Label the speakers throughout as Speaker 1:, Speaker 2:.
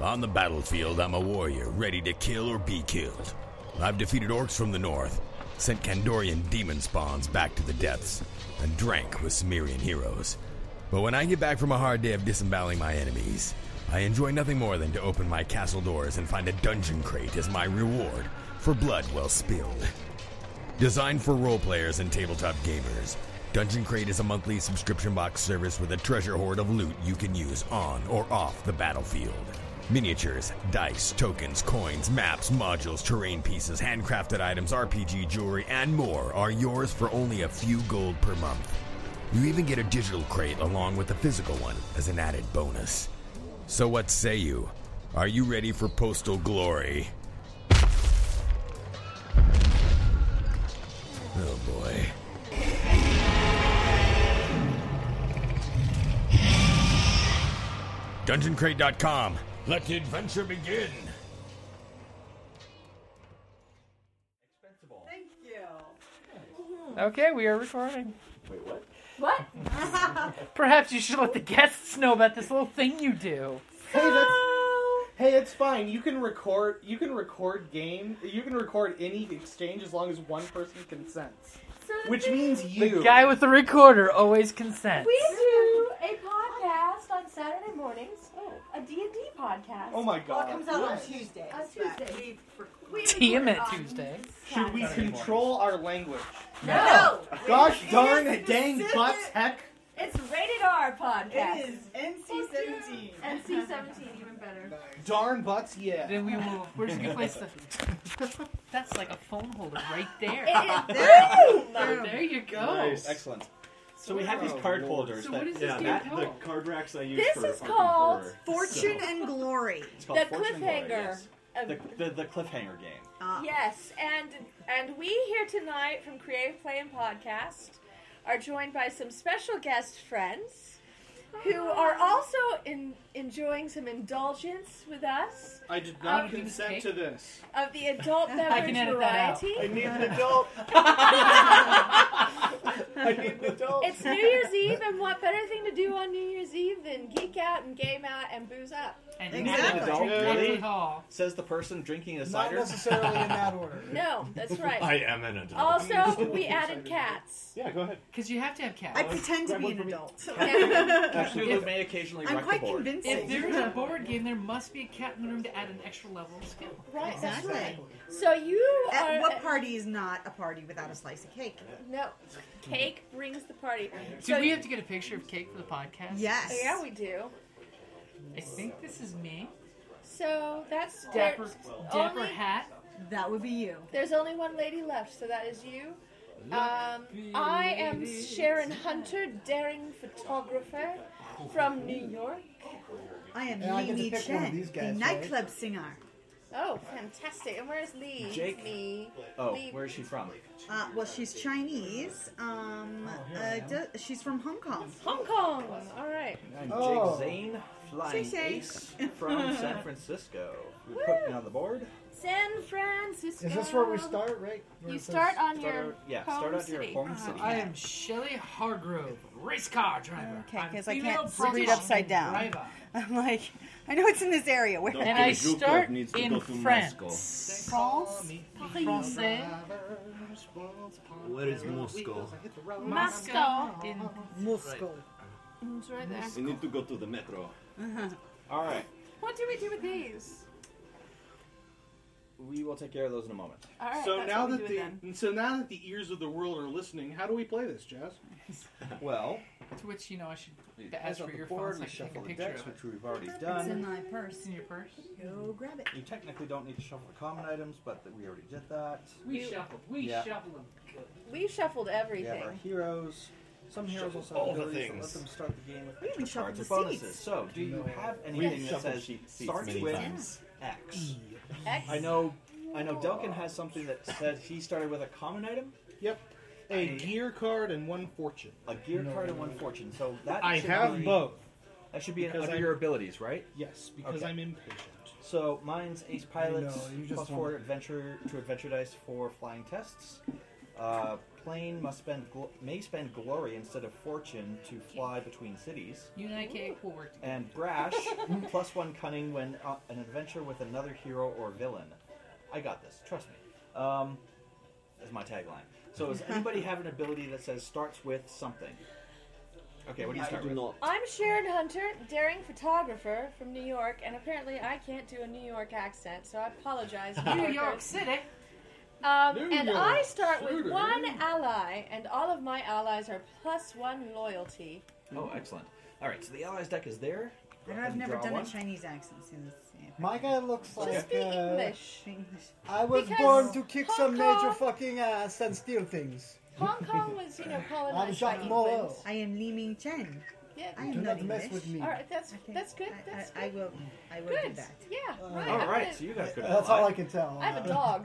Speaker 1: On the battlefield, I'm a warrior, ready to kill or be killed. I've defeated orcs from the north, sent Kandorian demon spawns back to the depths, and drank with Sumerian heroes. But when I get back from a hard day of disemboweling my enemies, I enjoy nothing more than to open my castle doors and find a dungeon crate as my reward for blood well spilled. Designed for role players and tabletop gamers, Dungeon Crate is a monthly subscription box service with a treasure hoard of loot you can use on or off the battlefield. Miniatures, dice, tokens, coins, maps, modules, terrain pieces, handcrafted items, RPG jewelry, and more are yours for only a few gold per month. You even get a digital crate along with the physical one as an added bonus. So, what say you? Are you ready for postal glory? Oh boy. DungeonCrate.com. Let the adventure begin.
Speaker 2: Okay, we are recording.
Speaker 3: Mm-hmm. What?
Speaker 2: Perhaps you should let the guests know about this little thing you do.
Speaker 4: Hey, that's hey, it's fine. You can record. You can record game. You can record any exchange as long as one person consents,
Speaker 3: So the
Speaker 4: which
Speaker 3: thing-
Speaker 4: means you.
Speaker 2: The guy with the recorder always consents.
Speaker 3: we do a podcast on Saturday mornings. Oh, a D&D podcast.
Speaker 4: oh my
Speaker 5: Well, it
Speaker 4: god!
Speaker 5: comes out on
Speaker 4: What?
Speaker 5: Tuesday.
Speaker 3: On Tuesday. We record
Speaker 2: TM at
Speaker 3: on
Speaker 2: Tuesday.
Speaker 4: Should we
Speaker 3: Saturday.
Speaker 4: control our language?
Speaker 5: No!
Speaker 4: Gosh
Speaker 5: It
Speaker 4: darn
Speaker 5: is
Speaker 4: it, dang
Speaker 5: specific-
Speaker 4: butts heck!
Speaker 3: It's rated R podcast.
Speaker 5: It is NC seventeen.
Speaker 3: And C17, even better.
Speaker 4: Darn butts, yeah.
Speaker 2: Then we will. Where's a good place to? That's like a phone holder right there.
Speaker 3: It is,
Speaker 2: there you go.
Speaker 3: Oh.
Speaker 4: Excellent.
Speaker 6: So we
Speaker 7: Oh,
Speaker 6: have these card holders.
Speaker 2: So
Speaker 6: that,
Speaker 2: what is this
Speaker 6: yeah,
Speaker 2: game
Speaker 6: that,
Speaker 2: called?
Speaker 6: the card racks I use
Speaker 3: This
Speaker 6: for
Speaker 3: is
Speaker 6: Arkham
Speaker 3: called
Speaker 6: Horror.
Speaker 5: Fortune
Speaker 6: So,
Speaker 5: and glory.
Speaker 6: it's
Speaker 3: the
Speaker 6: called Fortune and Glory,
Speaker 3: cliffhanger.
Speaker 6: yes.
Speaker 3: of-
Speaker 6: The, the, the cliffhanger game.
Speaker 5: Ah.
Speaker 3: Yes, and and we here tonight from Creative Play and Podcast are joined by some special guest friends who are also in, enjoying some indulgence with us
Speaker 4: I did
Speaker 3: Oh,
Speaker 4: not
Speaker 2: do this
Speaker 4: consent
Speaker 2: cake?
Speaker 4: to this.
Speaker 3: of the adult beverage
Speaker 2: edit that out.
Speaker 3: variety.
Speaker 4: I need an adult. I need an adult.
Speaker 3: It's New Year's Eve, and what better thing to do on New Year's Eve than geek out and game out and booze up?
Speaker 2: And
Speaker 5: Exactly.
Speaker 2: now-
Speaker 6: Adult,
Speaker 4: Yeah.
Speaker 2: Anthony
Speaker 6: really?
Speaker 2: Hall.
Speaker 6: Says the person drinking a
Speaker 8: Not
Speaker 6: cider.
Speaker 8: necessarily in that order.
Speaker 3: No, that's right.
Speaker 6: am an adult.
Speaker 3: Also, we added cats.
Speaker 6: yeah, go ahead.
Speaker 2: Because you have to have cats.
Speaker 5: I pretend to
Speaker 6: grab
Speaker 5: be
Speaker 6: one
Speaker 5: an
Speaker 6: for me.
Speaker 5: adult.
Speaker 6: Actually,
Speaker 2: If-
Speaker 6: Lou may occasionally
Speaker 5: I'm
Speaker 6: wreck
Speaker 5: quite
Speaker 6: the board.
Speaker 5: convincing.
Speaker 2: If there is a board game, there must be a cat in the room to add an extra level of skill.
Speaker 3: Right, that's
Speaker 5: Exactly.
Speaker 3: right. So you are
Speaker 5: At what party is not a party without a slice of cake?
Speaker 3: no cake brings the party.
Speaker 2: Do
Speaker 3: So
Speaker 2: we have to get a picture of cake for the podcast?
Speaker 5: Yes.
Speaker 3: Yeah, we do.
Speaker 2: I think this is me.
Speaker 3: So that's
Speaker 2: Dapper,
Speaker 3: there's
Speaker 2: dapper
Speaker 3: only-
Speaker 2: hat.
Speaker 5: That would be you.
Speaker 3: There's only one lady left, so that is you. Um, I am Sharon Hunter, daring photographer from New York.
Speaker 5: I am
Speaker 8: And I get to
Speaker 5: Mimi
Speaker 8: pick one of
Speaker 5: Chen,
Speaker 8: these guys,
Speaker 5: the
Speaker 8: right?
Speaker 5: nightclub singer.
Speaker 3: Oh, fantastic! And where's Lee?
Speaker 6: Jake?
Speaker 3: Lee.
Speaker 6: Oh,
Speaker 3: Lee.
Speaker 6: where is she from?
Speaker 5: Uh, well, she's Chinese. Um,
Speaker 6: Oh,
Speaker 5: uh, do- she's from Hong Kong.
Speaker 3: Hong Kong. All right.
Speaker 6: I'm
Speaker 8: Oh.
Speaker 6: Jake Zane,
Speaker 5: Say,
Speaker 6: flying
Speaker 5: say.
Speaker 6: ace from San Francisco. We put me on the board.
Speaker 3: San Francisco.
Speaker 8: Is this where we start, right? Where
Speaker 3: You
Speaker 8: it says-
Speaker 3: start on
Speaker 6: Start
Speaker 3: your
Speaker 6: out, yeah,
Speaker 3: home
Speaker 6: start out to
Speaker 3: city.
Speaker 6: your home city.
Speaker 2: I am Shelley Hargrove, race car driver.
Speaker 5: Okay,
Speaker 2: I'm
Speaker 5: 'cause I
Speaker 2: female
Speaker 5: can't read
Speaker 2: British
Speaker 5: upside down.
Speaker 2: driver.
Speaker 5: I'm like, I know it's in this area. Where?
Speaker 2: And I start in France.
Speaker 5: France?
Speaker 2: Francais.
Speaker 9: Where is Moscow?
Speaker 3: Moscow.
Speaker 2: In
Speaker 5: Moscow.
Speaker 3: It's right there.
Speaker 9: We need to go to the metro.
Speaker 5: Uh-huh.
Speaker 6: All right,
Speaker 3: What do we do with these?
Speaker 6: we will take care of those in a moment.
Speaker 3: All right.
Speaker 4: So
Speaker 3: that's
Speaker 4: now
Speaker 3: what we
Speaker 4: that
Speaker 3: do
Speaker 4: the
Speaker 3: then.
Speaker 4: so now that the ears of the world are listening, how do we play this, Jazz?
Speaker 6: Well,
Speaker 2: to which you know I should
Speaker 6: you
Speaker 2: ask
Speaker 6: pass out
Speaker 2: for
Speaker 6: the
Speaker 2: your
Speaker 6: board
Speaker 2: phone so
Speaker 6: and
Speaker 2: I can take a
Speaker 6: I shuffle the
Speaker 2: picture
Speaker 6: decks,
Speaker 2: of it.
Speaker 6: which we've already
Speaker 5: It's in
Speaker 6: done.
Speaker 5: my
Speaker 2: It's
Speaker 5: purse.
Speaker 2: in your purse.
Speaker 5: Go grab it.
Speaker 6: You technically don't need to shuffle the common items, but we already did that.
Speaker 2: We shuffled. We
Speaker 6: Yeah.
Speaker 2: shuffled them.
Speaker 3: we shuffled
Speaker 6: We have
Speaker 3: everything.
Speaker 6: our heroes.
Speaker 8: Some heroes also
Speaker 9: all
Speaker 8: have
Speaker 9: the
Speaker 8: abilities that
Speaker 9: things.
Speaker 8: let them start the game with
Speaker 5: We even shuffled
Speaker 8: cards.
Speaker 5: the
Speaker 6: Cards are bonuses.
Speaker 5: seats.
Speaker 6: So, do you have anything that says start with X?
Speaker 5: E.
Speaker 3: X.
Speaker 6: I know, I know. Delkin has something that says he started with a common item,
Speaker 8: Yep. A gear card and one fortune.
Speaker 6: a gear
Speaker 8: No.
Speaker 6: card, and one fortune. So that
Speaker 8: I
Speaker 6: should
Speaker 8: have
Speaker 6: be-
Speaker 8: both.
Speaker 6: That should be
Speaker 8: because
Speaker 6: under
Speaker 8: I'm-
Speaker 6: your abilities, right?
Speaker 8: Yes, because
Speaker 6: Okay.
Speaker 8: I'm impatient.
Speaker 6: So mine's ace pilots
Speaker 8: No, you just
Speaker 6: plus
Speaker 8: want-
Speaker 6: four adventure to adventure dice for flying tests. Uh, plane must spend gl- may spend glory instead of fortune to fly between cities.
Speaker 2: You and I can't cool work together.
Speaker 6: And brash plus one cunning when uh, an adventure with another hero or villain. I got this. Trust me. Um, is my tagline. So does anybody have an ability that says starts with something? Okay, what do you
Speaker 9: I
Speaker 6: start
Speaker 9: do
Speaker 6: with?
Speaker 9: not.
Speaker 3: I'm Sharon Hunter, daring photographer from New York, and apparently I can't do a New York accent, so I apologize.
Speaker 2: New
Speaker 3: New
Speaker 2: York City.
Speaker 3: Um,
Speaker 4: New
Speaker 3: and
Speaker 4: York
Speaker 3: I start
Speaker 4: City.
Speaker 3: with one ally, and all of my allies are plus one loyalty.
Speaker 6: Oh, excellent. All right, so the allies deck is there.
Speaker 5: I know, I've never
Speaker 6: Draw
Speaker 5: done
Speaker 6: one.
Speaker 5: a Chinese accent. So that's, yeah.
Speaker 8: My guy looks
Speaker 3: So
Speaker 8: like
Speaker 3: speak
Speaker 8: uh,
Speaker 3: English.
Speaker 5: English.
Speaker 8: I was
Speaker 3: Because
Speaker 8: born to kick
Speaker 3: Hong
Speaker 8: some major
Speaker 3: Kong-
Speaker 8: fucking ass and steal things.
Speaker 3: Hong Kong was, you know,
Speaker 8: I'm
Speaker 3: colonized by
Speaker 8: Jacques
Speaker 3: England.
Speaker 8: Moreau.
Speaker 5: I am Li Ming Chen.
Speaker 3: Yeah.
Speaker 5: I am
Speaker 8: Do
Speaker 5: not,
Speaker 8: not mess
Speaker 5: English.
Speaker 8: with me.
Speaker 3: All right, that's
Speaker 5: Okay.
Speaker 3: that's good.
Speaker 5: I-
Speaker 3: That's
Speaker 5: I, I
Speaker 3: good.
Speaker 5: will. I will do
Speaker 3: good.
Speaker 5: that. Uh,
Speaker 3: Yeah. Right.
Speaker 6: All
Speaker 3: I'm
Speaker 6: right,
Speaker 3: gonna-
Speaker 6: so you got good.
Speaker 8: That's all I can tell.
Speaker 3: I have a dog.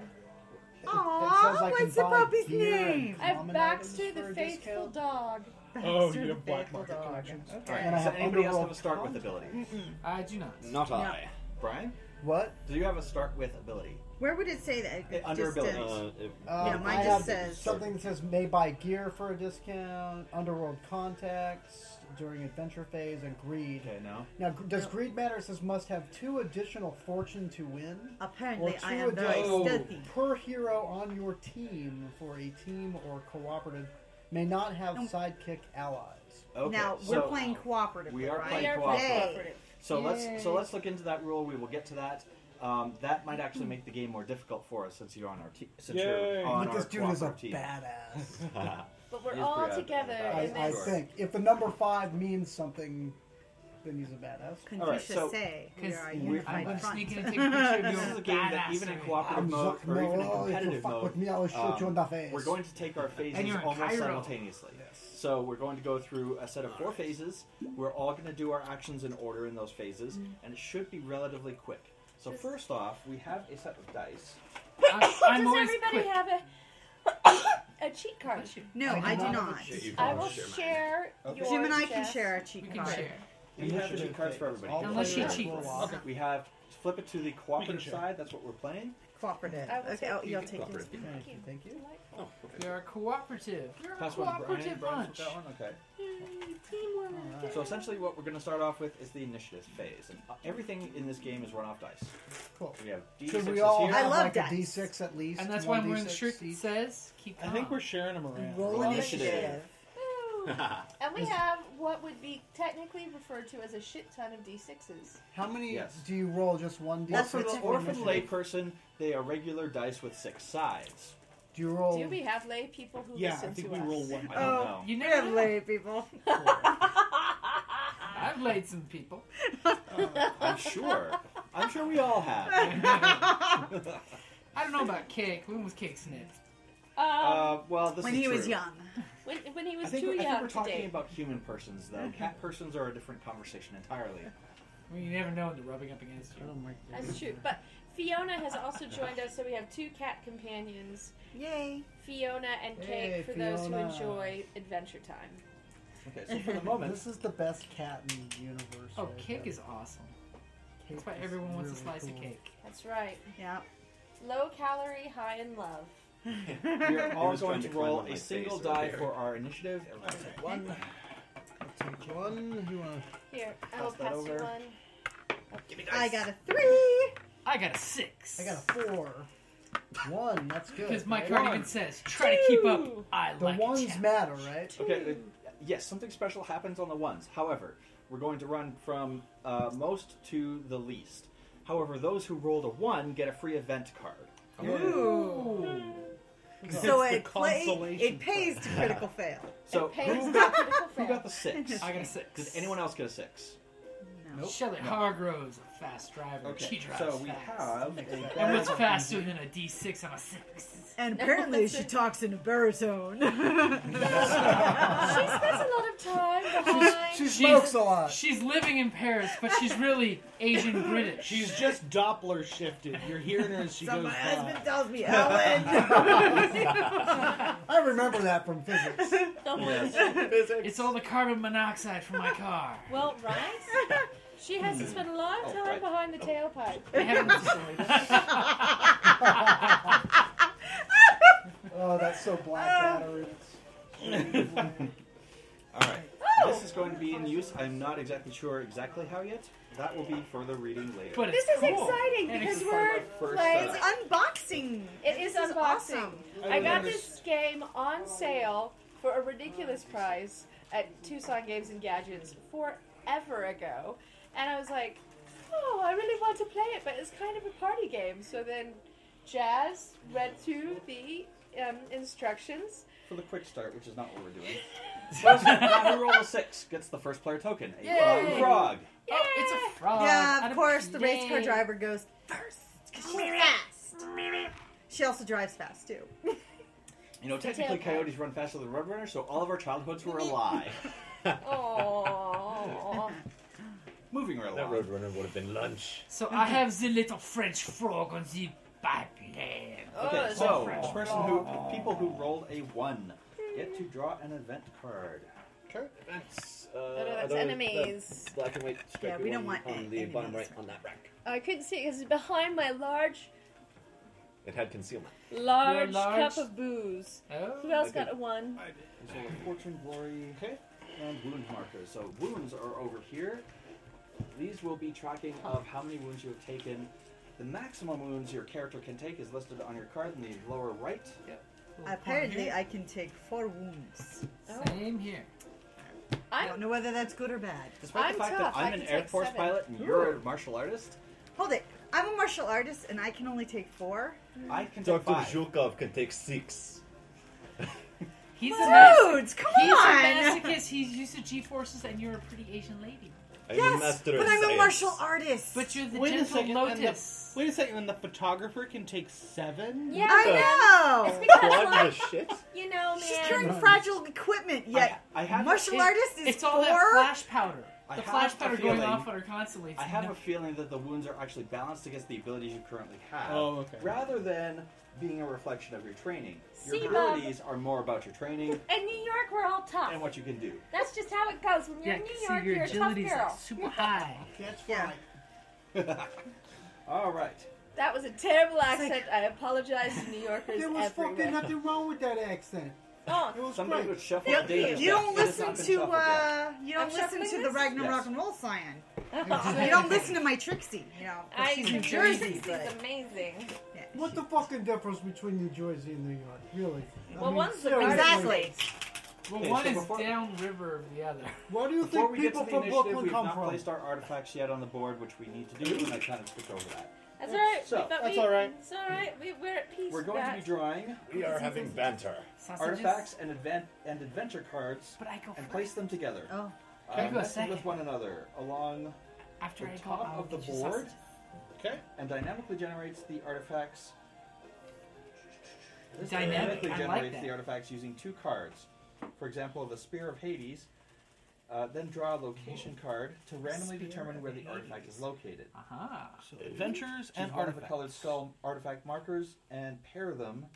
Speaker 8: sounds
Speaker 5: Aw,
Speaker 8: like
Speaker 5: what's
Speaker 8: you
Speaker 5: the
Speaker 8: buy
Speaker 5: puppy's
Speaker 8: beer and
Speaker 5: name?
Speaker 3: I have
Speaker 8: Ramen
Speaker 3: Baxter,
Speaker 8: items
Speaker 3: the
Speaker 8: for a
Speaker 3: faithful
Speaker 8: discount?
Speaker 3: dog.
Speaker 4: Oh,
Speaker 5: Baxter
Speaker 4: you
Speaker 5: the
Speaker 4: have black
Speaker 5: faithful
Speaker 4: market
Speaker 5: dog.
Speaker 4: connections.
Speaker 5: Okay.
Speaker 6: All right,
Speaker 8: And I
Speaker 6: does
Speaker 8: have
Speaker 6: anybody else
Speaker 8: underworld
Speaker 6: have a start with ability?
Speaker 10: I do not.
Speaker 9: Not
Speaker 5: No.
Speaker 9: I.
Speaker 6: Brian,
Speaker 8: What?
Speaker 6: do you have a start with ability?
Speaker 5: Where would it say that?
Speaker 6: Eh, under
Speaker 5: Just,
Speaker 6: abilities.
Speaker 9: Uh, if-
Speaker 8: Um,
Speaker 5: Yeah, mine
Speaker 8: I
Speaker 5: just
Speaker 8: have
Speaker 5: says-
Speaker 8: something that says may buy gear for a discount, underworld contacts during adventure phase, and greed.
Speaker 6: Okay, no.
Speaker 8: Now, gr- does
Speaker 5: No.
Speaker 8: greed matter? It says must have two additional fortune to win, or
Speaker 5: Apparently,
Speaker 8: two
Speaker 5: I am very
Speaker 8: additional Oh,
Speaker 5: stealthy.
Speaker 6: Oh.
Speaker 8: per hero on your team for a team or cooperative. May not have
Speaker 5: Um,
Speaker 8: sidekick allies.
Speaker 6: Okay,
Speaker 5: now we're
Speaker 6: so-
Speaker 5: playing cooperative.
Speaker 6: we are
Speaker 5: right?
Speaker 6: playing
Speaker 3: We are
Speaker 6: cooperative.
Speaker 3: cooperative.
Speaker 6: So let's so
Speaker 8: Yay.
Speaker 6: let's look into that rule. We will get to that. Um, that might actually make the game more difficult for us since you're on our te- since
Speaker 4: Yay.
Speaker 6: you're on
Speaker 8: But
Speaker 6: our
Speaker 8: this dude is a
Speaker 6: cooperative team.
Speaker 8: badass.
Speaker 3: But we're
Speaker 9: He's
Speaker 3: all
Speaker 9: pretty
Speaker 3: together
Speaker 9: adamant
Speaker 8: I,
Speaker 3: in
Speaker 8: I
Speaker 3: this.
Speaker 9: Sure.
Speaker 8: think if the number five means something, then he's a badass.
Speaker 6: All right,
Speaker 5: Confucius
Speaker 6: so-
Speaker 5: say we
Speaker 2: Because
Speaker 5: are a
Speaker 6: we-
Speaker 5: unified
Speaker 2: I'm
Speaker 5: front.
Speaker 2: sneaking to take a picture of
Speaker 6: This is a
Speaker 2: your
Speaker 6: game that even in
Speaker 2: badassery.
Speaker 6: cooperative mode
Speaker 8: Jacques
Speaker 6: or even in
Speaker 8: Moreau. If you
Speaker 6: competitive
Speaker 8: fuck
Speaker 6: mode,
Speaker 8: with me, I will shoot you in the face.
Speaker 6: we're going to take our
Speaker 2: And
Speaker 6: phases
Speaker 2: you're in
Speaker 6: almost
Speaker 2: Cairo.
Speaker 6: simultaneously. So we're going to go through a set of four phases. We're all going to do our actions in order in those phases, and it should be relatively quick. So first off, we have a set of dice.
Speaker 2: I- I'm
Speaker 3: Does
Speaker 2: always
Speaker 3: everybody
Speaker 2: quick.
Speaker 3: have a a cheat card?
Speaker 5: No, I do
Speaker 8: not
Speaker 5: not.
Speaker 9: shit, you
Speaker 3: I
Speaker 9: can't
Speaker 3: will
Speaker 9: share mine.
Speaker 3: share
Speaker 6: Okay.
Speaker 3: yours.
Speaker 5: Jim and I can
Speaker 3: Jess.
Speaker 5: share our
Speaker 2: We
Speaker 5: cheat
Speaker 2: can
Speaker 5: card.
Speaker 2: share.
Speaker 6: We have the cheat cards for everybody.
Speaker 8: All
Speaker 2: Unless
Speaker 8: players
Speaker 2: she
Speaker 8: roll
Speaker 2: cheats.
Speaker 8: off.
Speaker 6: We have flip it to the cooperative
Speaker 4: share.
Speaker 6: side. That's what we're playing.
Speaker 5: Cooperative.
Speaker 3: I will
Speaker 5: Okay,
Speaker 3: take-
Speaker 5: oh,
Speaker 3: you
Speaker 5: you'll
Speaker 3: can
Speaker 5: take yours.
Speaker 9: cooperate.
Speaker 8: Thank you, thank you.
Speaker 3: Delightful.
Speaker 9: Oh, okay.
Speaker 2: You're a cooperative. You're a
Speaker 6: Pass one, Brian.
Speaker 2: cooperative
Speaker 6: Brian took
Speaker 2: bunch.
Speaker 6: that one. Okay.
Speaker 3: Yay, teamwork.
Speaker 6: So essentially, what we're going to start off with is the initiative phase, and uh, everything in this game is run off dice.
Speaker 8: Cool.
Speaker 6: We have
Speaker 8: Should
Speaker 6: d6s
Speaker 8: we all
Speaker 6: here.
Speaker 8: have
Speaker 5: I love
Speaker 8: like
Speaker 5: dice.
Speaker 8: a D6 at least?
Speaker 2: And that's why
Speaker 8: one
Speaker 2: I'm wearing the
Speaker 8: D6
Speaker 2: shirt that
Speaker 8: each?
Speaker 2: says, keep
Speaker 4: I
Speaker 2: calm.
Speaker 4: think we're sharing them around.
Speaker 5: Roll
Speaker 6: Roll
Speaker 5: initiative.
Speaker 6: initiative.
Speaker 3: Woo. and we have what would be technically referred to as a shit ton of d6s.
Speaker 8: How many
Speaker 6: Yes.
Speaker 8: do you roll? Just one D6?
Speaker 5: That's
Speaker 6: For
Speaker 5: what
Speaker 6: the
Speaker 5: it's
Speaker 8: or
Speaker 6: orphan
Speaker 8: initiative?
Speaker 6: layperson, they are regular dice with six sides.
Speaker 8: Do you roll?
Speaker 3: Do we have lay people who
Speaker 4: Yeah,
Speaker 3: listen
Speaker 4: I think
Speaker 3: to
Speaker 4: we
Speaker 3: us?
Speaker 4: roll one.
Speaker 6: Oh. I don't
Speaker 5: Oh.
Speaker 6: know.
Speaker 2: You
Speaker 5: We
Speaker 2: never
Speaker 5: have
Speaker 2: know.
Speaker 5: lay people.
Speaker 2: I've laid some people.
Speaker 6: I'm sure. I'm sure we all have.
Speaker 2: I don't know about cake. When was cake snipped?
Speaker 3: Um,
Speaker 6: Uh, well, this
Speaker 5: When
Speaker 6: is
Speaker 5: he was
Speaker 6: true.
Speaker 5: young.
Speaker 3: when, when he
Speaker 6: I
Speaker 3: was
Speaker 6: think,
Speaker 3: too
Speaker 6: we're, I think
Speaker 3: young
Speaker 6: we're
Speaker 3: to
Speaker 6: talking
Speaker 3: date.
Speaker 6: about human persons, though. Cat persons are a different conversation entirely.
Speaker 2: I mean, you never know when they're rubbing up against you.
Speaker 8: Oh my god.
Speaker 3: That's true. But Fiona has also joined us, so we have two cat companions,
Speaker 5: Yay.
Speaker 3: Fiona and Cake,
Speaker 8: Hey,
Speaker 3: for those who
Speaker 8: Fiona.
Speaker 3: enjoy adventure time.
Speaker 6: Okay, so for the moment,
Speaker 8: This is the best cat in the universe.
Speaker 2: Oh,
Speaker 8: right
Speaker 2: cake
Speaker 8: there.
Speaker 2: is awesome.
Speaker 8: Cake
Speaker 2: That's why
Speaker 8: is
Speaker 2: everyone wants a
Speaker 8: really
Speaker 2: slice of
Speaker 8: cool.
Speaker 2: cake.
Speaker 3: That's right.
Speaker 5: Yeah.
Speaker 3: Low calorie, high in love.
Speaker 6: we are all
Speaker 9: was
Speaker 6: going
Speaker 9: trying
Speaker 6: to
Speaker 9: to climb
Speaker 6: roll
Speaker 9: on my
Speaker 6: a single
Speaker 9: face over
Speaker 6: die
Speaker 9: here.
Speaker 6: for our initiative. Everyone take one.
Speaker 8: Take one. You wanna-
Speaker 3: Here, I will
Speaker 6: Pass that
Speaker 3: pass you
Speaker 6: over.
Speaker 3: one.
Speaker 9: Give me
Speaker 5: I
Speaker 9: dice.
Speaker 5: got a three.
Speaker 2: I got a six.
Speaker 8: I got a four. One. That's good.
Speaker 2: Because my
Speaker 8: right?
Speaker 2: card even says, try to keep up.
Speaker 3: Two.
Speaker 2: I
Speaker 8: The
Speaker 2: like a
Speaker 8: ones
Speaker 2: challenge.
Speaker 8: matter, right?
Speaker 6: Okay, uh, yes, something special happens on the ones. However, we're going to run from uh, most to the least. However, those who rolled a one get a free event card.
Speaker 2: Ooh.
Speaker 5: So
Speaker 4: It's the
Speaker 5: it play,
Speaker 4: consolation
Speaker 5: it pays to critical fail.
Speaker 6: So
Speaker 3: it pays
Speaker 6: who
Speaker 3: to
Speaker 6: got,
Speaker 3: critical
Speaker 6: who
Speaker 3: fail.
Speaker 6: got the six?
Speaker 2: I got a six.
Speaker 6: Did anyone else get a six?
Speaker 8: Nope.
Speaker 2: Shelley Hargrove's a fast driver. She drives
Speaker 6: so we
Speaker 2: fast.
Speaker 6: have a
Speaker 8: And
Speaker 2: And
Speaker 6: bag
Speaker 2: what's
Speaker 6: of-
Speaker 2: faster than a D6 on a six?
Speaker 5: And apparently she talks in a baritone.
Speaker 3: she spends a lot of time behind.
Speaker 8: She smokes a lot.
Speaker 11: She's living in Paris, but she's really Asian British.
Speaker 4: She's just Doppler shifted. You're hearing her as she
Speaker 5: So
Speaker 4: goes
Speaker 5: my
Speaker 6: uh,
Speaker 5: husband
Speaker 4: by.
Speaker 5: tells me, Ellen.
Speaker 8: I remember that from physics.
Speaker 11: It's all the carbon monoxide from my car.
Speaker 3: Well, right? She has to spend a lot of time behind the tailpipe.
Speaker 11: I haven't-
Speaker 8: Oh, that's so
Speaker 2: Ah.
Speaker 8: blackadder.
Speaker 6: All right. This is going to be in use. I'm not exactly sure exactly how yet. That will be further reading later.
Speaker 11: but
Speaker 3: This is
Speaker 11: it's cool.
Speaker 3: exciting
Speaker 11: And
Speaker 3: because
Speaker 11: it's
Speaker 3: we're oh,
Speaker 6: first
Speaker 3: playing.
Speaker 6: time.
Speaker 5: Unboxing.
Speaker 3: It is
Speaker 5: This
Speaker 3: unboxing.
Speaker 5: is awesome.
Speaker 3: I got this game on sale for a ridiculous price at Tucson Games and Gadgets forever ago, and I was like, "Oh, I really want to play it, but it's kind of a party game." So then, Jazz read through the um, instructions.
Speaker 6: For the quick start, which is not what we're doing. First, who roll a six gets the first player token. A
Speaker 11: Yay.
Speaker 6: flying frog.
Speaker 11: Oh, it's a frog.
Speaker 5: Yeah,
Speaker 11: Out
Speaker 5: of course, the race car
Speaker 11: Yay.
Speaker 5: driver goes first. 'cause she's fast. She also drives fast, too.
Speaker 6: You know, technically,
Speaker 3: tailpipe.
Speaker 6: coyotes run faster than roadrunners, so all of our childhoods were a lie.
Speaker 3: Oh,
Speaker 6: Moving right
Speaker 7: That
Speaker 6: along.
Speaker 7: Roadrunner would have been lunch.
Speaker 11: So I have the little French frog on the pipeline.
Speaker 6: Okay,
Speaker 3: it's
Speaker 6: so
Speaker 11: oh, French.
Speaker 6: the person who, people who rolled a one get to draw an event card.
Speaker 7: Okay, that's, uh,
Speaker 3: no, that's
Speaker 7: I don't-
Speaker 3: enemies.
Speaker 7: The black and white stripy
Speaker 5: Yeah, we don't
Speaker 7: one
Speaker 5: want
Speaker 7: on the
Speaker 5: enemies.
Speaker 7: bottom right on that rack.
Speaker 3: I couldn't see it because it's behind my large,
Speaker 7: It had concealment.
Speaker 3: large,
Speaker 11: large-
Speaker 3: cup of booze. Who
Speaker 11: Oh.
Speaker 3: else
Speaker 7: Okay.
Speaker 3: got a one?
Speaker 6: So fortune, glory, and wound markers. So wounds are over here. These will be tracking of how many wounds you have taken. The maximum wounds your character can take is listed on your card in the lower right.
Speaker 5: Apparently, I can take four wounds.
Speaker 6: Oh.
Speaker 11: Same here.
Speaker 5: I don't know whether that's good or bad.
Speaker 6: Despite
Speaker 3: I'm
Speaker 6: the fact
Speaker 3: tough,
Speaker 6: that I'm
Speaker 3: I
Speaker 6: an
Speaker 3: can
Speaker 6: Air
Speaker 3: take
Speaker 6: Force
Speaker 3: seven.
Speaker 6: pilot and you're a martial artist,
Speaker 5: Hold it. I'm a martial artist and I can only take four.
Speaker 6: I can take
Speaker 7: Dr.
Speaker 6: five.
Speaker 7: Zhukov can take six.
Speaker 11: He's a mas-
Speaker 5: Dudes, come
Speaker 11: He's
Speaker 5: on!
Speaker 11: a masochist. He's used to G forces, and you're a pretty Asian lady.
Speaker 7: I'm a
Speaker 5: Yes,
Speaker 7: master
Speaker 5: but
Speaker 7: of
Speaker 5: I'm a
Speaker 7: science.
Speaker 5: martial artist.
Speaker 11: But you're the
Speaker 4: Wait a
Speaker 11: gentle
Speaker 4: second. And the,
Speaker 11: lotus.
Speaker 4: wait a second. And the photographer can take seven.
Speaker 3: Yeah,
Speaker 5: I
Speaker 3: It's
Speaker 5: know.
Speaker 3: because
Speaker 7: What the
Speaker 3: like,
Speaker 7: shit?
Speaker 3: you know, man.
Speaker 5: She's carrying fragile equipment. Yet
Speaker 6: I, I have
Speaker 5: martial
Speaker 11: It-
Speaker 5: artist is
Speaker 11: it's
Speaker 5: four.
Speaker 11: all that flash powder.
Speaker 6: I
Speaker 11: The
Speaker 6: have
Speaker 11: flash
Speaker 6: a
Speaker 11: powder going
Speaker 6: feeling-
Speaker 11: off on her constantly. It's
Speaker 6: I have
Speaker 11: no-
Speaker 6: a feeling that the wounds are actually balanced against the abilities you currently have,
Speaker 4: Oh, okay.
Speaker 6: rather than being a reflection of your training. Your
Speaker 3: See, Mom.
Speaker 6: abilities are more about your training
Speaker 3: In New York, we're all tough.
Speaker 6: and what you can do.
Speaker 3: That's just how it goes. When you're
Speaker 11: yeah,
Speaker 3: in
Speaker 11: see,
Speaker 3: New York,
Speaker 11: your
Speaker 3: you're a tough
Speaker 11: agility's like
Speaker 3: girl.
Speaker 11: super high.
Speaker 4: That's
Speaker 5: Yeah.
Speaker 6: All right.
Speaker 3: That was a terrible accent. I apologize to New Yorkers everywhere.
Speaker 8: nothing wrong with that accent.
Speaker 3: Oh,
Speaker 8: was
Speaker 6: Somebody would shuffle
Speaker 3: Thank
Speaker 6: the data.
Speaker 3: you.
Speaker 5: You
Speaker 6: back.
Speaker 5: don't
Speaker 6: It has
Speaker 5: listen
Speaker 6: not been
Speaker 5: to
Speaker 6: shuffled yet.
Speaker 5: uh, you
Speaker 3: I'm
Speaker 5: don't listen to
Speaker 3: shuffling
Speaker 5: the
Speaker 3: this?
Speaker 5: Ragnar
Speaker 6: Yes.
Speaker 5: Rock and Roll sign. So you don't listen to my Trixie, you know.
Speaker 3: I,
Speaker 5: She's
Speaker 3: New
Speaker 5: in Jersey,
Speaker 3: Jersey's
Speaker 5: but
Speaker 3: amazing.
Speaker 5: yeah.
Speaker 8: What the fucking difference between New Jersey and New York? Really? I
Speaker 3: Well,
Speaker 8: mean,
Speaker 3: one's the
Speaker 8: seriously.
Speaker 5: exactly.
Speaker 11: Well,
Speaker 6: Okay,
Speaker 11: one
Speaker 6: so
Speaker 11: is
Speaker 6: before-
Speaker 11: downriver of the other.
Speaker 8: Where do you
Speaker 6: Before
Speaker 8: think
Speaker 6: we get to
Speaker 8: people
Speaker 6: the
Speaker 8: from
Speaker 6: initiative,
Speaker 8: Brooklyn
Speaker 6: we've
Speaker 8: come
Speaker 6: not
Speaker 8: from?
Speaker 6: placed our artifacts yet on the board, which we need to do, and I kind of skipped over that.
Speaker 3: That's all right.
Speaker 6: So,
Speaker 3: but we,
Speaker 4: that's all right.
Speaker 3: It's all right. We, we're at peace.
Speaker 6: We're
Speaker 3: with
Speaker 6: going to
Speaker 3: that.
Speaker 6: be drawing
Speaker 7: We are having banter.
Speaker 11: Sausages.
Speaker 6: artifacts and, advent- and adventure cards
Speaker 11: But I go
Speaker 6: and
Speaker 11: first.
Speaker 6: place them together.
Speaker 5: Oh,
Speaker 6: Uh,
Speaker 11: Can I go
Speaker 6: nested
Speaker 11: second?
Speaker 6: with one another along
Speaker 11: After
Speaker 6: the
Speaker 11: I go,
Speaker 6: top
Speaker 11: I'll
Speaker 6: of the
Speaker 11: get you
Speaker 6: board.
Speaker 11: sausages.
Speaker 4: Okay.
Speaker 6: and dynamically generates the artifacts. This
Speaker 11: Dynamic,
Speaker 6: dynamically
Speaker 11: I like
Speaker 6: generates
Speaker 11: that.
Speaker 6: the artifacts using two cards. For example, the Spear of Hades. Uh, then draw a location card to randomly
Speaker 11: Spear
Speaker 6: determine
Speaker 11: of
Speaker 6: where the artifact is
Speaker 11: Hades. Ah.
Speaker 6: located.
Speaker 11: Aha.
Speaker 4: So adventures
Speaker 6: Choose one
Speaker 4: and
Speaker 6: of the
Speaker 4: artifacts.
Speaker 6: colored skull artifact markers and pair them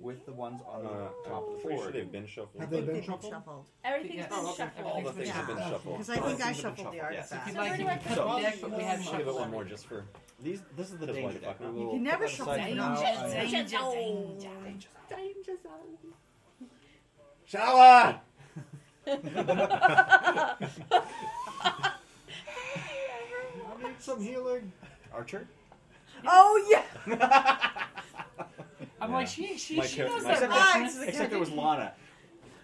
Speaker 6: with the ones on the top of
Speaker 7: I'm
Speaker 6: the
Speaker 7: Uh, pretty sure
Speaker 6: board.
Speaker 7: they've been
Speaker 8: Have
Speaker 7: shuffled.
Speaker 8: they
Speaker 5: they've
Speaker 8: been
Speaker 5: been
Speaker 8: shuffled?
Speaker 5: shuffled.
Speaker 3: Everything's
Speaker 11: Yes.
Speaker 3: been
Speaker 11: Oh, okay.
Speaker 3: shuffled.
Speaker 7: All the things have been
Speaker 5: Yeah.
Speaker 7: shuffled.
Speaker 5: Because I think I
Speaker 6: Everything's been
Speaker 5: shuffled the
Speaker 6: shuffled, yes.
Speaker 5: artifact.
Speaker 11: If you'd
Speaker 3: So where
Speaker 11: like, you
Speaker 3: do I
Speaker 11: can
Speaker 3: put
Speaker 11: cut the
Speaker 6: these?
Speaker 11: deck, but we
Speaker 7: Should
Speaker 11: have
Speaker 7: I
Speaker 11: shuffled
Speaker 7: give it one more
Speaker 11: already.
Speaker 7: just for.
Speaker 6: These, this is the
Speaker 7: That's why
Speaker 6: danger
Speaker 7: the
Speaker 6: deck.
Speaker 7: fuck not.
Speaker 6: We will
Speaker 5: You never
Speaker 6: put that
Speaker 5: shuffle
Speaker 6: aside for
Speaker 5: them.
Speaker 6: now.
Speaker 5: Danger,
Speaker 6: I-
Speaker 3: Danger zone. Danger zone.
Speaker 7: Shower!
Speaker 8: I need some healing.
Speaker 6: Archer?
Speaker 5: Oh yeah.
Speaker 11: I'm like, she, she,
Speaker 7: My
Speaker 11: she
Speaker 7: character-
Speaker 11: knows
Speaker 7: my
Speaker 11: that
Speaker 5: character-
Speaker 11: reference.
Speaker 5: Ah, it's
Speaker 6: Except it was Lana.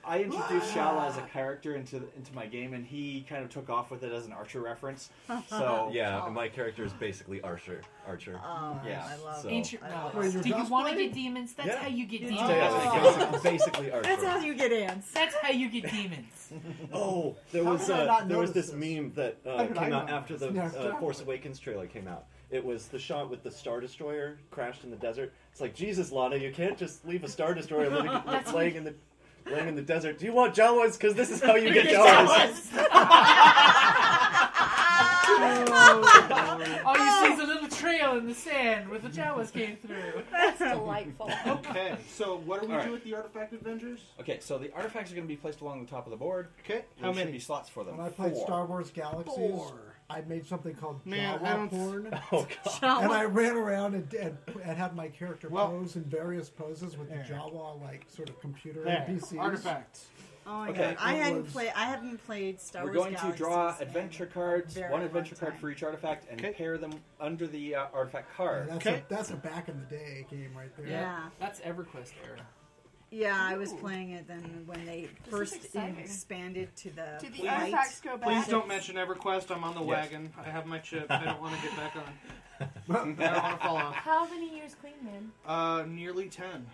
Speaker 6: I introduced Shala as a character into into my game, and he kind of took off with it as an Archer reference. So
Speaker 7: Yeah, my character is basically Archer. Archer.
Speaker 5: Oh,
Speaker 6: Yeah,
Speaker 5: I love
Speaker 7: so-
Speaker 5: it.
Speaker 11: Ancient
Speaker 5: I
Speaker 11: knowledge.
Speaker 5: love
Speaker 8: Wait, you're
Speaker 11: Do you
Speaker 8: just
Speaker 11: want to
Speaker 8: playing?
Speaker 11: get demons? That's
Speaker 7: Yeah.
Speaker 11: how you get demons.
Speaker 7: Yeah, it's basically Archer.
Speaker 5: That's how you get ants.
Speaker 11: That's how you get demons.
Speaker 7: Oh, there
Speaker 8: How
Speaker 7: was
Speaker 8: did I
Speaker 7: uh,
Speaker 8: not
Speaker 7: there was
Speaker 8: notice
Speaker 7: this
Speaker 8: this?
Speaker 7: meme that
Speaker 8: How
Speaker 7: uh,
Speaker 8: did I
Speaker 7: came
Speaker 8: not
Speaker 7: out after the
Speaker 8: notice? Yeah,
Speaker 7: uh,
Speaker 8: exactly.
Speaker 7: Force Awakens trailer came out. It was the shot with the Star Destroyer crashed in the desert. It's like, Jesus, Lana, you can't just leave a Star Destroyer living, laying in the laying in the desert. Do you want Jawas? Because this is how you get Jawas.
Speaker 11: All Oh, you see is a little trail in the sand where the Jawas came through.
Speaker 3: That's delightful.
Speaker 4: Okay, so what do we
Speaker 6: All
Speaker 4: do
Speaker 6: right.
Speaker 4: with the artifact Avengers?
Speaker 6: Okay, so the artifacts are going to be placed along the top of the board.
Speaker 4: Okay,
Speaker 6: There
Speaker 4: how
Speaker 6: should
Speaker 4: many?
Speaker 6: be slots for them?
Speaker 8: When I played
Speaker 6: Four.
Speaker 8: Star Wars Galaxies,
Speaker 4: Four.
Speaker 8: I made something called
Speaker 4: Man, I
Speaker 8: Jawa
Speaker 4: don't-
Speaker 8: porn,
Speaker 7: Oh God.
Speaker 8: and I ran around and, and, and had my character
Speaker 4: Well-
Speaker 8: pose in various poses with
Speaker 4: There.
Speaker 8: the Jawa like sort of computer
Speaker 4: There,
Speaker 8: NPCs.
Speaker 4: artifacts.
Speaker 5: Oh my
Speaker 6: Okay.
Speaker 5: god, I
Speaker 8: It
Speaker 5: hadn't
Speaker 8: was-
Speaker 5: played. I haven't played Star
Speaker 6: We're
Speaker 5: Wars.
Speaker 6: going to
Speaker 5: Galaxies
Speaker 6: draw
Speaker 5: in
Speaker 6: adventure
Speaker 5: a
Speaker 6: cards,
Speaker 5: very
Speaker 6: one
Speaker 5: long
Speaker 6: adventure card
Speaker 5: time.
Speaker 6: for each artifact, and
Speaker 4: Okay.
Speaker 6: pair them under the uh, artifact card.
Speaker 8: That's,
Speaker 4: Okay.
Speaker 8: a, that's a back in the day game right there.
Speaker 5: Yeah.
Speaker 11: That's EverQuest era.
Speaker 5: Yeah, I was playing it then when they first
Speaker 3: exciting.
Speaker 5: expanded to the
Speaker 3: Do the
Speaker 5: light.
Speaker 3: artifacts go back?
Speaker 4: Please don't mention EverQuest. I'm on the
Speaker 6: Yes.
Speaker 4: wagon. I have my chip. I don't want to get back on. I don't want to fall off.
Speaker 3: How many years clean, man?
Speaker 4: Uh, nearly ten.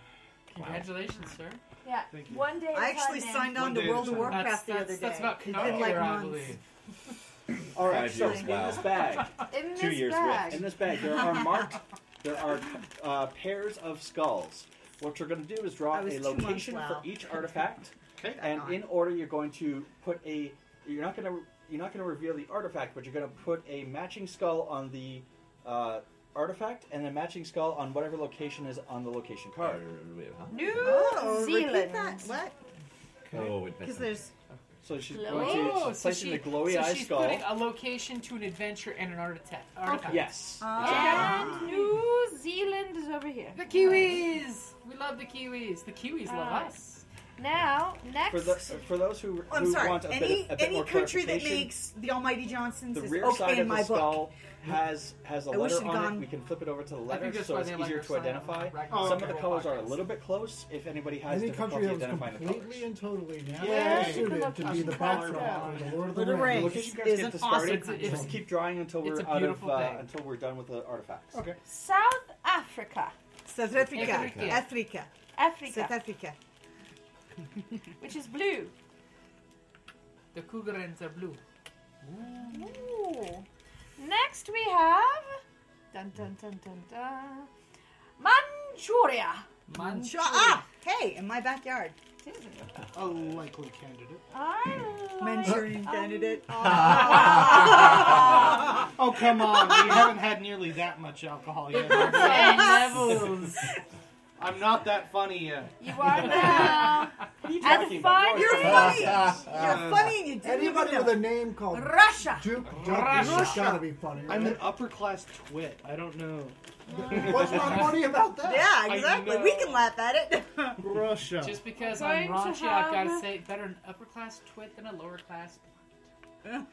Speaker 11: Congratulations, sir.
Speaker 3: Yeah,
Speaker 4: Thank you.
Speaker 3: one day. at a
Speaker 5: I actually
Speaker 3: time, man.
Speaker 5: signed on
Speaker 4: One day
Speaker 5: to
Speaker 4: at a
Speaker 5: World of
Speaker 4: time.
Speaker 5: Warcraft
Speaker 11: That's,
Speaker 5: the other
Speaker 11: that's,
Speaker 5: day.
Speaker 11: that's about
Speaker 5: in
Speaker 11: Canonic
Speaker 5: like
Speaker 11: era, I
Speaker 5: months.
Speaker 11: believe.
Speaker 6: All right,
Speaker 7: Five
Speaker 6: so
Speaker 7: years,
Speaker 6: in
Speaker 7: wow.
Speaker 6: this bag,
Speaker 3: In
Speaker 7: Two
Speaker 3: this
Speaker 7: years
Speaker 3: bag.
Speaker 6: in this bag, there are marked, there are uh, pairs of skulls. What you're going to do is draw
Speaker 5: I was
Speaker 6: a
Speaker 5: two months
Speaker 6: location for
Speaker 5: loud.
Speaker 6: each artifact,
Speaker 4: Okay.
Speaker 6: and
Speaker 5: on.
Speaker 6: in order, you're going to put a. You're not going to. You're not going to reveal the artifact, but you're going to put a matching skull on the uh, artifact and a matching skull on whatever location is on the location card.
Speaker 3: New
Speaker 5: Oh, repeat
Speaker 3: Zealand.
Speaker 5: that. What?
Speaker 7: Oh, it
Speaker 5: Because there's
Speaker 6: So she's
Speaker 3: Glowy?
Speaker 6: going to
Speaker 11: Oh,
Speaker 6: she's
Speaker 11: so,
Speaker 6: placing
Speaker 11: she,
Speaker 6: the glowy
Speaker 11: so
Speaker 6: eye
Speaker 11: she's
Speaker 6: skull.
Speaker 11: putting a location to an adventure and an artifact. artifact.
Speaker 6: Yes.
Speaker 3: And New Zealand is over here.
Speaker 11: Ah. The Kiwis! We love the Kiwis. The Kiwis love
Speaker 3: Ah.
Speaker 11: us.
Speaker 3: Now, next.
Speaker 6: For, the, for those who,
Speaker 5: I'm
Speaker 6: who
Speaker 5: sorry.
Speaker 6: want a
Speaker 5: any
Speaker 6: bit, of, a bit
Speaker 5: any
Speaker 6: more
Speaker 5: country that
Speaker 6: clarification,
Speaker 5: makes the Almighty Johnsons
Speaker 6: the
Speaker 5: is
Speaker 6: rear
Speaker 5: okay
Speaker 6: side
Speaker 5: in
Speaker 6: of
Speaker 5: my
Speaker 6: the
Speaker 5: book.
Speaker 6: skull has has a
Speaker 5: I wish
Speaker 6: letter
Speaker 5: it'd
Speaker 6: on it.
Speaker 5: gone-
Speaker 6: We can flip it over to the
Speaker 11: I think
Speaker 6: letter,
Speaker 11: that's
Speaker 6: so
Speaker 11: why
Speaker 6: it's
Speaker 11: they like
Speaker 6: easier
Speaker 11: our
Speaker 6: to
Speaker 11: sign on
Speaker 6: identify.
Speaker 11: the record.
Speaker 4: Oh,
Speaker 6: Some of the
Speaker 4: okay.
Speaker 6: colors are a little bit close. If anybody has
Speaker 8: Any country
Speaker 6: difficulty
Speaker 8: that was
Speaker 6: identifying the colors,
Speaker 8: completely and totally
Speaker 4: Yeah,
Speaker 8: naturally
Speaker 4: you
Speaker 3: could
Speaker 8: suited
Speaker 3: have
Speaker 8: to
Speaker 3: done
Speaker 8: be
Speaker 3: some
Speaker 8: the
Speaker 4: color
Speaker 8: backdrop for the Lord
Speaker 5: Lord
Speaker 8: of the
Speaker 5: of the
Speaker 6: the
Speaker 8: Rings.
Speaker 5: Rings.
Speaker 6: location cards
Speaker 5: is
Speaker 6: get
Speaker 5: an
Speaker 6: discarded.
Speaker 11: awesome
Speaker 6: Just
Speaker 11: country.
Speaker 6: keep drawing until
Speaker 11: It's
Speaker 6: we're
Speaker 11: a
Speaker 6: out of
Speaker 11: beautiful
Speaker 6: uh,
Speaker 11: thing.
Speaker 6: until we're done with the artifacts.
Speaker 4: Okay.
Speaker 3: South Africa.
Speaker 5: South Africa.
Speaker 11: Africa.
Speaker 5: Africa.
Speaker 3: Africa,
Speaker 5: South Africa.
Speaker 3: which is blue.
Speaker 11: The Cougarans are blue.
Speaker 3: Ooh. Next we have. Dun dun dun dun dun. Manchuria.
Speaker 11: Manchu.
Speaker 5: Sure. Ah, hey, in my backyard.
Speaker 4: A likely candidate.
Speaker 3: I like
Speaker 5: Manchurian candidate.
Speaker 4: Oh come on! We haven't had nearly that much alcohol yet.
Speaker 11: levels.
Speaker 4: I'm not that funny yet.
Speaker 3: You are now. and finally,
Speaker 5: You're funny. You're funny and you didn't even
Speaker 8: Uh, Anybody
Speaker 5: know.
Speaker 8: with a name called
Speaker 3: Russia.
Speaker 8: Duke Duffy
Speaker 11: Russia.
Speaker 8: has got to be funny.
Speaker 4: I'm an
Speaker 8: right?
Speaker 4: upper class twit. I don't know.
Speaker 8: What's not funny about that?
Speaker 5: Yeah, exactly. We can laugh at it.
Speaker 4: Russia.
Speaker 11: Just because
Speaker 3: I'm
Speaker 11: I'm
Speaker 3: going to
Speaker 11: raunchy, I've got to
Speaker 3: have-
Speaker 11: say better an upper class twit than a lower class.
Speaker 7: in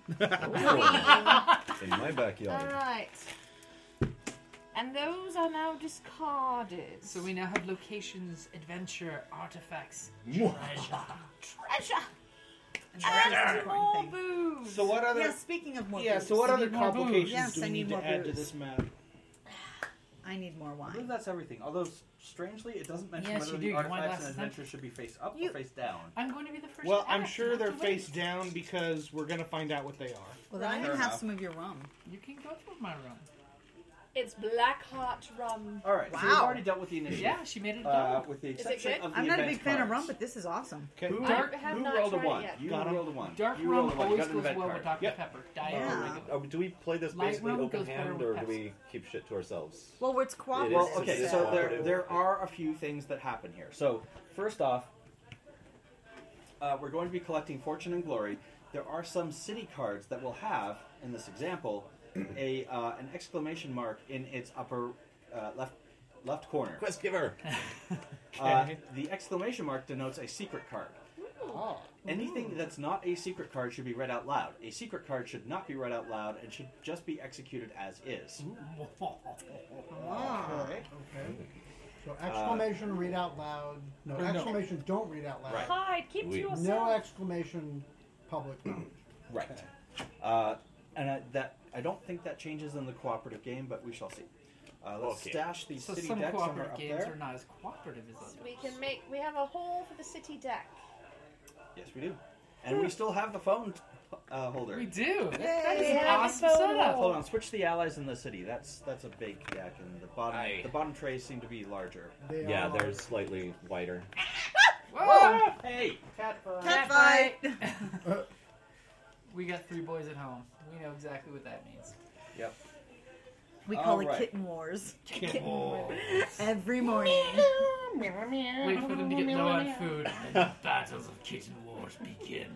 Speaker 7: my
Speaker 3: All
Speaker 7: backyard.
Speaker 3: right. Uh, And those are now discarded.
Speaker 11: So we now have locations, adventure, artifacts,
Speaker 3: treasure.
Speaker 5: That's
Speaker 3: And
Speaker 5: the
Speaker 3: more
Speaker 5: important thing.
Speaker 3: booze.
Speaker 4: So what other?
Speaker 5: Yeah, speaking of more
Speaker 4: Yeah.
Speaker 5: booze,
Speaker 4: So what
Speaker 11: I
Speaker 4: other
Speaker 11: need more booze.
Speaker 4: complications
Speaker 5: Yes,
Speaker 4: do
Speaker 5: I
Speaker 4: we
Speaker 5: need
Speaker 4: need,
Speaker 5: more
Speaker 4: to add to
Speaker 5: booze.
Speaker 4: this map?
Speaker 5: I need more
Speaker 6: I believe
Speaker 5: wine.
Speaker 6: that's everything. Although strangely, it doesn't mention
Speaker 11: Yes,
Speaker 6: whether
Speaker 11: you
Speaker 6: the
Speaker 11: do. You want
Speaker 6: artifacts
Speaker 11: less
Speaker 6: and
Speaker 11: than-
Speaker 6: adventures should be face up
Speaker 5: You-
Speaker 6: or face down.
Speaker 11: I'm going to be the first.
Speaker 4: Well,
Speaker 11: to
Speaker 4: I'm
Speaker 11: ask,
Speaker 4: sure
Speaker 11: not
Speaker 4: they're
Speaker 11: to wait.
Speaker 4: face down because we're gonna find out what they are.
Speaker 5: Well, then I'm
Speaker 3: Fair
Speaker 5: gonna have
Speaker 6: enough.
Speaker 5: some of your rum.
Speaker 11: You can go through my room.
Speaker 3: It's black heart rum.
Speaker 6: All right. So we've
Speaker 5: Wow.
Speaker 6: already dealt with the initiative.
Speaker 11: Yeah, she made it
Speaker 6: Uh,
Speaker 11: down.
Speaker 6: with the
Speaker 3: it
Speaker 6: exception
Speaker 3: good?
Speaker 6: of the
Speaker 5: I'm not a
Speaker 6: event
Speaker 5: big fan of rum,
Speaker 6: cards.
Speaker 5: but this is awesome.
Speaker 4: Okay.
Speaker 6: Who,
Speaker 3: I have
Speaker 6: who
Speaker 3: not
Speaker 6: rolled a
Speaker 3: tried it
Speaker 6: one?
Speaker 3: yet.
Speaker 6: You
Speaker 4: Got 'em.
Speaker 6: rolled a one.
Speaker 11: Dark
Speaker 6: you
Speaker 11: rum
Speaker 6: rolled a one. You
Speaker 11: always
Speaker 6: got an
Speaker 11: goes
Speaker 6: event
Speaker 11: well
Speaker 6: card.
Speaker 11: with Dr.
Speaker 4: Yep.
Speaker 11: Pepper. Diet or
Speaker 5: Yeah.
Speaker 11: regular.
Speaker 7: Oh, do we play this
Speaker 11: Light
Speaker 7: basically
Speaker 11: room
Speaker 7: open
Speaker 11: goes better
Speaker 7: hand,
Speaker 11: with
Speaker 7: or do
Speaker 11: Pepsi.
Speaker 7: we keep shit to ourselves?
Speaker 5: Well, we're cooperative.
Speaker 7: Well,
Speaker 5: it
Speaker 7: It's
Speaker 6: okay,
Speaker 5: says.
Speaker 6: so
Speaker 7: a-
Speaker 6: there there are a few things that happen here. So first off, uh, we're going to be collecting fortune and glory. There are some city cards that will have, in this example, a uh, an exclamation mark in its upper uh, left left corner.
Speaker 7: Quest giver.
Speaker 6: Uh, the exclamation mark denotes a secret card.
Speaker 7: Oh.
Speaker 6: Anything that's not a secret card should be read out loud. A secret card should not be read out loud and should just be executed as is.
Speaker 4: Okay.
Speaker 8: Okay.
Speaker 6: Mm.
Speaker 8: So
Speaker 6: Uh,
Speaker 8: exclamation, read out loud. No,
Speaker 4: No.
Speaker 8: exclamation, don't read out loud.
Speaker 6: Right.
Speaker 3: Hide. Keep
Speaker 7: We-
Speaker 3: to yourself.
Speaker 8: No exclamation, public knowledge.
Speaker 6: Right. Uh, and I, that I don't think that changes in the cooperative game, but we shall see. Uh, let's
Speaker 7: Okay.
Speaker 6: stash the
Speaker 11: So
Speaker 6: city
Speaker 11: some
Speaker 6: deck somewhere
Speaker 11: cooperative
Speaker 6: up
Speaker 11: games
Speaker 6: there.
Speaker 11: are not as cooperative as others.
Speaker 3: We can make. We have a hole for the city deck.
Speaker 6: Yes, we do. and we still have the phone uh, holder.
Speaker 11: We do.
Speaker 3: That is an
Speaker 11: awesome setup.
Speaker 6: Hold on, switch the allies in the city. That's that's a big yak, and the bottom
Speaker 7: Aye.
Speaker 6: the bottom trays seem to be larger.
Speaker 8: They
Speaker 7: Yeah,
Speaker 8: are-
Speaker 7: they're slightly wider.
Speaker 11: Whoa!
Speaker 6: Hey,
Speaker 4: Cat fight.
Speaker 5: Cat fight.
Speaker 11: We got three boys at home. We know exactly what that means.
Speaker 5: We call
Speaker 6: All
Speaker 5: it
Speaker 6: right.
Speaker 5: kitten wars. Kitten wars. Every morning.
Speaker 11: Wait for them to get low on food. and the battles of kitchen wars begin.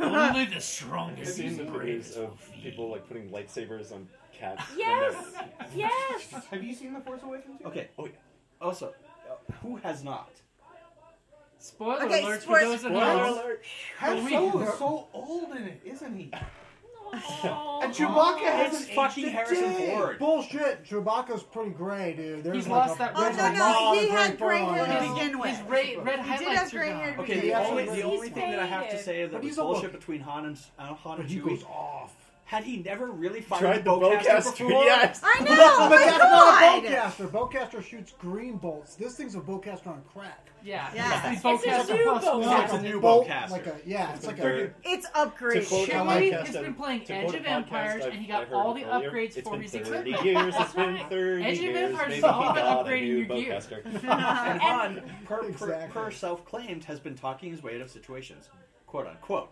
Speaker 11: Only the
Speaker 7: Have
Speaker 11: strongest
Speaker 7: you seen
Speaker 11: is
Speaker 7: the
Speaker 11: brave.
Speaker 7: videos of people like putting lightsabers on cats? when
Speaker 3: Yes!
Speaker 7: they're-
Speaker 3: Yes!
Speaker 4: Have you seen The Force Awakens? yet?
Speaker 6: okay.
Speaker 7: Oh, yeah.
Speaker 6: Also, uh, who has not?
Speaker 11: Spoiler
Speaker 5: Okay,
Speaker 11: alert for
Speaker 5: spoil-
Speaker 11: those at
Speaker 7: Spoiler
Speaker 11: home.
Speaker 7: alert!
Speaker 4: Han
Speaker 11: we-
Speaker 4: Solo is so old in it, isn't he? And
Speaker 3: Aw.
Speaker 4: Chewbacca
Speaker 6: It's
Speaker 4: hasn't
Speaker 6: fucking
Speaker 4: aged a
Speaker 6: Harrison
Speaker 4: day.
Speaker 6: Ford.
Speaker 8: Bullshit. Chewbacca's pretty gray, dude. There's
Speaker 11: He's
Speaker 8: like
Speaker 11: lost
Speaker 8: a,
Speaker 11: that
Speaker 5: Oh
Speaker 11: red
Speaker 8: there's
Speaker 5: no
Speaker 8: a
Speaker 11: one.
Speaker 5: no,
Speaker 8: lot
Speaker 5: he
Speaker 8: of
Speaker 5: had
Speaker 8: gray
Speaker 5: gray
Speaker 8: fur on
Speaker 5: hair
Speaker 8: him.
Speaker 5: to begin with.
Speaker 11: His red,
Speaker 5: He
Speaker 11: red
Speaker 5: did
Speaker 11: highlights
Speaker 5: have
Speaker 11: are
Speaker 5: gray
Speaker 11: gone.
Speaker 5: hair to
Speaker 6: Okay,
Speaker 5: begin
Speaker 6: the
Speaker 8: He
Speaker 5: with.
Speaker 8: has
Speaker 6: only
Speaker 8: a-
Speaker 6: the only thing that I have to
Speaker 3: faded.
Speaker 6: say that
Speaker 8: But
Speaker 6: was
Speaker 8: he's a
Speaker 6: bullshit
Speaker 8: book.
Speaker 6: between Han and uh, Han
Speaker 8: But
Speaker 6: and
Speaker 8: he goes
Speaker 6: Chewie.
Speaker 8: off.
Speaker 6: Had he never really fired
Speaker 7: Tried the
Speaker 6: bowcaster
Speaker 7: bowcaster.
Speaker 6: before?
Speaker 7: Yes.
Speaker 5: I know.
Speaker 8: but
Speaker 5: my
Speaker 8: that's
Speaker 5: God.
Speaker 8: not a bowcaster. Bowcaster shoots green bolts. This thing's a bowcaster on crack.
Speaker 11: Yeah.
Speaker 5: Yeah.
Speaker 11: These
Speaker 3: It's a
Speaker 11: bowcasts
Speaker 3: new
Speaker 11: are
Speaker 3: bowcaster.
Speaker 8: It's
Speaker 6: No,
Speaker 8: like
Speaker 6: it's a new
Speaker 8: bolt,
Speaker 6: bowcaster.
Speaker 8: Like a yeah, it's like a
Speaker 7: They're-
Speaker 5: It's
Speaker 7: to
Speaker 5: upgraded.
Speaker 7: quote
Speaker 11: Chewie
Speaker 7: a
Speaker 8: Like,
Speaker 7: podcast
Speaker 11: has
Speaker 7: I-
Speaker 11: been playing
Speaker 7: to
Speaker 11: Edge
Speaker 7: quote a
Speaker 11: of
Speaker 7: podcast
Speaker 11: Empires,
Speaker 7: I-
Speaker 11: and he
Speaker 7: I
Speaker 11: got
Speaker 7: heard
Speaker 11: all the
Speaker 7: earlier.
Speaker 11: upgrades for his
Speaker 7: It's been 30
Speaker 11: equipment.
Speaker 7: years. It's
Speaker 11: That's
Speaker 7: been
Speaker 11: right.
Speaker 7: 30
Speaker 11: Edge of
Speaker 7: years.
Speaker 11: Empires
Speaker 7: Maybe
Speaker 11: is
Speaker 7: he
Speaker 11: all about
Speaker 7: got a
Speaker 11: upgrading
Speaker 7: new
Speaker 11: your gear.
Speaker 7: bowcaster.
Speaker 6: And Han, per, per,
Speaker 8: Exactly.
Speaker 6: per self-claimed, has been talking his way out of situations, quote unquote,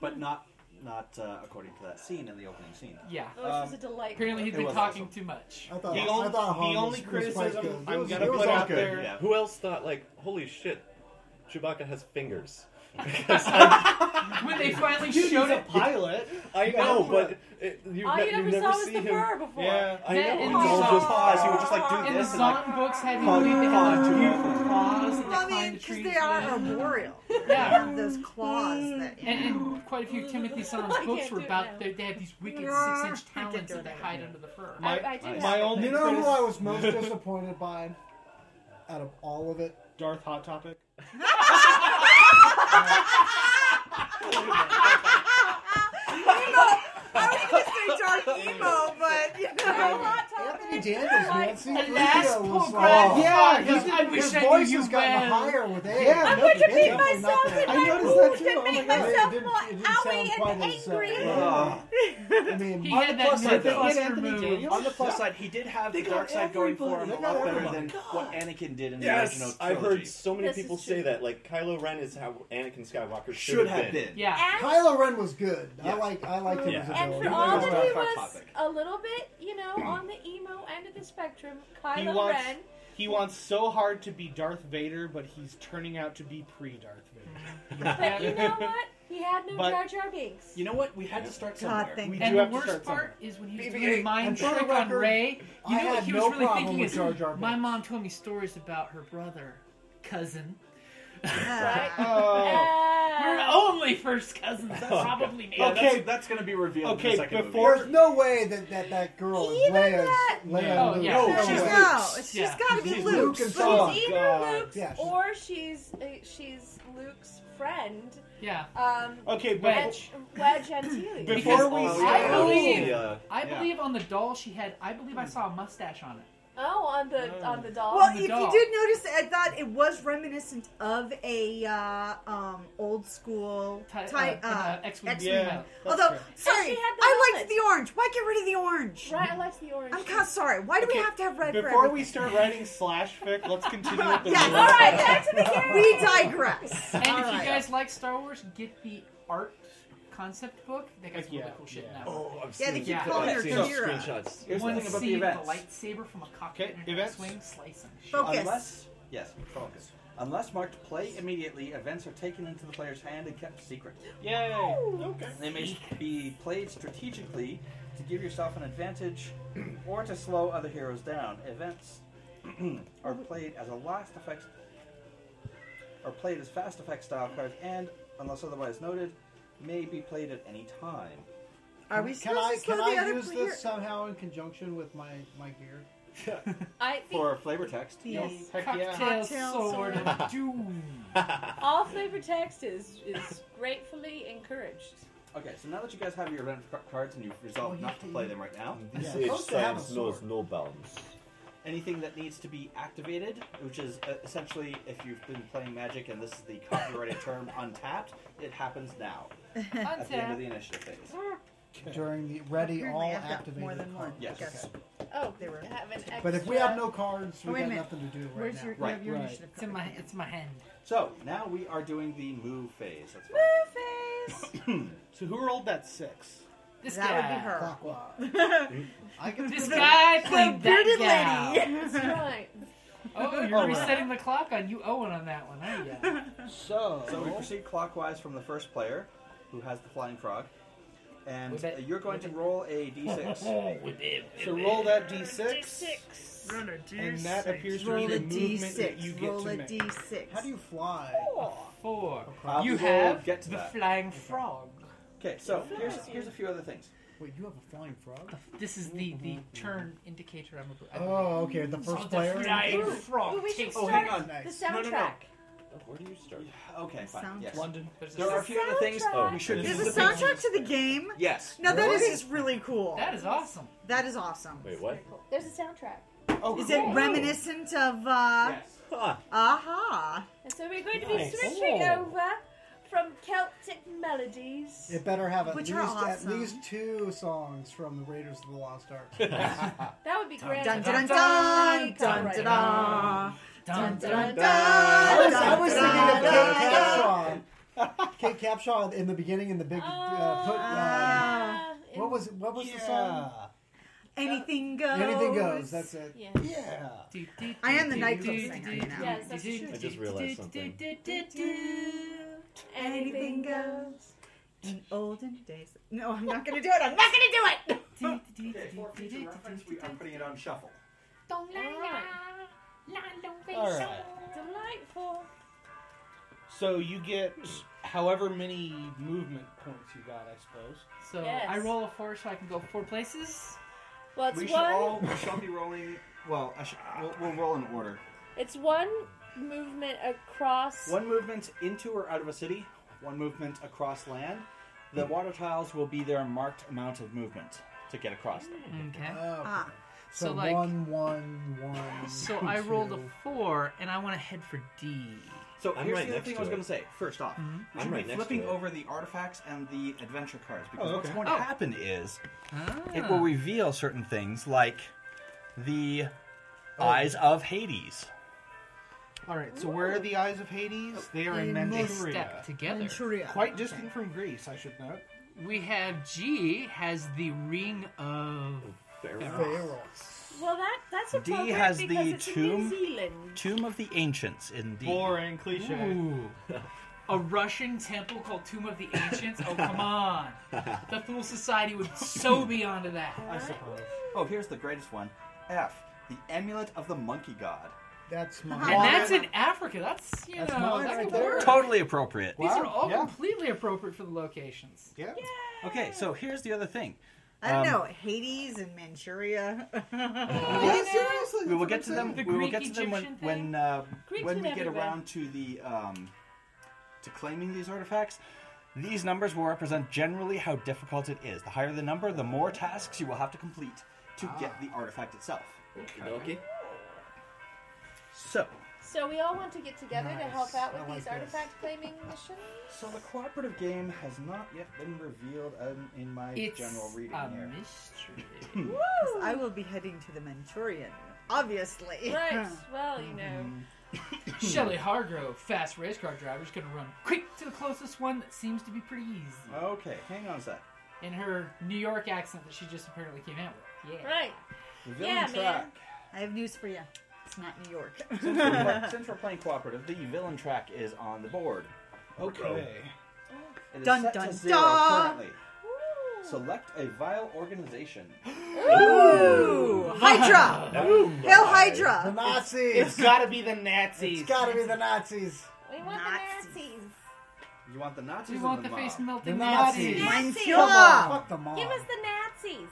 Speaker 6: but not not uh, according to that scene in the opening scene. Um,
Speaker 11: Yeah.
Speaker 3: Oh, this is a
Speaker 4: Um,
Speaker 3: delight.
Speaker 11: Apparently he's
Speaker 6: It
Speaker 11: been
Speaker 6: was
Speaker 11: talking
Speaker 6: awesome.
Speaker 11: too much.
Speaker 8: I thought,
Speaker 4: The
Speaker 8: I
Speaker 4: only-
Speaker 8: thought Han
Speaker 4: the only
Speaker 8: was- was quite
Speaker 4: criticism
Speaker 8: good. It
Speaker 4: I'm
Speaker 8: was-
Speaker 4: gonna
Speaker 8: it was
Speaker 4: put
Speaker 8: all
Speaker 4: out
Speaker 8: good.
Speaker 4: there-
Speaker 6: Yeah.
Speaker 7: Who else thought like, holy shit, Chewbacca has fingers?
Speaker 11: When they finally
Speaker 4: Dude, he's
Speaker 11: showed
Speaker 4: a
Speaker 11: up,
Speaker 4: pilot.
Speaker 7: I know, but it, you've,
Speaker 3: All
Speaker 7: ne-
Speaker 3: you
Speaker 7: you've
Speaker 3: never
Speaker 7: never
Speaker 3: saw was
Speaker 7: see
Speaker 3: the
Speaker 7: him.
Speaker 3: fur before.
Speaker 4: Yeah.
Speaker 7: I know.
Speaker 11: Then in
Speaker 7: it's
Speaker 11: the
Speaker 7: all
Speaker 11: Zon-
Speaker 7: just
Speaker 6: Pause. He would just like do
Speaker 11: in the
Speaker 6: this and like.
Speaker 11: Zon books had him
Speaker 6: Pause,
Speaker 11: doing the
Speaker 6: pause,
Speaker 11: beautiful claws that
Speaker 5: Well, I mean,
Speaker 11: climbed the
Speaker 5: because
Speaker 11: trees.
Speaker 5: they are
Speaker 11: with.
Speaker 5: arboreal. They
Speaker 11: Yeah.
Speaker 5: have those claws that.
Speaker 11: Mm. And, and quite a few of Timothy Solomon's
Speaker 3: I
Speaker 11: books
Speaker 3: can't
Speaker 11: were
Speaker 3: do it now.
Speaker 11: about they, they have these wicked
Speaker 5: Yeah.
Speaker 11: six inch
Speaker 5: I can't
Speaker 11: talons
Speaker 5: do
Speaker 11: that
Speaker 5: it
Speaker 11: they
Speaker 5: now.
Speaker 11: hide under the fur.
Speaker 4: My,
Speaker 3: I do
Speaker 4: my
Speaker 3: have-
Speaker 4: only
Speaker 8: You know who
Speaker 4: critis-
Speaker 8: I was most disappointed by out of all of it?
Speaker 4: Darth Hot Topic.
Speaker 5: I was gonna say dark emo, but you know.
Speaker 3: Hot Topic.
Speaker 8: Anthony Daniels, man. See,
Speaker 11: Alas,
Speaker 8: Lupio
Speaker 11: poor
Speaker 8: was
Speaker 11: Grand
Speaker 8: like, oh,
Speaker 4: Yeah,
Speaker 11: Fox,
Speaker 4: he's-
Speaker 11: I wish
Speaker 8: his
Speaker 11: I knew
Speaker 8: voice
Speaker 11: you
Speaker 8: has gotten
Speaker 11: well.
Speaker 8: higher with age.
Speaker 4: Yeah, I'm no going to
Speaker 8: It's
Speaker 4: beat
Speaker 8: definitely not
Speaker 3: myself
Speaker 8: that-
Speaker 3: in
Speaker 4: I
Speaker 3: my
Speaker 4: noticed that too.
Speaker 3: and
Speaker 4: Oh my
Speaker 3: make
Speaker 4: god.
Speaker 3: myself
Speaker 8: It didn't-
Speaker 3: more
Speaker 8: it didn't sound
Speaker 3: owie and
Speaker 8: quite as, uh,
Speaker 3: angry.
Speaker 8: yeah. I mean,
Speaker 11: He
Speaker 8: on
Speaker 11: had
Speaker 8: the plus
Speaker 11: that
Speaker 8: side,
Speaker 11: nerd
Speaker 6: though.
Speaker 11: buster
Speaker 4: Anthony
Speaker 11: move.
Speaker 4: Daniels?
Speaker 6: On the plus side, he did have
Speaker 8: They
Speaker 6: the
Speaker 8: got
Speaker 6: dark side going for him a
Speaker 8: everybody. They
Speaker 6: lot
Speaker 8: got
Speaker 6: better
Speaker 8: everybody.
Speaker 6: than what Anakin did in the original
Speaker 7: Yes, I've heard
Speaker 6: trilogy.
Speaker 7: so many
Speaker 3: This is
Speaker 7: people
Speaker 3: true.
Speaker 7: say that. Like Kylo Ren is how Anakin Skywalker
Speaker 6: Should have been.
Speaker 11: Yeah.
Speaker 3: And,
Speaker 8: Kylo Ren was good. I
Speaker 6: Yeah.
Speaker 8: like I like him
Speaker 7: Yeah.
Speaker 8: as a
Speaker 3: and
Speaker 8: villain.
Speaker 3: for
Speaker 8: He
Speaker 3: all
Speaker 8: was
Speaker 3: that he
Speaker 8: alright.
Speaker 3: was
Speaker 6: Topic.
Speaker 3: a little bit, you know, on the emo end of the spectrum,
Speaker 4: He
Speaker 3: Kylo
Speaker 4: wants-
Speaker 3: Ren.
Speaker 4: He wants so hard to be Darth Vader, but he's turning out to be pre-Darth Vader.
Speaker 3: But you know what? He had no
Speaker 4: But-
Speaker 3: Jar Jar Binks.
Speaker 6: You know what? We had to start somewhere.
Speaker 5: God, thank
Speaker 4: We
Speaker 5: God.
Speaker 4: do
Speaker 11: And the
Speaker 4: have to
Speaker 11: worst
Speaker 4: start somewhere.
Speaker 11: part is when he was
Speaker 7: BB-8.
Speaker 11: doing the mind
Speaker 8: And for the
Speaker 11: trick on
Speaker 8: record,
Speaker 11: Ray. You
Speaker 8: I
Speaker 11: know what
Speaker 8: had
Speaker 11: he
Speaker 8: no
Speaker 11: was really
Speaker 8: problem
Speaker 11: thinking
Speaker 8: with
Speaker 11: is,
Speaker 8: Jar Jar
Speaker 11: my
Speaker 8: Binks."
Speaker 11: mom told me stories about her brother, cousin.
Speaker 4: Oh.
Speaker 11: We're
Speaker 3: Ah.
Speaker 11: only first cousins. That's probably me.
Speaker 6: Yeah,
Speaker 4: Okay.
Speaker 6: that's, that's going to be revealed. in
Speaker 4: Okay,
Speaker 6: the second
Speaker 4: before-
Speaker 6: movie.
Speaker 8: There's no way that that, that girl is
Speaker 3: Even
Speaker 8: Leia's
Speaker 3: that-
Speaker 8: Leia.
Speaker 4: No.
Speaker 8: Luke.
Speaker 11: Oh, yeah. No,
Speaker 8: way.
Speaker 4: she's
Speaker 5: No, it's
Speaker 11: Yeah.
Speaker 5: just gotta be
Speaker 8: She's
Speaker 5: Luke.
Speaker 8: Luke and
Speaker 5: Luke.
Speaker 8: Saul.
Speaker 3: She's either
Speaker 4: God.
Speaker 3: Luke's
Speaker 8: Oh, Yeah, she's-
Speaker 3: or she's uh, she's Luke's friend,
Speaker 11: Yeah.
Speaker 3: um,
Speaker 4: Okay, but
Speaker 11: Wedge.
Speaker 3: Wedge, Wedge Antilles.
Speaker 4: Before
Speaker 11: Because
Speaker 4: we
Speaker 11: I
Speaker 4: start-
Speaker 11: believe-
Speaker 7: Yeah.
Speaker 11: I
Speaker 6: Yeah.
Speaker 11: believe on the doll she had. I believe I saw a mustache on it.
Speaker 3: Oh, on the
Speaker 4: Oh.
Speaker 3: on the doll.
Speaker 5: Well,
Speaker 11: on the
Speaker 5: if
Speaker 11: doll.
Speaker 5: you did notice, I thought it was reminiscent of a uh, um, old school
Speaker 11: Ti-
Speaker 5: type.
Speaker 11: uh,
Speaker 5: Uh,
Speaker 11: uh, X-Wing.
Speaker 5: X-Wing.
Speaker 4: yeah, that's
Speaker 5: although,
Speaker 4: fair.
Speaker 5: sorry,
Speaker 3: And she had the
Speaker 5: I liked
Speaker 3: helmet.
Speaker 5: the orange. Why get rid of the orange?
Speaker 3: right, I like the orange.
Speaker 5: I'm kind of sorry. Why do
Speaker 4: Okay,
Speaker 5: we have to have red for
Speaker 4: before
Speaker 5: everything?
Speaker 4: we start writing slash fic, let's continue with the
Speaker 5: Yeah.
Speaker 4: rules.
Speaker 3: All right, back to the game.
Speaker 5: We digress.
Speaker 11: And if
Speaker 5: All
Speaker 11: you
Speaker 5: right.
Speaker 11: guys like Star Wars, get the art concept book. They got some
Speaker 4: Yeah,
Speaker 11: really cool shit
Speaker 4: yeah.
Speaker 11: now.
Speaker 7: Oh, I've
Speaker 5: Yeah,
Speaker 7: seen
Speaker 5: they keep
Speaker 11: Yeah.
Speaker 5: calling
Speaker 7: I've
Speaker 5: her
Speaker 7: seen
Speaker 5: Kira.
Speaker 7: screenshots.
Speaker 6: Here's
Speaker 11: One
Speaker 6: the thing about the
Speaker 11: scene with
Speaker 6: events.
Speaker 11: a lightsaber from a cockpit
Speaker 4: Okay,
Speaker 11: and an
Speaker 4: events.
Speaker 11: X-Wing slicing shit.
Speaker 5: Focus.
Speaker 6: Unless yes, focus. Unless marked play immediately, events are taken into the player's hand and kept secret.
Speaker 4: Yay!
Speaker 6: They may be played strategically to give yourself an advantage or to slow other heroes down. Events are played as a last effect are played as fast effect style cards and, unless otherwise noted, may be played at any time.
Speaker 5: Are we
Speaker 8: Can
Speaker 5: supposed
Speaker 8: I
Speaker 5: to slow
Speaker 8: can
Speaker 5: the
Speaker 8: I
Speaker 5: other
Speaker 8: use
Speaker 5: player?
Speaker 8: this somehow in conjunction with my my gear?
Speaker 3: I think
Speaker 6: For flavor text.
Speaker 5: Yes.
Speaker 4: Heck
Speaker 11: Cocktail,
Speaker 4: yeah.
Speaker 5: Cocktail
Speaker 11: sword
Speaker 5: sword.
Speaker 11: of doom.
Speaker 3: all flavor text is is gratefully encouraged.
Speaker 6: Okay, so now that you guys have your event c- cards and you've resolved
Speaker 8: Oh,
Speaker 6: not
Speaker 8: you
Speaker 6: to
Speaker 8: can-
Speaker 6: play them right now,
Speaker 8: Yeah, supposed to have a sword.
Speaker 7: no bounds.
Speaker 6: anything that needs to be activated, which is uh, essentially if you've been playing Magic and this is the copyrighted term untapped, it happens now at the end of the initiative phase.
Speaker 3: Mm.
Speaker 8: During the ready
Speaker 6: Apparently
Speaker 8: all
Speaker 6: I've got
Speaker 8: activated
Speaker 6: more than one.
Speaker 8: cards.
Speaker 6: Yes. Yes.
Speaker 3: Oh, they were. Have an
Speaker 8: But if we
Speaker 3: extra-
Speaker 8: have no cards, we
Speaker 3: Wait a
Speaker 8: got
Speaker 3: minute.
Speaker 8: nothing to do right
Speaker 3: Where's
Speaker 8: now.
Speaker 3: your-
Speaker 6: you Right. have your Right.
Speaker 8: initiative
Speaker 11: It's in my it's in my hand.
Speaker 6: So now we are doing the move phase. That's fine.
Speaker 4: so who rolled that six?
Speaker 11: This That would be guy. her.
Speaker 4: Clockwise.
Speaker 8: I
Speaker 4: can
Speaker 11: This guy played that gal.
Speaker 3: That's right.
Speaker 11: Oh,
Speaker 6: Oh,
Speaker 11: you're
Speaker 6: right.
Speaker 11: resetting the clock on you Owen on that one, aren't you?
Speaker 6: So, we proceed clockwise from the first player, who has the flying frog, and
Speaker 11: Whip it,
Speaker 6: uh, you're going to roll a d6.
Speaker 11: Whip it, whip
Speaker 4: So roll that d6. And that appears to be
Speaker 5: Roll
Speaker 4: the
Speaker 5: a
Speaker 4: movement that
Speaker 5: d6.
Speaker 4: you get
Speaker 5: Roll
Speaker 4: to
Speaker 5: a
Speaker 4: make.
Speaker 5: d6.
Speaker 8: How do you fly?
Speaker 11: Four.
Speaker 6: Uh,
Speaker 11: you
Speaker 6: we will
Speaker 11: have
Speaker 6: get to
Speaker 11: the
Speaker 6: that.
Speaker 11: flying frog.
Speaker 6: Okay, so here's here's a few other things.
Speaker 8: Wait, you have a flying frog?
Speaker 11: This is the the turn indicator. I'm. A, I'm
Speaker 8: Oh, okay, the
Speaker 11: So
Speaker 8: first player?
Speaker 11: The flying
Speaker 8: Ooh.
Speaker 11: frog.
Speaker 3: Ooh, we should
Speaker 11: takes
Speaker 3: start the
Speaker 6: Oh, No, no, no.
Speaker 3: soundtrack.
Speaker 9: Where do you start?
Speaker 6: Okay, fine.
Speaker 5: Soundtrack.
Speaker 6: Yes.
Speaker 11: London.
Speaker 6: There are a few other things Oh,
Speaker 5: Soundtrack.
Speaker 6: we should
Speaker 5: There's
Speaker 6: do.
Speaker 5: a soundtrack to the game.
Speaker 6: Yes.
Speaker 5: Now that is
Speaker 6: Really?
Speaker 5: just really cool.
Speaker 11: That is awesome.
Speaker 5: That is awesome.
Speaker 9: Wait, what?
Speaker 3: There's a soundtrack.
Speaker 6: Oh,
Speaker 5: is
Speaker 6: cool.
Speaker 5: it reminiscent of? Uh,
Speaker 9: Ah,
Speaker 5: Aha!
Speaker 3: And so we're going to
Speaker 8: Nice.
Speaker 3: be switching
Speaker 8: Oh.
Speaker 3: over from Celtic melodies.
Speaker 8: It better have at
Speaker 3: Which
Speaker 8: least
Speaker 3: are
Speaker 8: at
Speaker 3: awesome.
Speaker 8: least two songs from the Raiders of the Lost Ark.
Speaker 3: That would be great.
Speaker 5: Dun dun dun dun dun dun. dun. Dun dun dun. I
Speaker 8: was- I was thinking of Kate
Speaker 5: dun,
Speaker 8: Capshaw. Kate Capshaw in the beginning in the big uh, put. Uh,
Speaker 3: Ah, in-
Speaker 8: what was what was the song?
Speaker 5: Anything goes.
Speaker 8: Anything goes. That's it.
Speaker 3: Yeah.
Speaker 8: Yeah.
Speaker 5: I am the nightclub singer, you know.
Speaker 3: Yes, that's true.
Speaker 9: I just realized something.
Speaker 5: Anything goes. In olden days. No, I'm not gonna do it. I'm not gonna do it.
Speaker 6: Okay, for future reference, we are putting it on shuffle.
Speaker 4: All right.
Speaker 3: Delightful.
Speaker 4: So you get however many movement points you got, I suppose.
Speaker 11: So
Speaker 3: Yes.
Speaker 11: I roll a four, so I can go four places.
Speaker 3: Well, it's
Speaker 6: we should
Speaker 3: one.
Speaker 6: all we shall be rolling. Well, I sh- we'll, we'll roll in order.
Speaker 3: It's one movement across.
Speaker 6: One movement into or out of a city. One movement across land. The
Speaker 9: Hmm.
Speaker 6: water tiles will be their marked amount of movement to get across them.
Speaker 11: Okay.
Speaker 5: Ah.
Speaker 8: Oh, So,
Speaker 11: So, like-
Speaker 8: one, one, one.
Speaker 11: So I rolled a
Speaker 8: two.
Speaker 11: four, and I want to head for D.
Speaker 6: So
Speaker 9: I'm
Speaker 6: here's
Speaker 9: right
Speaker 6: the other
Speaker 9: next
Speaker 6: thing
Speaker 9: to
Speaker 6: I was
Speaker 9: it.
Speaker 6: going to say. First off,
Speaker 4: Mm-hmm.
Speaker 6: we
Speaker 9: I'm
Speaker 6: should
Speaker 9: right next
Speaker 6: be
Speaker 9: to
Speaker 6: flipping
Speaker 9: it.
Speaker 6: over the artifacts and the adventure cards because
Speaker 4: Oh,
Speaker 6: what's
Speaker 4: okay.
Speaker 6: going to
Speaker 11: Oh.
Speaker 6: happen is it
Speaker 11: Ah.
Speaker 6: will reveal certain things like the
Speaker 4: Oh.
Speaker 6: eyes of Hades.
Speaker 4: All right. So where are the eyes of Hades? They are in
Speaker 8: In
Speaker 11: They
Speaker 4: Manchuria,
Speaker 11: step together.
Speaker 5: Manchuria.
Speaker 4: quite distant from Greece, I should note.
Speaker 11: We have G has the ring of.
Speaker 8: Pharaohs.
Speaker 3: Well, that that's
Speaker 6: D
Speaker 3: appropriate
Speaker 6: has the
Speaker 3: because it's New
Speaker 6: tomb.
Speaker 3: Zealand.
Speaker 6: Tomb of the Ancients, indeed.
Speaker 4: Boring cliche.
Speaker 11: Ooh. A Russian temple called Tomb of the Ancients? Oh, come on. The Fool Society would so be onto that.
Speaker 4: I suppose.
Speaker 6: Oh, here's the greatest one. F. The amulet of the monkey god.
Speaker 8: That's
Speaker 11: And
Speaker 6: Uh-huh.
Speaker 8: my.
Speaker 11: that's in Africa. That's, you
Speaker 8: That's
Speaker 11: know,
Speaker 8: mine
Speaker 11: that
Speaker 8: right
Speaker 11: could
Speaker 8: there.
Speaker 11: work.
Speaker 6: Totally appropriate.
Speaker 11: These are
Speaker 8: Wow,
Speaker 11: all
Speaker 8: yeah.
Speaker 11: completely appropriate for the locations.
Speaker 8: Yeah.
Speaker 6: Okay, so here's the other thing.
Speaker 5: I don't
Speaker 6: Um,
Speaker 5: know. Hades and Manchuria.
Speaker 8: Yeah, seriously.
Speaker 6: We will
Speaker 8: that's
Speaker 6: get to
Speaker 8: what I'm
Speaker 6: them.
Speaker 11: The
Speaker 6: we will
Speaker 11: Greek,
Speaker 6: get to them when
Speaker 11: Egyptian
Speaker 6: when,
Speaker 11: thing.
Speaker 6: uh,
Speaker 3: Greeks
Speaker 6: when
Speaker 3: and
Speaker 6: we get
Speaker 3: everywhere.
Speaker 6: around to the um, to claiming these artifacts. These numbers will represent generally how difficult it is. The higher the number, the more tasks you will have to complete to
Speaker 8: Ah.
Speaker 6: get the artifact itself.
Speaker 9: Donkey.
Speaker 6: So,
Speaker 3: So we all want to get together to help out with
Speaker 8: I
Speaker 3: these
Speaker 8: like this.
Speaker 3: artifact claiming missions.
Speaker 6: so the cooperative game has not yet been revealed um, in my
Speaker 11: It's
Speaker 6: general reading
Speaker 11: a
Speaker 6: here.
Speaker 11: mystery.
Speaker 5: I will be heading to the Manchurian, obviously.
Speaker 3: Right. Well, you know.
Speaker 11: Shelley Hargrove, fast race car driver, is going to run quick to the closest one that seems to be pretty easy.
Speaker 6: Okay, hang on a sec.
Speaker 11: In her New York accent that she just apparently came out with. Yeah.
Speaker 3: Right.
Speaker 6: The villain
Speaker 3: Yeah,
Speaker 6: track.
Speaker 3: man.
Speaker 5: I have news for you. It's not New York.
Speaker 6: Since we're, since we're playing cooperative, the villain track is on the board.
Speaker 4: Okay.
Speaker 3: Oh,
Speaker 6: It is
Speaker 5: Dun,
Speaker 6: set
Speaker 5: dun,
Speaker 6: to zero
Speaker 5: dun.
Speaker 6: currently. Select a vile organization.
Speaker 5: Ooh, Hydra. Hail
Speaker 8: The
Speaker 5: Hydra.
Speaker 8: Nazis.
Speaker 4: gotta be the Nazis.
Speaker 8: it's gotta be the Nazis.
Speaker 3: We want
Speaker 5: Nazis.
Speaker 3: the Nazis.
Speaker 6: You want the Nazis
Speaker 11: We
Speaker 6: or
Speaker 11: want
Speaker 6: the,
Speaker 11: the face
Speaker 6: mob?
Speaker 8: The
Speaker 11: melting
Speaker 8: Nazis.
Speaker 11: Nazis.
Speaker 5: Mein
Speaker 3: Nazis.
Speaker 5: Führer.
Speaker 8: Fuck them all.
Speaker 3: Give us the Nazis.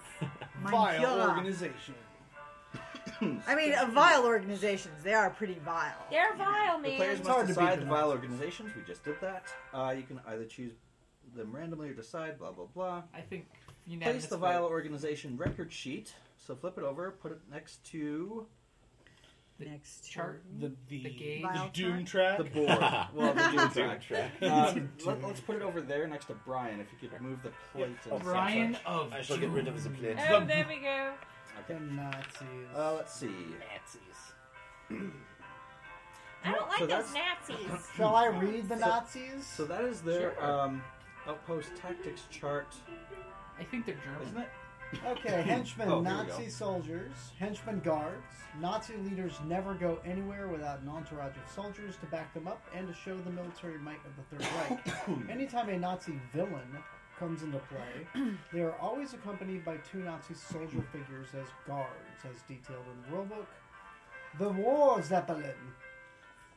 Speaker 5: Mein
Speaker 4: Vile
Speaker 5: Führer.
Speaker 4: organization.
Speaker 5: I mean, uh, vile organizations. They are pretty vile.
Speaker 3: They're vile,
Speaker 6: The
Speaker 3: man.
Speaker 6: players
Speaker 8: hard
Speaker 6: must
Speaker 8: to beat
Speaker 6: decide
Speaker 8: the
Speaker 6: the vile organizations. We just did that. Uh, you can either choose them randomly or decide. Blah blah blah.
Speaker 11: I think unanimous
Speaker 6: Place the
Speaker 11: vote.
Speaker 6: vile organization record sheet. So flip it over. Put it next to
Speaker 5: next
Speaker 11: chart,
Speaker 4: the the,
Speaker 11: the gauge,
Speaker 4: the doom track,
Speaker 6: The board. Well, the doom
Speaker 4: Doom
Speaker 6: track.
Speaker 4: track.
Speaker 6: Uh, let, us put it over there next to Brian. If you could move the plate. and
Speaker 11: Brian
Speaker 6: such.
Speaker 11: of I shall get rid of his
Speaker 6: Doom.
Speaker 11: plate.
Speaker 12: Oh, there we go.
Speaker 8: The Nazis.
Speaker 6: Uh, let's see.
Speaker 11: Nazis.
Speaker 12: I don't like
Speaker 6: So
Speaker 12: those
Speaker 6: that's-
Speaker 12: Nazis.
Speaker 8: Shall I read the
Speaker 6: So-
Speaker 8: Nazis?
Speaker 6: So that is their
Speaker 8: Sure.
Speaker 6: um, outpost tactics chart.
Speaker 11: I think they're German.
Speaker 6: Isn't it?
Speaker 8: Okay, henchmen,
Speaker 6: Oh, here we go.
Speaker 8: Nazi soldiers, henchmen guards. Nazi leaders never go anywhere without an entourage of soldiers to back them up and to show the military might of the Third Reich. Anytime a Nazi villain comes into play, they are always accompanied by two Nazi soldier figures as guards, as detailed in the rulebook. The War Zeppelin.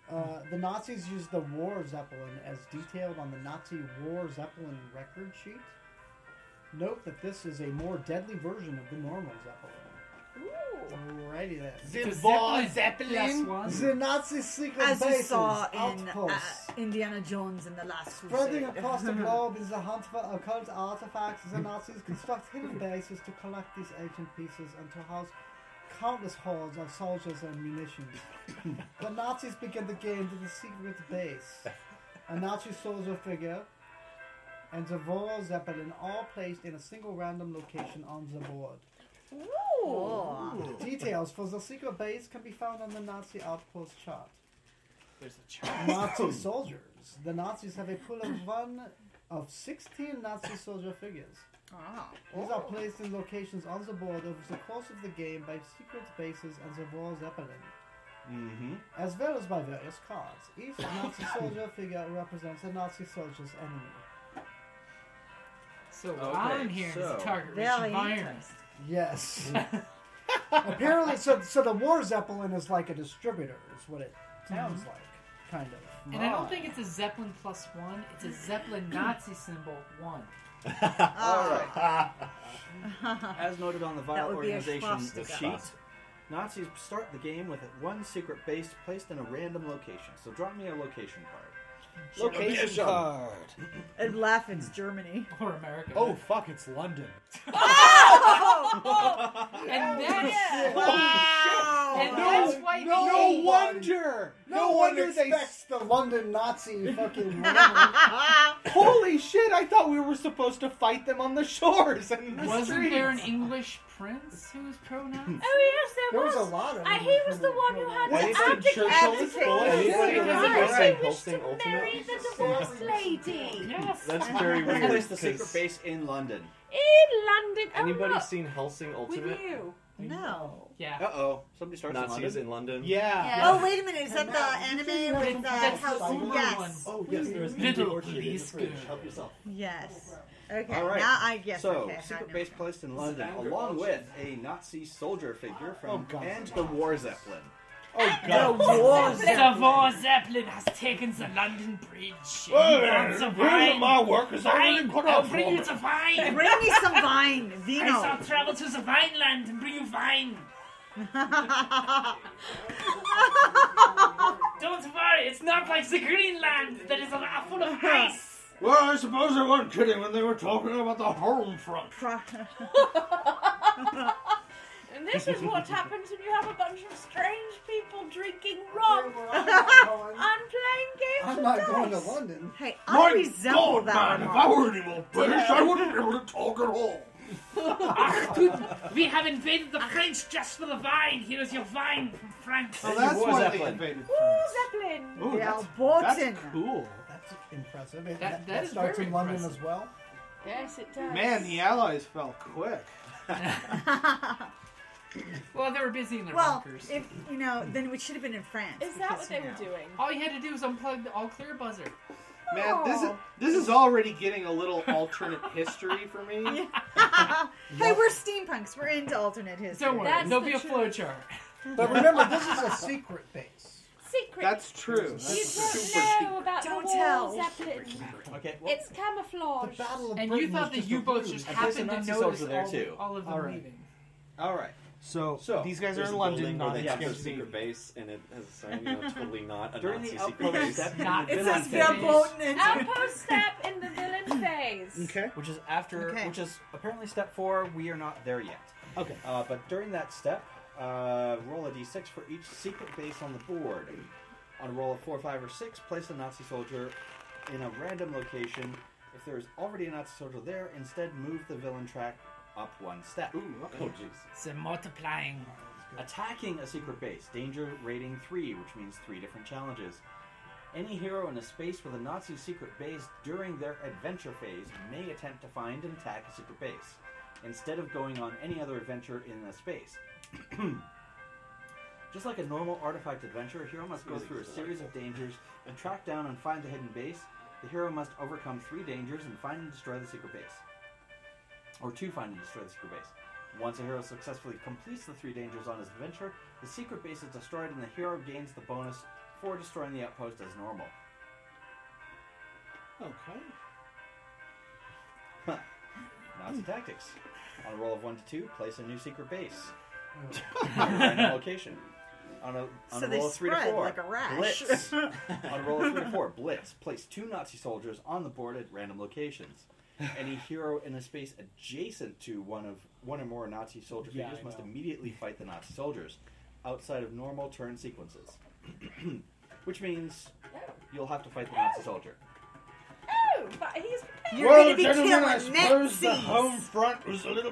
Speaker 8: Uh, the Nazis used the War Zeppelin as detailed on the Nazi War Zeppelin record sheet. Note that this is a more deadly version of the normal Zeppelin. Alrighty then.
Speaker 11: The Zeppelin. Yes, one.
Speaker 8: The Nazi secret
Speaker 5: As we
Speaker 8: bases,
Speaker 5: saw in uh,
Speaker 8: outposts.
Speaker 5: Indiana Jones and the Last
Speaker 8: Spreading
Speaker 5: Crusade.
Speaker 8: across the globe is the hunt for occult artifacts. The Nazis construct hidden bases to collect these ancient pieces and to house countless hordes of soldiers and munitions. the Nazis begin the game to the secret base. A Nazi soldier figure and the Voro Zeppelin all placed in a single random location on the board.
Speaker 5: Ooh.
Speaker 8: Details for the secret base can be found on the Nazi outpost chart.
Speaker 11: There's a chart.
Speaker 8: Nazi soldiers. The Nazis have a pool of one of 16 Nazi soldier figures.
Speaker 11: Ah.
Speaker 8: These are placed in locations on the board over the course of the game by secret bases and the War Zeppelin,
Speaker 6: Mm-hmm.
Speaker 8: as well as by various cards. Each Nazi soldier figure represents a Nazi soldier's enemy.
Speaker 11: So
Speaker 8: Okay,
Speaker 11: what I'm hearing is a
Speaker 8: so-
Speaker 11: target rich
Speaker 8: Very
Speaker 11: environment.
Speaker 8: Yes. Apparently, so, so the War Zeppelin is like a distributor, is what it sounds like, kind of.
Speaker 11: And I don't think it's a Zeppelin plus one. It's a Zeppelin Nazi symbol one.
Speaker 6: All right. As noted on the
Speaker 11: That
Speaker 6: Vile
Speaker 11: would be a
Speaker 6: Organization
Speaker 11: swastika.
Speaker 6: sheet, Nazis start the game with one secret base placed in a random location. So drop me a location card. Location
Speaker 5: Location.
Speaker 6: card.
Speaker 5: And laugh, it's Germany.
Speaker 11: Or America.
Speaker 4: Oh fuck! It's London.
Speaker 5: Oh!
Speaker 11: And that's
Speaker 8: Wow!
Speaker 11: And
Speaker 8: No-
Speaker 11: that's why
Speaker 8: no
Speaker 11: they-
Speaker 8: wonder! No, wonder,
Speaker 4: wonder
Speaker 8: they
Speaker 4: they-
Speaker 8: spec the London Nazi fucking.
Speaker 4: Holy shit! I thought we were supposed to fight them on the shores and the
Speaker 11: Wasn't there an
Speaker 4: streets.
Speaker 11: English prince who was pronounced?
Speaker 12: Oh yes, there,
Speaker 11: There was
Speaker 12: was.
Speaker 11: a lot of
Speaker 12: Uh,
Speaker 11: them.
Speaker 12: he was the one who had
Speaker 9: Winston
Speaker 12: to abdic-
Speaker 9: Churchill is
Speaker 12: abdicate.
Speaker 9: full of anybody who has a
Speaker 12: Because
Speaker 9: Western
Speaker 12: he wished
Speaker 9: hosting
Speaker 12: to
Speaker 9: ultimate.
Speaker 12: marry the divorced lady.
Speaker 11: Yes.
Speaker 9: That's very weird.
Speaker 6: Place the secret
Speaker 9: 'cause
Speaker 6: base in London.
Speaker 12: In London. Oh,
Speaker 9: Anybody
Speaker 12: look.
Speaker 9: seen Helsing Ultimate?
Speaker 12: With you.
Speaker 5: No.
Speaker 11: Yeah.
Speaker 6: Uh oh. Somebody starts
Speaker 9: Nazis in London.
Speaker 5: Oh wait a minute, is that the anime with uh, the
Speaker 11: That's the
Speaker 5: house?
Speaker 11: older one.
Speaker 5: Yes.
Speaker 9: Oh yes, there is
Speaker 11: Little
Speaker 9: Little Orchard in the
Speaker 11: police
Speaker 9: fridge.
Speaker 11: girl.
Speaker 9: Help yourself.
Speaker 5: Yes. Okay.
Speaker 6: All right.
Speaker 5: Now I guess.
Speaker 6: so,
Speaker 5: okay, I
Speaker 6: secret
Speaker 5: know.
Speaker 6: base placed in London,
Speaker 9: Zanger
Speaker 6: along
Speaker 9: Ultimate.
Speaker 6: with a Nazi soldier figure from
Speaker 4: Oh, God.
Speaker 6: and the War Zeppelin.
Speaker 4: Oh
Speaker 11: The
Speaker 4: god!
Speaker 11: war Zeppelin. has taken the London Bridge.
Speaker 4: Well, where are my workers? I
Speaker 11: Vine.
Speaker 4: didn't cut
Speaker 11: I'll
Speaker 4: off
Speaker 11: bring
Speaker 4: from
Speaker 11: you
Speaker 4: it.
Speaker 11: to Vine.
Speaker 5: Bring me some wine,
Speaker 11: I shall
Speaker 5: Vino.
Speaker 11: travel to the Vineland and bring you wine. Don't worry, it's not like the Greenland that is a- full of ice.
Speaker 4: Well, I suppose they weren't kidding when they were talking about the home front.
Speaker 12: And this is what happens when you have a bunch of strange people drinking rum and playing games
Speaker 8: I'm
Speaker 12: of
Speaker 8: not
Speaker 12: dice.
Speaker 8: going to London.
Speaker 5: Hey,
Speaker 4: My
Speaker 5: I resemble
Speaker 4: God,
Speaker 5: that
Speaker 4: man, if I
Speaker 5: one.
Speaker 4: were any more British, I wouldn't be able to talk at all.
Speaker 11: Ah, We have invaded the French just for the vine. Here is your vine from France.
Speaker 8: Oh, that's
Speaker 6: War
Speaker 8: why they
Speaker 6: Zeppelin.
Speaker 8: invaded
Speaker 12: Ooh,
Speaker 8: France.
Speaker 12: Zeppelin.
Speaker 4: Ooh,
Speaker 5: Yeah,
Speaker 4: that's,
Speaker 5: Bolton.
Speaker 4: that's cool.
Speaker 8: That's impressive. It- that,
Speaker 11: That- that
Speaker 8: that
Speaker 11: is
Speaker 8: starts
Speaker 11: very
Speaker 8: in London
Speaker 11: impressive.
Speaker 8: as well.
Speaker 12: Yes, it does.
Speaker 4: Man, the Allies fell quick.
Speaker 11: Well, they were busy in their
Speaker 5: Well,
Speaker 11: bunkers.
Speaker 5: if you know, then we should have been in France.
Speaker 12: Is that
Speaker 5: because,
Speaker 12: what they
Speaker 5: you
Speaker 12: were
Speaker 5: know.
Speaker 12: doing?
Speaker 11: All you had to do was unplug the all clear buzzer.
Speaker 4: Man, this is this is already getting a little alternate history for me.
Speaker 5: Hey, we're steampunks. We're into alternate history.
Speaker 11: Don't worry,
Speaker 12: That's
Speaker 11: there'll
Speaker 12: the
Speaker 11: be a
Speaker 12: truth.
Speaker 11: flowchart.
Speaker 8: But remember, this is a secret base.
Speaker 12: Secret.
Speaker 4: That's true.
Speaker 12: you
Speaker 4: That's
Speaker 12: don't
Speaker 4: super
Speaker 12: know about
Speaker 5: Don't
Speaker 12: the war
Speaker 5: tell.
Speaker 12: Zeppelin.
Speaker 6: Okay. Well,
Speaker 12: It's camouflage.
Speaker 8: The Battle of
Speaker 11: And you
Speaker 8: Britain
Speaker 11: thought
Speaker 8: was
Speaker 11: the
Speaker 8: just a
Speaker 11: U-boats
Speaker 8: ruse.
Speaker 11: just
Speaker 6: And there's
Speaker 11: happened
Speaker 6: a
Speaker 11: to
Speaker 6: Nazi
Speaker 11: notice
Speaker 6: soldier there,
Speaker 11: all,
Speaker 6: too.
Speaker 11: all of them
Speaker 8: All right.
Speaker 11: leaving.
Speaker 6: all right.
Speaker 4: So,
Speaker 6: So,
Speaker 4: these guys are
Speaker 9: There's
Speaker 4: in
Speaker 9: a
Speaker 4: London,
Speaker 9: building where
Speaker 4: not
Speaker 9: they
Speaker 4: in
Speaker 9: have their
Speaker 4: Scandinavia.
Speaker 9: secret base, and it has a sign, you know, totally not a
Speaker 6: During
Speaker 9: Nazi
Speaker 6: the
Speaker 9: secret
Speaker 6: outpost
Speaker 9: base.
Speaker 6: Zeppelin,
Speaker 11: Not-
Speaker 6: in
Speaker 5: It
Speaker 6: the
Speaker 5: says
Speaker 6: Finland
Speaker 5: "Wir
Speaker 6: phase,
Speaker 5: Bolton."
Speaker 12: Outpost step in the villain phase.
Speaker 4: Okay.
Speaker 6: which is after,
Speaker 5: Okay.
Speaker 6: which is apparently step four. We are not there yet.
Speaker 4: Okay.
Speaker 6: Uh, but during that step, Uh, roll a d6 for each secret base on the board. On a roll of 4, 5, or 6, place a Nazi soldier in a random location. If there is already a Nazi soldier there, instead move the villain track up one step. Ooh,
Speaker 9: Oh, jeez.
Speaker 6: So multiplying. Attacking a secret base. Danger rating 3, which means 3 different challenges. Any hero in a space with a Nazi secret base during their adventure phase may attempt to find and attack a secret base, instead of going on any other adventure in the space. Just like a normal artifact adventure, a hero must go
Speaker 9: Music's
Speaker 6: through a series of dangers and track down and find the hidden base. The hero must overcome three dangers and find and destroy the secret base. Or two find and destroy the secret base. Once a hero successfully completes the three dangers on his adventure, the secret base is destroyed and the hero gains the bonus for destroying the outpost as normal.
Speaker 8: Okay.
Speaker 6: Nazi tactics. On a roll of 1 to 2, place a new secret base. Random location. On a, on
Speaker 5: So
Speaker 6: a
Speaker 5: they
Speaker 6: roll of 3 to
Speaker 5: spread
Speaker 6: 4,
Speaker 5: like a rash.
Speaker 6: Blitz. on a roll of 3 to 4, Blitz. Place two Nazi soldiers on the board at random locations. Any hero in a space adjacent to one of one or more Nazi soldier
Speaker 8: Yeah,
Speaker 6: figures
Speaker 8: I
Speaker 6: must
Speaker 8: know.
Speaker 6: immediately fight the Nazi soldiers outside of normal turn sequences. Which means
Speaker 5: Oh.
Speaker 6: you'll have to fight the Nazi soldier.
Speaker 12: Oh, but he's
Speaker 6: You're
Speaker 12: prepared.
Speaker 6: gonna be
Speaker 12: gentlemen, I
Speaker 6: killing
Speaker 12: suppose
Speaker 6: Nazis.
Speaker 12: front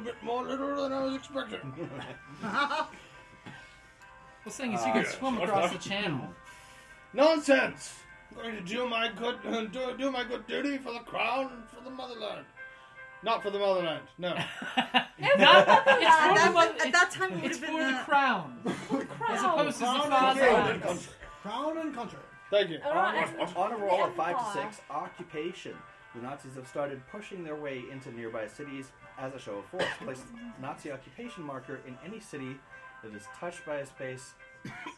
Speaker 1: bit more literal than I was expecting.
Speaker 11: Well, saying is you
Speaker 1: Ah,
Speaker 11: can swim across the channel.
Speaker 1: Nonsense! I'm going to do my good uh, do, do my good duty for the crown and for the motherland.
Speaker 4: Not for the motherland. No.
Speaker 11: It's for the mother-
Speaker 5: at that time, it would
Speaker 11: it's
Speaker 5: have been
Speaker 11: for the
Speaker 5: the-
Speaker 11: crown. As opposed to the
Speaker 4: Crown and
Speaker 11: fatherland.
Speaker 4: country.
Speaker 8: Crown and country.
Speaker 4: Thank you.
Speaker 6: On, on a roll of 5 to 6, occupation. The Nazis have started pushing their way into nearby cities as a show of force. Place Nazi occupation marker in any city that is touched by a space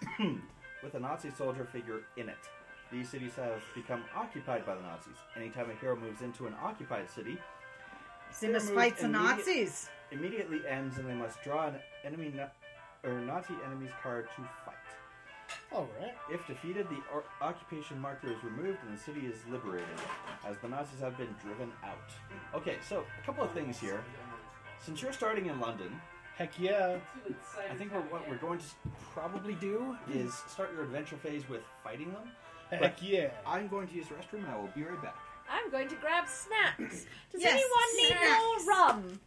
Speaker 6: with a Nazi soldier figure in it. These cities have become occupied by the Nazis. Anytime a hero moves into an occupied city,
Speaker 5: They
Speaker 6: their
Speaker 5: must
Speaker 6: move
Speaker 5: fight the
Speaker 6: immedi-
Speaker 5: Nazis.
Speaker 6: Immediately ends, and they must draw an enemy na- or Nazi enemy's card to fight.
Speaker 8: All right.
Speaker 6: If defeated, the or- occupation marker is removed and the city is liberated, as the Nazis have been driven out. Okay, so a couple of things here. Since you're starting in London,
Speaker 4: heck yeah,
Speaker 6: I think we're, what we're going to s- probably do is start your adventure phase with fighting them.
Speaker 4: Heck
Speaker 6: yeah! I'm going to use the restroom, and I will be right back.
Speaker 3: I'm going to grab snacks. Does
Speaker 5: Yes,
Speaker 3: anyone need
Speaker 5: snacks.
Speaker 3: more rum?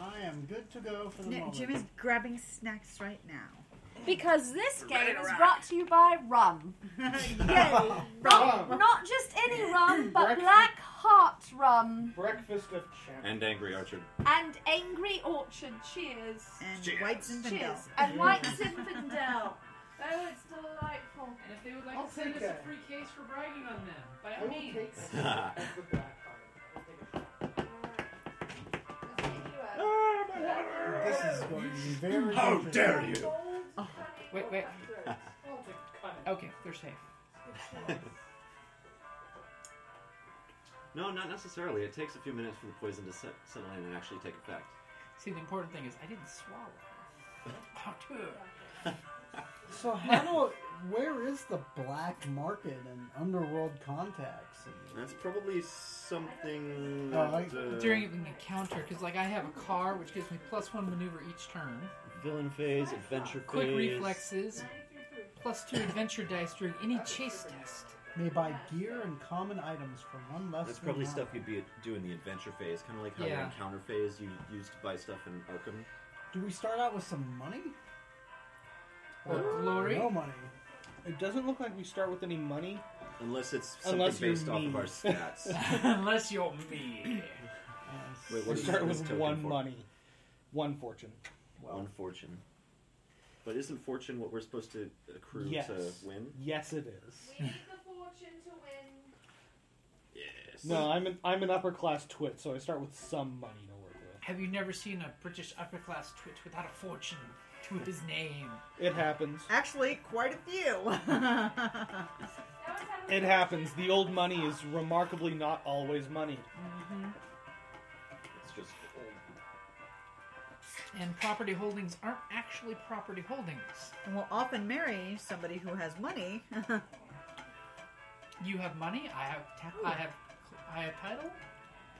Speaker 8: I am good to go for the
Speaker 5: No,
Speaker 8: moment.
Speaker 5: Jim is grabbing snacks right now.
Speaker 3: Because this
Speaker 5: Ready
Speaker 3: game
Speaker 5: to
Speaker 3: is
Speaker 5: rock.
Speaker 3: brought to you by rum. Yay.
Speaker 5: Rum.
Speaker 3: Not just any rum, but Black Heart rum.
Speaker 4: Breakfast of champions.
Speaker 13: And Angry Orchard.
Speaker 3: And Angry Orchard. Cheers.
Speaker 5: And
Speaker 13: Cheers. White Zinfandel.
Speaker 3: Cheers. And White Zinfandel. Oh, it's delightful.
Speaker 11: And if they would like
Speaker 2: I'll
Speaker 11: to send
Speaker 2: take
Speaker 11: us a
Speaker 2: that.
Speaker 11: free case for bragging on them, by
Speaker 2: I
Speaker 11: all
Speaker 2: will
Speaker 11: means.
Speaker 2: take
Speaker 8: This is going to be very.
Speaker 11: How
Speaker 8: interesting.
Speaker 11: dare you. Wait, wait. okay, they're safe.
Speaker 13: No, not necessarily. It takes a few minutes for the poison to set, settle in and actually take effect.
Speaker 11: See, the important thing is I didn't swallow. Oh, Arthur.
Speaker 8: So how do? Where is the black market and underworld contacts?
Speaker 13: That's probably something
Speaker 8: Oh, I-
Speaker 13: that, uh,
Speaker 11: During an encounter, because like I have a car which gives me plus one maneuver each turn,
Speaker 13: villain phase, adventure phase.
Speaker 11: quick reflexes, plus two adventure dice during any chase test.
Speaker 8: May buy gear and common items for one less.
Speaker 13: That's probably
Speaker 8: than
Speaker 13: stuff you'd be do in the adventure phase, kind of like how
Speaker 8: Yeah.
Speaker 13: your encounter phase you used to buy stuff in Arkham.
Speaker 8: Do we start out with some money?
Speaker 4: Or glory?
Speaker 8: Oh, No money.
Speaker 4: It doesn't look like we start with any money.
Speaker 13: Unless it's something
Speaker 4: Unless you're
Speaker 13: based off
Speaker 4: mean.
Speaker 13: of our stats.
Speaker 11: Unless you're me.
Speaker 13: Wait,
Speaker 4: we
Speaker 13: what is
Speaker 4: start
Speaker 13: this
Speaker 4: with
Speaker 13: token
Speaker 4: one
Speaker 13: for?
Speaker 4: money, one fortune.
Speaker 13: One fortune. But isn't fortune what we're supposed to accrue
Speaker 4: yes.
Speaker 13: to win?
Speaker 4: Yes, it is.
Speaker 13: Yes.
Speaker 4: No, I'm an I'm an upper class twit, so I start with some money to work with.
Speaker 11: Have you never seen a British upper class twit without a fortune to his name?
Speaker 4: It happens.
Speaker 5: Actually, quite a few.
Speaker 4: It happens. The old money is remarkably not always money.
Speaker 11: Mm-hmm.
Speaker 13: It's just
Speaker 11: And property holdings aren't actually property holdings.
Speaker 5: and will often marry somebody who has money.
Speaker 11: You have money. I have. Ta- I have. I have title.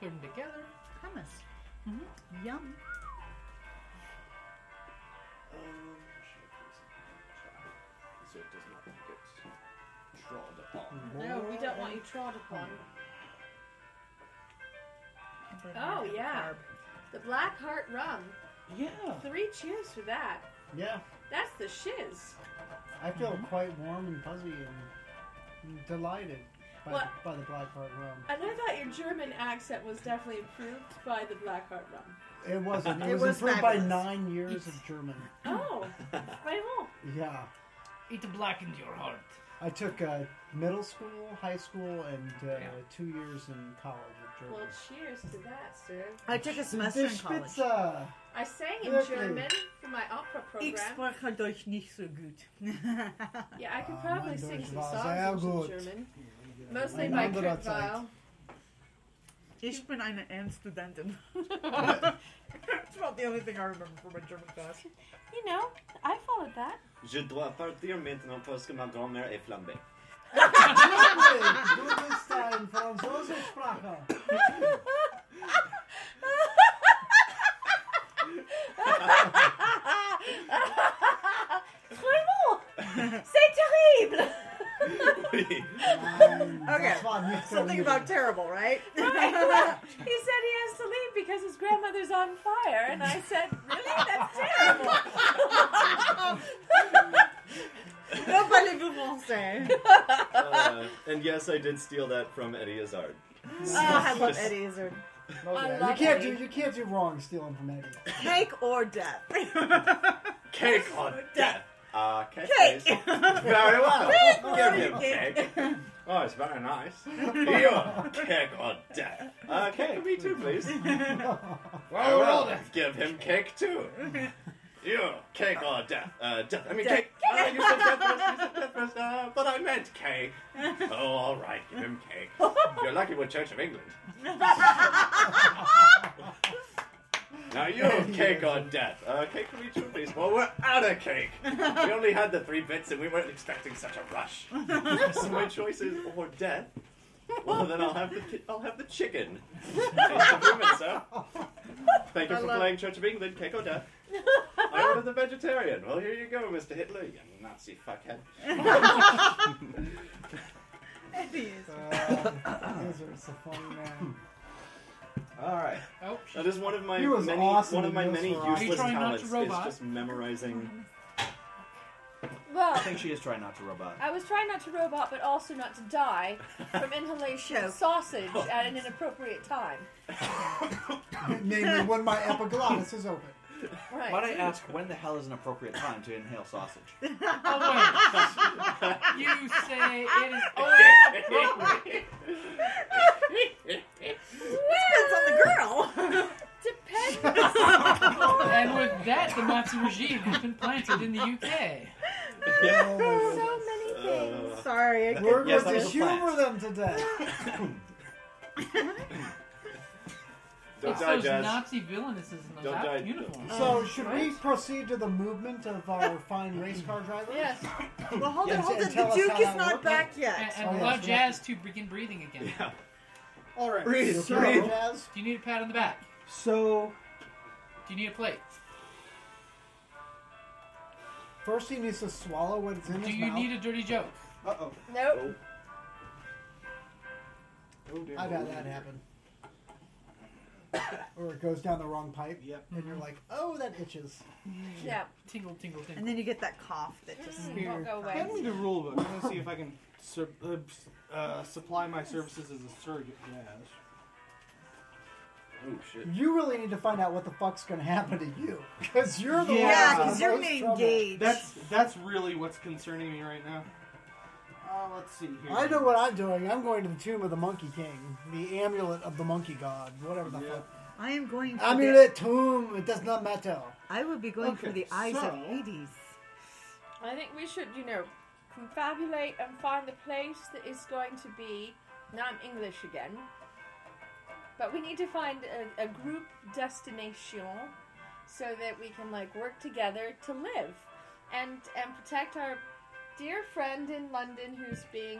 Speaker 11: Put them together. Mm-hmm.
Speaker 5: Hummus. Yum.
Speaker 8: Oh
Speaker 13: so it does not get
Speaker 6: trolled upon.
Speaker 12: No,
Speaker 3: Oh,
Speaker 12: we don't want you trod upon. Oh yeah,
Speaker 3: the Black Heart Rum.
Speaker 6: Yeah.
Speaker 3: Three cheers for that.
Speaker 8: Yeah,
Speaker 3: That's the shiz.
Speaker 8: I feel quite warm and fuzzy and delighted by, the,
Speaker 3: What?
Speaker 8: by the black heart rum.
Speaker 3: And I thought your German accent was definitely improved by the Black Heart Rum.
Speaker 8: It wasn't. It,
Speaker 3: It
Speaker 8: was,
Speaker 3: was
Speaker 8: improved by
Speaker 3: fabulous.
Speaker 8: nine years of German.
Speaker 3: Oh, right on.
Speaker 8: Yeah,
Speaker 11: It blackened your heart.
Speaker 8: I took uh, middle school, high school, and uh, two years in college of German.
Speaker 3: Well, cheers to that, sir.
Speaker 5: I took a semester
Speaker 8: Der
Speaker 5: in college.
Speaker 8: Spitze.
Speaker 3: I sang in
Speaker 5: Wirklich?
Speaker 3: German for my opera
Speaker 5: Ich
Speaker 3: program.
Speaker 5: spreche Deutsch nicht so gut.
Speaker 3: Yeah, I could
Speaker 5: Ah,
Speaker 3: probably
Speaker 5: mein
Speaker 3: sing
Speaker 5: Deutsch
Speaker 3: some
Speaker 5: war
Speaker 3: songs
Speaker 5: sehr
Speaker 3: in
Speaker 5: gut.
Speaker 3: German. Mostly
Speaker 5: Ein
Speaker 3: by
Speaker 5: anderer
Speaker 3: Kurt
Speaker 5: Zeit.
Speaker 3: Weill.
Speaker 5: Ich bin eine Ernststudentin. That's about the only thing I remember from my German class.
Speaker 3: You know, I followed that.
Speaker 13: Je dois partir maintenant parce que ma grand-mère est flambée.
Speaker 8: German, du bist ein Franzosenspracher.
Speaker 12: Vraiment C'est terrible
Speaker 13: Mm,
Speaker 5: Okay, something about terrible, right?
Speaker 3: Right. he said he has to leave because his grandmother's on fire, and I said, "Really? That's terrible."
Speaker 5: Non, parlez-vous français?
Speaker 13: Uh, and yes, I did steal that from Eddie Izzard.
Speaker 5: Oh, I love
Speaker 13: Just-
Speaker 5: Eddie Izzard.
Speaker 13: Oh,
Speaker 8: Okay, You can't do you can't do wrong stealing from Eddie.
Speaker 5: Cake or death?
Speaker 13: Cake on death. Uh, cake.
Speaker 5: Cake.
Speaker 13: please. Very well.
Speaker 5: Cake
Speaker 13: Give
Speaker 5: or
Speaker 13: him
Speaker 5: cake.
Speaker 13: cake. Oh, it's very nice. Here, cake on death. Uh, cake for me too, please. Well,
Speaker 12: we're all
Speaker 13: well, give him cake too. You, cake or death. Uh, death. I mean,
Speaker 12: Death.
Speaker 13: cake. Uh, you said death first, you said death first, uh, but I meant cake. Oh, all right, give him cake. You're lucky we're Church of England. Now you have cake on death. Uh, cake for me too, please. Well, we're out of cake. We only had the three bits, and we weren't expecting such a rush. so my choice is or death. Well, then I'll have the ki- I'll have the chicken. Taste improvement, sir. Thank you
Speaker 12: I
Speaker 13: for
Speaker 12: love-
Speaker 13: playing Church of England, cake or death. I ordered the vegetarian. Well, here you go, Mr. Hitler, you Nazi fuckhead.
Speaker 5: Eddie
Speaker 8: Uh, Izzard's a funny man.
Speaker 6: All right.
Speaker 13: That is one of my
Speaker 8: He was
Speaker 13: many
Speaker 8: awesome
Speaker 13: one of
Speaker 8: in
Speaker 13: my
Speaker 8: this
Speaker 13: many
Speaker 8: variety.
Speaker 13: useless
Speaker 8: Oh, Are you trying not
Speaker 13: talents
Speaker 8: to
Speaker 13: is
Speaker 8: robot?
Speaker 13: just memorizing.
Speaker 6: I
Speaker 5: Oh.
Speaker 3: Well,
Speaker 6: think she is trying not to robot.
Speaker 3: I was trying not to robot, but also not to die from inhalation of sausage at an inappropriate time.
Speaker 8: Namely, when my epiglottis is open.
Speaker 3: Right.
Speaker 6: Might I ask when the hell is an appropriate time to inhale sausage?
Speaker 5: Oh,
Speaker 11: You say it is only appropriate.
Speaker 5: Depends
Speaker 12: on the girl.
Speaker 11: and with that, the Nazi regime has been planted in the UK.
Speaker 12: so many
Speaker 13: things.
Speaker 5: Sorry.
Speaker 8: Uh, We're
Speaker 11: Yes,
Speaker 8: going
Speaker 11: that
Speaker 8: to
Speaker 11: was a plant.
Speaker 8: humor them to death.
Speaker 13: Don't
Speaker 11: it's
Speaker 13: die,
Speaker 11: those Uh,
Speaker 13: Jazz.
Speaker 11: Nazi villainesses in those
Speaker 13: Don't die.
Speaker 11: uniforms.
Speaker 8: So, should we proceed to the movement of our fine race car drivers?
Speaker 11: Yes.
Speaker 5: Well, hold
Speaker 8: Yes,
Speaker 5: on, hold
Speaker 8: and
Speaker 5: on.
Speaker 8: tell
Speaker 5: The
Speaker 8: us
Speaker 5: Duke
Speaker 8: how
Speaker 5: is
Speaker 8: that
Speaker 5: not
Speaker 8: worked.
Speaker 5: back yet.
Speaker 11: And, and
Speaker 8: Oh,
Speaker 11: allow
Speaker 8: yes,
Speaker 11: Jazz to begin breathing again.
Speaker 8: All right.
Speaker 11: Breathe,
Speaker 8: so,
Speaker 11: breathe. Do you need a pat on the back?
Speaker 8: So,
Speaker 11: Do you need a plate?
Speaker 8: first he needs to swallow what's in
Speaker 11: Do
Speaker 8: his
Speaker 11: you
Speaker 8: mouth.
Speaker 11: need a dirty joke?
Speaker 8: Uh oh.
Speaker 3: Nope.
Speaker 8: I've had that happen. or it goes down the wrong pipe. Yep. And
Speaker 5: Mm-hmm.
Speaker 8: you're like, oh, that itches.
Speaker 3: Yeah.
Speaker 11: Tingle, tingle, tingle.
Speaker 5: And then you get that cough that just
Speaker 4: Here, Hand me the rule book. I'm gonna see if I can sur- uh, s- uh, supply my services as a surrogate jazz.
Speaker 13: Oh shit!
Speaker 8: You really need to find out what the fuck's going to happen to you. Because you're the one.
Speaker 5: Yeah,
Speaker 8: that's in
Speaker 5: 'cause
Speaker 8: the
Speaker 5: you're
Speaker 8: most
Speaker 5: getting
Speaker 8: trouble.
Speaker 5: engaged.
Speaker 4: That's that's really what's concerning me right now. Uh, let's see here.
Speaker 8: I know what I'm doing. I'm going to the tomb of the Monkey King, the amulet of the Monkey God, whatever the fuck.
Speaker 5: I am going. For the,
Speaker 8: Amulet, tomb, it does not matter.
Speaker 5: I will be going for
Speaker 8: Okay,
Speaker 5: the eyes of
Speaker 8: so-
Speaker 5: Hades.
Speaker 3: I think we should, you know, confabulate and find the place that is going to be. Now I'm English again. But we need to find a, a group destination so that we can, like, work together to live and and protect our dear friend in London who's being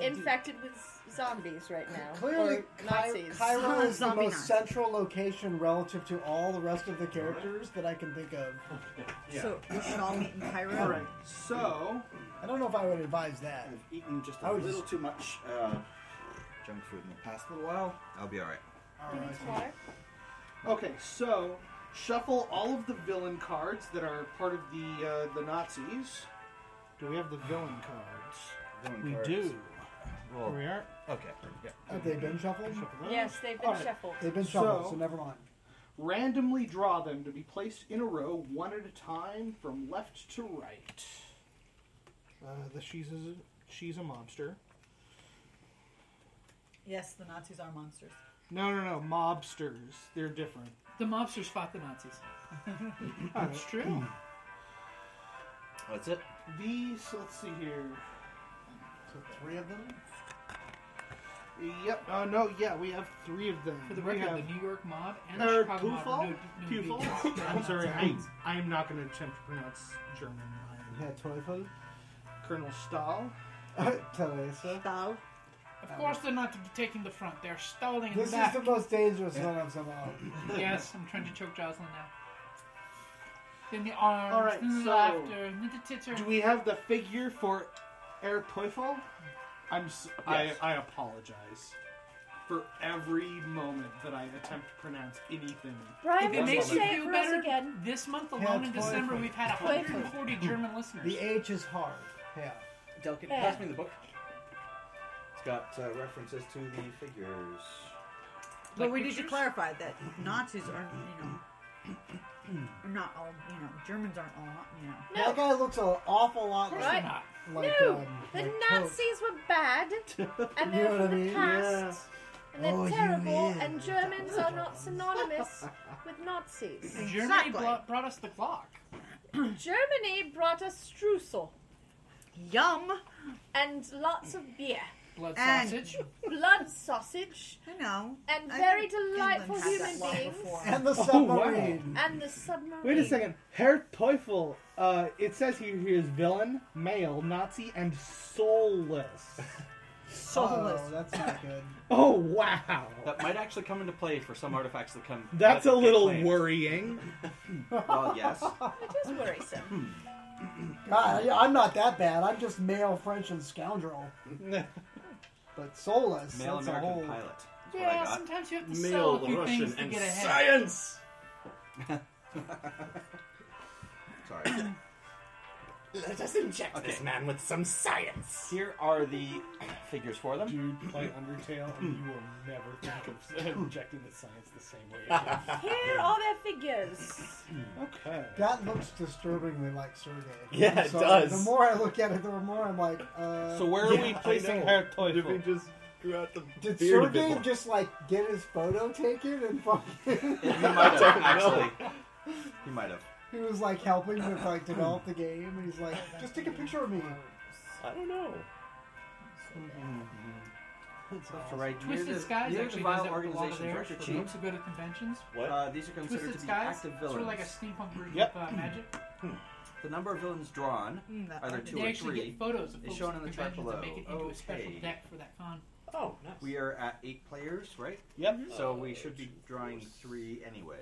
Speaker 3: infected with z- zombies right now.
Speaker 8: Clearly,
Speaker 3: or
Speaker 8: Ky-
Speaker 3: Nazis.
Speaker 8: Cairo is the most central location relative to all the rest of the characters that I can think of.
Speaker 4: Yeah. So, we should all meet in Cairo?
Speaker 14: All right.
Speaker 4: So,
Speaker 8: I don't know if I would advise that.
Speaker 14: I've eaten just
Speaker 8: I
Speaker 14: a
Speaker 8: would
Speaker 14: little
Speaker 8: just-
Speaker 14: too much uh, junk food in the past little while. I'll be all right.
Speaker 4: Okay, so shuffle all of the villain cards that are part of the uh, the Nazis. Do we have the villain cards?
Speaker 14: Villain
Speaker 4: we
Speaker 14: cards.
Speaker 4: do.
Speaker 14: Well,
Speaker 4: Here we are.
Speaker 14: Okay. Yeah.
Speaker 8: Have they been shuffled?
Speaker 3: Yes, they've been
Speaker 4: All right.
Speaker 3: shuffled.
Speaker 8: They've been shuffled, so, never mind.
Speaker 4: Randomly draw them to be placed in a row, one at a time, from left to right. Uh, the she's a, she's a mobster.
Speaker 5: Yes, the Nazis are monsters.
Speaker 4: No, no, no, mobsters. They're different.
Speaker 11: The mobsters fought the Nazis.
Speaker 4: That's true.
Speaker 14: That's it.
Speaker 4: These, let's see here. So
Speaker 8: three of them?
Speaker 4: Yep. Uh, no, yeah, we have three of them.
Speaker 11: For the
Speaker 4: We
Speaker 11: record,
Speaker 4: have-
Speaker 11: the New York mob and the
Speaker 4: Er,
Speaker 11: Chicago mob.
Speaker 4: Kufal?
Speaker 11: No, no,
Speaker 4: Kufal?
Speaker 11: no,
Speaker 4: I'm sorry, I,
Speaker 11: Nazis.
Speaker 4: I'm not going to attempt to pronounce German.
Speaker 8: Yeah, Teufel.
Speaker 4: Colonel Stahl.
Speaker 8: Teresa.
Speaker 5: Stahl.
Speaker 11: Of course, they're not taking the front. They're stalling in
Speaker 8: This
Speaker 11: the
Speaker 8: is
Speaker 11: back.
Speaker 8: the most dangerous one I've somehow.
Speaker 11: yes, I'm trying to choke Jocelyn now. Then the arms,
Speaker 4: All right,
Speaker 11: then the
Speaker 4: so-
Speaker 11: laughter, and then the titter.
Speaker 4: Do we have the figure for Er Teufel? I'm s I
Speaker 11: Yes.
Speaker 4: I I, apologize for every moment that I attempt to pronounce anything.
Speaker 11: if it makes you feel better, this month
Speaker 4: Yeah,
Speaker 11: alone in
Speaker 4: Teufel.
Speaker 11: December, we've had
Speaker 4: Teufel.
Speaker 11: 140 German listeners.
Speaker 8: The H is hard. Yeah.
Speaker 14: Delicate.
Speaker 11: Yeah.
Speaker 14: Pass me the book. It's got uh, references to the figures.
Speaker 5: But we need to clarify that Nazis are, you know, not all, you know, Germans aren't all, you know.
Speaker 8: That guy looks an awful lot
Speaker 3: Right.
Speaker 8: like, like
Speaker 3: no,
Speaker 8: um,
Speaker 3: the
Speaker 8: like Pope.
Speaker 3: Nazis were bad, and
Speaker 8: You
Speaker 3: they're
Speaker 8: know
Speaker 3: from
Speaker 8: what I
Speaker 3: the
Speaker 8: mean?
Speaker 3: past, and they're
Speaker 8: Oh, you
Speaker 3: terrible,
Speaker 8: mean.
Speaker 3: and Germans are not synonymous with Nazis.
Speaker 11: Germany brought, brought us the clock.
Speaker 3: Germany brought us streusel.
Speaker 5: Yum.
Speaker 3: And lots of beer.
Speaker 11: Blood
Speaker 5: And-
Speaker 11: sausage.
Speaker 3: Blood sausage.
Speaker 5: I know.
Speaker 3: And
Speaker 5: I
Speaker 3: very
Speaker 5: think
Speaker 3: delightful
Speaker 5: England had
Speaker 3: human
Speaker 5: that law
Speaker 3: beings.
Speaker 5: before.
Speaker 8: And the
Speaker 4: Oh,
Speaker 8: submarine.
Speaker 4: wow.
Speaker 3: And the submarine.
Speaker 4: Wait a second. Herr Teufel. Uh, it says here he is villain, male, Nazi, and soulless.
Speaker 5: Soulless.
Speaker 8: Oh, that's not good.
Speaker 4: Oh wow.
Speaker 6: That might actually come into play for some artifacts that come.
Speaker 4: That's
Speaker 6: that
Speaker 4: a
Speaker 6: get
Speaker 4: little
Speaker 6: claimed.
Speaker 4: worrying.
Speaker 6: Well, yes.
Speaker 3: It is worrisome.
Speaker 8: God, I- I'm not that bad. I'm just male, French, and scoundrel. but soulless.
Speaker 6: Male
Speaker 8: that's
Speaker 6: American
Speaker 8: a whole...
Speaker 6: pilot.
Speaker 11: Yeah, sometimes you have to sell a few things to get ahead.
Speaker 6: Sorry.
Speaker 13: Let us inject
Speaker 6: Okay.
Speaker 13: this man with some science.
Speaker 6: Here are the figures for them.
Speaker 4: Dude, play Undertale, and you will never think of injecting the science the same way. again.
Speaker 3: Here are their figures.
Speaker 4: Okay.
Speaker 8: That looks disturbingly like Sergey.
Speaker 4: Yeah,
Speaker 8: I'm
Speaker 4: it
Speaker 8: sorry.
Speaker 4: does.
Speaker 8: The more I look at it, the more I'm like. Uh,
Speaker 4: So where are we
Speaker 8: yeah, I
Speaker 4: placing
Speaker 8: know.
Speaker 4: Herr Teufel?
Speaker 13: Did we just grew out the
Speaker 8: Did
Speaker 13: beard a bit
Speaker 8: Sergey
Speaker 13: more?
Speaker 8: just like get his photo taken and fucking?
Speaker 6: He might have, actually. He might have.
Speaker 8: He was like helping with like develop the game, and he's like, just take a picture of me.
Speaker 13: I don't know.
Speaker 4: Mm-hmm.
Speaker 8: That's
Speaker 6: That's right.
Speaker 11: Twisted
Speaker 6: Near the-
Speaker 11: Skies
Speaker 6: near the
Speaker 11: actually
Speaker 6: vile
Speaker 11: does it with a lot of
Speaker 6: organization,
Speaker 11: theirs for
Speaker 6: Director
Speaker 11: groups
Speaker 6: Chief.
Speaker 11: who go to conventions.
Speaker 13: What?
Speaker 6: Uh, these are considered
Speaker 11: Twisted
Speaker 6: to be
Speaker 11: Skies,
Speaker 6: active
Speaker 11: sort of
Speaker 6: villains.
Speaker 11: like a steampunk version
Speaker 6: Yep.
Speaker 11: of uh, magic.
Speaker 6: The number of villains drawn,
Speaker 11: Mm, that
Speaker 6: either
Speaker 11: part
Speaker 6: two
Speaker 11: they
Speaker 6: or
Speaker 11: actually
Speaker 6: three,
Speaker 11: get photos of
Speaker 6: is
Speaker 11: folks
Speaker 6: shown
Speaker 11: at
Speaker 6: in the chart
Speaker 11: conventions
Speaker 6: below.
Speaker 11: and make it into a special
Speaker 6: Okay.
Speaker 11: deck for that con. Mm-hmm.
Speaker 13: Oh, nice.
Speaker 6: We are at eight players, right?
Speaker 4: Yep.
Speaker 6: So we should be drawing three anyway.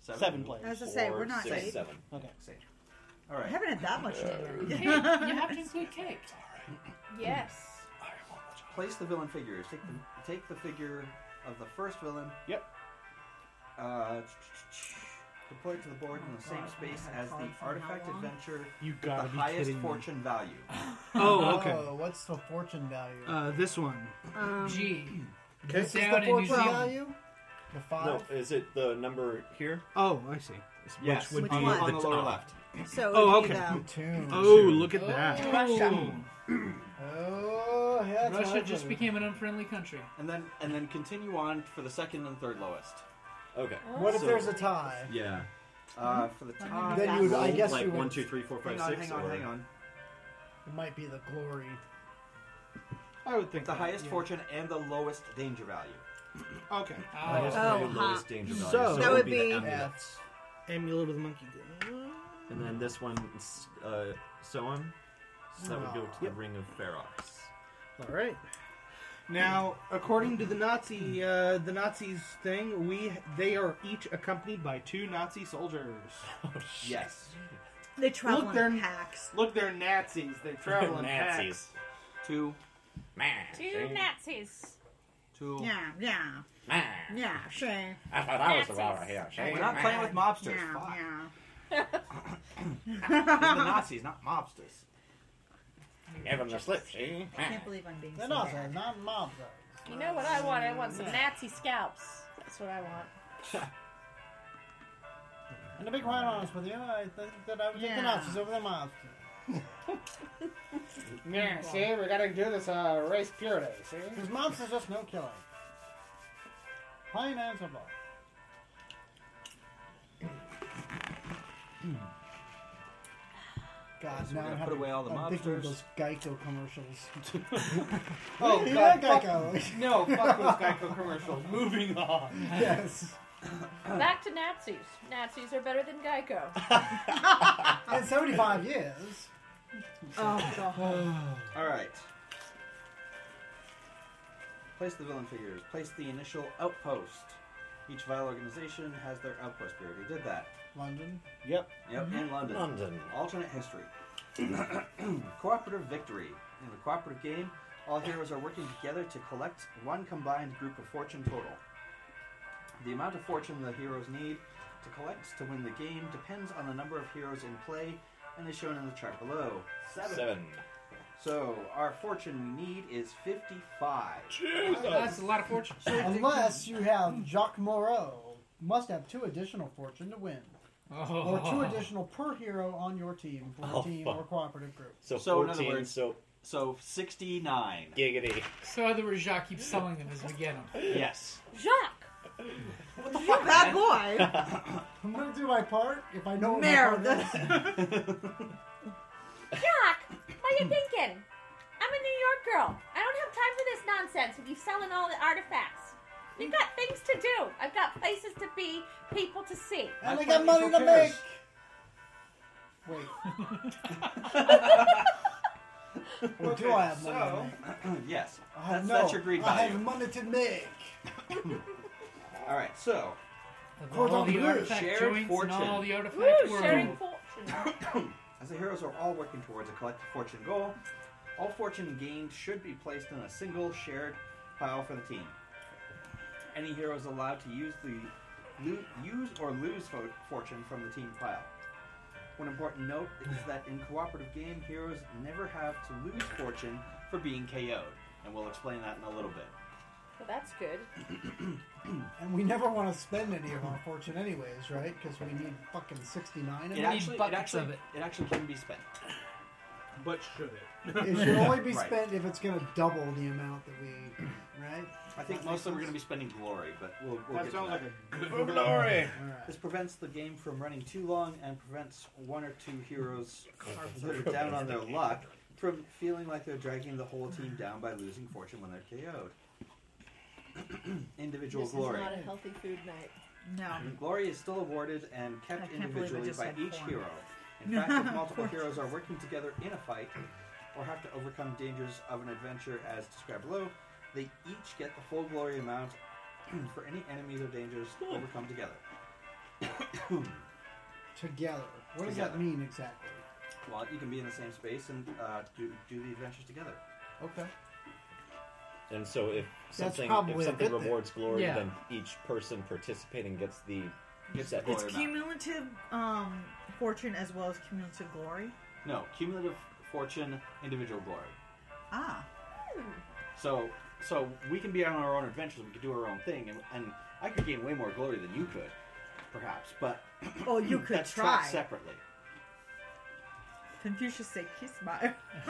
Speaker 6: Seven,
Speaker 4: Seven players.
Speaker 5: I was gonna say, Four, we're not six, eight.
Speaker 6: seven.
Speaker 5: seven.
Speaker 4: Okay.
Speaker 6: Six, eight. All right.
Speaker 5: I haven't had that much
Speaker 6: Yeah.
Speaker 5: dinner.
Speaker 11: Uh, Cake, you have to include cake.
Speaker 3: Yes.
Speaker 6: Place the villain figures. Take the take the figure of the first villain.
Speaker 4: Yep.
Speaker 6: Uh, deploy it to the board in
Speaker 8: Oh,
Speaker 6: the same space as the artifact adventure.
Speaker 4: You
Speaker 6: with
Speaker 4: gotta
Speaker 6: the
Speaker 4: be
Speaker 6: highest
Speaker 4: kidding me.
Speaker 6: fortune value.
Speaker 4: Oh, okay.
Speaker 8: what's the fortune value?
Speaker 4: Uh, this one.
Speaker 11: Gee.
Speaker 8: this is
Speaker 11: down
Speaker 8: the
Speaker 11: in
Speaker 8: fortune
Speaker 11: New Zealand.
Speaker 8: value. The five.
Speaker 13: No, is it the number here?
Speaker 4: Oh, I see.
Speaker 13: Yes,
Speaker 4: Which would
Speaker 13: which
Speaker 4: be
Speaker 13: one?
Speaker 4: on the
Speaker 13: The
Speaker 4: lower
Speaker 13: top.
Speaker 4: left.
Speaker 5: So
Speaker 4: oh,
Speaker 5: it'd be
Speaker 4: okay.
Speaker 5: the- Platoon.
Speaker 4: Oh, look at that.
Speaker 11: Russia.
Speaker 8: Oh, yeah. it's
Speaker 11: Russia
Speaker 8: hard
Speaker 11: just
Speaker 8: for-
Speaker 11: became an unfriendly country.
Speaker 6: And then and then continue on for the second and third lowest.
Speaker 13: Okay.
Speaker 8: Oh. What if there's a tie? Mm-hmm.
Speaker 6: Yeah. Uh, for the top.
Speaker 8: Then you would- I guess
Speaker 6: like
Speaker 8: you would-
Speaker 6: one, two, three, four, five,
Speaker 8: Hang on,
Speaker 6: six,
Speaker 8: hang on,
Speaker 6: or-
Speaker 8: hang on. It might be the glory.
Speaker 4: I would think
Speaker 6: the
Speaker 4: that,
Speaker 6: highest
Speaker 4: yeah.
Speaker 6: fortune and the lowest danger value.
Speaker 4: Okay.
Speaker 6: Highest
Speaker 5: Oh, value, huh. lowest danger value.
Speaker 4: So,
Speaker 5: So That it would would be uh, the be-
Speaker 13: amulets.
Speaker 4: Amulet of the monkey.
Speaker 13: And then this one, s- uh, so on.
Speaker 7: So that would go to the
Speaker 4: Yep.
Speaker 7: Ring of Ferox.
Speaker 4: All right. Now, according to the Nazi, uh, the Nazis thing, we they are each accompanied by two Nazi soldiers.
Speaker 5: Oh,
Speaker 6: Yes.
Speaker 5: They travel
Speaker 4: Look,
Speaker 5: in
Speaker 4: they're
Speaker 5: packs.
Speaker 4: Look, they're Nazis. They're traveling packs.
Speaker 7: Nazis.
Speaker 4: Two. Man.
Speaker 12: Two Nazis.
Speaker 7: Two.
Speaker 5: Yeah, yeah.
Speaker 7: Man.
Speaker 5: Yeah, sure.
Speaker 7: I thought I was the robber here,
Speaker 6: We're not playing with mobsters. Fuck.
Speaker 5: Yeah,
Speaker 6: We're the Nazis, not mobsters.
Speaker 7: Give them the slip, see?
Speaker 5: I can't believe I'm being
Speaker 8: They're
Speaker 5: so
Speaker 8: not,
Speaker 5: bad.
Speaker 8: not mob,
Speaker 12: You know what I want? I want
Speaker 6: Mm.
Speaker 12: some Nazi scalps. That's what I want.
Speaker 8: And to be quite honest with you, I think that I would take the
Speaker 12: Yeah.
Speaker 8: Nazis over the mobs.
Speaker 12: Yeah, see,
Speaker 8: we gotta do this uh, race purity, see? Because mobsters just no killing. Plain and simple. God,
Speaker 6: So we're
Speaker 8: now I'm
Speaker 6: gonna put
Speaker 8: having-
Speaker 6: away all the
Speaker 8: I'm thinking of
Speaker 6: mobsters?
Speaker 8: those Geico commercials.
Speaker 4: Oh,
Speaker 8: You
Speaker 4: God,
Speaker 8: like
Speaker 4: fuck-
Speaker 8: Geico.
Speaker 4: no, fuck those Geico commercials. Moving on.
Speaker 8: Yes.
Speaker 12: Back to Nazis. Nazis are better than Geico.
Speaker 8: In 75 years.
Speaker 5: Oh, God.
Speaker 6: All right. Place the villain figures. Place the initial outpost. Each vile organization has their outpost bureau. We did that.
Speaker 8: London.
Speaker 6: Yep. Yep, in London.
Speaker 7: London.
Speaker 6: Alternate history. cooperative victory. In the cooperative game, all heroes are working together to collect one combined group of fortune total. The amount of fortune the heroes need to collect to win the game depends on the number of heroes in play and is shown in the chart below.
Speaker 7: Seven.
Speaker 6: So, our fortune we need is 55.
Speaker 11: That's a lot of fortune.
Speaker 8: Unless you have Jacques Moreau, must have two additional fortune to win. Or two additional per hero on your team for a
Speaker 6: Oh,
Speaker 8: team
Speaker 6: fuck.
Speaker 8: or cooperative group.
Speaker 9: So,
Speaker 6: So, in other
Speaker 9: 14,
Speaker 6: words-
Speaker 9: so
Speaker 6: So 69.
Speaker 9: giggity.
Speaker 11: So other words, Jacques keeps selling them as we get them.
Speaker 6: Yes.
Speaker 12: Jacques.
Speaker 5: What the fuck, bad boy?
Speaker 8: I'm gonna do my part if I know what my
Speaker 5: Mayor,
Speaker 8: part
Speaker 5: that's-
Speaker 8: is.
Speaker 12: Jacques, what are you thinking? I'm a New York girl. I don't have time for this nonsense with you selling all the artifacts. You've got things to do. I've got places to be, people to see.
Speaker 8: And I got money to make. Wait. or do I have money to make?
Speaker 6: yes.
Speaker 8: I have
Speaker 6: That's,
Speaker 8: no,
Speaker 6: that's your greed
Speaker 8: I
Speaker 6: value.
Speaker 8: have money to make.
Speaker 6: All right, so.
Speaker 11: all the artifact
Speaker 6: shared
Speaker 11: joints
Speaker 6: fortune.
Speaker 11: and all the artifact world.
Speaker 6: As the heroes are all working towards a collective fortune goal, all fortune gained should be placed in a single shared pile for the team. Any hero is allowed to use the lo- use or lose fo- fortune from the team pile. One important note is that in cooperative game, heroes never have to lose fortune for being KO'd, and we'll explain that in a little bit.
Speaker 12: Well, that's good.
Speaker 8: And we never want to spend any of our fortune, anyways, right? Because we need fucking 69 of
Speaker 6: It
Speaker 8: it.
Speaker 6: actually, it actually, it actually can be spent.
Speaker 4: But should it?
Speaker 8: It should only be
Speaker 6: Right.
Speaker 8: spent if it's going to double the amount that we, right?
Speaker 6: I think mostly we're going to be spending glory, but we'll, we'll
Speaker 4: That
Speaker 6: get
Speaker 4: sounds
Speaker 6: to that.
Speaker 4: like a good For glory.
Speaker 6: This prevents the game from running too long and prevents one or two heroes that are down on their luck from feeling like they're dragging the whole team down by losing fortune when they're KO'd. Individual
Speaker 3: This
Speaker 6: glory.
Speaker 3: is not a healthy food night.
Speaker 5: No.
Speaker 6: Glory is still awarded and
Speaker 5: I
Speaker 6: kept
Speaker 5: can't believe I
Speaker 6: individually
Speaker 5: just
Speaker 6: by
Speaker 5: had
Speaker 6: each
Speaker 5: corn.
Speaker 6: hero. In fact, if
Speaker 5: Corn.
Speaker 6: multiple heroes are working together in a fight or have to overcome dangers of an adventure as described below, they each get the full glory amount for any enemies or dangers overcome together.
Speaker 8: Together. What does that
Speaker 6: Together.
Speaker 8: mean exactly?
Speaker 6: Well, you can be in the same space and uh, do, do the adventures together.
Speaker 8: Okay.
Speaker 7: And so if
Speaker 8: That's
Speaker 7: something
Speaker 8: probably
Speaker 7: if
Speaker 8: a
Speaker 7: something
Speaker 8: good thing.
Speaker 7: rewards glory,
Speaker 8: Yeah.
Speaker 7: then each person participating gets the gets that
Speaker 5: It's cumulative um, fortune as well as cumulative glory.
Speaker 6: No, cumulative fortune, individual glory.
Speaker 5: Ah.
Speaker 6: So, so we can be on our own adventures. We could do our own thing, and, and I could gain way more glory than you could, perhaps. But
Speaker 5: Oh, you could
Speaker 6: that's tracked
Speaker 5: try.
Speaker 6: separately.
Speaker 5: Confucius said, kiss my.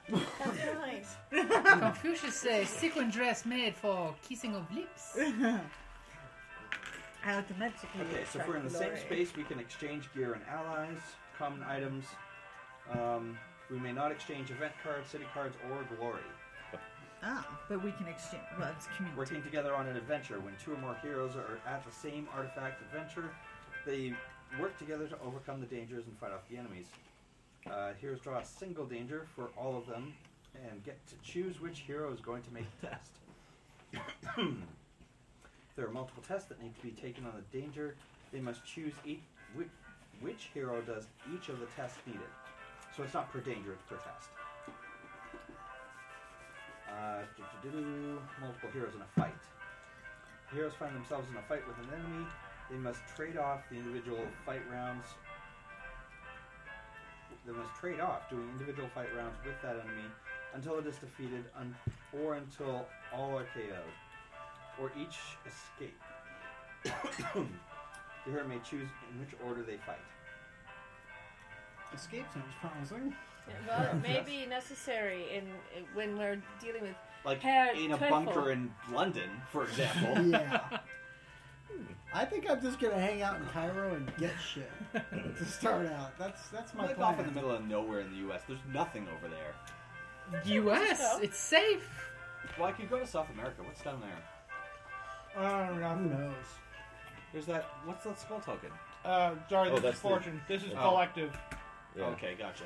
Speaker 12: That's
Speaker 11: Confucius says, sequin dress made for kissing of lips.
Speaker 5: I like the Mexican.
Speaker 6: Okay, so if we're in the same space, we can exchange gear and allies, common items. Um, we may not exchange event cards, city cards, or glory.
Speaker 5: Ah, but we can exchange. Well, it's community.
Speaker 6: Working together on an adventure, when two or more heroes are at the same artifact adventure, they work together to overcome the dangers and fight off the enemies.
Speaker 14: Uh, heroes draw a single danger for all of them and get to choose which hero is going to make the test. there are multiple tests that need to be taken on the danger. They must choose each, which, which hero does each of the tests needed. So it's not per danger, it's per test. Uh, do-do-do-do, multiple heroes in a fight. Heroes find themselves in a fight with an enemy. They must trade off the individual fight rounds. They must trade off doing individual fight rounds with that enemy until it is defeated un- or until all are KO'd or each escape. the hero may choose in which order they fight.
Speaker 8: Escape sounds promising.
Speaker 3: Well, it may be necessary in when we're dealing with
Speaker 6: Like
Speaker 3: hair
Speaker 6: in a bunker in London, for example.
Speaker 8: yeah. I think I'm just gonna hang out in Cairo and get shit to start out. That's that's my
Speaker 6: like
Speaker 8: plan.
Speaker 6: off in the middle of nowhere in the U.S. There's nothing over there.
Speaker 11: U.S. It's safe.
Speaker 6: Well, I could go to South America. What's down there?
Speaker 8: Uh, who knows?
Speaker 6: There's that. What's that skull token?
Speaker 4: Uh, sorry,
Speaker 6: Oh,
Speaker 4: this
Speaker 6: that's
Speaker 4: is
Speaker 6: the-
Speaker 4: fortune. This is
Speaker 6: Oh.
Speaker 4: collective.
Speaker 6: Yeah. Okay, gotcha.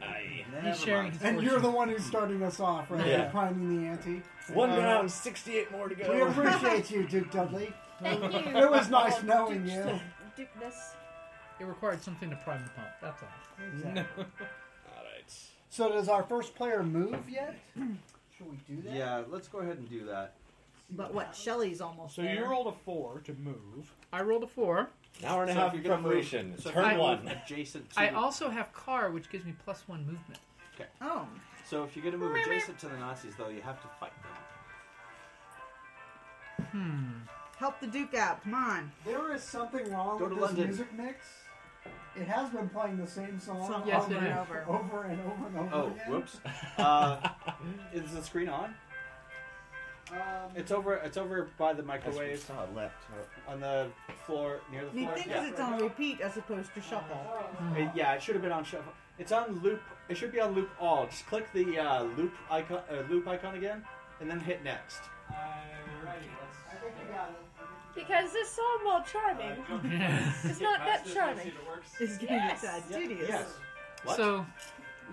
Speaker 6: I,
Speaker 8: and you're the one who's starting us off, right?
Speaker 6: Yeah.
Speaker 8: Yeah. Priming the ante.
Speaker 9: One
Speaker 8: Uh,
Speaker 9: round, 68 more to go.
Speaker 8: We appreciate you, Duke Dudley.
Speaker 3: Thank you.
Speaker 8: It was nice
Speaker 3: Oh,
Speaker 8: knowing
Speaker 3: Duke-
Speaker 8: you.
Speaker 3: Dukeness.
Speaker 11: It required something to prime the pump. That's all.
Speaker 8: Exactly.
Speaker 11: all right.
Speaker 8: So does our first player move yet? Should we do that?
Speaker 14: Yeah, let's go ahead and do that.
Speaker 5: But what? Shelly's almost
Speaker 4: So
Speaker 5: there.
Speaker 4: you rolled a four to move.
Speaker 11: I rolled a four.
Speaker 4: An hour and a
Speaker 6: So
Speaker 4: half
Speaker 6: if
Speaker 4: of
Speaker 6: you're gonna move-
Speaker 4: preparation.
Speaker 6: so if
Speaker 4: Turn
Speaker 6: you move
Speaker 4: one.
Speaker 6: Adjacent to.
Speaker 11: I also have car, which gives me plus one movement.
Speaker 6: Okay.
Speaker 5: Oh.
Speaker 6: So if you're going to move adjacent to the Nazis, though, you have to fight them.
Speaker 11: Hmm.
Speaker 5: Help the Duke out. Come on.
Speaker 8: There is something wrong
Speaker 5: Go to
Speaker 8: with this
Speaker 5: London.
Speaker 8: music mix. It has been playing the same song
Speaker 5: Song
Speaker 8: over,
Speaker 5: Yes, it
Speaker 8: and
Speaker 5: has.
Speaker 8: over, over and over and over
Speaker 6: Oh,
Speaker 8: again.
Speaker 6: whoops. Uh, is the screen on?
Speaker 8: Um,
Speaker 6: It's over. It's over by the microwave.
Speaker 7: It's on left.
Speaker 6: On the floor near the
Speaker 5: Neat
Speaker 6: floor.
Speaker 5: thing is it's on repeat as opposed to shuffle.
Speaker 6: It- yeah, it should have been on shuffle. It's on loop. It should be on loop all. Just click the uh, loop icon, uh, loop icon again, and then hit next.
Speaker 3: Because this song, while charming, is not that charming.
Speaker 5: It's gonna
Speaker 3: yes.
Speaker 5: be sad. Tedious.
Speaker 11: So,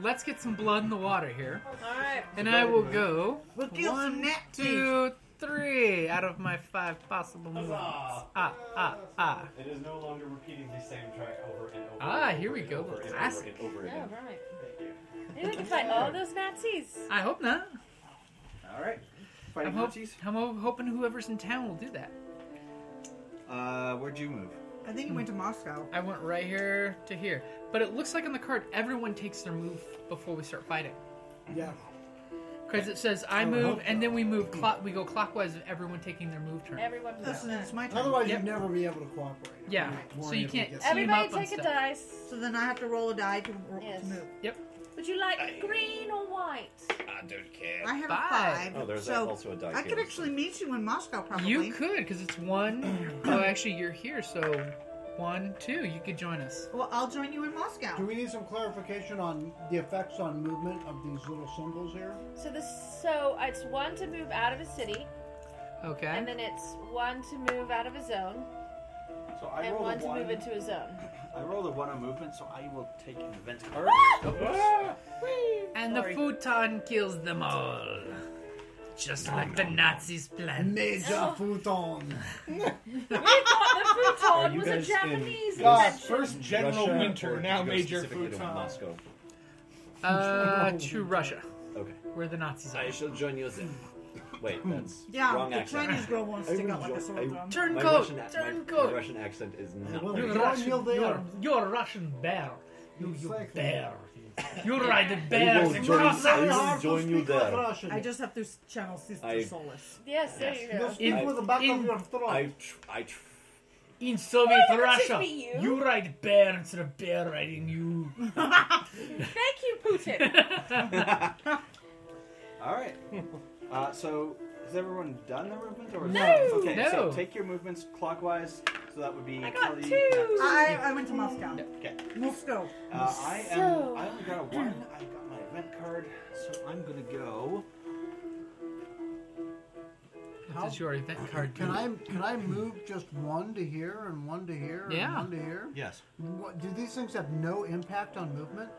Speaker 11: let's get some blood in the water here.
Speaker 3: Alright.
Speaker 11: And I will go.
Speaker 5: We'll kill some
Speaker 11: one,
Speaker 5: gnat
Speaker 11: two, three out of my five possible moves.
Speaker 9: Huzzah!
Speaker 11: Ah, ah, ah.
Speaker 9: It is no longer repeating the same track over and over.
Speaker 11: Ah,
Speaker 9: and
Speaker 11: here
Speaker 9: over
Speaker 11: we
Speaker 9: and
Speaker 11: go.
Speaker 9: Over and over
Speaker 11: Classic.
Speaker 9: and over
Speaker 3: Yeah,
Speaker 9: again.
Speaker 3: right. Maybe we can fight all those Nazis.
Speaker 11: I hope not.
Speaker 6: All right.
Speaker 11: I'm, hop- I'm ho- hoping whoever's in town will do that.
Speaker 6: Uh, where'd you move?
Speaker 5: I think you went to Moscow.
Speaker 11: I went right here to here. But it looks like on the card, everyone takes their move before we start fighting.
Speaker 8: Yeah.
Speaker 11: Because it says I
Speaker 8: I would
Speaker 11: move,
Speaker 8: hope
Speaker 11: and then we move. Clock, we go clockwise of everyone taking their move turn.
Speaker 3: Everyone moves.
Speaker 5: Listen, it's my turn.
Speaker 8: Otherwise,
Speaker 11: Yep.
Speaker 8: you'd never be able to cooperate.
Speaker 11: Yeah,
Speaker 8: We're
Speaker 11: so you
Speaker 8: able to
Speaker 11: can't
Speaker 8: get
Speaker 11: team
Speaker 3: Everybody
Speaker 11: up on
Speaker 3: take a
Speaker 11: stuff.
Speaker 3: dice.
Speaker 5: So then I have to roll a die to, ro-
Speaker 3: Yes.
Speaker 5: to move.
Speaker 11: Yep.
Speaker 3: Would you like green or white?
Speaker 7: I don't care.
Speaker 5: I have a
Speaker 11: Five.
Speaker 5: five.
Speaker 7: Oh, there's
Speaker 5: so
Speaker 7: also a die
Speaker 5: I could
Speaker 7: here.
Speaker 5: actually meet you in Moscow, probably.
Speaker 11: You could, because it's one. oh, actually, you're here, so one, two. You could join us.
Speaker 5: Well, I'll join you in Moscow.
Speaker 8: Do we need some clarification on the effects on movement of these little symbols here?
Speaker 3: So this, so it's one to move out of a city,
Speaker 11: Okay.
Speaker 3: and then it's one to move out of a zone,
Speaker 6: So I
Speaker 3: and
Speaker 6: rolled
Speaker 3: one
Speaker 6: a
Speaker 3: to
Speaker 6: one.
Speaker 3: move into a zone.
Speaker 6: I rolled a one on movement, so I will take an event card.
Speaker 11: Oh,
Speaker 3: Ah!
Speaker 11: and the futon kills them all, just like the Nazis planned. Oh.
Speaker 8: Major Futon.
Speaker 3: We thought the
Speaker 7: Are
Speaker 3: futon
Speaker 7: you
Speaker 3: was a
Speaker 7: guys in
Speaker 3: Japanese
Speaker 4: God,
Speaker 3: invention.
Speaker 4: first General
Speaker 7: Russia,
Speaker 4: Winter,
Speaker 7: or
Speaker 4: now
Speaker 7: did you go
Speaker 4: Major
Speaker 7: specifically to
Speaker 4: Futon.
Speaker 7: Moscow.
Speaker 11: Uh, to Russia,
Speaker 7: Okay.
Speaker 11: where the Nazis are. Hmm.
Speaker 7: I shall join you then. Wait, that's
Speaker 5: Yeah,
Speaker 7: wrong
Speaker 5: the
Speaker 7: accent.
Speaker 5: Chinese girl won't
Speaker 7: I
Speaker 5: stick
Speaker 7: will
Speaker 5: out like a
Speaker 7: join-
Speaker 5: sore
Speaker 7: I-
Speaker 5: thumb.
Speaker 7: my
Speaker 11: Turncoat,
Speaker 7: Russian ac- my-
Speaker 11: turncoat.
Speaker 7: My Russian accent is not.
Speaker 8: Well,
Speaker 7: very
Speaker 8: you're
Speaker 7: good.
Speaker 8: Russian. Neil Day
Speaker 11: you're,
Speaker 8: Arms.
Speaker 11: you're a Russian bear. You, you
Speaker 8: Exactly.
Speaker 11: bear. You ride the
Speaker 7: I
Speaker 11: bears
Speaker 7: will
Speaker 11: and
Speaker 7: join, I
Speaker 11: Cossacks.
Speaker 7: will join you there.
Speaker 5: I just have to s- channel Sister
Speaker 7: I-
Speaker 5: Solace.
Speaker 3: Yes, there
Speaker 7: Yes.
Speaker 3: you go.
Speaker 11: In,
Speaker 7: I-
Speaker 8: With the back of
Speaker 11: in,
Speaker 8: your throat.
Speaker 7: I, tr- I tr-
Speaker 11: in Soviet
Speaker 3: Well, it could just
Speaker 11: Russia,
Speaker 3: be you.
Speaker 11: you ride bear instead of bear riding you.
Speaker 3: Thank you, Putin.
Speaker 6: All right. uh, so is everyone done their movement? Or
Speaker 11: No.
Speaker 6: Okay,
Speaker 11: No.
Speaker 6: so take your movements clockwise. So that would be.
Speaker 3: I got
Speaker 6: Kelly,
Speaker 3: two. Oh,
Speaker 5: I, I went to Moscow.
Speaker 6: Okay.
Speaker 5: Moscow.
Speaker 6: Uh, I am.
Speaker 3: So-
Speaker 6: I only got a one. I got my event card, so I'm gonna go.
Speaker 11: What does your event card do?
Speaker 8: Can I can I move just one to here and one to here
Speaker 11: Yeah.
Speaker 8: and one to here?
Speaker 6: Yes.
Speaker 8: What, do these things have no impact on movement?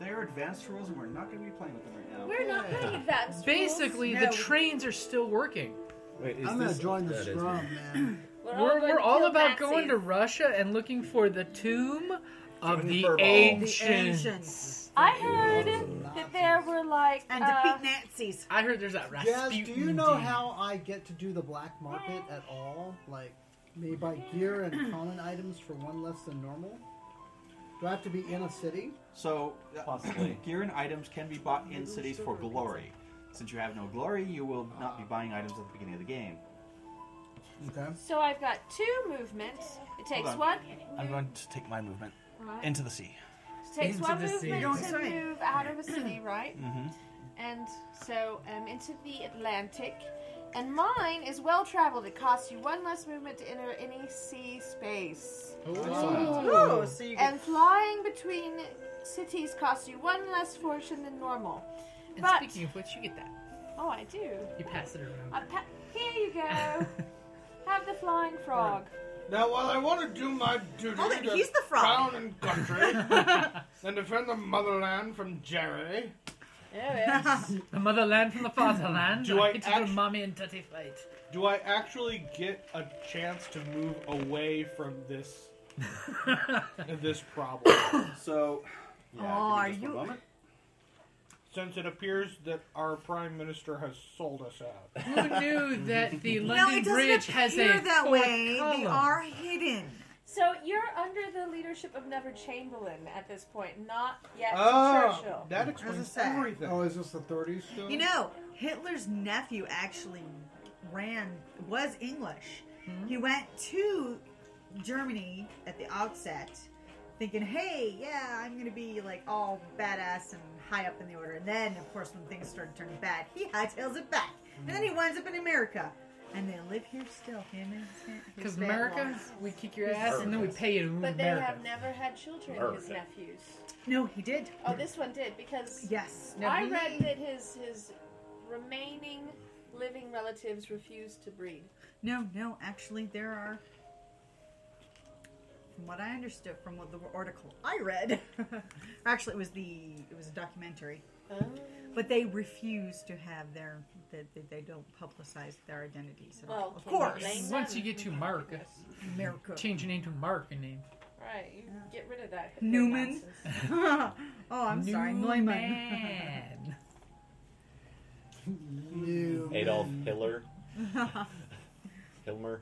Speaker 14: They are advanced rules, and we're not going to be playing with them right now.
Speaker 3: We're not playing advanced
Speaker 11: Basically,
Speaker 3: rules.
Speaker 11: the trains are still working.
Speaker 7: Wait,
Speaker 11: is I'm gonna this- join the
Speaker 7: scrum,
Speaker 8: man.
Speaker 11: We're,
Speaker 3: all
Speaker 11: we're,
Speaker 3: going to
Speaker 11: all
Speaker 3: kill
Speaker 11: about
Speaker 3: Nazis.
Speaker 11: going to Russia and looking for the tomb of the
Speaker 3: furball. The
Speaker 11: ancients.
Speaker 3: I heard that there were like
Speaker 5: And
Speaker 3: uh,
Speaker 5: defeat Nazis.
Speaker 11: I heard there's that
Speaker 8: Jazz, do you know
Speaker 11: dude.
Speaker 8: how I get to do the black market at all? Like, may buy gear and common items for one less than normal? Do I have to be in a city?
Speaker 6: So, possibly, gear and items can be bought in cities for glory. Since you have no glory, you will not be buying items at the beginning of the game.
Speaker 8: Okay.
Speaker 3: So I've got two movements. It takes
Speaker 14: Hold on.
Speaker 3: one.
Speaker 14: I'm going to take my movement
Speaker 3: Right.
Speaker 14: into the sea.
Speaker 3: It takes
Speaker 14: Into
Speaker 3: one
Speaker 14: the sea.
Speaker 3: movement
Speaker 14: Don't
Speaker 3: to
Speaker 14: say.
Speaker 3: move out of a city, right?
Speaker 14: Mm-hmm.
Speaker 3: And so um, into the Atlantic. And mine is well traveled. It costs you one less movement to enter any sea space.
Speaker 5: Ooh, Oh, so you
Speaker 3: and flying between cities costs you one less fortune than normal.
Speaker 11: And
Speaker 3: but
Speaker 11: speaking of which, you get that.
Speaker 3: oh, I do.
Speaker 11: You pass it around.
Speaker 3: I pa- Here you go. Have the flying frog.
Speaker 4: Now, while I want to do my duty
Speaker 3: Hold it,
Speaker 4: to
Speaker 3: he's the frog.
Speaker 4: crown and country and defend the motherland from Jerry,
Speaker 3: Oh,
Speaker 11: the motherland from the fatherland.
Speaker 4: Do I
Speaker 11: It's
Speaker 4: act-
Speaker 11: your mommy and daddy fight.
Speaker 4: do I actually get a chance to move away from this this problem?
Speaker 14: So,
Speaker 5: yeah, give me Oh, just are one you- moment.
Speaker 4: Since it appears that our prime minister has sold us out.
Speaker 11: Who knew that the
Speaker 5: no, it
Speaker 11: London
Speaker 5: doesn't
Speaker 11: Bridge has a
Speaker 5: appear that
Speaker 11: fourth
Speaker 5: way.
Speaker 11: column?
Speaker 5: They are hidden.
Speaker 3: So you're under the leadership of Never Chamberlain at this point, not yet
Speaker 5: Oh,
Speaker 3: Churchill.
Speaker 5: As I said.
Speaker 8: Oh, is this the 30s still?
Speaker 5: You know, Hitler's nephew actually ran was English. He went to Germany at the outset, thinking, "Hey, yeah, I'm going to be like all badass and high up in the order." And then, of course, when things started turning bad, he hightails it back, and then he winds up in America, and they live here still. Him and his- his
Speaker 11: Because
Speaker 5: bad
Speaker 11: America,
Speaker 5: laws.
Speaker 11: we kick your ass and then we pay you in
Speaker 3: But they
Speaker 11: America.
Speaker 3: have never had children, his
Speaker 11: America.
Speaker 3: nephews.
Speaker 5: No, he did.
Speaker 3: Oh, this one did because
Speaker 5: Yes. No,
Speaker 3: I
Speaker 5: he-
Speaker 3: read that his his remaining living relatives refused to breed.
Speaker 5: No, no, actually, there are. From what I understood from what the article I read, actually, it was the it was a documentary.
Speaker 3: Oh.
Speaker 5: But they refuse to have their that they, they don't publicize their identities. At all.
Speaker 3: Well,
Speaker 5: of
Speaker 3: can you
Speaker 5: course,
Speaker 3: blame
Speaker 11: Once you get to America,
Speaker 5: America.
Speaker 11: change your name to Mark. Your name.
Speaker 3: Right, you get rid of that.
Speaker 5: Newman. oh, I'm sorry, Neumann.
Speaker 11: Newman.
Speaker 7: Adolf Hitler. Hilmer.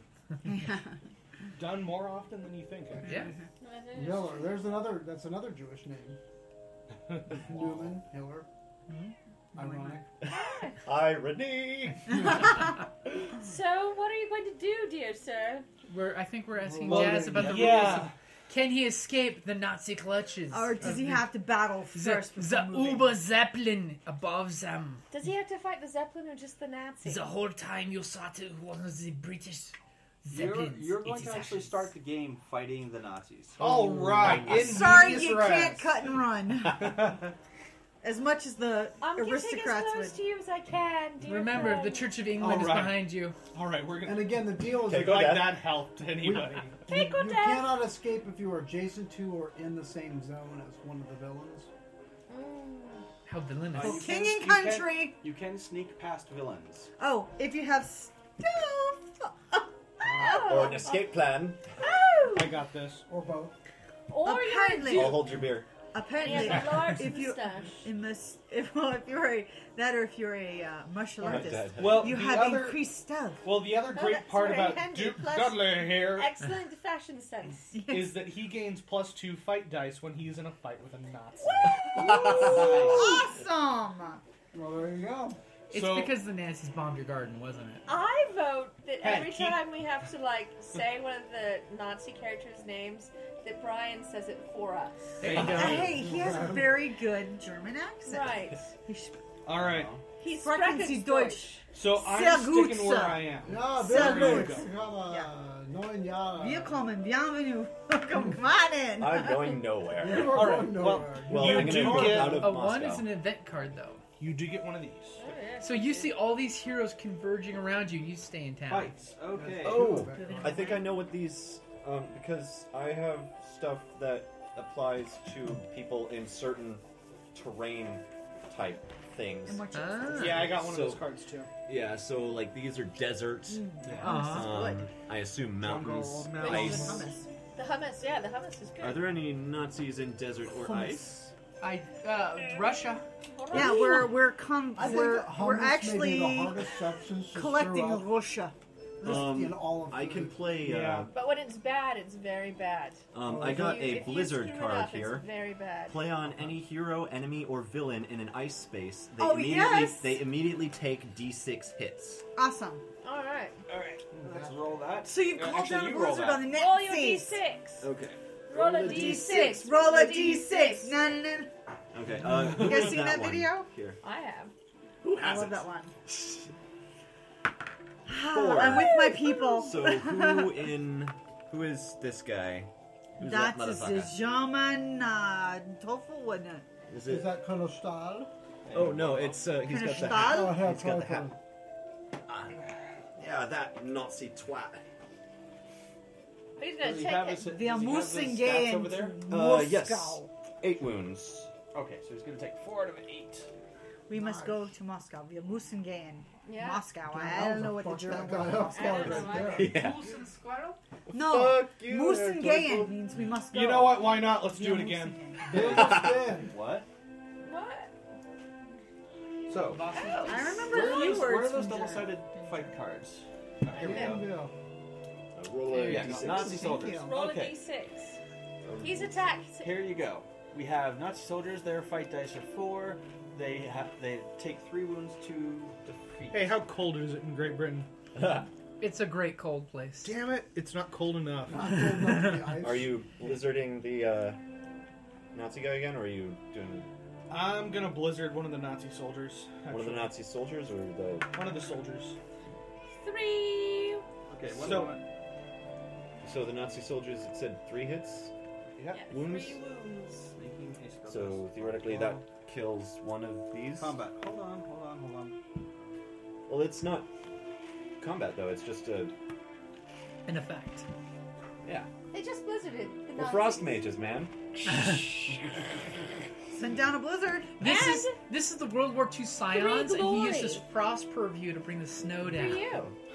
Speaker 4: Done more often than you think. Actually.
Speaker 11: Yeah.
Speaker 3: Mm-hmm.
Speaker 8: Miller. There's another. That's another Jewish name. Newman Hiller.
Speaker 11: Hmm?
Speaker 8: Ironic.
Speaker 7: Irony.
Speaker 3: So, what are you going to do, dear sir?
Speaker 11: We're, I think we're asking
Speaker 8: Loading.
Speaker 11: Jazz about the
Speaker 8: Yeah.
Speaker 11: rules. Of, can he escape the Nazi clutches?
Speaker 5: Or does
Speaker 11: of
Speaker 5: he
Speaker 11: the-
Speaker 5: have to battle
Speaker 11: the,
Speaker 5: first?
Speaker 11: the Uber Zeppelin above them?
Speaker 3: Does he have to fight the Zeppelin or just the Nazis?
Speaker 11: The whole time you thought it was the British
Speaker 14: You're,
Speaker 11: Zeppelins.
Speaker 14: you're
Speaker 11: It
Speaker 14: going
Speaker 11: is
Speaker 14: to actually start the game fighting the Nazis.
Speaker 11: Oh,
Speaker 4: All right,
Speaker 5: I'm sorry, you can't cut and run. as much as the
Speaker 3: I'm getting as
Speaker 5: aristocrats
Speaker 3: close
Speaker 5: would.
Speaker 3: to you as I can. Dear
Speaker 11: Remember,
Speaker 3: friend.
Speaker 11: the Church of England is
Speaker 4: Alright.
Speaker 11: behind you.
Speaker 4: All right, we're gonna.
Speaker 8: And again, the deal is
Speaker 4: Take
Speaker 8: that-
Speaker 4: like that helped anybody.
Speaker 8: You, you cannot escape if you are adjacent to or in the same zone as one of the villains.
Speaker 5: Oh.
Speaker 3: Mm.
Speaker 11: How villainous.
Speaker 14: Uh, you
Speaker 5: King
Speaker 14: can-
Speaker 5: and
Speaker 14: you can-
Speaker 5: country.
Speaker 14: You can, sneak past villains.
Speaker 5: Oh, if you have stealth.
Speaker 7: Or an escape plan.
Speaker 4: I got this.
Speaker 8: Or both.
Speaker 3: Or you're a
Speaker 5: apparently,
Speaker 7: I'll Oh, hold your beer.
Speaker 5: apparently,
Speaker 3: Yeah, large
Speaker 5: if you
Speaker 3: mustache.
Speaker 5: in this, if, well, if you're a that or if you're a uh, martial
Speaker 4: Alright.
Speaker 5: artist,
Speaker 4: Well,
Speaker 5: you
Speaker 4: the
Speaker 5: have
Speaker 4: other-
Speaker 5: increased stealth.
Speaker 4: Well, the other
Speaker 3: Oh,
Speaker 4: great
Speaker 3: that's
Speaker 4: part
Speaker 3: very
Speaker 4: about
Speaker 3: handy.
Speaker 4: Duke
Speaker 3: Plus
Speaker 4: Dudley here
Speaker 3: Excellent fashion sense.
Speaker 4: is that he gains plus two fight dice when he's in a fight with a Nazi.
Speaker 5: awesome.
Speaker 8: Well, there you go.
Speaker 11: It's
Speaker 4: So-
Speaker 11: because the Nazis bombed your garden, wasn't it?
Speaker 3: I vote that
Speaker 11: Hey,
Speaker 3: every
Speaker 11: keep-
Speaker 3: time we have to like say one of the Nazi characters' names, that Brian says it for us.
Speaker 4: There you go.
Speaker 5: Hey, he has a very good German accent.
Speaker 3: Right.
Speaker 4: All right,
Speaker 3: He's
Speaker 5: Sprechen Sie Deutsch.
Speaker 4: so I'm
Speaker 5: Sehr gut,
Speaker 4: sticking where
Speaker 5: sir.
Speaker 4: I am.
Speaker 8: No,
Speaker 5: Sehr
Speaker 8: there
Speaker 5: gut.
Speaker 8: you go. Neun Jahre.
Speaker 5: Willkommen, bienvenue. Welcome, come on in.
Speaker 7: I'm going nowhere.
Speaker 8: You are going nowhere.
Speaker 7: Well,
Speaker 4: You
Speaker 7: I'm gonna
Speaker 4: do
Speaker 7: go
Speaker 4: get
Speaker 7: out of
Speaker 11: a
Speaker 7: Moscow.
Speaker 11: Oh, one is an event card, though.
Speaker 4: You do get one of these.
Speaker 3: Oh,
Speaker 11: So you see all these heroes converging around you. You stay in town.
Speaker 14: Fights. Okay.
Speaker 7: Oh, I think I know what these. Um, because I have stuff that applies to people in certain terrain type things.
Speaker 4: And what you- Ah. Yeah, I got one of those cards, too.
Speaker 7: Yeah, so like these are deserts.
Speaker 3: Mm, Yeah. hummus is
Speaker 7: Um,
Speaker 3: good.
Speaker 7: I assume mountains,
Speaker 3: Jungle, mountains.
Speaker 7: ice.
Speaker 3: The hummus, yeah, the hummus is good.
Speaker 15: Are there any Nazis in desert or
Speaker 11: Hummus.
Speaker 15: ice?
Speaker 11: I uh, Russia.
Speaker 5: Yeah, we're we're com-
Speaker 11: I think
Speaker 5: we're
Speaker 11: hummus
Speaker 5: we're
Speaker 11: may be the
Speaker 5: actually
Speaker 11: hardest
Speaker 8: substance to
Speaker 5: collecting
Speaker 8: throw up.
Speaker 5: Russia.
Speaker 8: Just
Speaker 15: Um,
Speaker 8: in all of
Speaker 15: I
Speaker 8: the-
Speaker 15: can play. Uh,
Speaker 3: But when it's bad, it's very bad.
Speaker 15: Um,
Speaker 3: If
Speaker 15: I got
Speaker 3: you-
Speaker 15: a
Speaker 3: if you
Speaker 15: blizzard
Speaker 3: screw it
Speaker 15: card
Speaker 3: up,
Speaker 15: here.
Speaker 3: It's very bad.
Speaker 15: Play on any hero, enemy, or villain in an ice space. They
Speaker 3: Oh,
Speaker 15: immediately
Speaker 3: yes!
Speaker 15: they immediately take d6 hits.
Speaker 5: Awesome.
Speaker 3: All right.
Speaker 5: All right.
Speaker 14: Let's roll that.
Speaker 5: So you
Speaker 14: Uh,
Speaker 5: called
Speaker 14: actually,
Speaker 5: down a
Speaker 14: you roll
Speaker 5: blizzard
Speaker 14: that.
Speaker 5: on the next
Speaker 3: Roll your
Speaker 5: scene.
Speaker 3: d6.
Speaker 15: Okay.
Speaker 3: Roll a
Speaker 5: Roll a
Speaker 3: d6.
Speaker 5: D6. Roll a D6. No, no, no.
Speaker 15: Okay. Uh,
Speaker 5: You
Speaker 15: who
Speaker 5: guys
Speaker 15: was
Speaker 5: seen that
Speaker 15: one?
Speaker 5: video?
Speaker 15: Here.
Speaker 3: I have.
Speaker 5: Who I love
Speaker 15: hasn't?
Speaker 5: that one.
Speaker 15: Four.
Speaker 5: Ah, I'm with my people.
Speaker 15: So who in who is this guy? Who's that
Speaker 5: That's a
Speaker 15: motherfucker?
Speaker 5: German uh, tofu, wasn't it?
Speaker 15: Is it- Is
Speaker 8: that kind of style?
Speaker 15: Oh no, it's uh, he's got the hat.
Speaker 8: Oh, I have
Speaker 15: He's got the
Speaker 8: tried
Speaker 15: hat. Ah,
Speaker 8: one.
Speaker 15: Yeah, that Nazi twat.
Speaker 3: He's gonna
Speaker 14: Does he
Speaker 3: take
Speaker 14: have
Speaker 3: it.
Speaker 14: his- does he have his stats over there?
Speaker 15: Uh, yes. Eight wounds.
Speaker 14: Okay, so he's going to take four out of eight.
Speaker 5: We must go to Moscow. We are Musengan.
Speaker 3: Yeah.
Speaker 5: Moscow.
Speaker 3: Dude,
Speaker 5: I
Speaker 3: I
Speaker 5: don't know what
Speaker 3: was
Speaker 5: the
Speaker 3: a
Speaker 5: German
Speaker 3: fuck that
Speaker 5: word
Speaker 3: guy up
Speaker 5: Moscow
Speaker 3: right
Speaker 5: is.
Speaker 3: there.
Speaker 4: Yeah.
Speaker 5: No,
Speaker 4: Fuck you, Herr
Speaker 5: Musengan
Speaker 4: Teufel.
Speaker 5: means we must go.
Speaker 4: You know what? Why not? Let's do it again.
Speaker 14: what?
Speaker 3: What? Oh,
Speaker 14: So,
Speaker 3: I remember
Speaker 14: where
Speaker 3: a
Speaker 14: are
Speaker 3: few
Speaker 14: those, where are
Speaker 3: words
Speaker 14: those
Speaker 3: from
Speaker 14: double-sided fight cards? Uh, here we
Speaker 3: Yeah.
Speaker 14: go.
Speaker 7: roll
Speaker 3: a
Speaker 14: yeah,
Speaker 3: D6.
Speaker 14: Nazi soldiers.
Speaker 3: Roll
Speaker 14: okay.
Speaker 3: a d6. He's attacked.
Speaker 14: Here you go. We have Nazi soldiers. Their fight dice are four. They have they take three wounds to defeat.
Speaker 4: Hey, how cold is it in Great Britain?
Speaker 11: it's a great cold place.
Speaker 4: Damn it! It's not cold enough.
Speaker 7: Are you blizzarding the uh, Nazi guy again, or are you doing
Speaker 4: I'm gonna blizzard one of the Nazi soldiers.
Speaker 7: one of the
Speaker 4: actually.
Speaker 7: Nazi soldiers, or the?
Speaker 4: One of the soldiers.
Speaker 3: Three.
Speaker 7: Okay,
Speaker 4: one So- of
Speaker 7: So the Nazi soldiers it said three hits.
Speaker 4: Yeah.
Speaker 7: Wounds.
Speaker 14: wounds. Making a spell
Speaker 7: So
Speaker 14: test.
Speaker 7: theoretically, that kills one of these.
Speaker 14: Combat. Hold on, hold on, hold on.
Speaker 7: Well, it's not combat though. It's just a
Speaker 11: an effect.
Speaker 7: Yeah.
Speaker 3: They just blizzarded. The
Speaker 7: We're
Speaker 3: Nazis.
Speaker 7: frost mages, man.
Speaker 5: Send down a blizzard.
Speaker 11: This is this is the World War II scions, and he
Speaker 5: glory.
Speaker 11: uses frost purview to bring the snow down.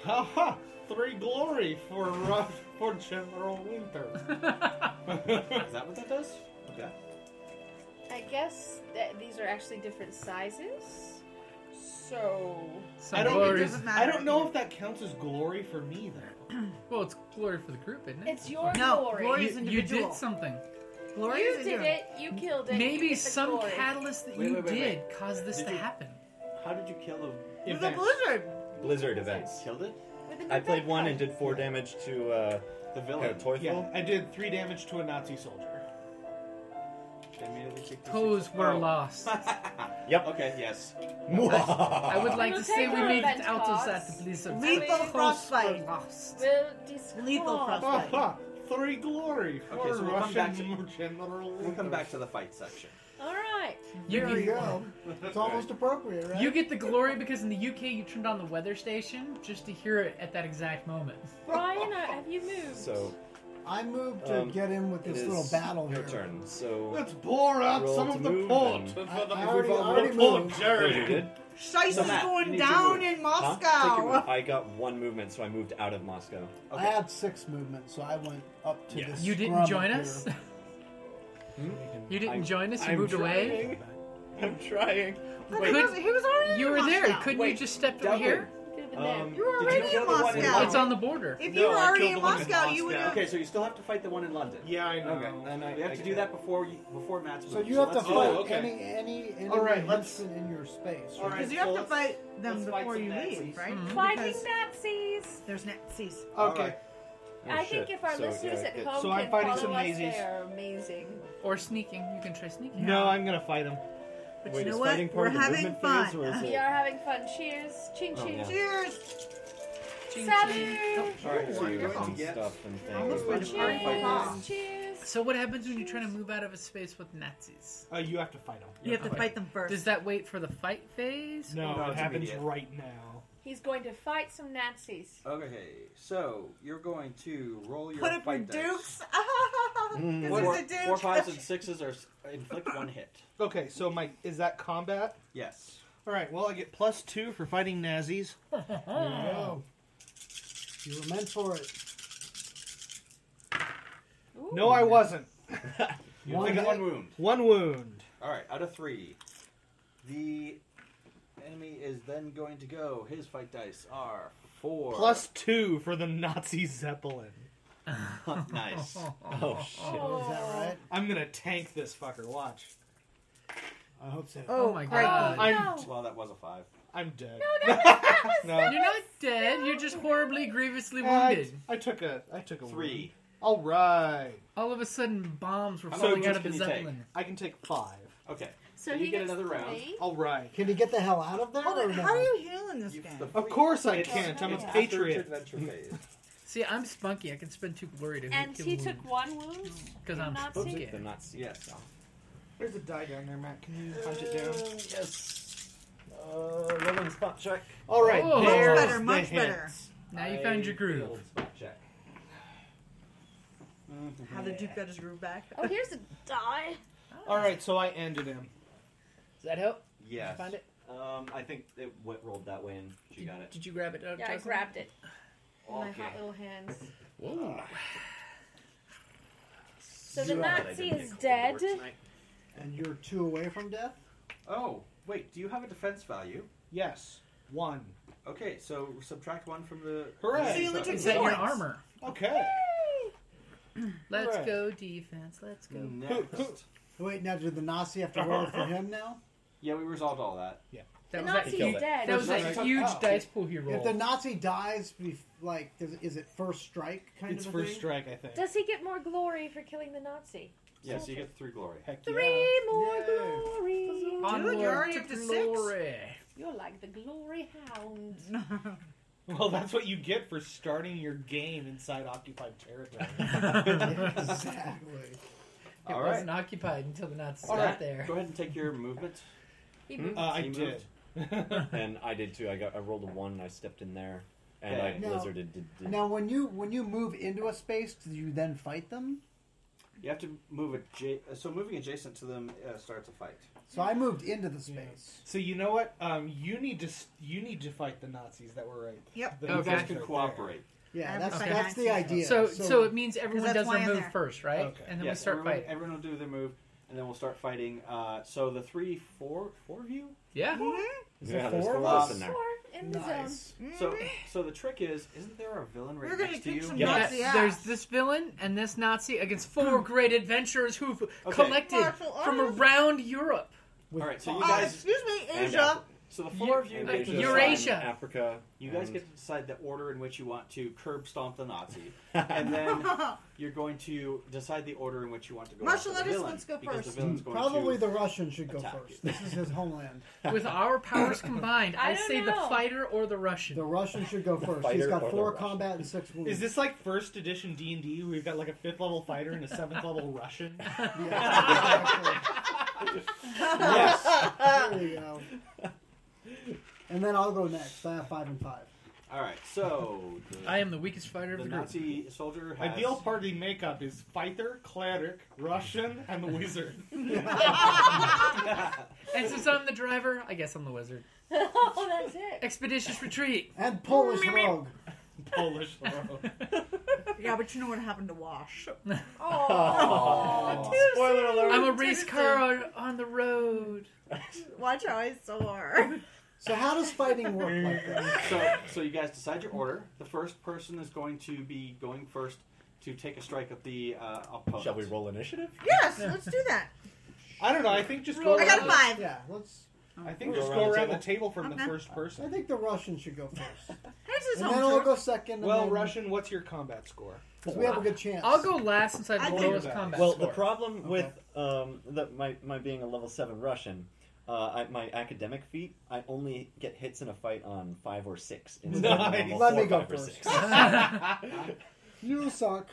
Speaker 4: Ha ha! Three glory for uh, for General Winter.
Speaker 14: Is that what that does? Okay.
Speaker 3: I guess that these are actually different sizes. So.
Speaker 4: I don't. I don't know if that counts as glory for me though.
Speaker 11: Well, it's glory for the group, isn't it?
Speaker 3: It's your
Speaker 11: No,
Speaker 3: glory.
Speaker 11: glory is You- you individual. did something. Glory
Speaker 3: you
Speaker 11: is
Speaker 3: did
Speaker 11: individual.
Speaker 3: it. You killed it. you
Speaker 11: Maybe
Speaker 3: get the
Speaker 11: some
Speaker 3: glory.
Speaker 11: catalyst that
Speaker 7: Wait,
Speaker 11: you
Speaker 7: wait, wait,
Speaker 11: did
Speaker 7: wait.
Speaker 11: caused this
Speaker 7: Did
Speaker 11: to
Speaker 7: you-
Speaker 11: happen.
Speaker 14: How did you kill them?
Speaker 7: With a
Speaker 5: blizzard.
Speaker 7: Blizzard events.
Speaker 14: Killed it.
Speaker 7: I played one and did four damage to uh,
Speaker 14: the
Speaker 7: Herr Teufel.
Speaker 4: Yeah, I did three damage to a Nazi soldier.
Speaker 11: Toes were
Speaker 4: Oh.
Speaker 11: lost.
Speaker 7: Yep.
Speaker 14: Okay. Yes.
Speaker 11: I would like
Speaker 3: We'll
Speaker 11: to say
Speaker 3: take
Speaker 11: we
Speaker 3: our
Speaker 11: made it
Speaker 3: event
Speaker 11: out of
Speaker 3: costs.
Speaker 11: that blizzard.
Speaker 3: Lethal
Speaker 11: Toes
Speaker 5: frostbite.
Speaker 11: were lost.
Speaker 3: Will discard.
Speaker 11: Oh.
Speaker 4: Ha ha! Three glory for
Speaker 14: Okay, so we'll come back
Speaker 4: Russian
Speaker 14: to
Speaker 4: General Winter.
Speaker 14: we'll come back to the fight section.
Speaker 3: All right.
Speaker 11: You
Speaker 8: There you
Speaker 11: get-
Speaker 8: go. It's almost appropriate, right?
Speaker 11: You get the glory because in the UK you turned on the weather station just to hear it at that exact moment.
Speaker 3: Brian, uh, have you moved?
Speaker 7: So
Speaker 8: I moved to
Speaker 7: um,
Speaker 8: get in with
Speaker 7: it
Speaker 8: this
Speaker 7: is
Speaker 8: little battle
Speaker 7: your
Speaker 8: here.
Speaker 7: turn. So
Speaker 8: Let's
Speaker 4: bore
Speaker 8: out
Speaker 7: roll
Speaker 8: some
Speaker 7: to
Speaker 8: of the
Speaker 7: move,
Speaker 8: port.
Speaker 7: then.
Speaker 8: I- I already- I already moved.
Speaker 7: No, you did.
Speaker 5: Shice
Speaker 7: So
Speaker 5: is
Speaker 7: Matt, you
Speaker 5: going
Speaker 7: need to
Speaker 5: down
Speaker 7: move.
Speaker 5: in
Speaker 7: Huh?
Speaker 5: Moscow.
Speaker 7: Take your move. I got one movement, so I moved out of Moscow.
Speaker 8: I had six movement, so I went up to
Speaker 7: Yeah.
Speaker 8: this.
Speaker 11: You didn't
Speaker 8: scrum
Speaker 11: join
Speaker 8: up
Speaker 11: us?
Speaker 8: here.
Speaker 11: You didn't
Speaker 7: I'm-
Speaker 11: join us. You
Speaker 7: I'm
Speaker 11: moved away.
Speaker 7: trying. I'm trying.
Speaker 5: I thought he was- he was already
Speaker 11: You
Speaker 5: in
Speaker 11: were there.
Speaker 5: Moscow.
Speaker 11: Couldn't you
Speaker 5: Wait,
Speaker 11: just step over
Speaker 14: Devlin,
Speaker 11: here?
Speaker 14: Um,
Speaker 5: You were
Speaker 14: did
Speaker 5: already
Speaker 14: kill
Speaker 5: in
Speaker 14: the one
Speaker 5: Moscow.
Speaker 11: It's on the border.
Speaker 5: If you were
Speaker 14: I
Speaker 5: already
Speaker 14: killed
Speaker 5: in
Speaker 14: the one
Speaker 5: Moscow, you would've-
Speaker 14: Okay, so you still have to fight the one in London.
Speaker 4: Yeah, I know.
Speaker 14: Okay, you have to do that before you, before Matt's
Speaker 8: So
Speaker 14: move,
Speaker 8: you have to
Speaker 14: let's do
Speaker 8: fight
Speaker 14: that.
Speaker 8: any any enemy
Speaker 4: All right, let's-
Speaker 8: henchman in your space. right?
Speaker 4: All right,
Speaker 5: Because you
Speaker 4: so
Speaker 5: have to
Speaker 4: let's-
Speaker 5: fight them
Speaker 4: let's fight
Speaker 5: before
Speaker 4: some
Speaker 5: you leave,
Speaker 4: Nazis.
Speaker 5: right?
Speaker 11: Mm-hmm.
Speaker 4: Mhm.
Speaker 3: Fighting
Speaker 5: Because
Speaker 3: Nazis.
Speaker 5: there's Nazis.
Speaker 4: Okay.
Speaker 3: I think if our listeners at home
Speaker 4: So
Speaker 3: can
Speaker 4: I'm fighting
Speaker 3: follow
Speaker 4: some
Speaker 3: us,
Speaker 4: Nazis.
Speaker 3: they are amazing.
Speaker 11: Or sneaking. You can try sneaking.
Speaker 4: No, I'm gonna fight him.
Speaker 11: But
Speaker 7: Wait, you know is what? fighting part We're of the having movement phase, fun. or is
Speaker 3: We
Speaker 7: it-
Speaker 3: are having fun. Cheers. Ching
Speaker 7: Oh,
Speaker 3: ching.
Speaker 7: yeah.
Speaker 5: Cheers.
Speaker 11: Ching,
Speaker 3: Salut.
Speaker 7: All right, so you
Speaker 5: Wonderful.
Speaker 7: and stuff and
Speaker 5: Almost
Speaker 7: things.
Speaker 5: went to party fight now.
Speaker 11: So what happens when you try to move out of a space with Nazis?
Speaker 4: Uh, you have to fight him.
Speaker 5: You have to fight them first.
Speaker 11: Does that wait for the fight phase?
Speaker 4: No,
Speaker 14: No,
Speaker 4: it
Speaker 14: it's
Speaker 4: happens
Speaker 14: immediate.
Speaker 4: right now.
Speaker 3: He's going to fight some Nazis.
Speaker 14: Okay, so you're going to roll your
Speaker 5: Put up your
Speaker 14: fight dice.
Speaker 5: dukes. 'cause
Speaker 6: Mm. Four,
Speaker 5: it's a dude.
Speaker 6: four fives and sixes are s- inflict one hit.
Speaker 4: Okay, so my is that combat?
Speaker 6: Yes.
Speaker 4: All right. Well, I get plus two for fighting Nazis.
Speaker 8: go. You were meant for it.
Speaker 4: No, I wasn't.
Speaker 6: You only got one wound.
Speaker 4: One wound.
Speaker 6: All right, out of three, the enemy is then going to go. His fight dice are four
Speaker 4: Plus two for the Nazi Zeppelin.
Speaker 6: nice.
Speaker 4: Oh shit!
Speaker 8: Oh, is that right?
Speaker 4: I'm gonna tank this fucker. Watch.
Speaker 8: I hope so.
Speaker 11: Oh, my God.
Speaker 4: I'm,
Speaker 11: no.
Speaker 6: Well, that was a five.
Speaker 4: I'm dead.
Speaker 11: No, that was-
Speaker 4: that was- that
Speaker 11: You're not dead. You're just horribly, grievously
Speaker 4: Uh, I,
Speaker 11: wounded.
Speaker 4: I took a. I took a
Speaker 11: Three.
Speaker 4: wound. All right.
Speaker 11: All of a sudden, bombs were
Speaker 4: So
Speaker 11: falling out
Speaker 4: just
Speaker 11: of
Speaker 4: can
Speaker 11: his
Speaker 4: you take?
Speaker 11: Zeppelin.
Speaker 4: I can take five.
Speaker 6: Okay.
Speaker 11: So So you he get gets another round. three?
Speaker 4: All right.
Speaker 8: Can you get the hell out of there?
Speaker 5: Oh,
Speaker 8: or
Speaker 5: wait,
Speaker 8: no?
Speaker 5: how are you healing this guy?
Speaker 4: Of course I can't. I'm a
Speaker 11: it's after its
Speaker 4: patriot.
Speaker 11: See, I'm spunky. I can spend two glory to
Speaker 12: And
Speaker 11: kill
Speaker 12: he
Speaker 11: a
Speaker 12: took
Speaker 11: wound.
Speaker 12: one wound.
Speaker 11: Because
Speaker 12: from
Speaker 11: I'm
Speaker 12: Nazi?
Speaker 11: spunky.
Speaker 6: Yes.
Speaker 4: There's a die down there, Matt. Can you punch it
Speaker 7: Uh,
Speaker 4: down?
Speaker 7: Yes. Uh, rolling spot check.
Speaker 4: All right.
Speaker 11: Oh. Much
Speaker 4: there's
Speaker 11: better,
Speaker 4: the
Speaker 11: much better.
Speaker 4: hints.
Speaker 11: Now you found your groove.
Speaker 6: Spot check.
Speaker 5: How the Duke got his groove back?
Speaker 12: Oh, here's a die.
Speaker 4: All right, so I ended him.
Speaker 11: Does that help?
Speaker 6: Yes.
Speaker 11: Did you find it?
Speaker 6: Um, I think it w- rolled that way, and she got it.
Speaker 11: Did you grab it? Uh,
Speaker 12: Yeah, I
Speaker 11: Justin?
Speaker 12: grabbed it. With My
Speaker 6: Okay.
Speaker 12: hot little hands.
Speaker 6: Whoa.
Speaker 12: So the Nazi is dead.
Speaker 8: And you're two away from death?
Speaker 6: Oh, wait. Do you have a defense value?
Speaker 4: Yes. One.
Speaker 6: Okay, so subtract one from the.
Speaker 4: Hooray!
Speaker 11: So you only took Is that two your points. armor?
Speaker 4: Okay.
Speaker 11: Let's
Speaker 8: Right.
Speaker 11: go defense. Oh, Let's go.
Speaker 6: Next.
Speaker 8: Wait, now did the Nazi have to roll for him now?
Speaker 6: Yeah, we resolved all that.
Speaker 4: Yeah.
Speaker 11: That was that huge, that was that huge dice pool he rolled.
Speaker 8: If the Nazi dies, bef- like, does, is it first strike kind
Speaker 4: It's
Speaker 8: of a
Speaker 4: first
Speaker 8: thing?
Speaker 4: strike, I think.
Speaker 12: Does he get more glory for killing the Nazi?
Speaker 6: Yeah, so you get three glory.
Speaker 12: Three more glory.
Speaker 11: Onward to glory.
Speaker 12: You're like the glory hound.
Speaker 4: Well, that's what you get for starting your game inside occupied territory.
Speaker 8: exactly.
Speaker 11: It
Speaker 6: All
Speaker 11: wasn't occupied until the Nazis
Speaker 6: All
Speaker 11: got
Speaker 6: right,
Speaker 11: there.
Speaker 6: Go ahead and take your movement.
Speaker 12: He
Speaker 7: Hmm?
Speaker 12: moved.
Speaker 4: Uh, I
Speaker 7: He
Speaker 4: did.
Speaker 7: moved. and I did too. I got. I rolled a one. and I stepped in there, and I
Speaker 6: Okay.
Speaker 8: No.
Speaker 7: blizzarded. Did, did.
Speaker 8: Now, when you when you move into a space, do you then fight them?
Speaker 6: You have to move adja- uh, So moving adjacent to them uh, starts a fight.
Speaker 8: So I moved into the space.
Speaker 4: So you know what? Um, you need to s- you need to fight the Nazis that were right.
Speaker 5: Yep.
Speaker 4: The
Speaker 6: You
Speaker 4: Nazis
Speaker 6: guys
Speaker 4: right
Speaker 6: can
Speaker 4: there.
Speaker 6: cooperate.
Speaker 8: Yeah,
Speaker 5: I
Speaker 8: that's
Speaker 5: have a
Speaker 8: that's the
Speaker 5: finance
Speaker 8: idea.
Speaker 11: So, so, it means everyone
Speaker 5: that's
Speaker 11: does
Speaker 5: why
Speaker 11: their
Speaker 5: I'm
Speaker 11: move
Speaker 5: there.
Speaker 11: first, right?
Speaker 4: Okay.
Speaker 11: And then
Speaker 6: Yes,
Speaker 11: we start
Speaker 6: everyone,
Speaker 11: fighting.
Speaker 6: Everyone will do their move, and then we'll start fighting. Uh, so the three, four, four of you.
Speaker 11: Yeah.
Speaker 5: Mm-hmm.
Speaker 8: Is
Speaker 7: yeah,
Speaker 8: there
Speaker 7: there's
Speaker 8: four of
Speaker 7: four of us
Speaker 8: us?
Speaker 7: in there.
Speaker 12: Four in the zone.
Speaker 6: So, so the trick is, isn't there a villain
Speaker 5: Mm-hmm.
Speaker 6: right
Speaker 5: We're gonna
Speaker 6: next to
Speaker 5: kick
Speaker 6: you?
Speaker 5: some
Speaker 11: Yeah,
Speaker 5: Nazi ass.
Speaker 11: There's this villain and this Nazi against four great adventurers who've collected
Speaker 5: Martial
Speaker 11: from
Speaker 5: arts.
Speaker 11: around Europe.
Speaker 6: All right, so you
Speaker 5: Uh,
Speaker 6: guys.
Speaker 5: excuse me,
Speaker 7: And
Speaker 5: Asia.
Speaker 7: Africa.
Speaker 6: So the four of you.
Speaker 7: And
Speaker 11: Uh,
Speaker 7: Asia,
Speaker 11: Eurasia.
Speaker 7: and Africa.
Speaker 6: You guys
Speaker 7: and-
Speaker 6: get to decide the order in which you want to curb stomp the Nazi, and then you're going to decide the order in which you want to go.
Speaker 5: Marshall,
Speaker 6: after
Speaker 5: let
Speaker 6: the
Speaker 5: us-
Speaker 6: villain,
Speaker 5: let's go
Speaker 6: because
Speaker 5: first.
Speaker 6: The
Speaker 11: Mm,
Speaker 6: villain's going
Speaker 8: Probably
Speaker 6: to,
Speaker 8: the Russian should go
Speaker 6: attack
Speaker 8: first. This is his homeland.
Speaker 11: With our powers combined,
Speaker 12: I
Speaker 11: I,
Speaker 12: don't
Speaker 11: say
Speaker 12: know.
Speaker 11: the fighter or the Russian.
Speaker 8: The Russian should go first. He's
Speaker 7: fighter
Speaker 8: got
Speaker 7: or the
Speaker 8: four
Speaker 7: Russian.
Speaker 8: combat and six wounds.
Speaker 4: Is this like first edition D and D? We've got like a fifth level fighter and a seventh level Russian.
Speaker 6: yes.
Speaker 8: There you go. And then I'll go next. I have five and five.
Speaker 6: All right. So the,
Speaker 11: I am the weakest fighter of
Speaker 6: the
Speaker 11: the group.
Speaker 6: Nazi soldier has
Speaker 4: Ideal party makeup is fighter, cleric, Russian, and the wizard.
Speaker 11: And since I'm the driver, I guess I'm the wizard.
Speaker 12: oh, that's it.
Speaker 11: Expeditious retreat.
Speaker 8: And Polish rogue.
Speaker 4: Polish. rogue.
Speaker 5: Yeah, but you know what happened to Wash.
Speaker 12: Oh,
Speaker 7: Spoiler alert.
Speaker 11: I'm a race car on, on the road.
Speaker 5: Watch how I soar.
Speaker 8: So how does fighting work like this?
Speaker 6: So, so you guys decide your order. The first person is going to be going first to take a strike at the uh, opponent.
Speaker 7: Shall we roll initiative?
Speaker 5: yes, let's do that.
Speaker 4: I don't know. I think just go.
Speaker 5: I got
Speaker 4: around
Speaker 5: a
Speaker 4: the-
Speaker 5: five.
Speaker 8: Yeah, let's.
Speaker 4: I think
Speaker 7: Go
Speaker 4: just
Speaker 7: around
Speaker 4: go
Speaker 7: the
Speaker 4: around the table
Speaker 7: table.
Speaker 4: from the
Speaker 5: Okay.
Speaker 4: first
Speaker 8: I
Speaker 4: person.
Speaker 8: think the Russian should go first.
Speaker 5: Here's his
Speaker 8: And
Speaker 5: home
Speaker 8: then I'll
Speaker 5: turf.
Speaker 8: go second. and
Speaker 4: Well,
Speaker 8: then-
Speaker 4: Russian, what's your combat score?
Speaker 8: 'cause we have a good chance.
Speaker 11: I'll go last since I
Speaker 5: I
Speaker 11: have the
Speaker 5: think-
Speaker 11: lowest combat
Speaker 7: Well,
Speaker 11: score.
Speaker 7: the problem with um, the, my my being a level seven Russian, uh, I, my academic feat, I only get hits in a fight on five or six instead of
Speaker 4: Nice.
Speaker 7: normal
Speaker 8: Let
Speaker 7: four,
Speaker 8: me go
Speaker 7: five or
Speaker 8: first.
Speaker 7: six.
Speaker 8: You suck.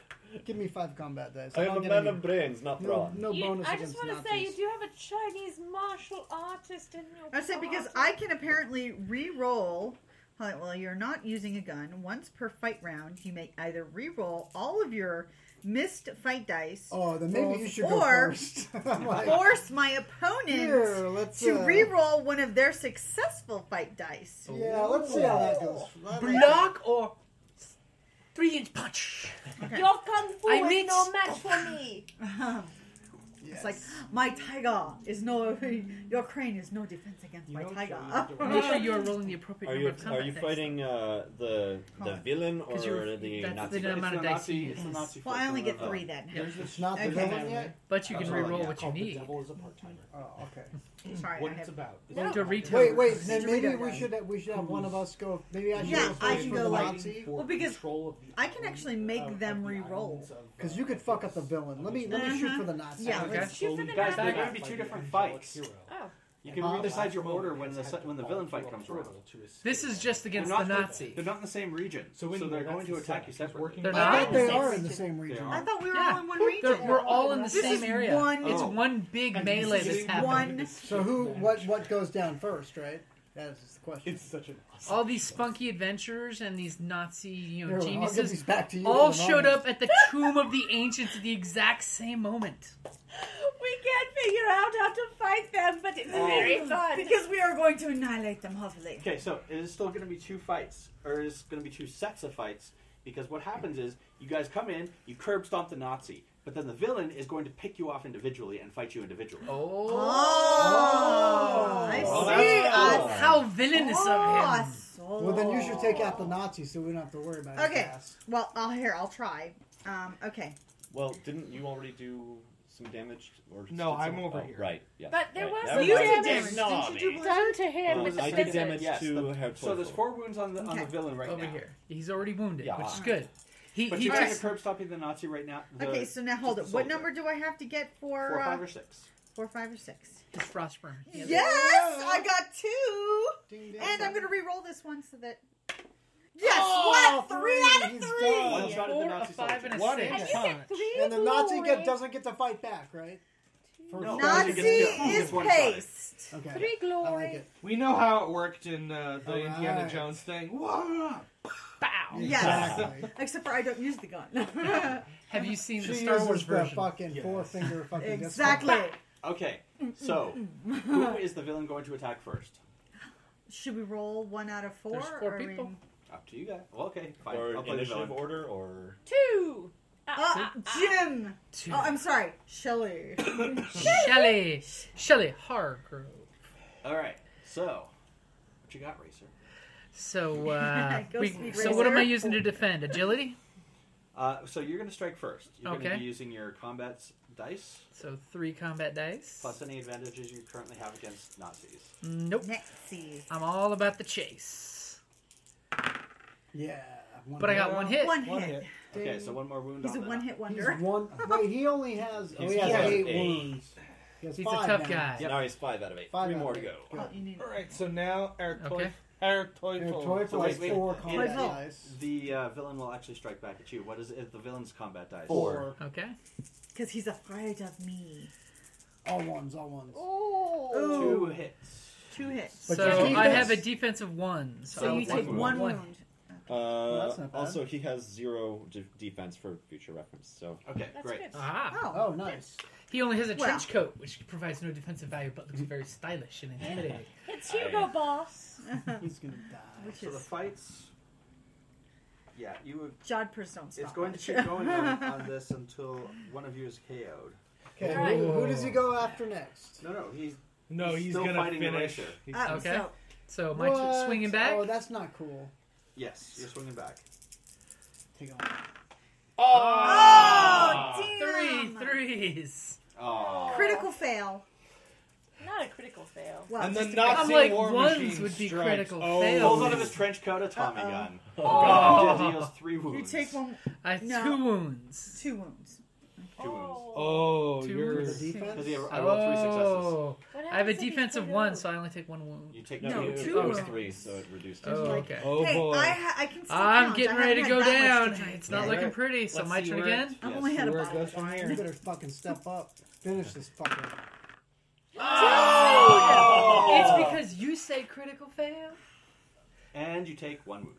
Speaker 8: Give me five combat dice.
Speaker 7: I
Speaker 8: I'll
Speaker 7: am a
Speaker 8: get
Speaker 7: man
Speaker 8: any-
Speaker 7: of brains, not
Speaker 8: No,
Speaker 7: brawn.
Speaker 8: no
Speaker 12: You-
Speaker 8: bonus
Speaker 12: I just
Speaker 8: against
Speaker 12: want to
Speaker 8: Nazis.
Speaker 12: say you do have a Chinese martial artist in your.
Speaker 5: I said because
Speaker 12: party.
Speaker 5: I can apparently re-roll Alright, well, you're not using a gun. Once per fight round, you may either re-roll all of your missed fight dice.
Speaker 8: Oh, then maybe
Speaker 5: rolls
Speaker 8: you should
Speaker 5: or
Speaker 8: go first. I'm like-
Speaker 5: force my opponent
Speaker 8: Here, let's,
Speaker 5: to
Speaker 8: uh,
Speaker 5: re-roll one of their successful fight dice.
Speaker 8: Yeah, let's see how that goes.
Speaker 11: Block or three inch punch.
Speaker 12: Your kung fu
Speaker 5: I
Speaker 12: is
Speaker 5: mixed-
Speaker 12: no match for me.
Speaker 5: It's like my tiger is no your crane is no defense against my tiger.
Speaker 11: Make sure you are rolling the appropriate
Speaker 7: Are
Speaker 11: number
Speaker 7: you
Speaker 11: of combat
Speaker 7: are you
Speaker 11: dice.
Speaker 7: fighting uh, the the
Speaker 11: Combat.
Speaker 7: villain or
Speaker 11: 'Cause you're-
Speaker 7: the
Speaker 11: that's
Speaker 7: Nazi?
Speaker 11: the
Speaker 7: fight?
Speaker 11: amount of dice you use.
Speaker 5: Well, I only get three then.
Speaker 8: It's not the
Speaker 5: Okay.
Speaker 8: villain yet.
Speaker 11: But you can
Speaker 8: Oh,
Speaker 11: reroll
Speaker 8: yeah,
Speaker 11: what you
Speaker 8: called The
Speaker 11: need.
Speaker 8: Devil is a part-timer. Oh, okay.
Speaker 5: Sorry,
Speaker 8: what
Speaker 5: I
Speaker 8: it's
Speaker 5: have-
Speaker 8: about.
Speaker 11: No. Well, to retail-
Speaker 8: Wait, wait. Then
Speaker 11: to
Speaker 8: maybe
Speaker 11: retail
Speaker 8: we
Speaker 11: guy.
Speaker 8: should have, we should have one of us go. Maybe I should.
Speaker 5: Yeah,
Speaker 8: go
Speaker 5: I
Speaker 8: first
Speaker 5: can
Speaker 8: for
Speaker 5: go
Speaker 8: the
Speaker 5: like-
Speaker 8: Nazi.
Speaker 5: Well, because I can actually make them re-roll.
Speaker 8: Because you could fuck up the villain. Let me let me shoot for the Nazi.
Speaker 5: Uh-huh. Yeah, let's
Speaker 8: Okay.
Speaker 5: shoot for the
Speaker 6: Guys,
Speaker 5: Nazi.
Speaker 6: there are going to be two different fights.
Speaker 5: Oh.
Speaker 6: You can decide your order when the when the villain fight comes around.
Speaker 11: This is just against
Speaker 6: They're
Speaker 11: the
Speaker 6: not-
Speaker 11: Nazi.
Speaker 6: They're not in the same region, so,
Speaker 11: anyway,
Speaker 6: they're
Speaker 11: that's
Speaker 6: going to
Speaker 11: the
Speaker 6: attack you separately.
Speaker 11: They're not.
Speaker 8: They are in the same
Speaker 6: They
Speaker 8: region.
Speaker 6: are. I
Speaker 5: thought we were
Speaker 11: Yeah.
Speaker 5: all in one region.
Speaker 11: They're- we're all in the
Speaker 5: This
Speaker 11: same
Speaker 5: is
Speaker 11: area.
Speaker 5: One,
Speaker 8: Oh.
Speaker 11: It's one big melee that's happening.
Speaker 8: So who? What? What goes down first? Right. That is the question. It's
Speaker 6: such an.
Speaker 11: All these spunky adventurers and these Nazi, you
Speaker 8: Here, I'll
Speaker 11: know,
Speaker 8: give
Speaker 11: geniuses
Speaker 8: these back to you
Speaker 11: all
Speaker 8: in a
Speaker 11: showed
Speaker 8: moment.
Speaker 11: up at the tomb of the ancients at the exact same moment.
Speaker 12: We can't figure out how to fight them, but it's very fun.
Speaker 5: Because we are going to annihilate them, hopefully.
Speaker 6: Okay, so it is still going to be two fights, or it's going to be two sets of fights, because what happens is you guys come in, you curb stomp the Nazi, but then the villain is going to pick you off individually and fight you individually.
Speaker 11: Oh,
Speaker 5: I see.
Speaker 6: Well, Oh, that's cool.
Speaker 5: Uh,
Speaker 11: How villainous
Speaker 5: oh,
Speaker 11: of him.
Speaker 8: Well, then you should take out the Nazi, so we don't have to worry about it.
Speaker 5: Okay. Well, I'll here. I'll try. Um, okay.
Speaker 7: Well, didn't you already do some damage? Or just
Speaker 4: No,
Speaker 7: did
Speaker 4: I'm
Speaker 7: some-
Speaker 4: over
Speaker 7: oh,
Speaker 4: here.
Speaker 7: Right. Yeah.
Speaker 12: But there
Speaker 7: right.
Speaker 12: was
Speaker 7: That
Speaker 12: some
Speaker 7: reminds me.
Speaker 12: damage, didn't you do done to him
Speaker 7: Um,
Speaker 12: with the
Speaker 7: I did
Speaker 12: scissors?
Speaker 7: damage
Speaker 6: Yes,
Speaker 7: to
Speaker 6: the-
Speaker 7: her.
Speaker 6: so there's four wounds on the on the
Speaker 5: Okay.
Speaker 6: villain right
Speaker 11: Over
Speaker 6: now.
Speaker 11: here. He's already wounded,
Speaker 6: Yeah.
Speaker 11: which is good. He,
Speaker 6: but
Speaker 11: he
Speaker 6: you're trying to
Speaker 11: just-
Speaker 6: curb stomping the Nazi right now. the-
Speaker 5: okay. So now hold it.
Speaker 6: just the
Speaker 5: What
Speaker 6: soldier.
Speaker 5: number do I have to get for?
Speaker 6: Four, five,
Speaker 5: uh,
Speaker 6: or six.
Speaker 5: Four, five, or six.
Speaker 11: Just Frostburn.
Speaker 5: Yes, I got two,
Speaker 8: Ding, ding,
Speaker 5: and I'm
Speaker 8: ding.
Speaker 5: gonna re-roll this one so that. Yes,
Speaker 8: Oh,
Speaker 5: what? Three out of
Speaker 8: he's
Speaker 5: three.
Speaker 6: One shot at the
Speaker 11: Four,
Speaker 6: Nazi
Speaker 11: a five,
Speaker 6: soldier.
Speaker 11: and a
Speaker 6: One
Speaker 11: six.
Speaker 6: hit.
Speaker 11: And you get
Speaker 12: three
Speaker 8: And the Nazi
Speaker 12: glory.
Speaker 8: get, doesn't get to fight back, right? For
Speaker 6: No,
Speaker 5: Nazi
Speaker 6: he gets killed. He
Speaker 5: is
Speaker 6: gets one shot at it.
Speaker 5: paced.
Speaker 8: Okay.
Speaker 12: Three
Speaker 8: I
Speaker 12: glory.
Speaker 8: like it.
Speaker 4: We know how it worked in uh, the
Speaker 8: All
Speaker 4: Indiana
Speaker 8: right.
Speaker 4: Jones thing. Whoa!
Speaker 11: Bow.
Speaker 5: Yes. Except for I don't use the gun.
Speaker 11: Have you seen
Speaker 8: She
Speaker 11: the Star Wars
Speaker 8: uses the
Speaker 11: version?
Speaker 8: fucking
Speaker 6: Yes.
Speaker 8: four finger fucking disc
Speaker 5: Uh, exactly.
Speaker 6: Okay, so who is the villain going to attack first?
Speaker 5: Should we roll one out of four?
Speaker 11: There's four
Speaker 5: or
Speaker 11: people.
Speaker 5: we-
Speaker 6: Up to you guys. Well, okay, fine.
Speaker 7: Or
Speaker 6: I'll play the
Speaker 7: initiative
Speaker 6: villain.
Speaker 7: order, or
Speaker 12: Two.
Speaker 8: Ah,
Speaker 5: Uh, Jim.
Speaker 11: Two.
Speaker 5: Oh, I'm sorry, Shelley.
Speaker 11: Shelley. Shelley Hargrove.
Speaker 6: All right, so what you got, Racer?
Speaker 11: So, uh,
Speaker 5: Go
Speaker 11: we-
Speaker 5: Speed
Speaker 11: so what am I
Speaker 5: Racer.
Speaker 11: using to defend? Agility?
Speaker 6: Uh, so you're going to strike first. You're going
Speaker 11: Okay.
Speaker 6: to be using your combat dice
Speaker 11: So three combat dice.
Speaker 6: plus any advantages you currently have against Nazis.
Speaker 11: Nope.
Speaker 5: Next, see.
Speaker 11: I'm all about the chase.
Speaker 8: Yeah. one
Speaker 11: But I got
Speaker 8: hit.
Speaker 11: one hit.
Speaker 5: One,
Speaker 4: One
Speaker 5: hit.
Speaker 4: hit.
Speaker 6: Okay,
Speaker 8: Ding.
Speaker 6: so one more wound.
Speaker 5: He's
Speaker 6: on
Speaker 5: a
Speaker 6: the-
Speaker 5: one-hit
Speaker 8: He's
Speaker 5: wonder.
Speaker 8: one. Wait, he only has. Oh,
Speaker 7: He's
Speaker 8: he has
Speaker 7: got
Speaker 8: eight,
Speaker 7: eight.
Speaker 8: wounds. He has
Speaker 11: He's
Speaker 8: five
Speaker 11: a tough
Speaker 8: now.
Speaker 11: guy.
Speaker 7: now he's five out of eight.
Speaker 8: Five
Speaker 7: Three
Speaker 8: out
Speaker 7: more
Speaker 8: of
Speaker 7: to go.
Speaker 8: eight.
Speaker 5: Oh, you need
Speaker 4: All right, so now our toy,
Speaker 11: Okay.
Speaker 4: our toy,
Speaker 8: Our
Speaker 4: fold.
Speaker 8: toy
Speaker 6: So
Speaker 8: fold
Speaker 6: wait,
Speaker 8: has
Speaker 6: wait,
Speaker 8: four
Speaker 6: it-
Speaker 8: combat
Speaker 5: it-
Speaker 8: dice.
Speaker 6: The uh, villain will actually strike back at you. What is it, the villain's combat dice?
Speaker 8: Four.
Speaker 11: Okay.
Speaker 5: Because he's afraid of me.
Speaker 8: All ones, all ones.
Speaker 5: Ooh.
Speaker 12: Oh.
Speaker 6: Two hits.
Speaker 5: Two hits.
Speaker 8: But
Speaker 11: so
Speaker 8: your
Speaker 11: I
Speaker 8: defense-
Speaker 11: have a defensive one. So,
Speaker 5: so
Speaker 11: I'll
Speaker 5: you
Speaker 6: one
Speaker 5: take
Speaker 6: wound.
Speaker 5: one wound.
Speaker 7: Uh,
Speaker 8: that's not bad.
Speaker 7: also, he has zero de- defense for future reference. So
Speaker 6: Okay,
Speaker 12: That's
Speaker 6: great.
Speaker 12: good.
Speaker 11: Ah.
Speaker 5: Oh.
Speaker 8: Oh, nice.
Speaker 11: He only has a
Speaker 5: Well.
Speaker 11: trench coat, which provides no defensive value, but looks very stylish and intimidating.
Speaker 12: It's Hugo Boss.
Speaker 8: He's gonna die.
Speaker 5: Which
Speaker 6: So the
Speaker 5: is
Speaker 6: fights. Yeah, you would.
Speaker 5: Jodpers don't stop.
Speaker 6: It's going to
Speaker 5: us.
Speaker 6: keep going on, on this until one of you is KO'd.
Speaker 8: Okay,
Speaker 12: Alright.
Speaker 8: who, who does he go after next?
Speaker 6: No, no, he's
Speaker 4: No, he's,
Speaker 6: still
Speaker 4: gonna
Speaker 6: fighting the
Speaker 4: finish.
Speaker 6: racer.
Speaker 4: He's-
Speaker 5: Uh,
Speaker 11: Okay.
Speaker 5: so-
Speaker 11: Ah, So my t-
Speaker 8: What?
Speaker 11: swinging back.
Speaker 8: Oh, that's not cool.
Speaker 6: yes. You're swinging back.
Speaker 8: Take on.
Speaker 5: oh,
Speaker 11: Three
Speaker 5: damn!
Speaker 11: threes.
Speaker 6: Oh,
Speaker 5: Critical fail.
Speaker 12: Not a critical fail.
Speaker 5: Well,
Speaker 4: and the
Speaker 5: just a
Speaker 4: Nazi
Speaker 11: I'm like,
Speaker 4: war
Speaker 11: ones
Speaker 4: machine
Speaker 11: would be
Speaker 4: strikes.
Speaker 11: critical
Speaker 4: Oh,
Speaker 11: fails.
Speaker 6: pulls out of his trench coat a Tommy
Speaker 5: Uh-oh.
Speaker 6: gun.
Speaker 7: Oh,
Speaker 6: God. Deals three
Speaker 5: crit- You
Speaker 6: wounds.
Speaker 5: take one,
Speaker 11: I have
Speaker 5: No.
Speaker 11: two wounds.
Speaker 5: two wounds.
Speaker 6: Two wounds.
Speaker 4: Oh,
Speaker 11: Two
Speaker 4: you're
Speaker 11: wounds.
Speaker 6: Does he
Speaker 8: Defense.
Speaker 6: have, I rolled three successes.
Speaker 11: Oh.
Speaker 12: What
Speaker 11: I have a
Speaker 12: happens if you
Speaker 11: defensive
Speaker 12: put it
Speaker 11: one,
Speaker 12: on?
Speaker 11: so I only take one wound.
Speaker 6: You take
Speaker 7: no,
Speaker 5: No,
Speaker 7: he-
Speaker 5: two
Speaker 7: it was
Speaker 5: rounds.
Speaker 7: three, so it reduced.
Speaker 11: Oh,
Speaker 7: his-
Speaker 11: okay.
Speaker 4: oh
Speaker 5: hey,
Speaker 4: boy.
Speaker 5: I, ha- I can still
Speaker 11: I'm
Speaker 5: count. I
Speaker 11: getting
Speaker 5: haven't
Speaker 11: ready to
Speaker 5: had
Speaker 11: go
Speaker 5: that much
Speaker 11: down.
Speaker 5: to drink.
Speaker 11: It's not
Speaker 4: Yeah.
Speaker 11: looking
Speaker 4: Alright.
Speaker 11: pretty, so
Speaker 4: Let's
Speaker 11: my
Speaker 4: see
Speaker 11: turn
Speaker 4: where
Speaker 11: again.
Speaker 5: I've
Speaker 6: Yes,
Speaker 5: only had a
Speaker 4: Where it
Speaker 5: bottle.
Speaker 4: goes from
Speaker 8: You
Speaker 4: here.
Speaker 8: better fucking step up. Finish this fucker.
Speaker 4: Ah.
Speaker 6: Ah.
Speaker 11: It's because you say critical fail.
Speaker 6: And you take one wound.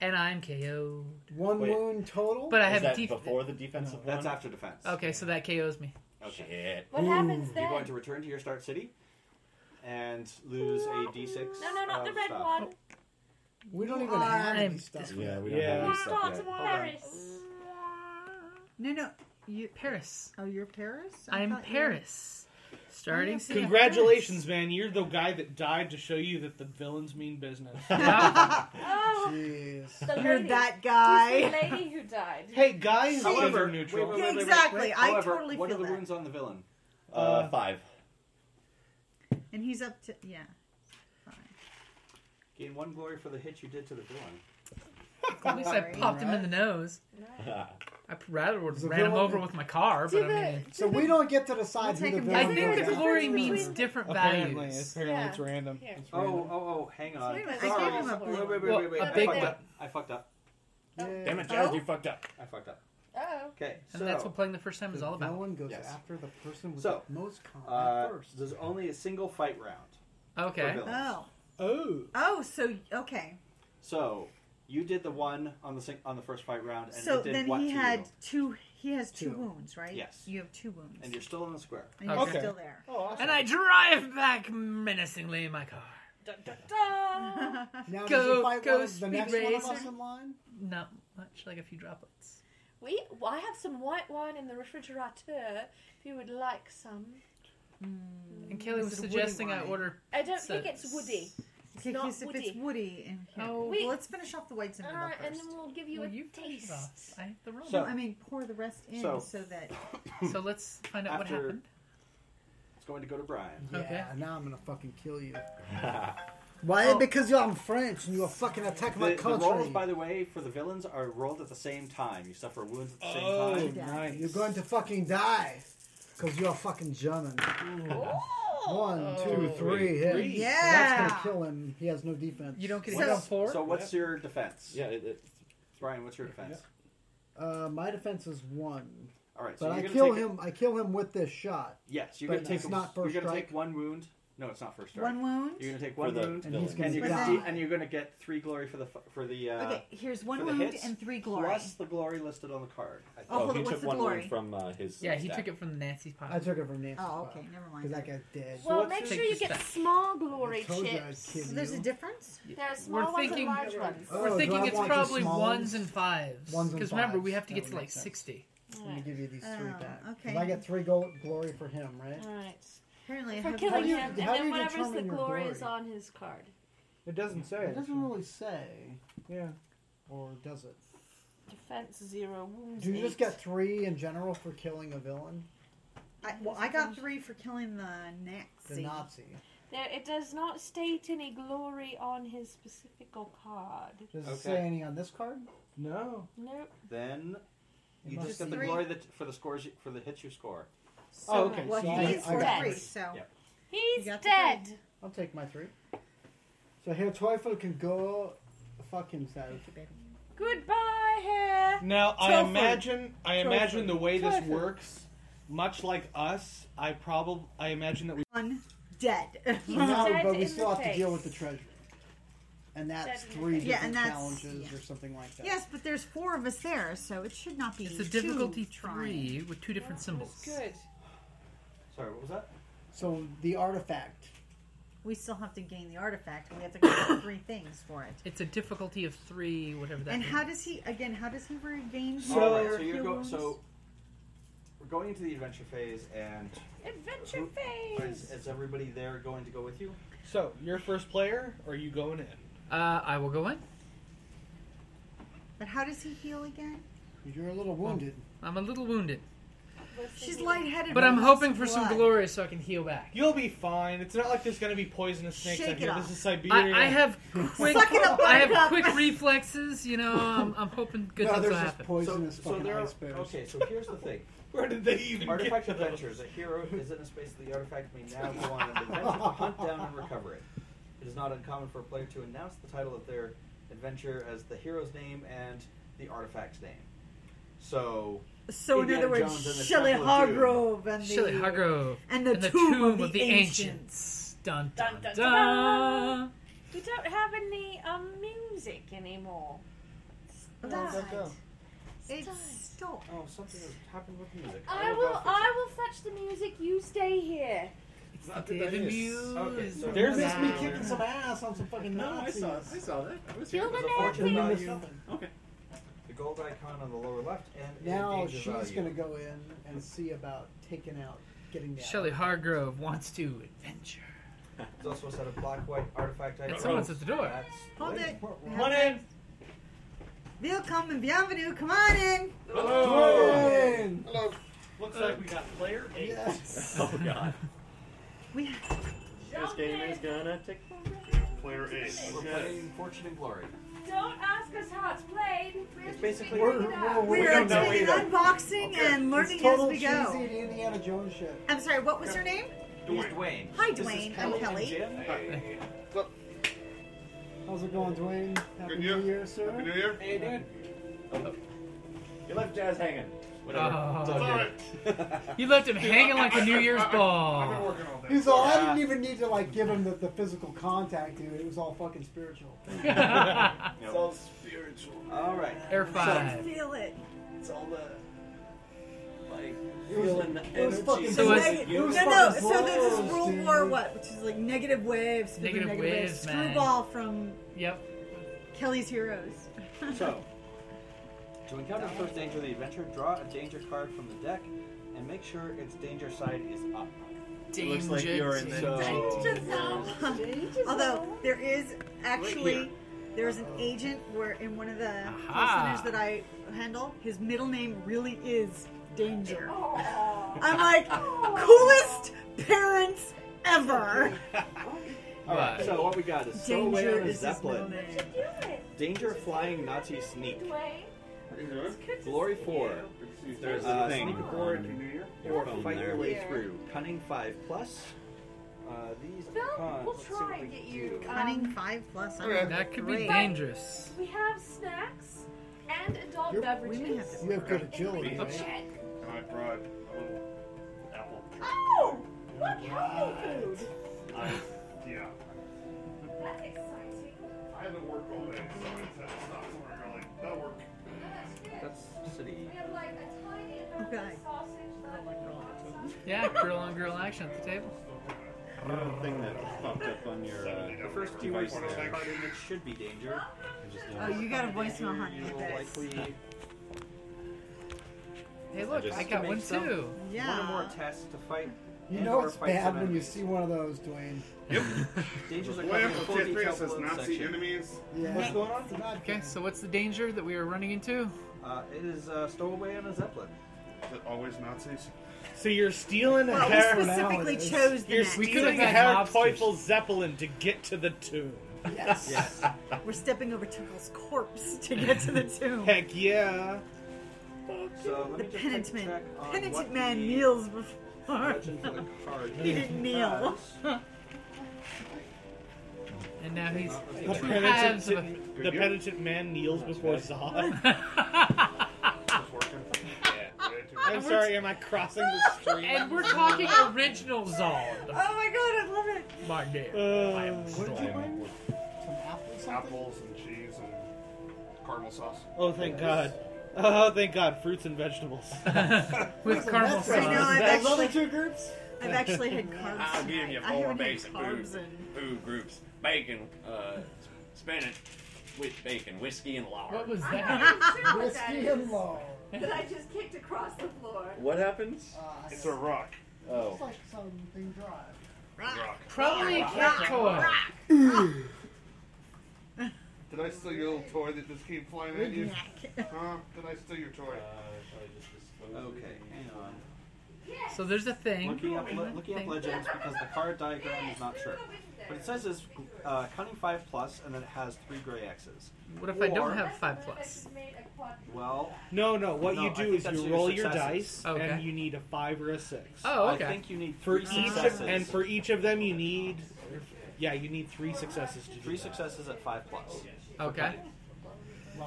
Speaker 11: And I'm KO'd.
Speaker 8: One
Speaker 6: Wait.
Speaker 8: wound total.
Speaker 11: But I have def-
Speaker 6: defensive That's after defense.
Speaker 11: Okay, so that KOs me.
Speaker 6: Okay.
Speaker 11: What happens
Speaker 6: You're
Speaker 11: then?
Speaker 6: going to return to your start city and lose a d6.
Speaker 12: No, no, not
Speaker 6: of
Speaker 12: the red
Speaker 6: stuff.
Speaker 12: one.
Speaker 8: We don't
Speaker 12: You
Speaker 8: even have
Speaker 12: are
Speaker 8: any stuff.
Speaker 6: Yeah,
Speaker 7: we don't have any stuff
Speaker 12: Not
Speaker 7: yet.
Speaker 12: Paris.
Speaker 11: No, no. You, Paris.
Speaker 5: Oh, you're Paris?
Speaker 11: I'm
Speaker 5: thought you were-
Speaker 11: Paris. Starting soon.
Speaker 4: Congratulations, man! You're the guy that died to show you that the villains mean business.
Speaker 7: Oh.
Speaker 3: Oh, The
Speaker 5: You're
Speaker 3: lady.
Speaker 5: that guy.
Speaker 3: She's the lady who died.
Speaker 4: Hey, guys,
Speaker 6: However,
Speaker 4: Those are neutral.
Speaker 6: wait, wait, wait, wait, wait,
Speaker 5: Exactly,
Speaker 6: wait.
Speaker 5: I
Speaker 6: However,
Speaker 5: totally
Speaker 6: What
Speaker 5: feel
Speaker 6: are the
Speaker 5: that.
Speaker 6: wounds on the villain?
Speaker 7: Uh, five.
Speaker 5: And he's up to yeah.
Speaker 6: Gain one glory for the hit you did to the villain.
Speaker 11: At least I popped him in the nose. I rather would ran him
Speaker 8: villain-
Speaker 11: over with my car,
Speaker 8: Do
Speaker 11: but I mean.
Speaker 8: So we don't get to decide who the
Speaker 11: I
Speaker 8: villain
Speaker 11: think the
Speaker 8: is.
Speaker 11: glory means different
Speaker 4: Apparently,
Speaker 11: values.
Speaker 4: apparently it's random. It's
Speaker 6: Oh,
Speaker 4: random.
Speaker 6: oh, oh, hang on.
Speaker 4: wait a minute, I
Speaker 6: Sorry.
Speaker 4: gave him a blue.
Speaker 6: Wait, wait, wait,
Speaker 4: Well,
Speaker 6: wait, wait.
Speaker 4: a
Speaker 6: I
Speaker 4: big
Speaker 6: fucked
Speaker 4: one.
Speaker 6: up. I fucked up.
Speaker 4: Damn it,
Speaker 6: Jared,
Speaker 4: Jazz,
Speaker 6: you fucked up. I fucked up.
Speaker 3: Oh.
Speaker 6: Okay,
Speaker 11: And that's
Speaker 6: so-
Speaker 11: what playing the first time is all about.
Speaker 8: No one goes
Speaker 6: Yes.
Speaker 8: after the person with
Speaker 6: So,
Speaker 8: the most combat
Speaker 6: uh,
Speaker 8: first.
Speaker 6: there's only a single fight round.
Speaker 11: Okay.
Speaker 6: For villains.
Speaker 5: Oh.
Speaker 4: Oh.
Speaker 5: Oh, so okay.
Speaker 6: So you did the one on the sing- on the first fight round, and
Speaker 5: So
Speaker 6: it did
Speaker 5: then
Speaker 6: what
Speaker 5: he
Speaker 6: to
Speaker 5: had
Speaker 6: you?
Speaker 5: two. He has two,
Speaker 6: Two.
Speaker 5: wounds, right?
Speaker 6: Yes.
Speaker 5: You have two wounds.
Speaker 6: and you're still in the square.
Speaker 5: And you're still there.
Speaker 4: Oh,
Speaker 11: And I drive back menacingly in my car.
Speaker 8: now, does
Speaker 11: go,
Speaker 8: he fight
Speaker 11: go,
Speaker 8: one of the
Speaker 11: speed
Speaker 8: next one of
Speaker 11: racer.
Speaker 8: us in line?
Speaker 11: Not much, like a few droplets.
Speaker 3: We, well, I have some white wine in the refrigerator. If you would like some,
Speaker 11: And Kelly was
Speaker 5: It's a woody
Speaker 11: suggesting I
Speaker 5: wine.
Speaker 11: order.
Speaker 3: I don't think
Speaker 11: sodas.
Speaker 3: it's woody. It's
Speaker 5: Okay,
Speaker 3: not
Speaker 5: because if
Speaker 3: woody.
Speaker 5: it's Woody and here.
Speaker 11: Oh.
Speaker 5: well,
Speaker 3: Wait.
Speaker 5: let's finish off the whites and vanilla
Speaker 3: Uh, and
Speaker 5: first.
Speaker 3: then we'll give you
Speaker 11: Well,
Speaker 3: a
Speaker 11: you finish it
Speaker 3: taste.
Speaker 11: off. I have the rum.
Speaker 6: So-
Speaker 5: I mean, pour the rest in
Speaker 6: So-
Speaker 5: so, that
Speaker 11: so let's find out
Speaker 6: After
Speaker 11: what happened.
Speaker 6: it's going to go to Brian.
Speaker 8: Yeah,
Speaker 11: Okay. Oh.
Speaker 8: now I'm gonna fucking kill you. Why? Because you're I'm French and you are fucking attack
Speaker 6: The,
Speaker 8: my
Speaker 6: the
Speaker 8: country.
Speaker 6: rolls, by the way, for the villains are rolled at the same time. You suffer wounds at the same
Speaker 11: Oh,
Speaker 6: time.
Speaker 8: Oh, You're going to fucking die. Because you're fucking German. One,
Speaker 11: Oh.
Speaker 8: two,
Speaker 6: Two,
Speaker 8: three,
Speaker 6: three.
Speaker 8: hit.
Speaker 6: Three.
Speaker 8: That's
Speaker 5: Yeah.
Speaker 8: gonna kill him. He has no defense.
Speaker 11: You don't get
Speaker 8: What
Speaker 11: hit on
Speaker 8: else?
Speaker 11: four.
Speaker 6: So what's your defense?
Speaker 9: Yeah, it, it,
Speaker 6: Brian, what's your defense?
Speaker 8: Uh, my defense is one.
Speaker 6: All right, so
Speaker 8: But
Speaker 6: you're
Speaker 8: I
Speaker 6: gonna
Speaker 8: kill
Speaker 6: take a-
Speaker 8: him. I kill him with this shot.
Speaker 6: Yes, you're
Speaker 8: But
Speaker 6: going to take.
Speaker 8: it's
Speaker 6: a-
Speaker 8: not
Speaker 6: you're
Speaker 8: first
Speaker 6: going to
Speaker 8: strike.
Speaker 6: take one wound. No, it's not first strike.
Speaker 5: one wound.
Speaker 6: You're going to take one
Speaker 7: the
Speaker 6: wound,
Speaker 8: And he's
Speaker 6: and
Speaker 8: villain.
Speaker 6: you're
Speaker 8: gonna
Speaker 6: gonna
Speaker 5: die.
Speaker 6: and you're going to get three glory for the fu- for the. Uh,
Speaker 5: okay, here's one
Speaker 6: for the
Speaker 5: wound
Speaker 6: hits,
Speaker 5: and three glory.
Speaker 6: Plus the glory listed on the card. I think.
Speaker 5: Oh, hold
Speaker 7: he
Speaker 5: on, what's
Speaker 7: took
Speaker 5: the
Speaker 7: one
Speaker 5: glory?
Speaker 7: wound from uh, his.
Speaker 11: Yeah, he
Speaker 7: stack.
Speaker 11: took it from the Nancy's pocket.
Speaker 8: I took it from Nancy.
Speaker 5: Oh, okay, never mind.
Speaker 8: Because that guy's dead.
Speaker 3: Well,
Speaker 11: what's
Speaker 3: make
Speaker 11: the-
Speaker 3: sure you
Speaker 11: Take
Speaker 3: get
Speaker 11: this back.
Speaker 3: small glory
Speaker 8: Told you I'd
Speaker 3: chips.
Speaker 8: kill
Speaker 5: So there's a
Speaker 8: you.
Speaker 5: difference.
Speaker 3: There are small
Speaker 11: We're
Speaker 3: ones
Speaker 11: thinking-
Speaker 3: and large ones.
Speaker 8: Oh,
Speaker 11: We're
Speaker 8: do
Speaker 11: thinking
Speaker 8: I
Speaker 11: it's
Speaker 8: want just
Speaker 11: probably
Speaker 8: smalls?
Speaker 11: ones and fives.
Speaker 8: Ones and
Speaker 11: Because remember,
Speaker 8: fives.
Speaker 11: we have to
Speaker 8: That
Speaker 11: get to
Speaker 8: would
Speaker 11: like Um,
Speaker 8: make sense.
Speaker 11: 60.
Speaker 8: Let me give you these three
Speaker 5: Oh,
Speaker 8: back. 'Cause
Speaker 5: okay.
Speaker 8: I get three gold glory for him, right?
Speaker 3: All right.
Speaker 5: Apparently, I
Speaker 3: For
Speaker 5: have
Speaker 3: killing
Speaker 8: do you-
Speaker 3: him, and
Speaker 8: how do
Speaker 3: then
Speaker 8: you
Speaker 3: whatever's the
Speaker 8: determine your
Speaker 3: glory
Speaker 8: glory?
Speaker 3: is on his card.
Speaker 4: It doesn't say.
Speaker 8: It doesn't really say,
Speaker 4: Yeah.
Speaker 8: or does it?
Speaker 3: Defense zero, wounds
Speaker 8: Do you just
Speaker 3: eight.
Speaker 8: get three in general for killing a villain?
Speaker 5: I, well, I got three for killing the Nazi.
Speaker 8: The Nazi.
Speaker 3: There, it does not state any glory on his specific card.
Speaker 8: Does it
Speaker 6: Okay.
Speaker 8: say any on this card?
Speaker 4: No.
Speaker 3: Nope.
Speaker 6: Then
Speaker 8: It
Speaker 6: you
Speaker 8: must
Speaker 6: just get the
Speaker 8: be-
Speaker 6: glory that, for the scores you, for the hits you score.
Speaker 5: So,
Speaker 8: Oh, okay,
Speaker 5: Well,
Speaker 8: so I-
Speaker 5: he needs
Speaker 8: I got
Speaker 5: for
Speaker 8: three.
Speaker 5: three, so
Speaker 6: Yep.
Speaker 3: He's
Speaker 5: got the
Speaker 3: dead.
Speaker 8: I'll take my three. So here, Teufel can go fuck himself.
Speaker 3: Goodbye, hair.
Speaker 4: Now I
Speaker 3: Telford.
Speaker 4: imagine I imagine the way this
Speaker 3: Telford.
Speaker 4: works, much like us, I probably I imagine that we
Speaker 5: one dead.
Speaker 8: So now,
Speaker 3: dead
Speaker 8: but we
Speaker 3: in
Speaker 8: still
Speaker 3: the
Speaker 8: have to deal with
Speaker 3: face.
Speaker 8: the treasure, and
Speaker 3: Dead
Speaker 8: that's
Speaker 3: in the
Speaker 8: three
Speaker 3: face.
Speaker 5: Yeah, and
Speaker 8: different
Speaker 5: that's-
Speaker 8: challenges
Speaker 5: yeah.
Speaker 8: or something like that.
Speaker 5: yes, but there's four of us there, so it should not be.
Speaker 11: It's a
Speaker 5: too
Speaker 11: difficulty
Speaker 5: trying.
Speaker 11: three with two different symbols.
Speaker 3: Good.
Speaker 6: Sorry, what was that?
Speaker 8: So the artifact.
Speaker 5: We still have to gain the artifact. We have to get three things for it.
Speaker 11: It's a difficulty of three, whatever that
Speaker 5: And
Speaker 11: means.
Speaker 5: how does he again? How does he regain?
Speaker 6: All right, so
Speaker 5: his
Speaker 6: you're go-
Speaker 5: heals?
Speaker 6: so we're going into the adventure phase, and
Speaker 3: Adventure
Speaker 6: is,
Speaker 3: phase.
Speaker 6: is everybody there going to go with you?
Speaker 4: So you're first player, or are you going in?
Speaker 11: Uh, I will go in.
Speaker 5: But how does he heal again?
Speaker 8: You're a little wounded.
Speaker 11: Oh, I'm a little wounded.
Speaker 5: She's lightheaded.
Speaker 11: But I'm
Speaker 5: with
Speaker 11: hoping
Speaker 5: lots
Speaker 11: for
Speaker 5: of
Speaker 11: some
Speaker 5: blood.
Speaker 11: glory so I can heal back.
Speaker 4: You'll be fine. It's not like there's gonna be poisonous snakes
Speaker 5: Shake
Speaker 4: out
Speaker 5: it
Speaker 4: here.
Speaker 5: off.
Speaker 4: This is Siberia.
Speaker 11: I, I have quick,
Speaker 5: Suck it up,
Speaker 11: I have
Speaker 5: buttercup.
Speaker 11: quick reflexes. You know, I'm, I'm hoping good
Speaker 8: no,
Speaker 11: things
Speaker 8: there's
Speaker 11: will
Speaker 8: just
Speaker 11: happen.
Speaker 8: poisonous
Speaker 6: so
Speaker 8: fucking
Speaker 6: there are,
Speaker 8: ice bears.
Speaker 6: okay, so here's the thing.
Speaker 4: Where did they even
Speaker 6: Artifact
Speaker 4: get those?
Speaker 6: Adventures. A hero is in a space of the artifact may now go on an adventure to hunt down and recover it. It is not uncommon for a player to announce the title of their adventure as the hero's name and the artifact's name. So,
Speaker 5: So in
Speaker 6: Indiana
Speaker 5: other words,
Speaker 6: Jones and the
Speaker 5: Shelley
Speaker 6: Temple of Doom.
Speaker 5: Hargrove and the
Speaker 11: Shilly Hargrove
Speaker 5: and the tomb of the
Speaker 11: ancients. Dun dun dun.
Speaker 5: Dun, dun, dun.
Speaker 3: We don't have any um, music anymore.
Speaker 5: Where did that go?
Speaker 3: Stop.
Speaker 5: It stopped.
Speaker 16: Oh, something has happened with music.
Speaker 3: I will. I will fetch the music. You stay here.
Speaker 16: It's not the muse. Okay, so
Speaker 8: There's
Speaker 16: this
Speaker 8: this me kicking some ass on some fucking Nazis.
Speaker 16: No, I saw- I saw that. I was here.
Speaker 3: Kill the
Speaker 16: It was a fortune
Speaker 8: Nazis.
Speaker 16: value.
Speaker 8: Okay.
Speaker 6: The gold icon on the lower left and a
Speaker 8: Now
Speaker 6: danger
Speaker 8: she's
Speaker 6: value.
Speaker 8: gonna go in and see about taking out, getting the.
Speaker 11: Shelley Hargrove wants to adventure.
Speaker 6: It's also a set of black white artifact items.
Speaker 11: Someone's at the door.
Speaker 6: That's
Speaker 5: Hold it.
Speaker 6: One in.
Speaker 5: Welcome and bienvenue. Come on in.
Speaker 17: Hello. Looks like we got player eight.
Speaker 13: Oh god.
Speaker 5: We
Speaker 13: This game is gonna take player eight.
Speaker 16: We're
Speaker 13: Okay.
Speaker 16: playing Fortune and Glory.
Speaker 3: Don't ask us how it's played. We're
Speaker 16: It's basically
Speaker 3: we're, we're,
Speaker 5: We are doing unboxing and learning
Speaker 8: It's total
Speaker 5: as we go.
Speaker 8: cheesy Indiana Jones shit.
Speaker 5: I'm sorry. What was your name?
Speaker 6: He's Dwayne.
Speaker 5: Hi,
Speaker 6: This is
Speaker 5: Dwayne. I'm
Speaker 6: Kelly
Speaker 5: Kelly.
Speaker 6: and Jim.
Speaker 8: How's it going, Dwayne? Happy New Year, sir.
Speaker 17: Happy New Year. Hey, dude.
Speaker 13: You left Jazz hanging. Whatever.
Speaker 11: Oh.
Speaker 13: It's all good.
Speaker 11: You left him hanging like a New Year's ball.
Speaker 8: He's all. I didn't even need to like give him the, the physical contact, dude. It was all fucking spiritual.
Speaker 13: It's all spiritual.
Speaker 6: All right.
Speaker 11: Air five.
Speaker 5: Feel it.
Speaker 13: It's all the like
Speaker 8: It was-
Speaker 13: feeling the
Speaker 8: it was
Speaker 13: energy.
Speaker 8: fucking
Speaker 11: So it's-
Speaker 5: Neg-
Speaker 8: it
Speaker 5: no,
Speaker 8: was
Speaker 5: no.
Speaker 8: fucking
Speaker 5: So this is
Speaker 8: blows,
Speaker 5: World
Speaker 8: dude.
Speaker 5: War what, which is like negative waves. flipping
Speaker 11: Negative waves, man.
Speaker 5: Screwball from
Speaker 11: Yep.
Speaker 5: Kelly's Heroes.
Speaker 6: So, to encounter the first danger of the adventure, draw a danger card from the deck and make sure its danger side is up.
Speaker 11: It looks like Danger you're in the
Speaker 6: So-
Speaker 5: Um, Although there is
Speaker 6: here.
Speaker 5: actually there's an agent where in one of the
Speaker 11: Aha.
Speaker 5: call centers that I handle, his middle name really is Danger. I'm like coolest parents ever.
Speaker 6: All right.
Speaker 11: Right.
Speaker 6: So what we got is stow away
Speaker 5: Danger
Speaker 6: on a
Speaker 5: is his middle
Speaker 6: zeppelin.
Speaker 5: name.
Speaker 6: Danger flying Nazi sneak.
Speaker 3: Dwayne.
Speaker 6: Glory four.
Speaker 18: There's a
Speaker 6: uh,
Speaker 18: thing
Speaker 6: sneak
Speaker 18: on
Speaker 6: aboard or
Speaker 18: phone
Speaker 6: fight your
Speaker 18: there.
Speaker 6: way
Speaker 3: Yeah.
Speaker 6: through. Cunning five plus. Uh, these
Speaker 3: Phil,
Speaker 6: cons.
Speaker 3: we'll
Speaker 6: Let's see
Speaker 3: try
Speaker 6: what
Speaker 3: and
Speaker 6: we
Speaker 3: get
Speaker 6: do.
Speaker 3: you.
Speaker 5: Cunning
Speaker 3: Um,
Speaker 5: five plus. I'm like,
Speaker 11: That could be
Speaker 5: great.
Speaker 11: dangerous.
Speaker 3: we have snacks and adult
Speaker 8: You're-
Speaker 3: beverages.
Speaker 5: women have to
Speaker 8: You have good agility,
Speaker 3: Ingredient
Speaker 8: right?
Speaker 3: check.
Speaker 17: I brought a little apple.
Speaker 3: Oh, look healthy food.
Speaker 17: I, yeah.
Speaker 3: That's exciting.
Speaker 17: I had to work all day, so I just had to stop somewhere and go like, that'll work.
Speaker 3: That's good.
Speaker 6: That's city.
Speaker 3: We have like a tiny amount
Speaker 5: Okay.
Speaker 3: of sausage left.
Speaker 11: Yeah, girl on girl action at the table.
Speaker 7: Another thing that popped up on your uh,
Speaker 6: The first keyword
Speaker 7: device
Speaker 6: is
Speaker 7: there.
Speaker 6: card in it should be danger.
Speaker 7: I just
Speaker 5: Oh,
Speaker 7: noticed.
Speaker 5: you got a voicemail,
Speaker 6: You
Speaker 5: honey.
Speaker 6: will
Speaker 5: That's-
Speaker 6: likely
Speaker 11: Hey, look,
Speaker 7: just-
Speaker 11: I got one too.
Speaker 6: one or more
Speaker 5: Yeah.
Speaker 6: tests to fight.
Speaker 8: You
Speaker 6: and
Speaker 8: know
Speaker 6: or
Speaker 8: it's
Speaker 6: fight some
Speaker 8: bad when you
Speaker 6: enemies.
Speaker 8: see one of those, Dwayne.
Speaker 6: Dangers are
Speaker 17: Way
Speaker 6: covered
Speaker 17: up
Speaker 6: in
Speaker 17: to
Speaker 6: full
Speaker 17: fifth grade
Speaker 6: detail
Speaker 17: says
Speaker 6: below the
Speaker 17: Nazi
Speaker 6: section.
Speaker 17: enemies.
Speaker 8: Yeah.
Speaker 5: What's
Speaker 8: going on? Not
Speaker 11: Okay, so what's the danger that we are running into?
Speaker 6: Uh, it is uh, stowaway on a zeppelin.
Speaker 17: Is it always Nazis?
Speaker 4: So you're stealing a
Speaker 5: Well,
Speaker 4: hair.
Speaker 5: we specifically
Speaker 8: Now it is.
Speaker 5: chose the
Speaker 4: You're
Speaker 5: next.
Speaker 11: We could've
Speaker 4: stealing a
Speaker 11: had
Speaker 4: Herr
Speaker 11: mobsters.
Speaker 4: Teufel Zeppelin to get to the tomb.
Speaker 5: Yes.
Speaker 6: Yes.
Speaker 5: We're stepping over Tuchel's corpse to get to the tomb.
Speaker 4: Heck yeah.
Speaker 6: So let
Speaker 5: The
Speaker 6: me just take a
Speaker 5: penitent man.
Speaker 6: check on what
Speaker 5: Penitent man
Speaker 6: the
Speaker 5: kneels before.
Speaker 6: legend for the card Uh,
Speaker 5: He didn't kneel.
Speaker 6: has.
Speaker 11: And now he's
Speaker 6: uh,
Speaker 4: The
Speaker 11: two halves
Speaker 4: penitent,
Speaker 11: of a.
Speaker 4: the penitent man kneels before Zod.
Speaker 17: It's working. yeah. Way too
Speaker 4: I'm sorry, am I crossing the street?
Speaker 11: And we're talking original
Speaker 5: Oh my
Speaker 11: Zod.
Speaker 5: god, I love it.
Speaker 11: My dear.
Speaker 4: Uh,
Speaker 11: I am
Speaker 8: What did you
Speaker 11: strong.
Speaker 8: bring? Some apples.
Speaker 17: Apples and cheese and caramel sauce.
Speaker 4: Oh, thank God. Oh, thank God. Fruits and vegetables.
Speaker 11: With caramel
Speaker 8: That's right.
Speaker 5: I know,
Speaker 11: sauce.
Speaker 5: I've
Speaker 8: Those
Speaker 5: actually-
Speaker 8: other two groups.
Speaker 5: I've actually had carbs.
Speaker 13: I'll give
Speaker 5: tonight.
Speaker 13: you
Speaker 5: I
Speaker 13: four
Speaker 5: haven't had
Speaker 13: basic
Speaker 5: carbs
Speaker 13: food,
Speaker 5: in.
Speaker 13: food groups: bacon, uh, spinach with bacon, whiskey, and lard.
Speaker 11: What was
Speaker 3: I'm
Speaker 11: that?
Speaker 3: not even sure what that
Speaker 8: Whiskey and
Speaker 3: is
Speaker 8: law.
Speaker 3: that I just kicked across the floor.
Speaker 13: What happens?
Speaker 8: Uh,
Speaker 17: It's a rock.
Speaker 13: Oh,
Speaker 8: It's like something dry.
Speaker 17: Rock.
Speaker 11: Probably a cat toy.
Speaker 17: Did I steal your little toy that just keep flying at you? Huh? Did Um, I steal your toy?
Speaker 6: Okay, hang on.
Speaker 11: So there's a thing.
Speaker 6: Looking up, le- looking up
Speaker 11: Thing.
Speaker 6: legends because the card diagram is not sure. What it says is uh, cunning five plus, and then it has three gray X's.
Speaker 11: What if I
Speaker 6: Or-
Speaker 11: don't have five plus?
Speaker 6: Well,
Speaker 4: No, no. What
Speaker 6: No, I
Speaker 4: you do
Speaker 6: think
Speaker 4: is
Speaker 6: that's
Speaker 4: you
Speaker 6: your
Speaker 4: roll your
Speaker 6: successes.
Speaker 4: dice,
Speaker 11: Oh, Okay.
Speaker 4: and you need a five or a six.
Speaker 11: Oh,
Speaker 6: I
Speaker 11: okay.
Speaker 6: think you need
Speaker 4: For
Speaker 6: three
Speaker 4: each
Speaker 6: successes.
Speaker 4: of, and for each of them, you need, yeah, you need three successes to do
Speaker 6: three
Speaker 4: that.
Speaker 6: successes at five plus.
Speaker 11: Okay.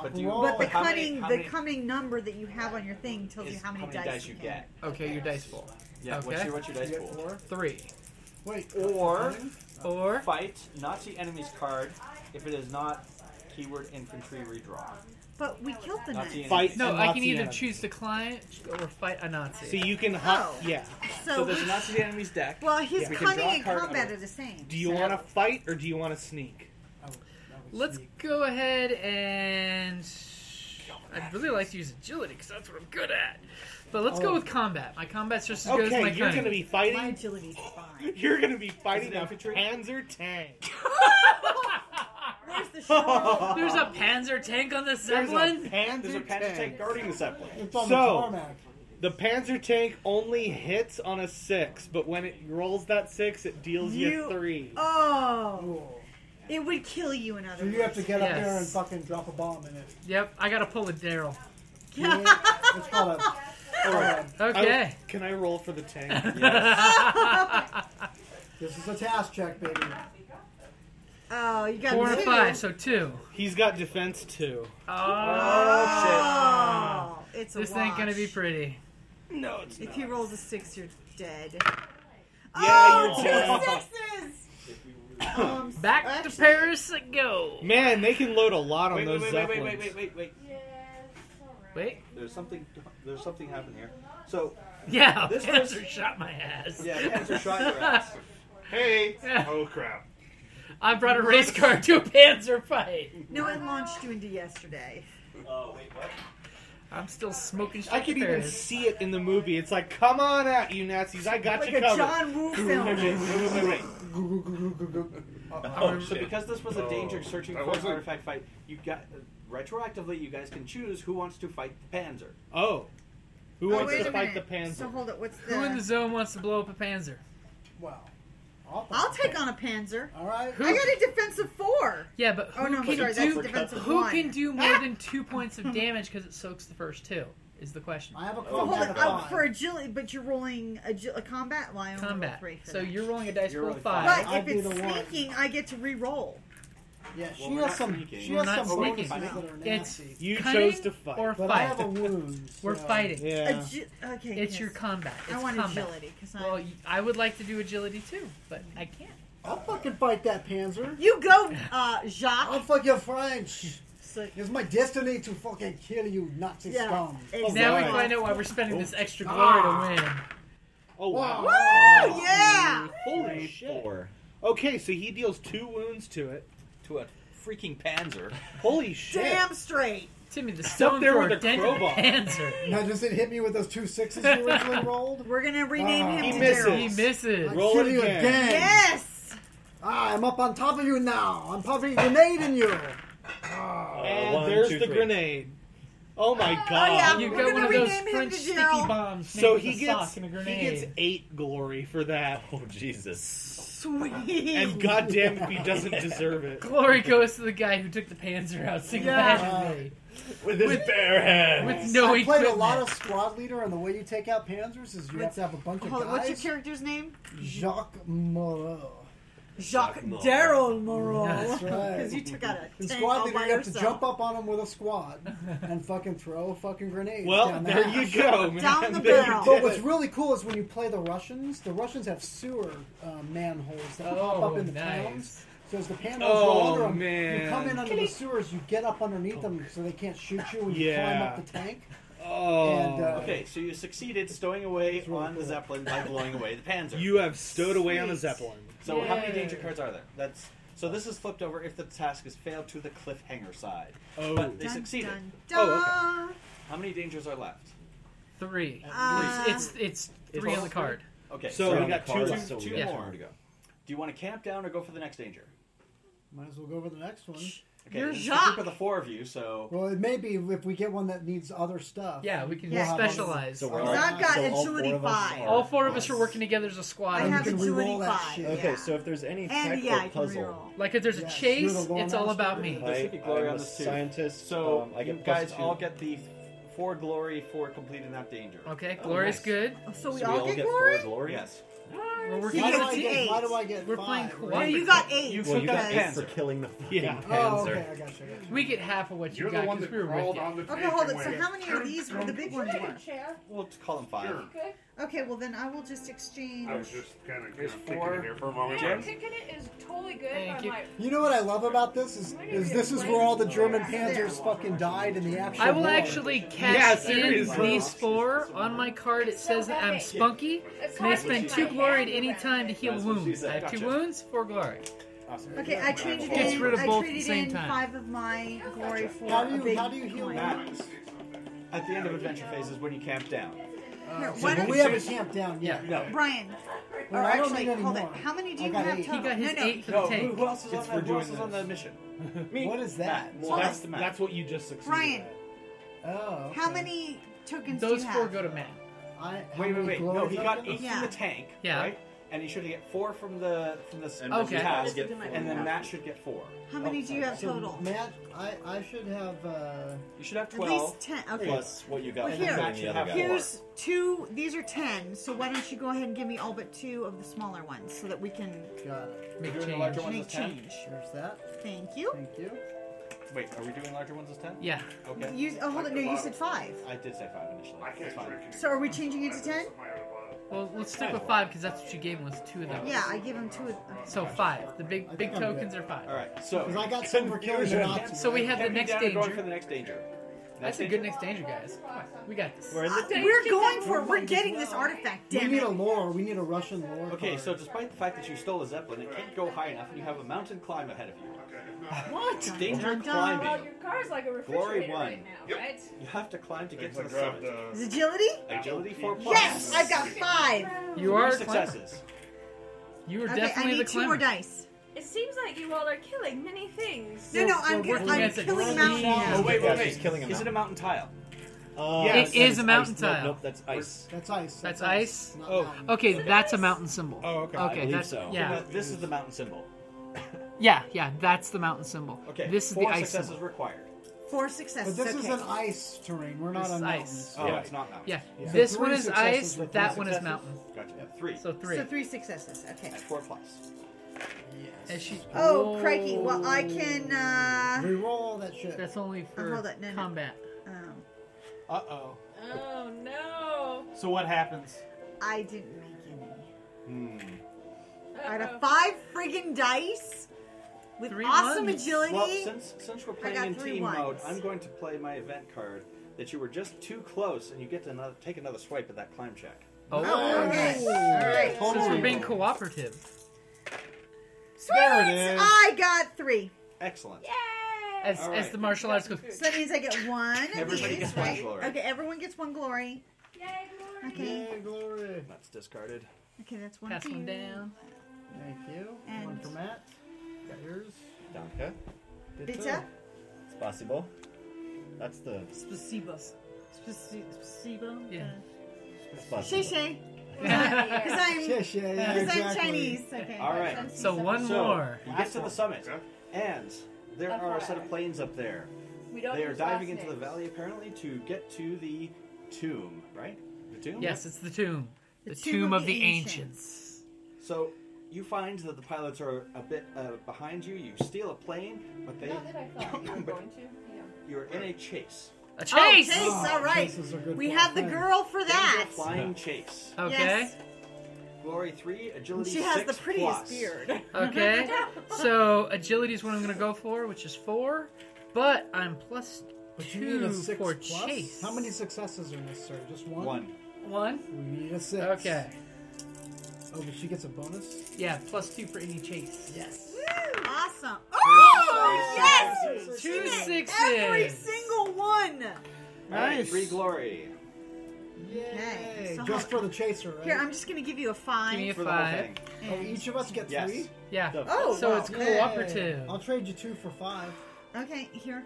Speaker 6: But do you?
Speaker 8: Rock
Speaker 5: But the
Speaker 6: how many-
Speaker 5: cunning,
Speaker 6: how
Speaker 5: the
Speaker 6: many
Speaker 5: cunning number that you have on your thing tells
Speaker 6: is
Speaker 5: you how many,
Speaker 6: dice you
Speaker 5: can.
Speaker 6: get?
Speaker 11: Okay, your dice roll.
Speaker 6: Yeah.
Speaker 11: Okay.
Speaker 6: What's your what's your dice pool?
Speaker 11: Three.
Speaker 8: Wait.
Speaker 6: Or,
Speaker 11: or
Speaker 6: fight Nazi enemies card if it is not keyword infantry redraw.
Speaker 5: But we killed the Nazi.
Speaker 6: Nazi enemy.
Speaker 4: Fight
Speaker 11: No,
Speaker 4: a
Speaker 11: I can
Speaker 4: Nazi
Speaker 11: either
Speaker 4: enemy.
Speaker 11: choose the client or fight a Nazi.
Speaker 4: So you can hop. Yeah.
Speaker 5: Oh, So
Speaker 4: So, there's
Speaker 5: we-
Speaker 4: a Nazi enemy's deck.
Speaker 5: Well, his
Speaker 4: Yeah, we can
Speaker 5: cunning
Speaker 4: draw a
Speaker 5: and
Speaker 4: card
Speaker 5: combat
Speaker 4: under-
Speaker 5: are the same.
Speaker 4: Do you want to fight or do you want to sneak?
Speaker 11: Let's go ahead and. I'd really like to use agility because that's what I'm good at. But let's go
Speaker 4: Oh.
Speaker 11: with combat. My combat's just as good as
Speaker 4: Okay,
Speaker 11: my
Speaker 4: you're
Speaker 11: cunning.
Speaker 4: gonna be fighting-
Speaker 5: My agility's fine.
Speaker 4: You're gonna be fighting a Panzer tank.
Speaker 5: Where's the
Speaker 4: shuttle?
Speaker 11: There's a Panzer tank on the
Speaker 4: There's a
Speaker 11: Zeppelin.
Speaker 4: Panzer, tank. guarding the Zeppelin.
Speaker 11: It's
Speaker 4: so,
Speaker 11: on the tarmac.
Speaker 4: the Panzer tank only hits on a six, but when it rolls that six, it deals you,
Speaker 5: You-
Speaker 4: three.
Speaker 5: Oh. It would kill you in other
Speaker 8: So you have to
Speaker 5: words.
Speaker 8: get up there and
Speaker 11: Yes.
Speaker 8: fucking drop a bomb in it.
Speaker 11: Yep, I gotta pull a Daryl.
Speaker 8: It's called a.
Speaker 11: Okay.
Speaker 4: I- can I roll for the tank?
Speaker 8: This is a task check, baby.
Speaker 5: Oh, you got
Speaker 11: Four
Speaker 5: two.
Speaker 11: and a five, so two.
Speaker 4: He's got defense two.
Speaker 11: Oh,
Speaker 5: shit. It's a
Speaker 11: This ain't gonna be
Speaker 5: wash.
Speaker 11: pretty.
Speaker 4: No, it's
Speaker 5: If he rolls a six, you're dead.
Speaker 4: Yeah,
Speaker 5: oh,
Speaker 4: you're dead.
Speaker 5: two sixes! Oh,
Speaker 11: Um, Back to Paris it go.
Speaker 4: Man, they can load a lot on
Speaker 11: Wait, wait,
Speaker 4: those
Speaker 11: wait, wait,
Speaker 4: Zeppelins.
Speaker 11: wait,
Speaker 19: wait, wait, wait.
Speaker 11: Wait.
Speaker 19: There's something. There's something happening here. So.
Speaker 11: Yeah,
Speaker 19: This
Speaker 11: Panzer
Speaker 19: person-
Speaker 11: shot my ass.
Speaker 19: Yeah, Panzer shot your ass.
Speaker 4: Hey.
Speaker 11: Oh
Speaker 4: crap.
Speaker 11: I brought a race car to a
Speaker 5: Oh,
Speaker 11: Panzer fight.
Speaker 5: No, it launched you into yesterday.
Speaker 19: Oh, wait, what?
Speaker 11: I'm still smoking shit.
Speaker 4: I could even
Speaker 11: Paris.
Speaker 4: see it in the movie. It's like, come on out, you Nazis! I got
Speaker 5: Like
Speaker 4: you
Speaker 5: a
Speaker 4: covered.
Speaker 5: John Woo film.
Speaker 4: Wait, wait, wait, wait, wait.
Speaker 6: Oh, so because this was a
Speaker 4: Oh.
Speaker 6: danger searching
Speaker 4: That
Speaker 6: for an
Speaker 4: wasn't-
Speaker 6: artifact fight, you got retroactively. You guys can choose who wants to fight the Panzer.
Speaker 4: Oh, who
Speaker 5: Oh,
Speaker 4: wants
Speaker 5: wait
Speaker 4: to
Speaker 5: a
Speaker 4: fight the
Speaker 5: minute.
Speaker 4: Panzer?
Speaker 5: So hold it. What's the?
Speaker 11: Who in the zone wants to blow up a Panzer?
Speaker 8: Wow.
Speaker 5: I'll take on a Panzer.
Speaker 8: All right.
Speaker 5: I got a defensive four.
Speaker 11: Yeah, but who
Speaker 5: Oh, no,
Speaker 11: can
Speaker 5: sorry, that's
Speaker 11: do
Speaker 5: defensive
Speaker 11: who
Speaker 5: one.
Speaker 11: can do more than two points of damage because it soaks the first two? Is the question.
Speaker 8: I have a
Speaker 5: Well, Oh, hold it up for agility, but you're rolling a, gi- a combat. Well, I only roll
Speaker 11: combat.
Speaker 5: three for
Speaker 11: So
Speaker 5: that.
Speaker 11: you're rolling a dice
Speaker 5: You're
Speaker 11: roll
Speaker 5: rolling
Speaker 11: five.
Speaker 5: But if it's sneaking, I get to re-roll.
Speaker 8: Yeah,
Speaker 5: she
Speaker 8: has some- she
Speaker 11: We're
Speaker 8: has
Speaker 11: not
Speaker 8: some
Speaker 11: sneaking.
Speaker 8: bonuses that are
Speaker 11: It's
Speaker 8: nasty.
Speaker 4: You
Speaker 11: cunning
Speaker 4: chose to fight.
Speaker 11: or
Speaker 8: But
Speaker 11: fight.
Speaker 8: I have a wound.
Speaker 11: We're
Speaker 8: so-
Speaker 11: fighting.
Speaker 4: Yeah.
Speaker 5: Agi- okay.
Speaker 11: It's
Speaker 5: yes.
Speaker 11: your combat.
Speaker 5: I
Speaker 11: It's
Speaker 5: want
Speaker 11: combat.
Speaker 5: agility, 'cause
Speaker 11: well, y- I would like to do agility too, but I can't.
Speaker 8: I'll fucking fight that Panzer.
Speaker 5: You go, uh, Jacques.
Speaker 8: I'll fuck your French. It's my destiny to fucking kill you, Nazi
Speaker 5: Yeah,
Speaker 8: scum. Oh,
Speaker 5: exactly.
Speaker 11: Now we find out why we're spending this extra glory to win.
Speaker 4: Oh wow!
Speaker 5: Woo! Yeah.
Speaker 4: Holy shit! Okay, so he deals two wounds to it.
Speaker 6: To a freaking Panzer.
Speaker 4: Holy shit!
Speaker 5: Damn straight.
Speaker 11: Timmy, the
Speaker 4: It's up
Speaker 11: stone
Speaker 4: there
Speaker 11: thrower
Speaker 4: with a
Speaker 11: dented
Speaker 4: crowbar.
Speaker 11: Panzer.
Speaker 8: Now, does it hit me with those two sixes you originally rolled?
Speaker 5: We're gonna rename
Speaker 8: Ah.
Speaker 5: him
Speaker 8: He
Speaker 5: to
Speaker 8: misses.
Speaker 5: Daryl.
Speaker 11: He misses.
Speaker 8: I kill you again.
Speaker 5: Yes.
Speaker 8: Ah, I'm up on top of you now. I'm popping grenade in you.
Speaker 4: And
Speaker 8: one,
Speaker 4: there's
Speaker 8: two,
Speaker 4: the
Speaker 8: three.
Speaker 4: grenade. Oh my
Speaker 5: yeah,
Speaker 4: god!
Speaker 11: You
Speaker 5: We're
Speaker 11: got one
Speaker 5: gonna
Speaker 11: of those
Speaker 5: rename him
Speaker 11: French
Speaker 5: to
Speaker 11: sticky
Speaker 5: Jill.
Speaker 11: bombs.
Speaker 4: So
Speaker 11: made
Speaker 4: he
Speaker 11: with a
Speaker 4: gets
Speaker 11: sock and a
Speaker 4: he
Speaker 11: grenade.
Speaker 4: gets eight glory for that.
Speaker 7: Oh Jesus!
Speaker 5: Sweet.
Speaker 4: And goddamn if he doesn't deserve it.
Speaker 11: Glory goes to the guy who took the Panzer out single-handedly.
Speaker 7: With his bare hands.
Speaker 11: With
Speaker 8: I
Speaker 11: no
Speaker 8: played
Speaker 11: equipment.
Speaker 8: a lot of squad leader, and the way you take out Panzers is you have to have a bunch of
Speaker 5: Hold
Speaker 8: guys.
Speaker 5: on, what's your character's name?
Speaker 8: Jacques Moreau.
Speaker 5: Jacques
Speaker 8: Moreau.
Speaker 5: Daryl Moreau.
Speaker 8: That's right.
Speaker 5: Because you took out a
Speaker 8: In
Speaker 5: tank
Speaker 8: squad
Speaker 5: all
Speaker 8: leader,
Speaker 5: by
Speaker 8: you have to
Speaker 5: yourself.
Speaker 8: jump up on them with a squad and fucking throw fucking grenades.
Speaker 4: Well,
Speaker 8: down
Speaker 4: there
Speaker 8: the
Speaker 4: you
Speaker 8: hatch.
Speaker 4: go, man.
Speaker 5: Down the
Speaker 4: There you
Speaker 5: barrel.
Speaker 4: did
Speaker 8: But what's
Speaker 4: it.
Speaker 8: really cool is when you play the Russians. The Russians have sewer uh, manholes that pop
Speaker 11: Oh,
Speaker 8: up in the
Speaker 11: nice.
Speaker 8: towns. So as the panels
Speaker 4: Oh,
Speaker 8: roll under 'em, you
Speaker 4: man.
Speaker 8: come in under the sewers, you get up underneath them so they can't shoot you, and you climb
Speaker 4: Yeah.
Speaker 8: up the tank.
Speaker 4: Oh.
Speaker 8: And, uh,
Speaker 6: okay, so you succeeded stowing away on the Zeppelin by blowing away the Panzer.
Speaker 4: You have stowed away on a
Speaker 6: Sweet.
Speaker 4: zeppelin.
Speaker 6: So how many
Speaker 4: Yay.
Speaker 6: danger cards are there? That's so this is flipped over if the task is failed to the cliffhanger side.
Speaker 4: Oh.
Speaker 6: But they
Speaker 5: Dun,
Speaker 6: succeeded.
Speaker 5: dun,
Speaker 6: Oh,
Speaker 5: dun.
Speaker 6: okay. How many dangers are left?
Speaker 11: Three.
Speaker 5: Uh,
Speaker 11: it's it's three on the card.
Speaker 6: Okay,
Speaker 4: So
Speaker 6: so,
Speaker 4: we
Speaker 6: we got
Speaker 4: got
Speaker 6: two,
Speaker 4: cards,
Speaker 6: two-
Speaker 4: so we
Speaker 6: two
Speaker 11: got
Speaker 6: more
Speaker 11: one
Speaker 6: to go. Do you want to camp down or go for the next danger?
Speaker 8: Might as well go over the next one.
Speaker 6: Okay,
Speaker 8: You're
Speaker 6: this is a
Speaker 8: Jacques.
Speaker 6: group of the four of you, so
Speaker 8: Well, it may be if we get one that needs other stuff.
Speaker 11: Yeah, we can
Speaker 8: We'll have others.
Speaker 11: specialize.
Speaker 7: So we're
Speaker 8: Because
Speaker 7: all-
Speaker 8: I've
Speaker 5: got
Speaker 7: so all
Speaker 5: agility
Speaker 7: four of us
Speaker 5: five.
Speaker 7: are-
Speaker 11: All four of us are working together as a squad.
Speaker 5: I have
Speaker 8: can
Speaker 5: agility
Speaker 8: re-roll that
Speaker 5: five.
Speaker 8: shit.
Speaker 7: Okay,
Speaker 5: Yeah.
Speaker 7: so if there's any
Speaker 5: And
Speaker 7: tech
Speaker 5: yeah, I
Speaker 7: or
Speaker 5: can
Speaker 7: puzzle,
Speaker 5: reroll.
Speaker 11: Like if there's a
Speaker 8: Yes,
Speaker 11: chase,
Speaker 8: you're the lore
Speaker 11: it's all
Speaker 8: master.
Speaker 11: about me.
Speaker 7: I,
Speaker 6: should be glory
Speaker 7: I'm
Speaker 6: on
Speaker 7: a
Speaker 6: this too.
Speaker 7: scientist.
Speaker 6: so
Speaker 7: um, I
Speaker 6: you
Speaker 7: get plus
Speaker 6: guys
Speaker 7: two.
Speaker 6: all get the f- four glory for completing that danger.
Speaker 11: Okay,
Speaker 6: Oh,
Speaker 11: glory's
Speaker 6: nice.
Speaker 11: good.
Speaker 5: So we
Speaker 6: So
Speaker 5: all get glory.
Speaker 6: Yes.
Speaker 8: Well, we're
Speaker 5: He
Speaker 8: playing-
Speaker 5: gets
Speaker 8: Why do I get-
Speaker 5: eight.
Speaker 8: why do I get We're playing five, right?
Speaker 5: No, you got eight.
Speaker 7: well, you got
Speaker 11: because-
Speaker 7: eight for killing the fucking
Speaker 11: Yeah.
Speaker 7: Panzer.
Speaker 11: Oh, okay, I
Speaker 8: got you.
Speaker 11: We get half of what you
Speaker 7: You're the
Speaker 11: got
Speaker 7: one
Speaker 11: because
Speaker 7: that
Speaker 11: we were
Speaker 7: crawled
Speaker 11: with you.
Speaker 7: on the
Speaker 5: Okay, hold it. So how many of these were the big ones? were?
Speaker 7: We'll call them five.
Speaker 5: Okay, well then I will just exchange.
Speaker 20: I was just kind of
Speaker 5: There's
Speaker 20: thinking
Speaker 5: four.
Speaker 20: it here for a moment.
Speaker 3: it is totally good.
Speaker 11: Thank you.
Speaker 8: You know what I love about this is, is this is where all the German Panzers fucking died in the actual.
Speaker 11: I will
Speaker 8: war.
Speaker 11: actually
Speaker 8: Yeah,
Speaker 11: cash in
Speaker 8: seriously.
Speaker 11: these four on my card. It says that I'm spunky, and I spend two glory at any time to heal wounds. I have two wounds, four glory.
Speaker 5: Okay, I traded
Speaker 11: Gets
Speaker 5: in.
Speaker 11: rid of
Speaker 5: I
Speaker 11: both at the
Speaker 5: traded
Speaker 11: same
Speaker 5: in
Speaker 11: time.
Speaker 5: five of my glory for
Speaker 6: How do
Speaker 5: a
Speaker 6: you-
Speaker 5: big
Speaker 6: how do you heal
Speaker 5: coin.
Speaker 6: that? At the end of adventure phases, when you camp
Speaker 5: Uh,
Speaker 6: down.
Speaker 5: Here, why
Speaker 6: So when
Speaker 5: don't
Speaker 6: we
Speaker 5: you-
Speaker 6: haven't
Speaker 8: camped down
Speaker 6: yet. Yeah. No.
Speaker 5: Brian. Or
Speaker 6: Well, I don't
Speaker 5: actually,
Speaker 6: need any
Speaker 5: hold it.
Speaker 6: more.
Speaker 5: How many do
Speaker 6: I
Speaker 5: you
Speaker 6: got
Speaker 5: have
Speaker 6: eight. He
Speaker 5: total?
Speaker 6: got
Speaker 5: no,
Speaker 6: his
Speaker 5: no.
Speaker 6: eight for the No, tank. who else is on that- who else is on that mission? Me.
Speaker 8: What is that?
Speaker 21: Well, that's, that's what you just succeeded.
Speaker 5: Brian,
Speaker 8: Oh.
Speaker 5: how many tokens
Speaker 11: Those
Speaker 5: do you
Speaker 11: four
Speaker 5: have?
Speaker 11: go to Matt.
Speaker 8: I,
Speaker 6: Wait, wait, wait. No, he got eight
Speaker 5: Yeah.
Speaker 6: from the tank,
Speaker 11: Yeah.
Speaker 6: right? And he should get four from the from the s-
Speaker 11: And Okay.
Speaker 6: task,
Speaker 11: Matt will get
Speaker 6: and
Speaker 11: four.
Speaker 6: then Matt should get four.
Speaker 5: How many do you have
Speaker 8: So,
Speaker 5: total?
Speaker 8: Matt, I, I should have. Uh,
Speaker 6: You should have
Speaker 5: At least ten. Okay. Well, here, here's two. These are ten. So why don't you go ahead and give me all but two of the smaller ones, so that we can
Speaker 8: Got it.
Speaker 6: You're
Speaker 11: Make
Speaker 6: doing
Speaker 11: change.
Speaker 6: larger ones
Speaker 11: Make
Speaker 6: as 10?
Speaker 11: change.
Speaker 8: There's that.
Speaker 5: Thank you.
Speaker 8: Thank you.
Speaker 6: Wait, are we doing larger ones as ten?
Speaker 11: Yeah.
Speaker 6: Okay.
Speaker 5: You- oh, hold it. No, you said five.
Speaker 6: I did say five initially. I can't
Speaker 5: So are we changing it to ten?
Speaker 11: Well, let's stick with five because that's what you gave him was two of them.
Speaker 5: Yeah, I give him two. Of, okay.
Speaker 11: So five. The big big
Speaker 5: I'm good.
Speaker 11: tokens are five. All
Speaker 6: right. So
Speaker 8: Because I got some for killing the Nazis.
Speaker 11: So we have the
Speaker 6: Camping
Speaker 11: next
Speaker 6: down and
Speaker 11: danger.
Speaker 6: Going for the next danger.
Speaker 11: That's a good next danger, guys. Come on, we got this.
Speaker 6: We're in the-
Speaker 5: We're going for it. We're getting this artifact.
Speaker 8: We
Speaker 5: Damn
Speaker 8: need
Speaker 5: it.
Speaker 8: a lore. We need a Russian lore.
Speaker 6: Okay,
Speaker 8: card.
Speaker 6: so despite the fact that you stole a zeppelin, it can't go high enough, and you have a mountain climb ahead of you.
Speaker 5: What?
Speaker 6: Danger
Speaker 3: Well,
Speaker 6: climbing.
Speaker 3: your car's like a
Speaker 6: Glory
Speaker 3: refrigerator
Speaker 6: one.
Speaker 3: right now, right?
Speaker 6: You have to climb to get to the
Speaker 20: Like, grab
Speaker 6: summit.
Speaker 5: Is agility?
Speaker 6: Agility four plus.
Speaker 5: Yes, I've got five.
Speaker 11: You
Speaker 6: Three
Speaker 11: are a climber.
Speaker 6: successes.
Speaker 11: You are
Speaker 5: Okay,
Speaker 11: definitely
Speaker 5: I need
Speaker 11: the
Speaker 5: two more
Speaker 11: climber.
Speaker 5: dice.
Speaker 3: It seems like you all are killing many things.
Speaker 5: No, no, I'm good. I'm killing mountain.
Speaker 6: Oh wait,
Speaker 7: Yeah,
Speaker 6: wait,
Speaker 7: she's
Speaker 6: wait.
Speaker 7: killing him
Speaker 6: Is
Speaker 7: now.
Speaker 6: it a mountain tile?
Speaker 7: Uh,
Speaker 11: It
Speaker 7: that's-
Speaker 11: is a
Speaker 7: that's
Speaker 11: mountain
Speaker 7: ice. Nope,
Speaker 11: tile.
Speaker 7: Nope, that's ice.
Speaker 8: That's ice.
Speaker 11: That's ice.
Speaker 8: not
Speaker 11: Oh,
Speaker 8: mountain.
Speaker 11: okay. That's a mountain symbol. Oh,
Speaker 6: I
Speaker 11: Okay,
Speaker 6: believe
Speaker 11: that's
Speaker 6: so.
Speaker 11: yeah,
Speaker 6: This is the mountain symbol.
Speaker 11: yeah, yeah. That's the mountain symbol.
Speaker 6: Okay.
Speaker 11: This is
Speaker 6: four
Speaker 11: the ice
Speaker 6: successes
Speaker 11: symbol.
Speaker 6: required.
Speaker 5: Four successes.
Speaker 8: But this
Speaker 5: okay.
Speaker 8: is an ice terrain. We're
Speaker 11: This
Speaker 8: not
Speaker 11: is
Speaker 8: on
Speaker 11: ice.
Speaker 8: mountains.
Speaker 6: Oh, it's not mountain.
Speaker 11: Yeah.
Speaker 8: So
Speaker 11: This
Speaker 8: three
Speaker 11: one is
Speaker 8: successes
Speaker 11: ice.
Speaker 8: with
Speaker 11: That
Speaker 8: three
Speaker 11: one is
Speaker 8: successes.
Speaker 11: mountain.
Speaker 6: Gotcha. Three.
Speaker 11: So three.
Speaker 5: So three successes. Okay.
Speaker 6: Four plus.
Speaker 11: As she-
Speaker 5: Oh, crikey. Well, I can. Uh,
Speaker 8: Reroll that shit.
Speaker 11: That's only for
Speaker 5: hold it. No, no.
Speaker 11: combat.
Speaker 5: Um,
Speaker 21: Uh oh.
Speaker 3: Oh no.
Speaker 21: So what happens?
Speaker 5: I didn't make any.
Speaker 21: Hmm.
Speaker 5: Out of five friggin' dice with awesome agility.
Speaker 6: Well, since since we're playing
Speaker 5: got
Speaker 6: in
Speaker 5: three
Speaker 6: team
Speaker 5: ones.
Speaker 6: mode, I'm going to play my event card that you were just too close, and you get to another, take another swipe at that climb check.
Speaker 11: Oh,
Speaker 5: okay.
Speaker 11: All right.
Speaker 5: Total
Speaker 11: Since we're
Speaker 5: reroll.
Speaker 11: being cooperative,
Speaker 5: Sweet!
Speaker 6: There it is.
Speaker 5: I got three.
Speaker 6: Excellent.
Speaker 11: as,
Speaker 6: All
Speaker 11: as
Speaker 6: right.
Speaker 11: the martial arts go,
Speaker 5: So that means I get one of
Speaker 6: Everybody
Speaker 5: these,
Speaker 6: gets one
Speaker 5: right?
Speaker 6: glory.
Speaker 5: Okay, everyone gets one glory.
Speaker 3: Yay, glory.
Speaker 5: Okay.
Speaker 8: glory.
Speaker 6: That's discarded.
Speaker 5: Okay, that's one
Speaker 11: pass
Speaker 5: for
Speaker 11: one
Speaker 5: you.
Speaker 11: down.
Speaker 8: Thank you.
Speaker 5: And-
Speaker 8: One for Matt. Yours.
Speaker 7: Danke.
Speaker 5: Bitte?
Speaker 7: It's possible. That's the.
Speaker 5: Spasibos. Spasibo?
Speaker 11: Yeah. Uh,
Speaker 7: It's
Speaker 5: Shay
Speaker 7: possible.
Speaker 5: Shay. Because I'm,
Speaker 8: Shay Shay, yeah,
Speaker 5: 'cause I'm
Speaker 8: exactly.
Speaker 5: Chinese. Okay.
Speaker 6: All right.
Speaker 11: So one more.
Speaker 6: You get to the summit, and there
Speaker 3: That's
Speaker 6: are a
Speaker 3: right.
Speaker 6: set of planes up there.
Speaker 3: We don't
Speaker 6: they are
Speaker 3: use
Speaker 6: diving
Speaker 3: last
Speaker 6: into the
Speaker 3: names.
Speaker 6: valley apparently to get to the tomb, right? The tomb.
Speaker 11: Yes, it's the tomb. The, tomb, of the ancients.
Speaker 6: So you find that the pilots are a bit uh, behind you. You steal a plane, but they
Speaker 3: Not that I thought you were going to. Yeah.
Speaker 6: you're in a chase. Ah,
Speaker 11: A
Speaker 5: Oh,
Speaker 11: chase.
Speaker 5: chase. all right.
Speaker 8: chases are good
Speaker 5: We
Speaker 8: for
Speaker 5: have the
Speaker 8: fun.
Speaker 5: girl for that.
Speaker 6: Flying chase.
Speaker 11: Okay.
Speaker 5: Yes.
Speaker 6: Glory three,
Speaker 5: And
Speaker 6: agility.
Speaker 5: She has
Speaker 6: six
Speaker 5: the prettiest
Speaker 6: plus.
Speaker 5: beard.
Speaker 11: Okay. so agility is what I'm gonna go for, which is four, but I'm plus
Speaker 8: But you need
Speaker 11: two
Speaker 8: a six
Speaker 11: for
Speaker 8: plus?
Speaker 11: chase.
Speaker 8: How many successes are necessary? Just one.
Speaker 6: One.
Speaker 11: One.
Speaker 8: We need a six.
Speaker 11: Okay.
Speaker 8: Oh, but she gets a bonus.
Speaker 11: Yeah, plus two for any chase.
Speaker 8: Yes.
Speaker 5: Awesome. Oh, yes! She
Speaker 11: Two
Speaker 5: did
Speaker 11: sixes.
Speaker 5: Every single one.
Speaker 6: All right,
Speaker 11: Nice.
Speaker 6: three glory.
Speaker 5: Okay.
Speaker 8: Hey,
Speaker 5: So
Speaker 8: just
Speaker 5: hold-
Speaker 8: for the chaser, right?
Speaker 5: Here, I'm just going to give you a five.
Speaker 11: Give me a
Speaker 6: For the whole
Speaker 11: five.
Speaker 6: thing.
Speaker 8: Oh, each of us get
Speaker 6: Yes.
Speaker 8: three.
Speaker 11: Yeah.
Speaker 5: Oh,
Speaker 11: so
Speaker 5: wow.
Speaker 11: it's
Speaker 8: Yay.
Speaker 11: cooperative.
Speaker 8: I'll trade you two for five.
Speaker 5: Oh Okay, here.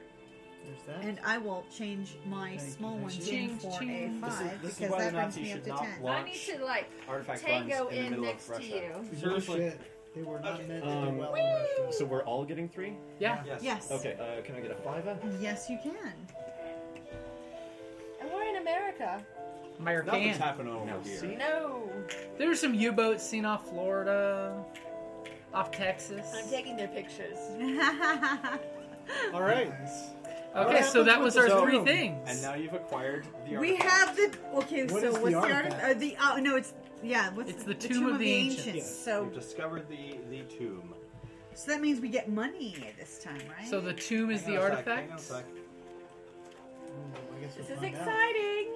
Speaker 8: There's that.
Speaker 5: And I will change my small one
Speaker 11: Ching,
Speaker 5: in for a
Speaker 11: ching.
Speaker 6: This is,
Speaker 5: five
Speaker 6: this is
Speaker 5: because
Speaker 6: why the
Speaker 5: that brings
Speaker 6: Nazis
Speaker 5: me up
Speaker 6: should
Speaker 5: to
Speaker 6: not
Speaker 5: ten.
Speaker 6: launch
Speaker 3: I need to like
Speaker 6: artifact
Speaker 3: tango
Speaker 6: guns in,
Speaker 3: in,
Speaker 6: the middle
Speaker 3: next
Speaker 6: of Russia.
Speaker 3: to you.
Speaker 6: Seriously.
Speaker 8: Bullshit. They were not meant to do
Speaker 7: Um,
Speaker 8: well. in Russia.
Speaker 7: So we're all getting three?
Speaker 11: Yeah.
Speaker 6: Yes.
Speaker 5: Yes.
Speaker 7: Okay, uh, can I get a five?
Speaker 5: Yes, you can.
Speaker 3: And we're in America.
Speaker 11: My arcane.
Speaker 6: Nothing's happening over here.
Speaker 11: No. There's some U-boats seen off Florida, off Texas.
Speaker 3: I'm taking their pictures.
Speaker 4: All right.
Speaker 11: Okay, so that was our three things.
Speaker 6: And now you've acquired the
Speaker 5: We
Speaker 6: artifact.
Speaker 5: have the okay.
Speaker 6: What
Speaker 5: so
Speaker 6: is the
Speaker 5: what's the
Speaker 6: artifact?
Speaker 5: artifact? Uh, the oh no, it's yeah. What's
Speaker 11: It's the Tomb of the Ancients.
Speaker 5: So
Speaker 6: We've discovered the, the tomb.
Speaker 5: so that means we get money at this time, right?
Speaker 11: So the tomb is
Speaker 6: Hang
Speaker 11: the
Speaker 6: on a sec,
Speaker 11: artifact.
Speaker 6: hang on a sec.
Speaker 5: this
Speaker 3: is exciting.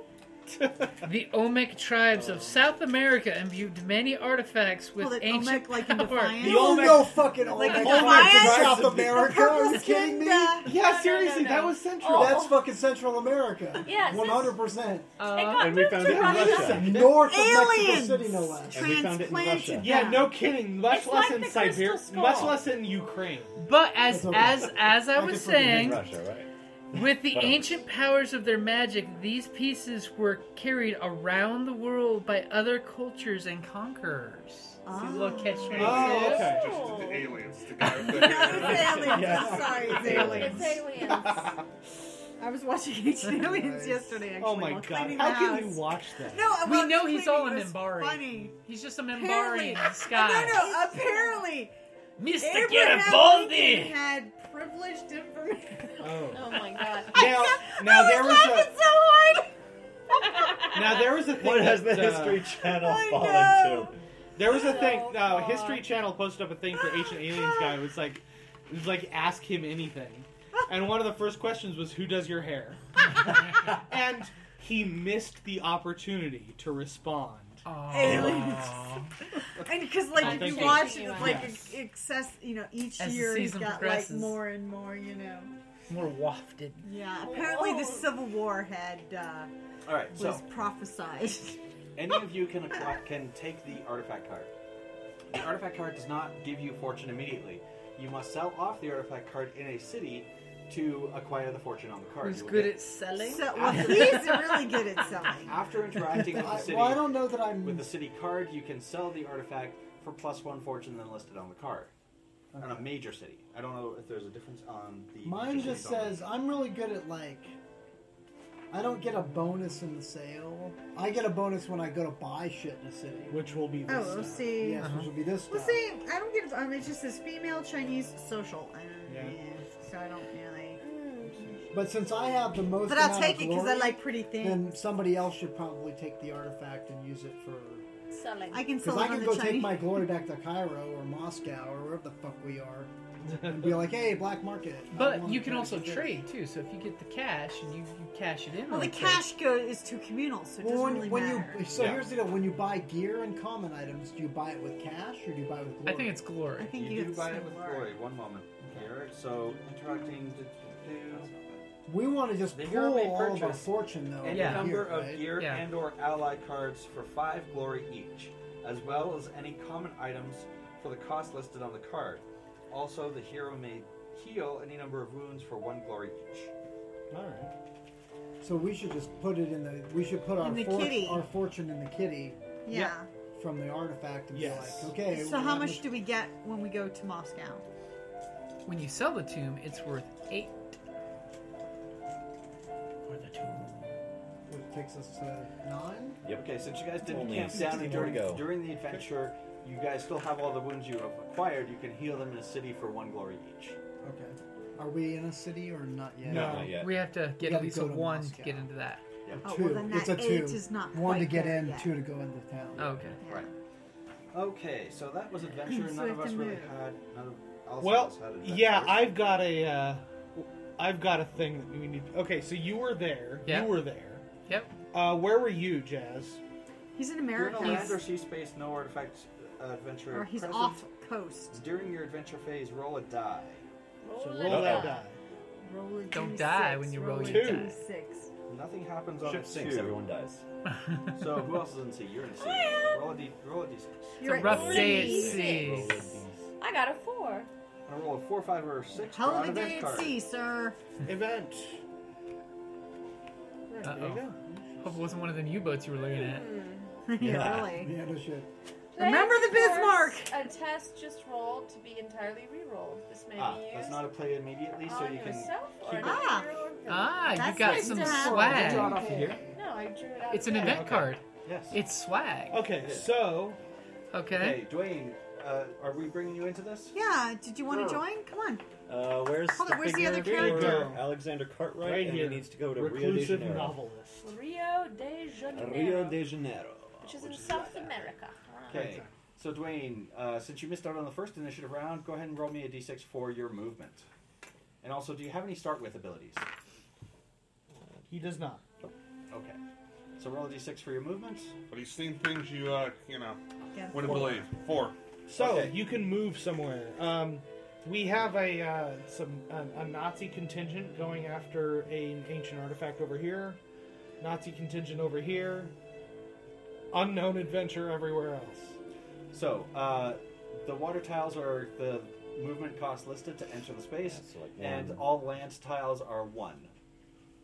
Speaker 11: The Olmec tribes of South America imbued many artifacts with
Speaker 5: Call it
Speaker 11: ancient
Speaker 5: Olmec, like in
Speaker 11: power.
Speaker 5: defiance?
Speaker 11: The
Speaker 5: No,
Speaker 11: Olmec,
Speaker 5: no
Speaker 8: fucking
Speaker 5: oh, Like uh,
Speaker 8: Olmec
Speaker 5: Defiance?
Speaker 8: tribes of
Speaker 5: The
Speaker 8: South America. Are you
Speaker 5: purple
Speaker 8: kidding me?
Speaker 5: agenda.
Speaker 8: Yeah, seriously, that was Central.
Speaker 5: Oh.
Speaker 8: That's fucking Central America.
Speaker 5: Yes,
Speaker 8: one hundred percent.
Speaker 5: Oh,
Speaker 21: And we found it in Russia.
Speaker 8: North of Mexico City, no less.
Speaker 21: And we found it in Russia.
Speaker 8: transplanted
Speaker 21: Yeah,
Speaker 8: them.
Speaker 21: no kidding. Much
Speaker 8: It's
Speaker 21: less
Speaker 8: like
Speaker 21: in
Speaker 8: the
Speaker 21: Siberia.
Speaker 8: crystal skull.
Speaker 21: Much less in Ukraine.
Speaker 11: But as
Speaker 21: okay.
Speaker 11: as as I
Speaker 21: I
Speaker 11: was
Speaker 21: can forgive
Speaker 11: saying,
Speaker 21: Russia,
Speaker 11: with the
Speaker 21: Whatever.
Speaker 11: ancient powers of their magic, these pieces were carried around the world by other cultures and conquerors. See the little
Speaker 5: Ah.
Speaker 11: catch twenty-two?
Speaker 2: Oh, okay. Just the aliens. The guy with the
Speaker 5: aliens.
Speaker 2: Yeah.
Speaker 5: Sorry, it's aliens.
Speaker 3: It's aliens.
Speaker 5: I was watching Ancient Aliens yesterday. Actually,
Speaker 21: Oh my
Speaker 5: while
Speaker 21: god.
Speaker 5: cleaning
Speaker 21: How
Speaker 5: the
Speaker 21: can
Speaker 5: house.
Speaker 21: you watch that?
Speaker 5: No, uh, I
Speaker 11: we
Speaker 5: was
Speaker 11: know he's all a
Speaker 5: completely- it was
Speaker 11: Membari.
Speaker 5: funny.
Speaker 11: He's just a Membari
Speaker 5: Apparently- uh,
Speaker 11: in disguise.
Speaker 5: No, no. Apparently,
Speaker 11: Mr.
Speaker 5: Abraham
Speaker 11: Garibaldi!
Speaker 5: Lincoln had privileged information.
Speaker 21: Oh.
Speaker 5: my god!
Speaker 21: Now, now there was a
Speaker 5: so hard.
Speaker 21: now there was a thing.
Speaker 7: What has
Speaker 21: that,
Speaker 7: the
Speaker 21: uh,
Speaker 7: History Channel
Speaker 21: I
Speaker 7: fallen
Speaker 21: know.
Speaker 7: to?
Speaker 21: There was a thing. Uh, History Channel posted up a thing for Ancient Aliens guy. It was like, it was like ask him anything, and one of the first questions was who does your hair, and he missed the opportunity to respond.
Speaker 5: Aliens. And because like
Speaker 21: I
Speaker 5: if
Speaker 21: think
Speaker 5: you
Speaker 21: it-
Speaker 5: watch it, it's like
Speaker 21: Yes.
Speaker 5: excess. You know, each
Speaker 11: As the
Speaker 5: year he's
Speaker 11: season
Speaker 5: got like
Speaker 11: progresses.
Speaker 5: more and more. You know.
Speaker 11: More wafted.
Speaker 5: Yeah. Apparently, the Civil War had uh,
Speaker 6: All right,
Speaker 5: was
Speaker 6: so
Speaker 5: prophesied.
Speaker 6: any of you can acqui- can take the artifact card. The artifact card does not give you fortune immediately. You must sell off the artifact card in a city to acquire the fortune on the card.
Speaker 11: Who's
Speaker 6: You will
Speaker 11: good
Speaker 6: get-
Speaker 11: at selling?
Speaker 5: So, well, he's really good at selling.
Speaker 6: After interacting with the
Speaker 8: I-
Speaker 6: city,
Speaker 8: well, I don't know that I'm.
Speaker 6: with the city card, you can sell the artifact for plus one fortune then listed on the card. On a major city. I don't know if there's a difference on the.
Speaker 8: Mine
Speaker 6: major
Speaker 8: just
Speaker 6: cities on
Speaker 8: says I'm really good at like. I don't get a bonus in the sale. I get a bonus when I go to buy shit in the city,
Speaker 21: which will be
Speaker 8: this.
Speaker 5: Oh,
Speaker 8: stuff.
Speaker 5: see.
Speaker 8: Yes, which will be this.
Speaker 5: Well,
Speaker 8: stuff.
Speaker 5: see, I don't get. I mean, it just says female Chinese social. I don't,
Speaker 8: Yeah.
Speaker 5: So I don't really.
Speaker 8: But since I have the most,
Speaker 5: But I'll
Speaker 8: amount of
Speaker 5: take it 'cause I
Speaker 8: glory,
Speaker 5: like pretty
Speaker 8: Then
Speaker 5: things.
Speaker 8: somebody else should probably take the artifact and use it for.
Speaker 3: Selling.
Speaker 5: I can
Speaker 8: Because
Speaker 5: sell
Speaker 8: I
Speaker 5: it on
Speaker 8: can
Speaker 5: the
Speaker 8: go take
Speaker 5: Chinese.
Speaker 8: my glory back to Cairo or Moscow or wherever the fuck we are, and be like, "Hey, black market." I
Speaker 11: But
Speaker 8: want
Speaker 11: you can
Speaker 8: to
Speaker 11: also
Speaker 8: do it."
Speaker 11: trade too. So if you get the cash and you, you cash it in,
Speaker 5: Well, the
Speaker 11: really quick.
Speaker 5: cash go is too communal, so it doesn't
Speaker 8: Well, when,
Speaker 5: really
Speaker 8: when you
Speaker 5: matter.
Speaker 8: so
Speaker 11: Yeah.
Speaker 8: here's the deal: when you buy gear and common items, do you buy it with cash or do you buy it with glory?
Speaker 11: I think it's glory.
Speaker 6: you, do buy it with glory. One moment here. So interacting to do
Speaker 8: We want to just
Speaker 6: The
Speaker 8: pull
Speaker 6: hero may
Speaker 8: all of our
Speaker 6: purchase
Speaker 8: fortune though.
Speaker 6: any
Speaker 8: over
Speaker 6: number
Speaker 8: here,
Speaker 6: of
Speaker 8: right?
Speaker 6: gear and or ally cards for five glory each, as well as any common items for the cost listed on the card. Also, the hero may heal any number of wounds for one glory each.
Speaker 8: All right. So we should just put it in the. We should put our
Speaker 5: In the
Speaker 8: fort-
Speaker 5: kitty.
Speaker 8: our fortune in the kitty.
Speaker 5: Yeah. Yeah.
Speaker 8: From the artifact and
Speaker 5: Yes.
Speaker 8: be like, okay.
Speaker 5: so
Speaker 8: well,
Speaker 5: how
Speaker 8: that
Speaker 5: much do we get when we go to Moscow?
Speaker 11: When you sell the tomb, it's worth eight.
Speaker 8: It takes us to nine.
Speaker 6: Yep. Okay, since you guys didn't
Speaker 8: Only
Speaker 6: camp down
Speaker 8: 16
Speaker 6: and
Speaker 8: more
Speaker 6: during,
Speaker 8: to go.
Speaker 6: during the adventure, you guys still have all the wounds you have acquired. You can heal them in a city for one glory each.
Speaker 8: Okay. Are we in a city or not yet?
Speaker 6: No. Not yet.
Speaker 11: We have to get
Speaker 8: Gotta
Speaker 11: at least a
Speaker 8: go to
Speaker 11: one to
Speaker 8: Moscow.
Speaker 11: get into that.
Speaker 3: Oh,
Speaker 8: A two. it's a two. One to get in, two to go into town.
Speaker 5: Oh,
Speaker 11: Okay.
Speaker 6: Right. Okay, so that was adventure.
Speaker 11: So
Speaker 6: none
Speaker 11: we
Speaker 6: of
Speaker 11: have
Speaker 6: us
Speaker 11: to
Speaker 6: really
Speaker 11: move.
Speaker 6: had. None of Allison
Speaker 21: Well,
Speaker 6: us had adventure.
Speaker 21: yeah, I've got a, uh, I've got a thing that we need. Okay, so you were there.
Speaker 6: Yeah.
Speaker 21: You were there.
Speaker 11: Yep.
Speaker 21: Uh, where were you, Jazz?
Speaker 5: He's in
Speaker 6: You're in
Speaker 5: America.
Speaker 6: a land or sea space, no artifacts uh, adventure.
Speaker 5: Or he's
Speaker 6: present.
Speaker 5: off coast.
Speaker 6: During your adventure phase, roll a die.
Speaker 5: So roll a
Speaker 11: that die. die.
Speaker 5: Roll a
Speaker 11: Don't
Speaker 5: D6,
Speaker 11: die when you roll
Speaker 5: a
Speaker 11: your die.
Speaker 5: D6.
Speaker 6: Nothing happens on
Speaker 7: Ship
Speaker 6: a
Speaker 7: sinks,
Speaker 6: two.
Speaker 7: everyone dies.
Speaker 6: So who else is in sea? You're in a sea. Roll a d. Roll a d6.
Speaker 5: You're a rough day at sea.
Speaker 6: Roll a d6.
Speaker 3: I got a four.
Speaker 6: I roll a four, five, or a six.
Speaker 5: Hell of
Speaker 6: for an
Speaker 5: a
Speaker 6: event
Speaker 5: day at
Speaker 6: card.
Speaker 5: sea, sir.
Speaker 21: Event.
Speaker 11: Uh oh. Hope it wasn't one of them U boats you were looking at.
Speaker 5: Hmm. really.
Speaker 8: Yeah, no shit.
Speaker 5: Remember the
Speaker 3: Bismarck. A test just rolled to be entirely re-rolled. This may
Speaker 6: Ah,
Speaker 3: be used
Speaker 6: that's not a play immediately, Oh, so
Speaker 3: on
Speaker 6: you can.
Speaker 3: yourself or
Speaker 6: keep it.
Speaker 3: another
Speaker 5: Ah.
Speaker 3: hero event.
Speaker 11: Ah,
Speaker 6: That's
Speaker 11: you got
Speaker 6: nice
Speaker 11: some
Speaker 6: to have.
Speaker 11: swag.
Speaker 6: Get it off of here.
Speaker 3: No,
Speaker 22: I drew it out.
Speaker 11: It's an event
Speaker 22: Okay.
Speaker 11: card.
Speaker 6: Yes.
Speaker 11: It's swag.
Speaker 8: Oh,
Speaker 4: Okay, so.
Speaker 11: Okay.
Speaker 6: Hey, Dwayne, uh, are we bringing you into this?
Speaker 5: Yeah, did you want
Speaker 6: No.
Speaker 5: to join? Come on.
Speaker 7: Uh, where's
Speaker 5: Hold
Speaker 7: the
Speaker 5: on, where's the
Speaker 7: figure
Speaker 5: other
Speaker 7: for
Speaker 5: character?
Speaker 7: Alexander Cartwright,
Speaker 5: Right
Speaker 7: and
Speaker 5: here.
Speaker 7: he needs to go to Rio
Speaker 4: Reclusive
Speaker 7: de Janeiro.
Speaker 4: novelist.
Speaker 3: Rio de Janeiro.
Speaker 7: Rio de Janeiro.
Speaker 3: Which is in South America.
Speaker 6: Okay. So Dwayne, uh, since you missed out on the first initiative round, go ahead and roll me a d6 for your movement. And also, do you have any start with abilities?
Speaker 23: He does not.
Speaker 6: Okay. So roll a d6 for your movement.
Speaker 1: But he's seen things you, uh, you know,
Speaker 5: Yeah.
Speaker 1: wouldn't believe. Four.
Speaker 4: So you can move somewhere. Um, we have a uh, some a, a Nazi contingent going after a- an ancient artifact over here. Nazi contingent over here. Unknown adventure everywhere else.
Speaker 6: So, uh, the water tiles are the movement cost listed to enter the space, and
Speaker 1: one.
Speaker 6: all land tiles are one.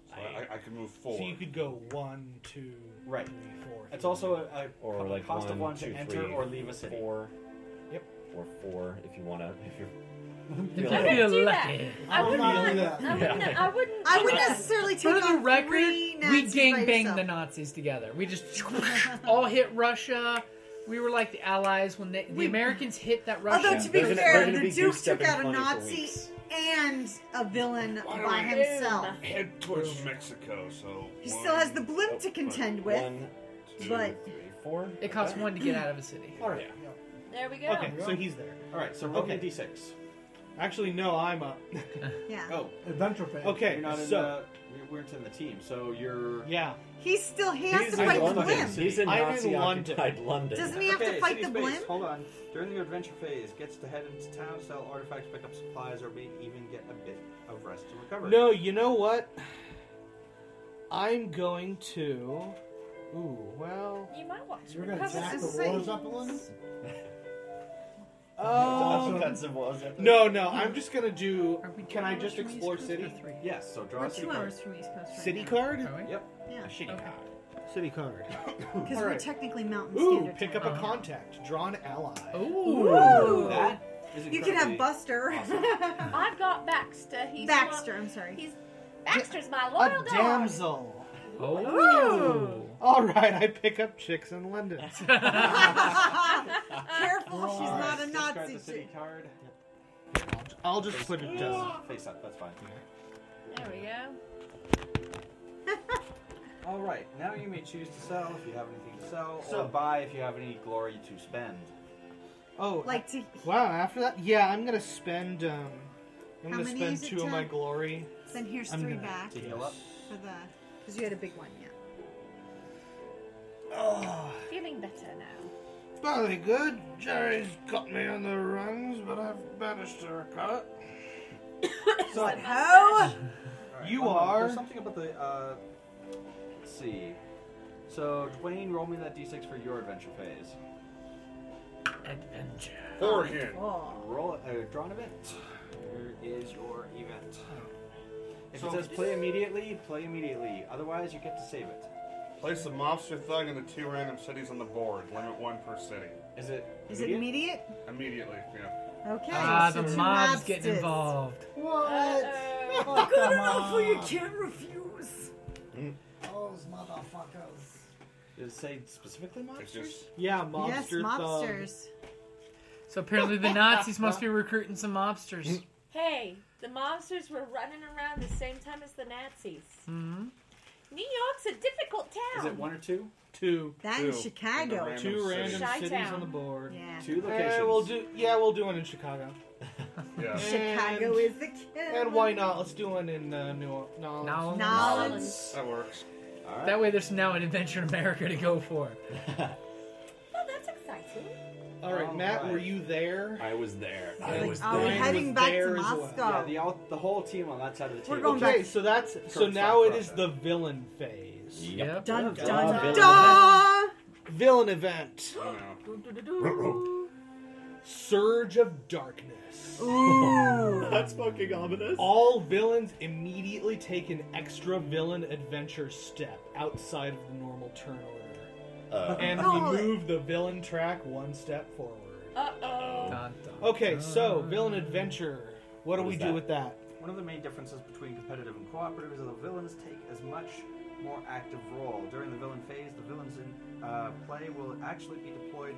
Speaker 1: So I, I, I can move four.
Speaker 4: So you could go one, two,
Speaker 6: Right.
Speaker 4: three, four.
Speaker 6: It's also a, a
Speaker 7: Or
Speaker 6: co-
Speaker 7: like
Speaker 6: cost
Speaker 7: one,
Speaker 6: of one
Speaker 7: two,
Speaker 6: to enter
Speaker 7: three,
Speaker 6: or leave a city.
Speaker 7: Four.
Speaker 4: Yep.
Speaker 7: Or four if you want to. If you're.
Speaker 11: If
Speaker 7: feeling
Speaker 11: you
Speaker 7: it.
Speaker 11: feel lucky.
Speaker 8: Oh,
Speaker 3: I would not.
Speaker 7: do that.
Speaker 3: I wouldn't. I wouldn't.
Speaker 5: I wouldn't necessarily
Speaker 11: For
Speaker 5: take
Speaker 11: the
Speaker 5: on
Speaker 11: record,
Speaker 5: three
Speaker 11: we
Speaker 5: Nazis by
Speaker 11: gang banged
Speaker 5: yourself.
Speaker 11: the Nazis together. We just all hit Russia. We were like the Allies when they, the Americans hit that Russia.
Speaker 5: Although to be fair, the Duke took out a Nazi and a villain by himself.
Speaker 1: Head towards Mexico, so.
Speaker 5: He
Speaker 1: one-
Speaker 5: still has the blimp to contend with, but
Speaker 7: four.
Speaker 11: It costs one to get out of a city.
Speaker 4: Oh,
Speaker 6: All right.
Speaker 3: There we go.
Speaker 4: Okay, so he's there.
Speaker 6: All right. So roll
Speaker 4: Okay.
Speaker 6: me a d6.
Speaker 4: Actually, no, I'm up.
Speaker 5: yeah.
Speaker 6: Oh,
Speaker 8: adventure phase.
Speaker 4: Okay,
Speaker 6: You're not in
Speaker 4: so-
Speaker 6: the. you're- We're in the team, so you're.
Speaker 4: Yeah.
Speaker 5: He's still he has to
Speaker 6: in
Speaker 5: fight the
Speaker 6: London.
Speaker 5: blimp.
Speaker 6: He's in
Speaker 4: I'm in
Speaker 6: Nazi-occupied
Speaker 7: London.
Speaker 5: Doesn't he have to
Speaker 6: Okay,
Speaker 5: fight
Speaker 6: city
Speaker 5: the
Speaker 6: space.
Speaker 5: blimp?
Speaker 24: Hold on. During the adventure phase, gets to head into town, sell artifacts, pick up supplies, or may even get a bit of rest to recover.
Speaker 4: No, you know what? I'm going to. Ooh, well.
Speaker 3: You might want to
Speaker 8: You're gonna
Speaker 3: recover
Speaker 8: jack
Speaker 3: some
Speaker 8: the walls
Speaker 3: things.
Speaker 8: up a little?
Speaker 3: Oh.
Speaker 4: Um, no, no. I'm just gonna do. Can I just explore city?
Speaker 6: Yes. So draw
Speaker 5: We're
Speaker 6: a city
Speaker 5: two
Speaker 6: card.
Speaker 5: hours from East Coast right
Speaker 4: City
Speaker 5: now.
Speaker 4: card?
Speaker 6: Yep.
Speaker 5: Yeah.
Speaker 6: A shitty
Speaker 5: Okay.
Speaker 6: card.
Speaker 4: City card.
Speaker 5: Because we're technically Mountain
Speaker 4: Ooh,
Speaker 5: Standard.
Speaker 4: pick up
Speaker 5: time.
Speaker 4: a contact. Draw an ally.
Speaker 5: Ooh. That You could have Buster.
Speaker 3: I've got Baxter. He's
Speaker 5: Baxter,
Speaker 3: my-
Speaker 5: I'm sorry.
Speaker 3: He's Baxter's my
Speaker 4: a
Speaker 3: loyal dog.
Speaker 4: damsel.
Speaker 3: Ooh.
Speaker 4: All right, I pick up chicks in London.
Speaker 5: Careful,
Speaker 4: Roll.
Speaker 5: she's not a
Speaker 6: Discard the
Speaker 5: Nazi.
Speaker 6: city card.
Speaker 4: I'll just put it down.
Speaker 6: Face up. That's fine.
Speaker 3: There we go.
Speaker 6: All right. Now you may choose to sell if you have anything to sell,
Speaker 4: So-
Speaker 6: or buy if you have any glory to spend.
Speaker 4: Oh,
Speaker 5: like to.
Speaker 4: Wow. After that, yeah, I'm gonna spend. Um, I'm
Speaker 5: How
Speaker 4: gonna
Speaker 5: many
Speaker 4: spend
Speaker 5: is it,
Speaker 4: two of my
Speaker 5: Jack?
Speaker 4: glory.
Speaker 5: Then here's
Speaker 4: I'm
Speaker 5: three
Speaker 4: gonna
Speaker 5: back
Speaker 4: To heal up.
Speaker 5: for the because you had a big one, yeah.
Speaker 3: Feeling better now.
Speaker 23: Very good. Jerry's got me on the rungs, but I've managed to recover.
Speaker 5: So how?
Speaker 4: You
Speaker 6: hold on,
Speaker 4: are-
Speaker 6: There's something about the. Uh, let's see. So Dwayne, roll me that d6 for your adventure phase.
Speaker 11: Adventure.
Speaker 1: Four again.
Speaker 6: Roll uh, drawn event. Here is your event. If
Speaker 1: So-
Speaker 6: it says play immediately, play immediately. Otherwise, you get to save it.
Speaker 1: Place the mobster thug in the two random cities on the board. Limit one per city.
Speaker 6: Is it?
Speaker 5: Is it immediate?
Speaker 1: Immediately, yeah.
Speaker 5: Okay.
Speaker 11: Ah,
Speaker 5: so
Speaker 11: the
Speaker 5: two
Speaker 11: mob's
Speaker 5: mobsters.
Speaker 11: getting involved.
Speaker 8: What?
Speaker 5: Not Good enough for you can't refuse.
Speaker 8: Mm. Those motherfuckers.
Speaker 6: Does it say specifically monsters?
Speaker 4: Yeah,
Speaker 5: yes,
Speaker 11: mobster
Speaker 5: mobsters.
Speaker 11: So apparently the Nazis must be recruiting some mobsters.
Speaker 3: Hey, the monsters were running around the same time as the Nazis.
Speaker 11: Mm-hmm.
Speaker 3: New York's a difficult town.
Speaker 6: Is it one or two?
Speaker 4: Two.
Speaker 5: That
Speaker 4: two.
Speaker 5: in Chicago.
Speaker 4: Two random
Speaker 3: Chi-town.
Speaker 4: cities on the board.
Speaker 5: Yeah.
Speaker 6: Two
Speaker 4: Eh,
Speaker 6: locations.
Speaker 4: we'll do. Yeah, we'll do one in Chicago.
Speaker 1: Yeah.
Speaker 5: Chicago is the killer.
Speaker 4: And why not? Let's do one in uh, New Orleans.
Speaker 11: Nolens.
Speaker 5: Nolens.
Speaker 1: That works.
Speaker 11: That way there's now an Adventure America to go for.
Speaker 3: Oh, that's exciting.
Speaker 4: All right, Matt, were you there?
Speaker 7: I was there. I
Speaker 4: Like,
Speaker 7: was
Speaker 4: I
Speaker 7: there.
Speaker 4: was Heading back to there as well. Moscow.
Speaker 6: Yeah, the, all, the whole team on that side of the table.
Speaker 4: okay, so that's so
Speaker 6: Correct,
Speaker 4: now it
Speaker 6: correct,
Speaker 4: is the villain phase.
Speaker 7: Yep.
Speaker 5: Dun
Speaker 4: Okay.
Speaker 5: dun
Speaker 4: Villain
Speaker 5: dun.
Speaker 4: event. Oh, Villain event. Surge of darkness.
Speaker 5: Ooh.
Speaker 7: That's fucking ominous.
Speaker 4: All villains immediately take an extra villain adventure step outside of the normal turn order,
Speaker 7: Uh.
Speaker 4: and
Speaker 5: Oh.
Speaker 4: we move the villain track one step forward.
Speaker 3: Uh oh.
Speaker 4: Okay, so villain adventure. What, do
Speaker 6: What
Speaker 4: we
Speaker 6: is
Speaker 4: do
Speaker 6: that?
Speaker 4: with that?
Speaker 24: One of the main differences between competitive and cooperative is that the villains take as much
Speaker 6: more active role. During the villain phase, the villains in uh, play will actually be deployed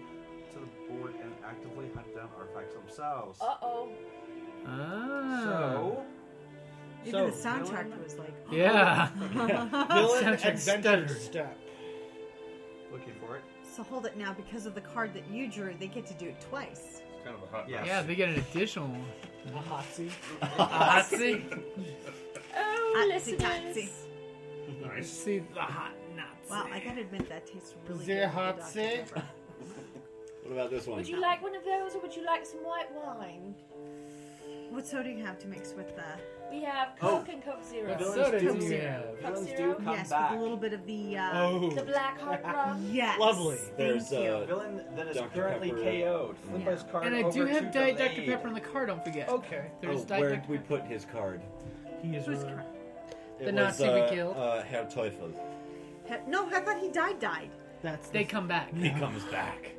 Speaker 6: to the board and actively hunt down artifacts themselves.
Speaker 3: Uh oh.
Speaker 11: Ah.
Speaker 6: So.
Speaker 5: Even
Speaker 6: so,
Speaker 5: the soundtrack
Speaker 6: villain-
Speaker 5: was like, oh.
Speaker 13: Yeah.
Speaker 4: Villain adventure step.
Speaker 6: Looking for it.
Speaker 5: So hold it now because of the card that you drew, they get to do it twice.
Speaker 1: It's kind of a hot
Speaker 13: Yeah, they get an additional one.
Speaker 8: A hot seat.
Speaker 13: A hot seat.
Speaker 5: Oh, listeners.
Speaker 1: Nice.
Speaker 13: See the hot nuts.
Speaker 5: Wow, I gotta admit that tastes really
Speaker 13: Sehr
Speaker 5: good.
Speaker 13: hot
Speaker 5: seat.
Speaker 7: What about this one?
Speaker 3: Would you like one of those, or would you like some white wine?
Speaker 5: What soda you have to mix with that?
Speaker 3: We have
Speaker 5: Oh.
Speaker 3: Coke and Coke Zero.
Speaker 5: What soda do you have?
Speaker 3: Coke
Speaker 5: Villains
Speaker 3: Zero.
Speaker 5: do come Yes, with a back. little bit of the. Uh,
Speaker 3: Oh. The black hot rum.
Speaker 5: Yes.
Speaker 7: Lovely. There's
Speaker 5: Thank you.
Speaker 7: uh,
Speaker 6: villain that is
Speaker 7: Dr.
Speaker 6: currently
Speaker 7: Pepper.
Speaker 6: KO'd. Flip his card
Speaker 11: And I do
Speaker 6: over
Speaker 11: have
Speaker 6: to
Speaker 11: Diet Dr.
Speaker 6: Delaney.
Speaker 11: Pepper on the card, don't forget. Okay. There's
Speaker 7: oh,
Speaker 11: Diet
Speaker 7: where
Speaker 11: Dr.
Speaker 7: we put his card.
Speaker 11: He is
Speaker 5: Who's
Speaker 7: It
Speaker 11: The
Speaker 7: was,
Speaker 11: Nazi we
Speaker 7: uh,
Speaker 11: killed.
Speaker 7: Uh, Herr Teufel.
Speaker 5: He- No, I thought he died. Died.
Speaker 11: That's they come back.
Speaker 7: He comes back.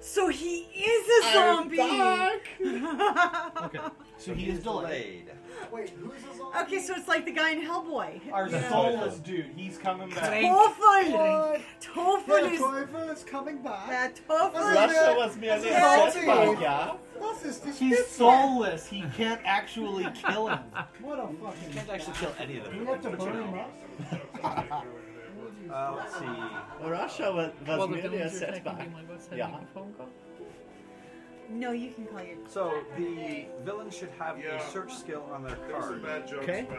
Speaker 5: So he is a
Speaker 7: I'm
Speaker 5: zombie.
Speaker 4: Okay.
Speaker 25: So he is delayed.
Speaker 5: Wait, who's a zombie? Okay, so it's like the guy in Hellboy.
Speaker 25: Our
Speaker 5: You know?
Speaker 25: soulless dude, he's coming back.
Speaker 8: Oh,
Speaker 5: Teufel! Teufel
Speaker 25: Der
Speaker 5: is.
Speaker 25: Teufel is coming back.
Speaker 5: Der Teufel
Speaker 25: Russia was mir nicht selbst, ja?
Speaker 5: Was ist die
Speaker 25: He's soulless. He can't actually kill him.
Speaker 8: What a fucking.
Speaker 6: Can't actually kill any of them.
Speaker 8: You have to burn him up?
Speaker 6: Uh, let's see.
Speaker 7: Russia was, was
Speaker 6: Well, the
Speaker 7: merely a
Speaker 6: villains are attacking
Speaker 7: setback.
Speaker 6: him, like, what's
Speaker 7: Yeah.
Speaker 6: happening?
Speaker 5: No, you can call your.
Speaker 6: So the villain should have
Speaker 1: Yeah.
Speaker 6: a search skill on their
Speaker 1: There's some
Speaker 6: card.
Speaker 1: bad jokes
Speaker 4: Okay.
Speaker 1: about.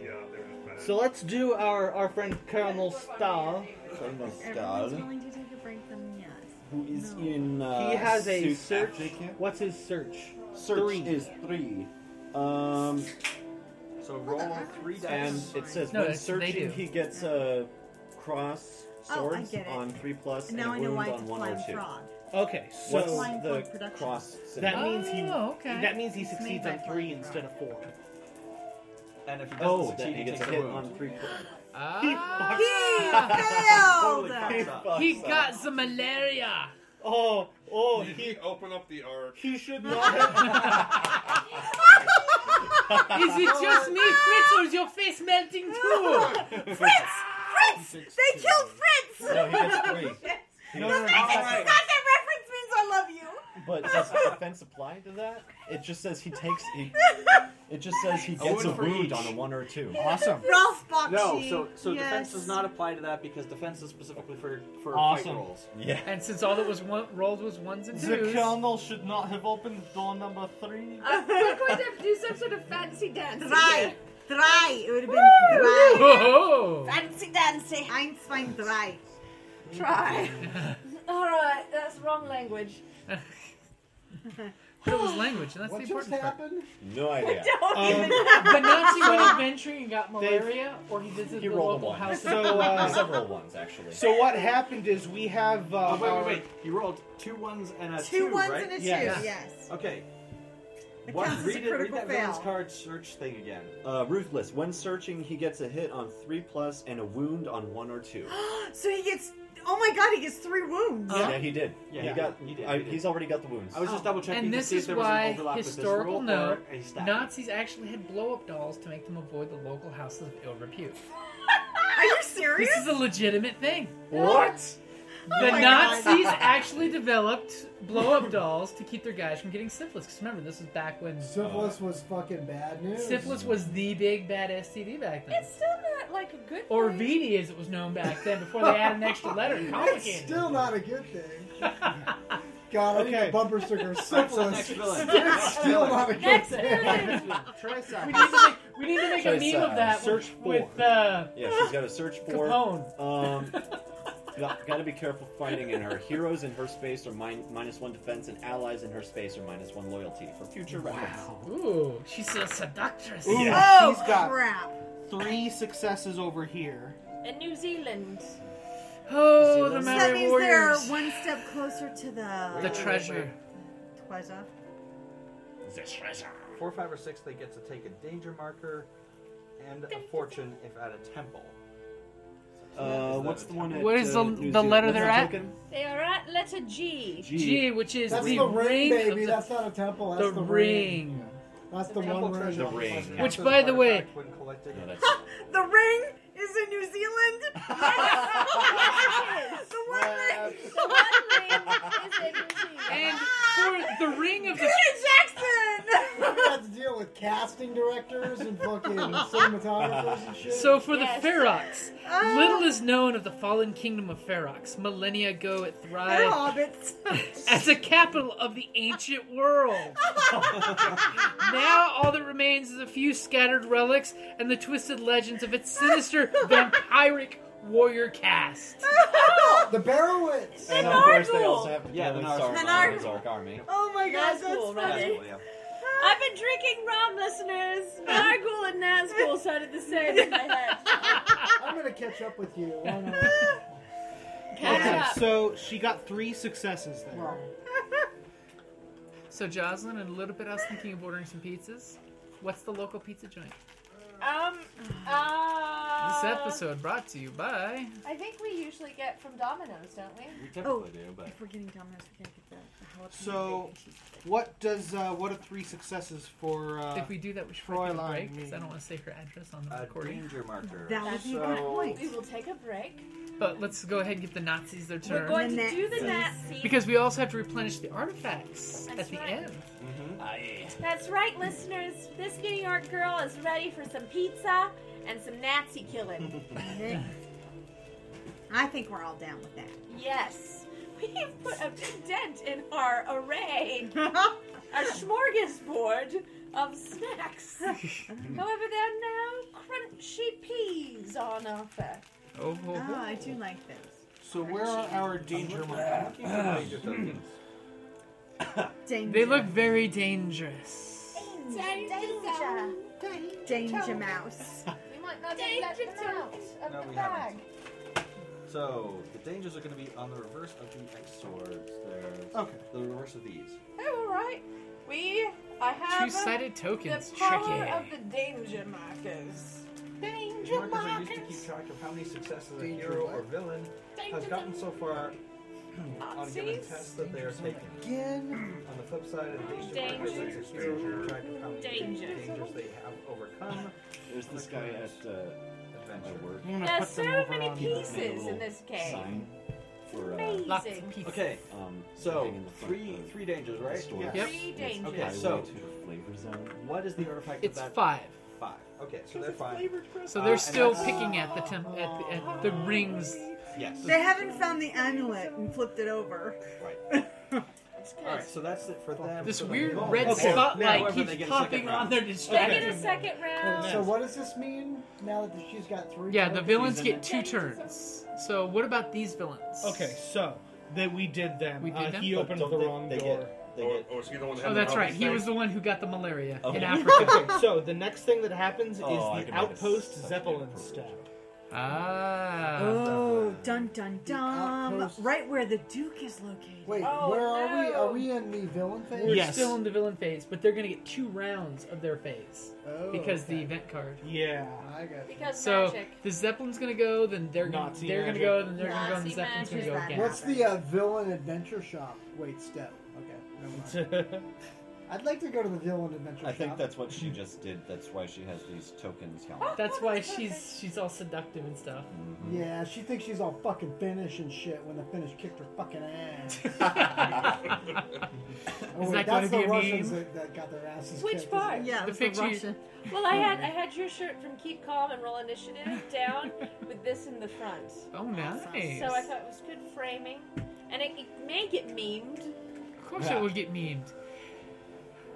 Speaker 1: Yeah, there was bad.
Speaker 4: So let's do our, our friend Colonel Stahl.
Speaker 7: Colonel
Speaker 5: Everyone's willing to take a break, then yes.
Speaker 7: who is in. Uh,
Speaker 4: He has a
Speaker 7: South
Speaker 4: search.
Speaker 7: Africa.
Speaker 4: What's his search?
Speaker 7: Search is three. Um,
Speaker 6: so roll three
Speaker 7: And
Speaker 6: dice.
Speaker 7: it says
Speaker 6: No,
Speaker 7: when
Speaker 6: that's- they
Speaker 7: searching,
Speaker 6: do.
Speaker 7: he gets a cross
Speaker 5: Oh, I
Speaker 7: swords
Speaker 5: get it.
Speaker 7: on three plus
Speaker 5: Now I
Speaker 7: and a
Speaker 5: know
Speaker 7: wound
Speaker 5: why
Speaker 7: on
Speaker 5: it's
Speaker 7: one
Speaker 5: Flying
Speaker 7: or two.
Speaker 5: Frog.
Speaker 4: Okay, so
Speaker 7: What's the cross? symbol?
Speaker 4: that means he
Speaker 11: Oh, okay.
Speaker 4: that means he
Speaker 11: It's
Speaker 4: succeeds
Speaker 11: made
Speaker 4: on
Speaker 11: by
Speaker 4: three instead of four.
Speaker 6: And if he doesn't
Speaker 7: Oh,
Speaker 6: succeed,
Speaker 7: then he gets a
Speaker 6: takes
Speaker 7: hit
Speaker 6: wound.
Speaker 7: on three. Plus.
Speaker 11: Ah.
Speaker 5: He
Speaker 7: failed.
Speaker 11: He got some malaria.
Speaker 4: Oh, oh,
Speaker 1: he open up the arch.
Speaker 4: He should not have.
Speaker 11: Is it just me, Fritz, or is your face melting too?
Speaker 5: Fritz! Fritz! They killed Fritz!
Speaker 7: No, he gets three.
Speaker 5: No, no,
Speaker 7: No, no,
Speaker 5: no,
Speaker 7: no,
Speaker 5: that
Speaker 7: no, no.
Speaker 5: reference means I love you.
Speaker 7: But does offense apply to that? It just says he takes. He, it just says he
Speaker 6: A
Speaker 7: gets a
Speaker 6: wound for
Speaker 7: wound
Speaker 6: each.
Speaker 7: on a one or two.
Speaker 5: Ralph Bakshi.
Speaker 6: No, so so defense
Speaker 5: yes.
Speaker 6: does not apply to that because defense is specifically for for
Speaker 4: Awesome.
Speaker 6: fight rolls.
Speaker 7: Yeah.
Speaker 11: And since all that was one, rolled was ones and
Speaker 4: the
Speaker 11: twos.
Speaker 4: Colonel should not have opened door number three.
Speaker 3: Uh, we're going to have to do some sort of fancy dance.
Speaker 5: Drei. Drei. It would have been
Speaker 3: Woo!
Speaker 5: drei.
Speaker 3: Whoa!
Speaker 4: Oh,
Speaker 5: Fancy dancy. Eins, zwei, drei.
Speaker 3: Try. All right, that's wrong language.
Speaker 11: But it was language, and that's the important part.
Speaker 7: No idea.
Speaker 4: Um,
Speaker 11: but Nazi went
Speaker 4: so-
Speaker 11: adventuring and got malaria, or he visited
Speaker 7: He
Speaker 11: the
Speaker 7: rolled a
Speaker 11: local
Speaker 7: one.
Speaker 11: house.
Speaker 4: So, uh,
Speaker 7: several ones actually.
Speaker 4: So what happened is we have. Uh,
Speaker 6: Oh, wait,
Speaker 4: our-
Speaker 6: wait, wait! You rolled two ones and a
Speaker 5: Two
Speaker 6: two,
Speaker 5: ones
Speaker 6: right?
Speaker 5: and a two, yes.
Speaker 6: Okay.
Speaker 5: It
Speaker 6: What-
Speaker 5: counts as a
Speaker 6: read it- read
Speaker 5: critical
Speaker 6: that villain's
Speaker 5: fail.
Speaker 6: card search thing again.
Speaker 7: Uh, ruthless. When searching, he gets a hit on three plus and a wound on one or two.
Speaker 5: So he gets. Oh my god, he gets three wounds.
Speaker 7: Yeah, he did.
Speaker 6: Yeah,
Speaker 7: he
Speaker 6: he
Speaker 7: got.
Speaker 6: did, he did,
Speaker 7: I,
Speaker 6: he did.
Speaker 7: He's already got the wounds.
Speaker 6: I was just double checking
Speaker 11: Um, and
Speaker 6: to
Speaker 11: this
Speaker 6: see
Speaker 11: is
Speaker 6: if there was
Speaker 11: why
Speaker 6: an overlap
Speaker 11: historical
Speaker 6: with this roll
Speaker 11: note:
Speaker 6: or a stat.
Speaker 11: Nazis actually had blow-up dolls to make them avoid the local houses of ill repute.
Speaker 5: Are you serious?
Speaker 11: This is a legitimate thing.
Speaker 5: What?
Speaker 11: The
Speaker 5: Oh my
Speaker 11: Nazis
Speaker 5: God.
Speaker 11: actually developed blow-up dolls to keep their guys from getting syphilis. Because remember, this was back when
Speaker 8: Syphilis was fucking bad news.
Speaker 11: syphilis was the big bad STD back then.
Speaker 3: It's still not like a good.
Speaker 11: or VD as it was known back then before they added an extra letter.
Speaker 8: It's
Speaker 11: Complicated.
Speaker 8: still not a good thing. God, I need a bumper sticker. Syphilis.
Speaker 11: next villain.
Speaker 8: It's still not a good
Speaker 11: Next
Speaker 8: thing.
Speaker 11: villain. We need to make, we need to make a
Speaker 7: Choice
Speaker 11: meme of
Speaker 7: size.
Speaker 11: that
Speaker 7: Search
Speaker 11: with,
Speaker 7: for.
Speaker 11: with uh,
Speaker 7: Yeah, she's got to search for.
Speaker 11: Capone.
Speaker 7: Um, got, got to be careful fighting in her. Heroes in her space are min- minus one defense, and allies in her space are minus one loyalty for future reference.
Speaker 11: Ooh, she's a seductress.
Speaker 4: Ooh,
Speaker 7: Yeah.
Speaker 3: Oh,
Speaker 4: he's got
Speaker 5: Oh, crap.
Speaker 4: three successes over here.
Speaker 3: In New Zealand.
Speaker 11: Oh,
Speaker 5: So that means they're one step closer to the
Speaker 11: The treasure.
Speaker 5: Treasure.
Speaker 6: The treasure. Four, five, or six, they get to take a danger marker and a fortune if at a temple.
Speaker 7: Uh, what's the one? At,
Speaker 11: What is
Speaker 7: uh, New
Speaker 11: the- the
Speaker 7: Zealand-
Speaker 11: letter
Speaker 7: what's
Speaker 11: they're
Speaker 7: that
Speaker 11: at?
Speaker 7: token?
Speaker 3: They are at letter G.
Speaker 7: G.
Speaker 11: G, which is
Speaker 8: That's
Speaker 11: the,
Speaker 8: the ring,
Speaker 11: of
Speaker 8: baby.
Speaker 11: the-
Speaker 8: That's not a temple. That's
Speaker 11: the
Speaker 8: the,
Speaker 11: ring.
Speaker 8: That's the one ring.
Speaker 7: The ring.
Speaker 11: Which, by the way,
Speaker 6: When collected,
Speaker 7: No, that's
Speaker 5: The ring is is in New Zealand?
Speaker 3: Yes,
Speaker 5: the one ring.
Speaker 3: The one ring is in New Zealand.
Speaker 11: And for the ring of the
Speaker 8: We have to deal with casting directors and fucking cinematographers and shit.
Speaker 11: So for the Ferox,
Speaker 8: Ah.
Speaker 11: little is known of the fallen kingdom of Ferox. Millennia ago, it
Speaker 5: They're
Speaker 11: thrived
Speaker 5: hobbits.
Speaker 11: as a capital of the ancient world. now all that remains is a few scattered relics and the twisted legends of its sinister vampiric warrior cast.
Speaker 8: the Barrowitz.
Speaker 7: And of course, they also have to deal
Speaker 11: Yeah,
Speaker 7: with
Speaker 11: the Nazgul.
Speaker 7: Saruman and his Orc army.
Speaker 5: Oh my
Speaker 3: god,
Speaker 5: that's funny.
Speaker 7: yeah.
Speaker 3: I've been drinking rum, listeners. Nargul and Nazgul sounded the same in my head.
Speaker 8: I'm gonna catch up with you. Why not?
Speaker 26: Okay, so she got three successes there.
Speaker 11: So Jocelyn, in a little bit, I was thinking of ordering some pizzas. What's the local pizza joint?
Speaker 3: Um, uh,
Speaker 11: This episode brought to you by.
Speaker 3: I think we usually get from Domino's, don't we?
Speaker 5: oh,
Speaker 7: do, but
Speaker 5: if we're getting Domino's, we can't get the jalapeno
Speaker 26: So, what does uh, what are three successes for? Uh,
Speaker 11: If we do that, we should probably take a break because I don't want to say her address on the recording.
Speaker 26: danger marker.
Speaker 11: That would be a good So- point.
Speaker 3: We will take a break.
Speaker 11: But let's go ahead and get the Nazis their turn.
Speaker 3: We're going to do the Nazi.
Speaker 11: because we also have to replenish the artifacts at the
Speaker 3: right.
Speaker 11: end.
Speaker 6: Mm-hmm.
Speaker 3: That's right, listeners. This New York girl is ready for some pizza and some Nazi killing.
Speaker 5: Nick. I think we're all down with that.
Speaker 3: yes, we've put a big dent in our array, our smorgasbord of snacks. However, there are now crunchy peas on offer.
Speaker 11: Oh,
Speaker 5: Ah, I do like those.
Speaker 26: So where are our danger markers?
Speaker 11: They look very dangerous.
Speaker 3: Danger,
Speaker 5: danger, danger mouse.
Speaker 3: We might not have let them out of
Speaker 6: No,
Speaker 3: the
Speaker 6: we
Speaker 3: bag.
Speaker 6: haven't. So the dangers are going to be on the reverse of the X swords. There's
Speaker 26: okay.
Speaker 6: the reverse of these.
Speaker 3: Oh, all right. We, I have
Speaker 11: Two-sided tokens,
Speaker 3: The power
Speaker 6: tricky.
Speaker 3: of the danger markers. Danger
Speaker 6: Markers are used to keep track of how many successes a hero or villain has gotten so far on a given
Speaker 3: Nazis?
Speaker 6: test that they are taking. On the flip side of the danger markers,
Speaker 3: Danger.
Speaker 6: it's a hero to keep track of how many
Speaker 3: Danger.
Speaker 6: dangers they have overcome.
Speaker 7: There's this guy at uh, my work.
Speaker 6: I'm gonna
Speaker 3: There's so many
Speaker 7: He made a
Speaker 3: pieces
Speaker 7: little
Speaker 3: in this game.
Speaker 7: Sign for, uh,
Speaker 3: Amazing. Lots of pieces.
Speaker 6: Okay,
Speaker 7: um,
Speaker 6: so
Speaker 7: hang in the front
Speaker 6: three
Speaker 7: of
Speaker 6: three dangers,
Speaker 7: the
Speaker 6: right?
Speaker 7: store.
Speaker 6: Yes.
Speaker 7: Highway
Speaker 6: Okay, so
Speaker 7: to the flavor zone.
Speaker 6: what is the artifact?
Speaker 11: It's
Speaker 6: of that?
Speaker 11: five.
Speaker 6: Five. Okay, so they're five.
Speaker 11: So
Speaker 6: Uh,
Speaker 11: they're
Speaker 6: and
Speaker 11: still
Speaker 6: that's-
Speaker 11: picking at the temp- at, the- at the rings.
Speaker 6: Yes.
Speaker 5: They haven't found the amulet and flipped it over.
Speaker 6: All right, so that's it for them.
Speaker 11: This
Speaker 6: So the
Speaker 11: weird
Speaker 6: goal-
Speaker 11: red
Speaker 6: Okay, now
Speaker 11: spotlight
Speaker 6: whoever
Speaker 11: keeps
Speaker 6: they get a second
Speaker 11: popping
Speaker 6: round.
Speaker 11: on their
Speaker 3: They get a
Speaker 11: distracting.
Speaker 3: second round.
Speaker 8: So what does this mean now that she's got three?
Speaker 11: Yeah, the
Speaker 8: characters?
Speaker 11: villains get two turns. So what about these villains?
Speaker 4: Okay, so that we did them.
Speaker 11: We did
Speaker 4: Uh,
Speaker 11: them?
Speaker 4: He
Speaker 11: But
Speaker 4: opened
Speaker 11: don't
Speaker 4: the
Speaker 11: they-
Speaker 4: wrong
Speaker 11: they
Speaker 4: door.
Speaker 7: get-
Speaker 4: they
Speaker 27: Or, or is he the one that
Speaker 11: Oh,
Speaker 27: had
Speaker 11: that's
Speaker 27: the
Speaker 11: right. He
Speaker 27: rattlesnake?
Speaker 11: was the one who got the malaria
Speaker 7: Okay.
Speaker 11: in Africa.
Speaker 4: Okay, so the next thing that happens
Speaker 7: Oh, I
Speaker 4: is
Speaker 7: can
Speaker 4: the
Speaker 7: make a
Speaker 4: outpost zeppelin stab.
Speaker 11: Ah.
Speaker 5: Oh, dun dun dun! Right where the Duke is located.
Speaker 8: Wait,
Speaker 3: Oh,
Speaker 8: where are we? Are we in the villain phase?
Speaker 11: We're still in the villain phase, but they're going to get two rounds of their phase
Speaker 8: Oh,
Speaker 11: because the
Speaker 8: okay.
Speaker 11: event card.
Speaker 4: Yeah.
Speaker 8: I got you.
Speaker 3: Because
Speaker 11: So
Speaker 3: magic.
Speaker 11: the Zeppelin's going to go, then they're going to
Speaker 4: Nazi
Speaker 11: they're going to
Speaker 4: magic.
Speaker 11: go, then they're going to go, and
Speaker 3: Nazi
Speaker 11: the Zeppelin's going to
Speaker 3: magic.
Speaker 11: go again.
Speaker 8: What's the uh, villain adventure shop? Wait, step. Okay, never mind. I'd like to go to the villain adventure
Speaker 7: I
Speaker 8: shop.
Speaker 7: think that's what she just did. That's why she has these tokens. Helen.
Speaker 11: That's why she's she's all seductive and stuff.
Speaker 8: Mm-hmm. Yeah, she thinks she's all fucking Finnish and shit when the Finnish kicked her fucking ass. oh,
Speaker 11: Is
Speaker 8: wait,
Speaker 11: that gonna
Speaker 8: that's
Speaker 11: be
Speaker 8: the
Speaker 11: a
Speaker 8: Russians
Speaker 11: meme?
Speaker 8: that, that got their asses
Speaker 3: Which
Speaker 8: kicked. isn't
Speaker 3: part?
Speaker 8: it?
Speaker 3: Yeah,
Speaker 11: The picture. you-
Speaker 3: Well, I had I had your shirt from Keep Calm and Roll Initiative down with this in the front.
Speaker 11: Oh, nice.
Speaker 3: So I thought it was good framing, and it, it may get memed.
Speaker 11: Of course, it will get memed.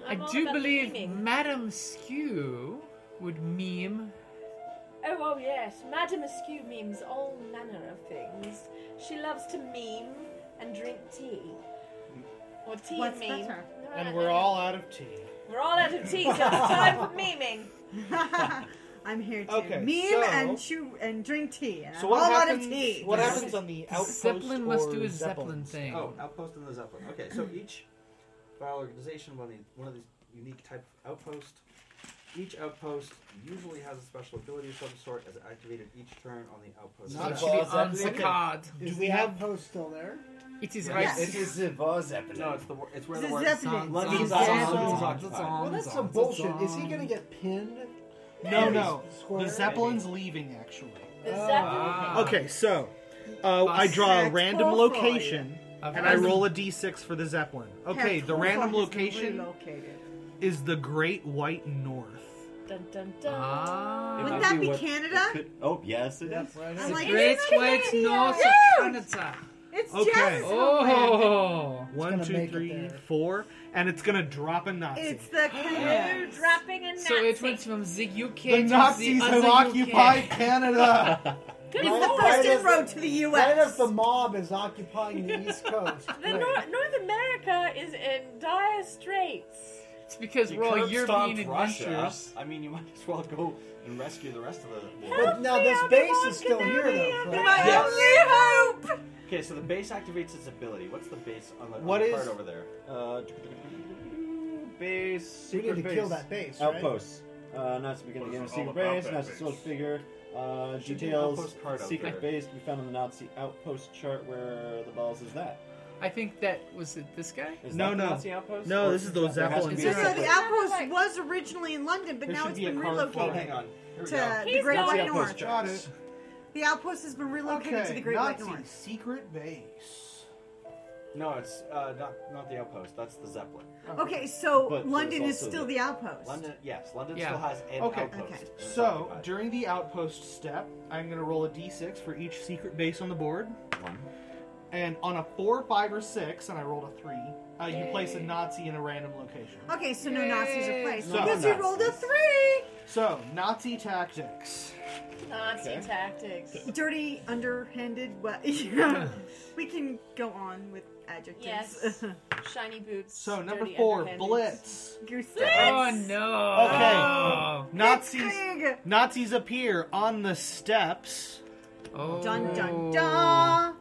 Speaker 11: i
Speaker 3: I'm all
Speaker 11: do
Speaker 3: about the
Speaker 11: believe
Speaker 3: memeing.
Speaker 11: Madame Skew would meme.
Speaker 3: Oh, oh yes, Madame Askew memes all manner of things. She loves to meme and drink tea. Or tea
Speaker 5: What's
Speaker 3: and meme.
Speaker 5: better?
Speaker 3: No, I
Speaker 4: And
Speaker 3: don't
Speaker 4: we're
Speaker 3: know.
Speaker 4: all out of tea.
Speaker 3: We're all out of tea, so it's time for memeing.
Speaker 5: I'm here to
Speaker 4: Okay,
Speaker 5: meme
Speaker 4: so-
Speaker 5: and chew and drink tea. And
Speaker 4: So
Speaker 5: I'm
Speaker 4: what
Speaker 5: all
Speaker 4: happens?
Speaker 5: out of tea.
Speaker 4: What happens on the outpost?
Speaker 11: Zeppelin must
Speaker 4: or
Speaker 11: do a Zeppelin thing.
Speaker 6: Oh, outpost and the zeppelin. Okay, so each file organization, one of these, one of these unique type of outpost. Each outpost usually has a special ability of some sort as activated each turn on the outpost.
Speaker 8: Not
Speaker 6: So that's-
Speaker 8: Zeppelin.
Speaker 6: Okay.
Speaker 8: Is
Speaker 6: Do we
Speaker 8: the
Speaker 6: have?
Speaker 8: outpost still there?
Speaker 11: It
Speaker 6: Yes.
Speaker 7: It is the Vaz Zeppelin.
Speaker 6: No, it's the wor- it's where
Speaker 8: It's
Speaker 6: the
Speaker 8: a
Speaker 6: word
Speaker 8: Zeppelin.
Speaker 6: London's
Speaker 8: It's a
Speaker 6: occupied.
Speaker 8: Zeppelin.
Speaker 6: London's
Speaker 8: It's a
Speaker 6: occupied.
Speaker 8: Well, that's some bullshit. Is he gonna get pinned?
Speaker 4: No,
Speaker 8: in
Speaker 4: no.
Speaker 8: his
Speaker 4: The
Speaker 8: square?
Speaker 4: zeppelin's leaving. Actually, Ah.
Speaker 3: The Zeppelin.
Speaker 4: Okay, so uh, I draw a random location and I roll a d6 for the Zeppelin. Okay, the random location is the Great White North.
Speaker 3: Dun, dun, dun.
Speaker 11: Ah.
Speaker 5: It Wouldn't might that be be what- Canada? it
Speaker 7: oh, yes, it is.
Speaker 5: I'm like,
Speaker 11: Great
Speaker 5: it's
Speaker 11: White
Speaker 5: Canadian.
Speaker 11: North of
Speaker 5: Dude!
Speaker 11: Canada.
Speaker 5: It's
Speaker 4: Okay.
Speaker 5: Jeff's
Speaker 4: Oh,
Speaker 5: homeland.
Speaker 4: one, two, three, four, and it's gonna drop a Nazi.
Speaker 5: It's the
Speaker 12: Canoe dropping a
Speaker 11: So it went from the UK
Speaker 4: The
Speaker 11: to
Speaker 4: Nazis
Speaker 11: the
Speaker 4: have
Speaker 11: other
Speaker 4: occupied
Speaker 11: UK.
Speaker 4: Canada.
Speaker 3: Good
Speaker 8: Right-
Speaker 3: lord.
Speaker 8: right as
Speaker 5: to the U.S.
Speaker 8: Right as the mob is occupying the East Coast.
Speaker 3: The Nor- North America is in dire straits.
Speaker 11: It's because
Speaker 3: we're all
Speaker 7: curb
Speaker 3: European
Speaker 7: stomped Russia.
Speaker 3: adventurers.
Speaker 7: I mean, you might as well go and rescue the rest of the world.
Speaker 8: But now this base is still here, though. correct?
Speaker 7: Okay, so the base activates its ability. What's the base on the, on
Speaker 6: What
Speaker 7: the
Speaker 6: is-
Speaker 7: card over there? Uh, base.
Speaker 8: We need
Speaker 7: secret
Speaker 8: to kill that base, right?
Speaker 7: Outposts. Uh, now it's the beginning of
Speaker 8: What is all
Speaker 7: the secret
Speaker 8: about
Speaker 7: base.
Speaker 8: that
Speaker 7: Now it's a
Speaker 8: base?
Speaker 7: source figure. Uh,
Speaker 8: Should be an
Speaker 7: details.
Speaker 8: outpost card out
Speaker 7: Secret
Speaker 8: there.
Speaker 7: base we found on the Nazi outpost chart. Where the balls is that?
Speaker 11: I think that was it. This guy?
Speaker 7: Is No, that the no. Nazi outpost?
Speaker 4: No, this is the
Speaker 7: There has to
Speaker 4: Zeppelin.
Speaker 7: be a
Speaker 5: The
Speaker 7: separate-
Speaker 5: outpost was originally in London, but
Speaker 7: There
Speaker 5: now
Speaker 7: should
Speaker 5: it's
Speaker 7: be a
Speaker 5: been
Speaker 7: card for
Speaker 6: Oh,
Speaker 5: relocated.
Speaker 7: it. Hang on. Here we
Speaker 5: to
Speaker 7: go.
Speaker 5: the
Speaker 7: He's
Speaker 5: Great
Speaker 7: got
Speaker 5: White
Speaker 7: it.
Speaker 5: North.
Speaker 7: Got it.
Speaker 5: The outpost has been relocated to
Speaker 4: Okay,
Speaker 5: the Great
Speaker 4: Nazi
Speaker 5: White North.
Speaker 4: secret base.
Speaker 7: No, it's uh, not not the outpost. That's the Zeppelin.
Speaker 5: Okay, so
Speaker 7: But
Speaker 5: London
Speaker 7: there's
Speaker 5: is
Speaker 7: also
Speaker 5: still the outpost.
Speaker 7: London, yes, London still has an
Speaker 4: okay.
Speaker 7: outpost.
Speaker 4: So during the outpost step, I'm gonna roll a d6 for each secret base on the board.
Speaker 7: One.
Speaker 4: And on a four, five, or six, and I rolled a three. Uh, you place a
Speaker 5: Yay.
Speaker 4: Nazi in a random location.
Speaker 5: Okay, so no Nazis are placed
Speaker 4: So-
Speaker 5: because you rolled a three.
Speaker 4: So Nazi tactics.
Speaker 3: Nazi
Speaker 4: Okay.
Speaker 3: tactics.
Speaker 5: Dirty, underhanded. Well, yeah. we can go on with adjectives.
Speaker 3: Yes. Shiny boots.
Speaker 4: So number
Speaker 3: dirty
Speaker 4: four,
Speaker 3: underhanded.
Speaker 4: blitz.
Speaker 5: You're
Speaker 11: Oh no.
Speaker 4: Okay.
Speaker 11: Oh.
Speaker 4: Nazis. Nazis appear on the steps.
Speaker 11: Oh.
Speaker 5: Dun, dun, dun.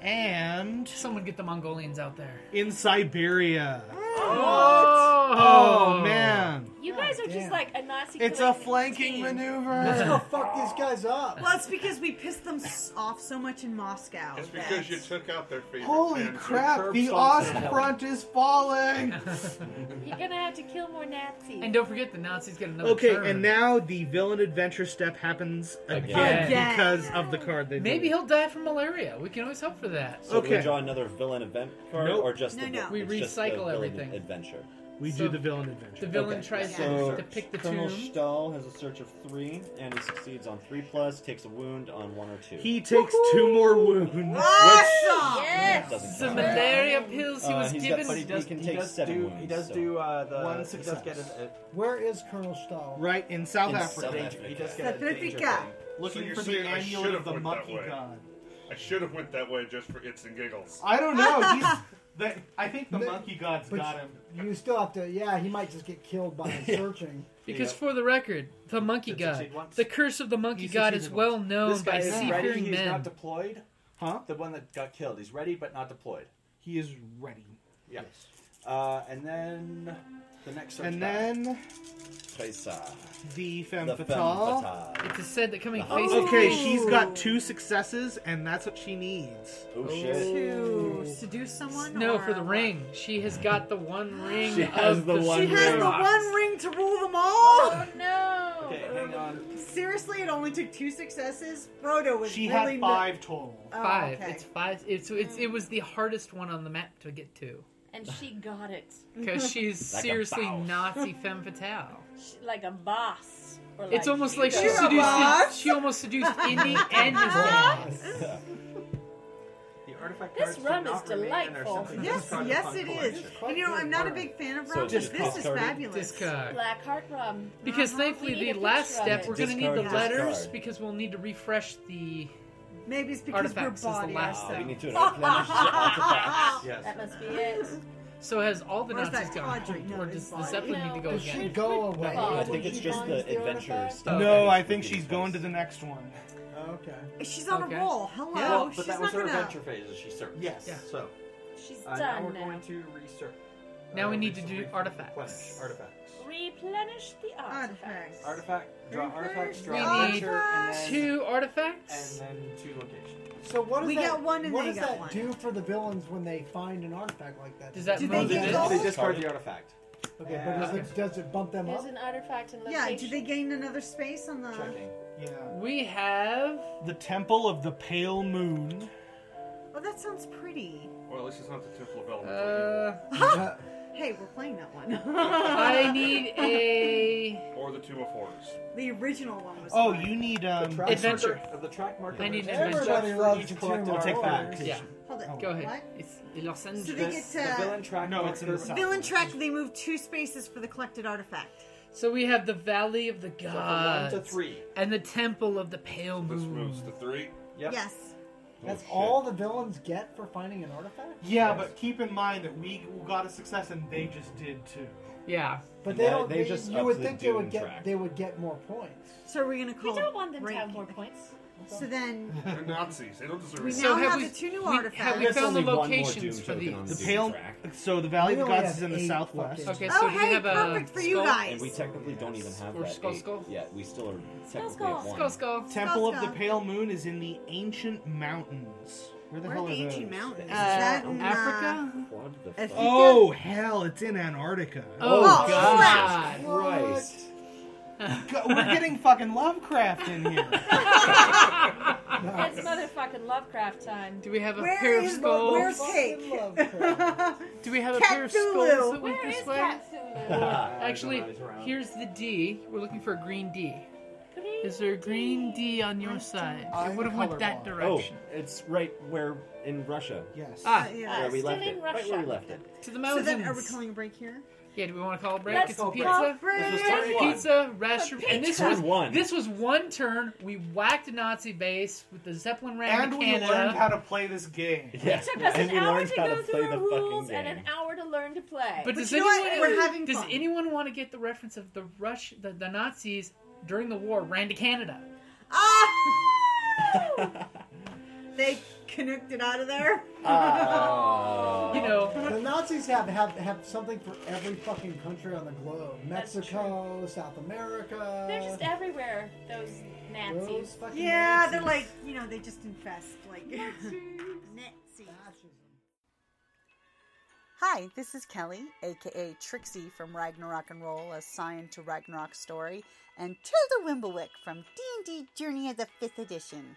Speaker 4: And
Speaker 11: someone get the Mongolians out there.
Speaker 4: In Siberia.
Speaker 11: Oh.
Speaker 4: Oh, man.
Speaker 3: You guys are just like a Nazi.
Speaker 4: It's a
Speaker 3: collective
Speaker 4: flanking
Speaker 3: team.
Speaker 4: maneuver.
Speaker 5: Let's go
Speaker 8: fuck these guys up.
Speaker 5: Well, it's because we pissed them s- off so much in Moscow.
Speaker 20: It's
Speaker 5: that-
Speaker 20: because you took out their favorite.
Speaker 4: Holy
Speaker 20: fans.
Speaker 4: crap, the Ost front is falling.
Speaker 3: You're gonna have to kill more Nazis.
Speaker 11: And don't forget the Nazis get another
Speaker 4: okay,
Speaker 11: turn.
Speaker 4: and now the villain adventure step happens again,
Speaker 11: Again. Again.
Speaker 4: because of the card they
Speaker 11: Maybe
Speaker 4: drew.
Speaker 11: he'll die from malaria. We can always hope for that.
Speaker 7: So do we
Speaker 4: Okay.
Speaker 7: draw another villain event card,
Speaker 4: Nope.
Speaker 7: or just
Speaker 11: No,
Speaker 7: the,
Speaker 11: no.
Speaker 7: it's
Speaker 11: We
Speaker 7: just the
Speaker 11: recycle
Speaker 7: villain
Speaker 11: everything.
Speaker 7: adventure.
Speaker 4: We
Speaker 11: So
Speaker 4: do the villain adventure.
Speaker 11: The villain tries
Speaker 7: so
Speaker 11: to, to pick the
Speaker 7: Colonel
Speaker 11: tomb.
Speaker 7: Stahl has a search of three, and he succeeds on three plus, takes a wound on one or two.
Speaker 4: He takes two more wounds.
Speaker 7: Awesome!
Speaker 3: Yes.
Speaker 7: Doesn't
Speaker 11: The
Speaker 7: count.
Speaker 11: malaria pills he
Speaker 7: Uh,
Speaker 11: was
Speaker 7: he's got-
Speaker 11: given.
Speaker 7: but he does-
Speaker 11: can
Speaker 7: he
Speaker 11: take
Speaker 7: does
Speaker 11: seven
Speaker 7: do-
Speaker 11: wounds,
Speaker 7: He does
Speaker 11: so-
Speaker 7: do uh, the.
Speaker 8: One
Speaker 7: he does
Speaker 8: success. uh,
Speaker 7: get an- a-
Speaker 8: Where is Colonel Stahl?
Speaker 4: Right in South Africa.
Speaker 7: He does get a
Speaker 8: South
Speaker 7: danger
Speaker 8: Africa.
Speaker 7: thing.
Speaker 4: Looking
Speaker 20: so you're
Speaker 4: for the
Speaker 20: saying I
Speaker 4: amulet
Speaker 20: should
Speaker 4: of
Speaker 20: have
Speaker 4: the
Speaker 20: went
Speaker 4: monkey
Speaker 20: that way.
Speaker 4: god.
Speaker 20: I should have went that way just for its and giggles.
Speaker 4: I don't know. He's, the, I think the monkey god's
Speaker 8: But
Speaker 4: got him.
Speaker 8: You still have to. Yeah, he might just get killed by searching.
Speaker 11: Because for the record, the monkey god, the curse of the monkey god is well known
Speaker 7: This guy
Speaker 11: by
Speaker 7: is ready.
Speaker 11: seafaring
Speaker 7: He's
Speaker 11: men.
Speaker 7: not deployed.
Speaker 4: Huh?
Speaker 7: The one that got killed. He's ready, but not deployed.
Speaker 4: He is ready.
Speaker 7: Yeah. Uh, and then the next. Search
Speaker 4: And then
Speaker 7: Kaisa.
Speaker 4: the femme
Speaker 7: The femme
Speaker 4: fatale.
Speaker 7: fatale.
Speaker 11: It is said that coming face to
Speaker 4: Okay,
Speaker 11: face-
Speaker 4: she's got two successes, and that's what she needs.
Speaker 7: Oh
Speaker 5: To seduce someone?
Speaker 11: No,
Speaker 5: or-
Speaker 11: for the ring. She has got the one ring.
Speaker 7: She has
Speaker 11: of
Speaker 7: the one
Speaker 5: She has the one ring to rule them all?
Speaker 3: Oh no!
Speaker 7: Okay, hang on.
Speaker 5: Seriously, it only took two successes? Frodo was
Speaker 11: She had
Speaker 5: really
Speaker 11: five
Speaker 4: total.
Speaker 5: Oh,
Speaker 11: Five.
Speaker 5: okay.
Speaker 11: It's five. It's, it's it was the hardest one on the map to get to
Speaker 3: And she got it.
Speaker 11: because she's
Speaker 3: Like a
Speaker 11: seriously
Speaker 3: boss.
Speaker 11: Nazi femme fatale.
Speaker 3: She- like a boss. Or
Speaker 11: It's almost like
Speaker 3: you
Speaker 11: she
Speaker 3: know.
Speaker 11: seduced. She almost seduced Indy and his dad.
Speaker 14: The artifact
Speaker 3: This
Speaker 14: cards
Speaker 3: rum
Speaker 14: did not
Speaker 3: is
Speaker 14: remain in our
Speaker 3: delightful.
Speaker 14: Symphony
Speaker 5: Yes,
Speaker 14: Discard
Speaker 5: yes,
Speaker 14: upon
Speaker 5: it is.
Speaker 14: collection.
Speaker 5: And you know, I'm not a big fan of rum, but this is fabulous.
Speaker 11: Discard.
Speaker 3: Blackheart rum.
Speaker 11: Because
Speaker 3: Uh-huh.
Speaker 11: thankfully,
Speaker 3: We need a
Speaker 11: the
Speaker 3: picture
Speaker 11: last
Speaker 3: of
Speaker 11: step
Speaker 3: it.
Speaker 11: we're going to need the
Speaker 7: Discard,
Speaker 11: letters
Speaker 7: discard.
Speaker 11: because we'll need to refresh the.
Speaker 5: Maybe it's
Speaker 7: because we're
Speaker 11: artifacts is
Speaker 7: body
Speaker 11: the last
Speaker 7: ourselves.
Speaker 11: step.
Speaker 7: We need to replenish the artifacts. Yes.
Speaker 3: That must be it.
Speaker 11: So has all the
Speaker 3: Or is
Speaker 11: Nazis
Speaker 3: that
Speaker 11: gone, or does the Zeppelin need to go
Speaker 3: No.
Speaker 11: again?
Speaker 3: Does she go away?
Speaker 7: No, I think it's just the adventure stuff.
Speaker 4: No, I think she's going to the next one.
Speaker 8: Okay.
Speaker 5: She's on
Speaker 7: Okay.
Speaker 5: a roll. Hello.
Speaker 7: Well, but
Speaker 5: She's
Speaker 7: that was
Speaker 5: not
Speaker 7: her
Speaker 5: gonna.
Speaker 7: adventure phase as she searched.
Speaker 5: Yes.
Speaker 7: Yeah. So
Speaker 3: She's
Speaker 7: uh,
Speaker 3: done
Speaker 7: now we're
Speaker 3: now.
Speaker 7: going to research.
Speaker 11: Now
Speaker 7: uh,
Speaker 11: we need to
Speaker 7: research-
Speaker 11: do artifacts.
Speaker 7: replenish artifacts.
Speaker 3: Replenish the artifacts.
Speaker 7: Artifact, draw artifacts,
Speaker 11: We
Speaker 7: draw
Speaker 11: need
Speaker 7: adventure, and then
Speaker 11: two artifacts.
Speaker 7: and then two locations.
Speaker 8: So what does
Speaker 5: We
Speaker 8: that,
Speaker 5: got one and
Speaker 8: what
Speaker 5: they
Speaker 8: does
Speaker 5: got
Speaker 8: that
Speaker 5: one.
Speaker 8: do for the villains when they find an artifact like that?
Speaker 11: Does that
Speaker 5: Do they move get them? gold?
Speaker 7: They discard the artifact.
Speaker 8: Okay, but does it, does it bump them
Speaker 3: There's
Speaker 8: up?
Speaker 3: an artifact and
Speaker 5: Yeah,
Speaker 3: location.
Speaker 5: do they gain another space on the.
Speaker 7: Checking.
Speaker 4: Yeah.
Speaker 11: We have
Speaker 4: the Temple of the Pale Moon.
Speaker 12: Oh, that sounds pretty.
Speaker 28: Well, at least it's not the Temple of Elements.
Speaker 12: Uh, hey, we're playing that one.
Speaker 11: I need a.
Speaker 28: Or the Tomb of Horrors.
Speaker 12: The original one was.
Speaker 4: Oh,
Speaker 12: fine.
Speaker 4: you need um
Speaker 12: track Adventure.
Speaker 11: marker-
Speaker 4: Of the track marker.
Speaker 11: I need an
Speaker 12: Everybody
Speaker 11: adventure.
Speaker 12: loves
Speaker 11: Each
Speaker 12: the
Speaker 11: collected
Speaker 12: Tomb of
Speaker 11: our
Speaker 4: Take Oh. back.
Speaker 11: orders. Yeah.
Speaker 12: Hold it.
Speaker 11: Go ahead.
Speaker 12: What?
Speaker 11: It's Los Angeles.
Speaker 12: So they get uh,
Speaker 4: No, it's in the south.
Speaker 12: Villain track. They move two spaces for the collected artifact.
Speaker 11: So we have the Valley of the
Speaker 12: from
Speaker 11: Gods.
Speaker 12: one to
Speaker 29: three.
Speaker 11: And the Temple of the Pale Moon.
Speaker 28: moves to three. Oh,
Speaker 12: Yes.
Speaker 8: That's all the villains get for finding an artifact.
Speaker 4: Oh, Yeah, but keep in mind that we got a success and they just did too.
Speaker 11: Yeah,
Speaker 8: But they don't. They, you would think they would get they would get more points.
Speaker 12: So we're gonna call.
Speaker 30: We don't want them to have
Speaker 12: rank.
Speaker 30: more points.
Speaker 12: So then
Speaker 28: They're Nazis. They don't deserve
Speaker 12: we
Speaker 28: it.
Speaker 12: now have, the two new artifacts.
Speaker 4: The pale. So the Valley of the
Speaker 12: We only
Speaker 4: Gods is
Speaker 12: have
Speaker 4: in the
Speaker 12: eight
Speaker 4: southwest.
Speaker 12: fucking- Okay, so Oh, do we hey, have a perfect for you skull? guys.
Speaker 7: And we technically don't even have
Speaker 11: Or
Speaker 7: that.
Speaker 11: skull,
Speaker 7: eight
Speaker 11: skull.
Speaker 7: yet. we still are technically at one.
Speaker 4: Temple of the Pale Moon is in the ancient mountains. Where the
Speaker 12: Where
Speaker 4: hell
Speaker 12: are the
Speaker 4: those?
Speaker 12: ancient mountains? Is
Speaker 4: Uh,
Speaker 12: that in,
Speaker 11: Africa?
Speaker 12: uh,
Speaker 4: Africa?
Speaker 12: Africa?
Speaker 4: Oh hell! It's in Antarctica.
Speaker 11: Oh, Oh, God. Jesus Christ.
Speaker 4: God, We're getting fucking Lovecraft in here.
Speaker 30: It's motherfucking Lovecraft time.
Speaker 11: Do we have a Where pair of is- skulls? where's cake? Do we have a pair of skulls that we
Speaker 30: Where
Speaker 11: can
Speaker 30: is
Speaker 11: sway?
Speaker 30: Cat
Speaker 11: Or-
Speaker 30: Cthulhu?
Speaker 11: actually, here's the D. We're looking for a green D. Is there a green D on your side? I would have went that direction.
Speaker 7: Oh, it's right where in Russia.
Speaker 4: Yes.
Speaker 11: Ah,
Speaker 7: where we left it. Right where we left it.
Speaker 11: To the mountains.
Speaker 12: So then, are we calling a break here?
Speaker 11: Yeah, do we want to call a break?
Speaker 12: Let's
Speaker 11: Get some
Speaker 12: call
Speaker 11: pizza.
Speaker 12: a break. This was
Speaker 11: Get some
Speaker 12: turn one.
Speaker 11: pizza, restroom,
Speaker 12: But
Speaker 11: and this
Speaker 12: pizza.
Speaker 11: was
Speaker 12: Turn one.
Speaker 11: This was one turn. We whacked a Nazi base with the Zeppelin ram
Speaker 4: and
Speaker 11: to
Speaker 4: we
Speaker 11: Canada.
Speaker 4: learned how to play this game.
Speaker 7: Yeah.
Speaker 30: It took us an
Speaker 11: And we
Speaker 30: hour
Speaker 11: learned
Speaker 30: to
Speaker 11: how
Speaker 30: go
Speaker 11: to
Speaker 30: through
Speaker 11: play
Speaker 30: our
Speaker 11: the
Speaker 30: rules
Speaker 11: fucking
Speaker 30: and an
Speaker 11: game.
Speaker 30: hour to learn to play.
Speaker 11: But does anyone does anyone want to get the reference of the Rush the, the Nazis during the war ran to Canada?
Speaker 12: Ah! They connected out of there.
Speaker 11: You know,
Speaker 8: the Nazis have, have have something for every fucking country on the globe: Mexico, South America.
Speaker 30: They're just everywhere, those Nazis.
Speaker 12: Yeah, they're like you know they just infest like Nazis.
Speaker 5: Hi, this is Kelly, aka Trixie from Ragnarok and Roll, a sign to Ragnarok story, and Tilda Wimblewick from D&D Journey of the 5th Edition.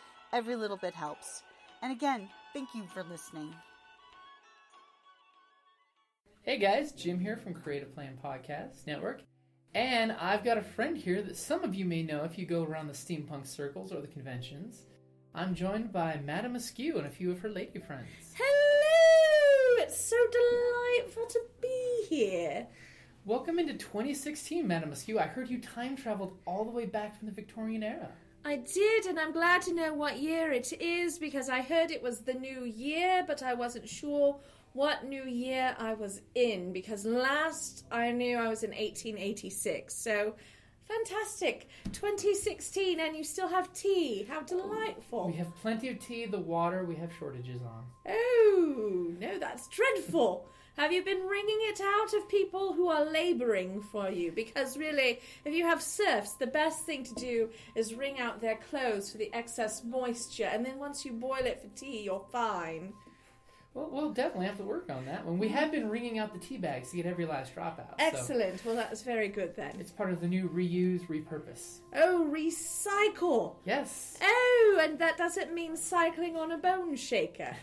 Speaker 5: Every little bit helps. And again, thank you for listening.
Speaker 11: Hey guys, Jim here from Creative Plan Podcast Network. And I've got a friend here that some of you may know if you go around the steampunk circles or the conventions. I'm joined by Madame Askew and a few of her lady friends.
Speaker 3: Hello! It's so delightful to be here.
Speaker 11: Welcome into 2016, Madame Askew. I heard you time traveled all the way back from the Victorian era.
Speaker 3: I did, and I'm glad to know what year it is because I heard it was the new year, but I wasn't sure what new year I was in because last I knew I was in 1886. So fantastic! 2016, and you still have tea. How delightful!
Speaker 11: We have plenty of tea, the water we have shortages on.
Speaker 3: Oh, no, that's dreadful. Have you been wringing it out of people who are labouring for you? Because really, if you have serfs, the best thing to do is wring out their clothes for the excess moisture, and then once you boil it for tea, you're fine.
Speaker 11: Well, we'll definitely have to work on that one. We have been wringing out the tea bags to get every last drop out. so
Speaker 3: Excellent. Well, that's very good then.
Speaker 11: It's part of the new reuse, repurpose.
Speaker 3: Oh, recycle.
Speaker 11: Yes.
Speaker 3: Oh, and that doesn't mean cycling on a bone shaker.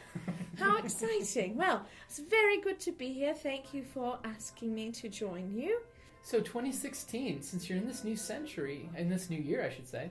Speaker 3: How exciting. Well, it's very good to be here. Thank you for asking me to join you.
Speaker 11: So 2016, since you're in this new century, in this new year, I should say,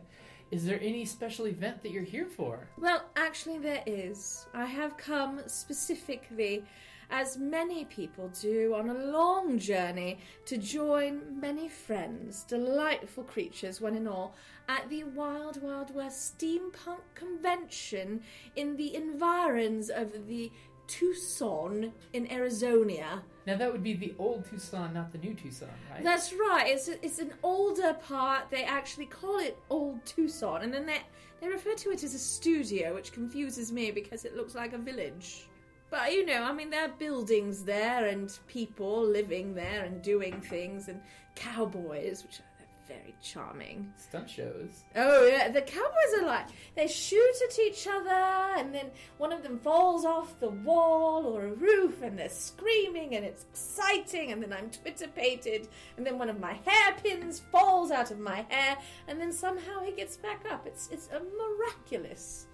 Speaker 11: is there any special event that you're here for?
Speaker 3: Well, actually, there is. I have come specifically, as many people do, on a long journey to join many friends, delightful creatures, one and all, at the Wild Wild West Steampunk Convention in the environs of the Tucson in Arizona.
Speaker 11: Now that would be the old Tucson, not the new Tucson, right?
Speaker 3: That's right. It's it's an older part. They actually call it Old Tucson, and then they they refer to it as a studio, which confuses me because it looks like a village. But you know, I mean, there are buildings there and people living there and doing things and cowboys, which are very charming.
Speaker 11: stunt shows.
Speaker 3: Oh yeah, the cowboys are like they shoot at each other, and then one of them falls off the wall or a roof, and they're screaming, and it's exciting. And then I'm twitterpated, and then one of my hairpins falls out of my hair, and then somehow he gets back up. It's it's a miraculous.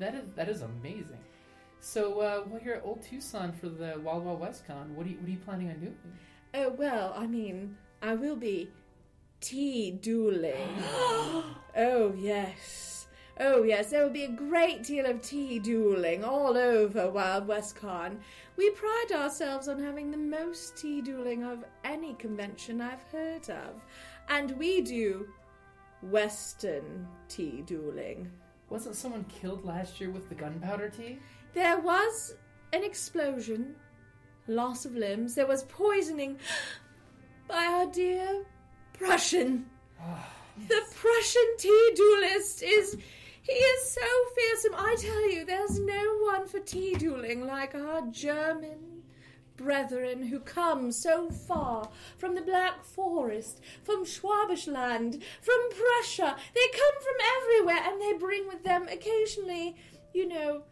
Speaker 11: That is that is amazing. So uh, while you're at Old Tucson for the Wild Wild West Con, what are you, what are you planning on doing?
Speaker 3: Oh well, I mean, I will be tea dueling. oh yes. Oh yes, there will be a great deal of tea dueling all over Wild West Con. We pride ourselves on having the most tea dueling of any convention I've heard of. And we do Western tea dueling.
Speaker 11: Wasn't someone killed last year with the gunpowder tea?
Speaker 3: There was an explosion, loss of limbs, there was poisoning by our dear Prussian. the Prussian tea duelist is. He is so fearsome. I tell you, there's no one for tea dueling like our German brethren who come so far from the Black Forest, from Schwabischland, from Prussia. They come from everywhere and they bring with them occasionally, you know,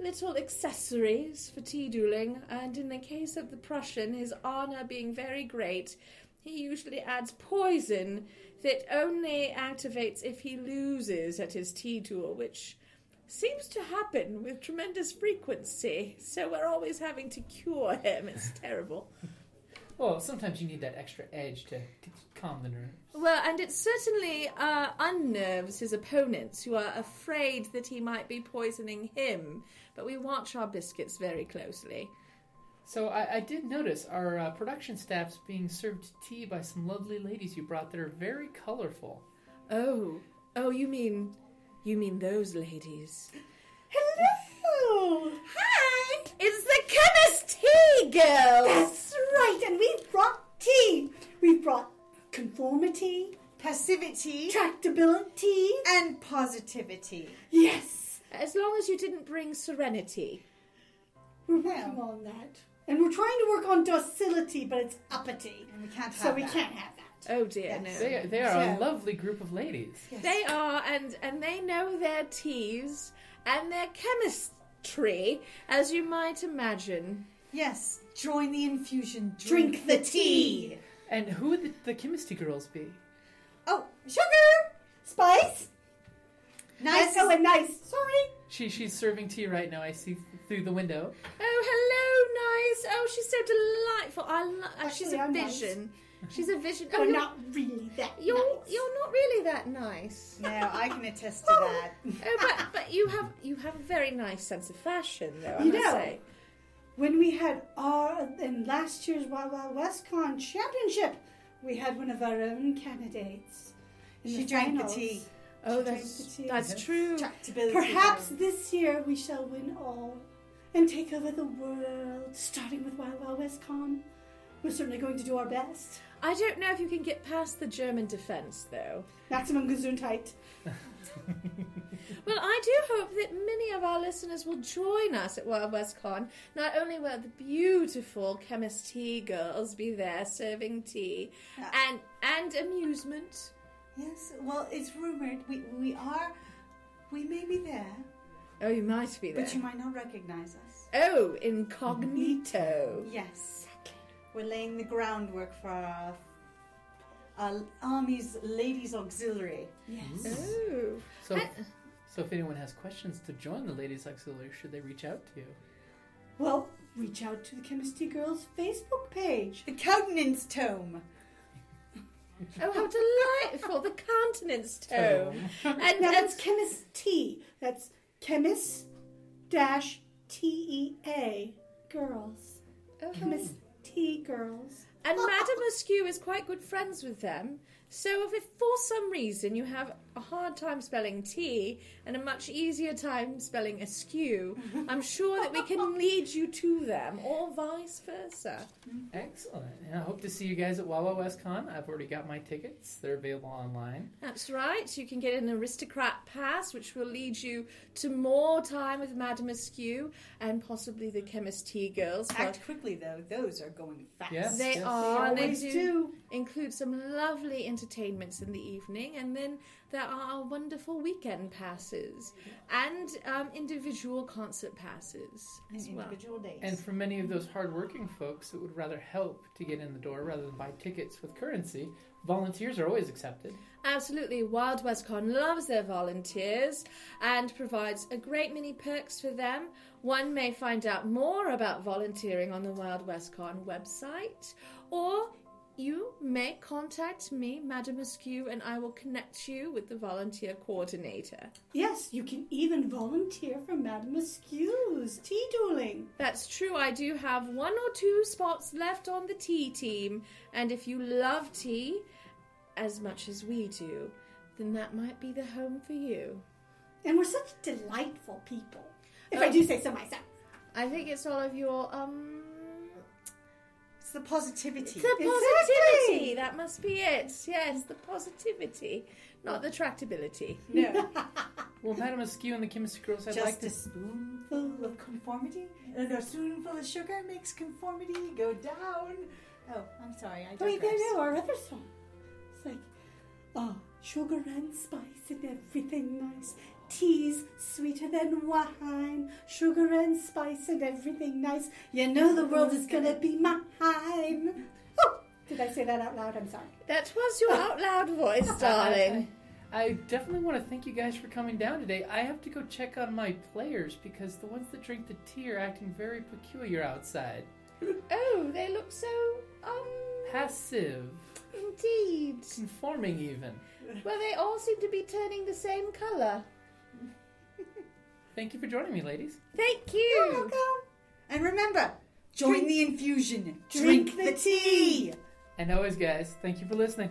Speaker 3: little accessories for tea dueling. And in the case of the Prussian, his honor being very great, he usually adds poison that only activates if he loses at his tea duel, which seems to happen with tremendous frequency. So we're always having to cure him. It's terrible.
Speaker 11: Well, sometimes you need that extra edge to, to calm the nerves.
Speaker 3: Well, and it certainly uh, unnerves his opponents who are afraid that he might be poisoning him. But we watch our biscuits very closely.
Speaker 11: So I, I did notice our uh, production staff's being served tea by some lovely ladies you brought that are very colorful.
Speaker 3: Oh, oh, you mean, you mean those ladies?
Speaker 12: Hello! Hi!
Speaker 3: It's the chemist tea girls!
Speaker 12: That's right, and we've brought tea. We've brought conformity,
Speaker 5: passivity,
Speaker 12: tractability,
Speaker 5: and positivity.
Speaker 12: Yes!
Speaker 3: As long as you didn't bring serenity.
Speaker 12: We're working on that. And we're trying to work on docility, but it's uppity.
Speaker 5: And we can't have
Speaker 12: so we
Speaker 5: that.
Speaker 12: can't have that.
Speaker 3: Oh dear, no.
Speaker 11: They, they are a lovely group of ladies.
Speaker 3: They are, and and they know their teas and their chemistry, as you might imagine.
Speaker 5: Yes, join the infusion.
Speaker 12: Drink the tea.
Speaker 11: And who would the, the chemistry girls be?
Speaker 12: Oh, sugar, spice. Nice. Oh, and nice. Sorry.
Speaker 11: She she's serving tea right now. I see through the window.
Speaker 3: Oh, hello, nice. Oh, she's so delightful. I love. she's
Speaker 12: Actually,
Speaker 3: a
Speaker 12: I'm nice.
Speaker 3: vision. She's a vision. Oh,
Speaker 12: We're
Speaker 3: you're-
Speaker 12: not really that
Speaker 3: You're
Speaker 12: nice.
Speaker 3: you're not really that nice.
Speaker 5: No, I can attest to that.
Speaker 3: Oh, but but you have you have a very nice sense of fashion, though. I
Speaker 12: You
Speaker 3: must
Speaker 12: know.
Speaker 3: say.
Speaker 12: When we had our in last year's Wild Wild West Con championship, we had one of our own candidates. in
Speaker 5: She drank the
Speaker 12: finals.
Speaker 5: tea.
Speaker 3: Oh,
Speaker 12: She
Speaker 3: that's
Speaker 12: drank the tea.
Speaker 3: that's true.
Speaker 12: Perhaps this year we shall win all and take over the world, starting with Wild Wild West Con. We're certainly going to do our best.
Speaker 3: I don't know if you can get past the German defence, though.
Speaker 12: Maximum Gesundheit.
Speaker 3: Well, I do hope that many of our listeners will join us at Wild West Con. Not only will the beautiful chemist tea girls be there serving tea and and amusement.
Speaker 5: Yes, well, it's rumored we, we are, we may be there,
Speaker 3: Oh, you might be there.
Speaker 5: but you might not recognize us.
Speaker 3: Oh, incognito.
Speaker 5: Yes, we're laying the groundwork for our, our army's ladies' auxiliary.
Speaker 12: Yes.
Speaker 3: Oh.
Speaker 11: So, so if anyone has questions to join the ladies' auxiliary, should they reach out to you?
Speaker 12: Well, reach out to the Chemistry Girls Facebook page.
Speaker 5: The Countenance Tome.
Speaker 3: Oh, how delightful! The countenance tome.
Speaker 12: and that's chemist T. That's chemist dash T E A girls.
Speaker 3: Oh,
Speaker 12: Chemist T girls.
Speaker 3: And Madame Askew is quite good friends with them. So if for some reason you have a hard time spelling T and a much easier time spelling askew, I'm sure that we can lead you to them, or vice versa.
Speaker 11: Excellent. And I hope to see you guys at Wawa West Con. I've already got my tickets. They're available online.
Speaker 3: That's right. You can get an aristocrat pass, which will lead you to more time with Madame Askew and possibly the Chemist Tea Girls.
Speaker 5: Mm. Act quickly though; those are going fast.
Speaker 3: they are. and
Speaker 5: Always
Speaker 3: they do include some lovely entertainments in the evening, and then there are our wonderful weekend passes
Speaker 5: Mm-hmm.
Speaker 3: and um, individual concert passes as well.
Speaker 11: And for many of those hardworking folks that would rather help to get in the door rather than buy tickets with currency, volunteers are always accepted.
Speaker 3: Absolutely, Wild West Con loves their volunteers and provides a great many perks for them. One may find out more about volunteering on the Wild West Con website, or you may contact me, Madam Askew, and I will connect you with the volunteer coordinator.
Speaker 12: Yes, you can even volunteer for Madame Askew's tea dueling.
Speaker 3: That's true. I do have one or two spots left on the tea team, and if you love tea as much as we do, then that might be the home for you.
Speaker 12: And we're such delightful people. If I do say so myself.
Speaker 3: Oh. I think it's all of your um.
Speaker 5: It's the positivity.
Speaker 3: The positivity. That must be it. Yes, the positivity, not the tractability.
Speaker 11: No. well, Madam Askew and the Chemistry Girls, I'd
Speaker 5: Just
Speaker 11: like to.
Speaker 5: a spoonful of conformity, and a spoonful of sugar makes conformity go down. Oh, I'm sorry. I
Speaker 12: Wait,
Speaker 5: digress.
Speaker 12: no, no, our other song. It's like, oh, sugar and spice and everything nice. Tea's sweeter than wine. Sugar and spice and everything nice. You know the world is gonna be mine. Oh, did I say that out loud? I'm sorry. Ah.
Speaker 3: That was your out loud voice, darling.
Speaker 11: I definitely want to thank you guys for coming down today. I have to go check on my players because the ones that drink the tea are acting very peculiar outside.
Speaker 3: Oh, they look so um
Speaker 11: Passive,
Speaker 3: indeed.
Speaker 11: conforming even.
Speaker 3: Well, they all seem to be turning the same color.
Speaker 11: Thank you for joining me, ladies.
Speaker 3: Thank you. You're welcome.
Speaker 5: And remember, join
Speaker 11: Drink-
Speaker 5: the infusion.
Speaker 11: Drink
Speaker 5: the tea.
Speaker 11: And always, guys, thank you for listening.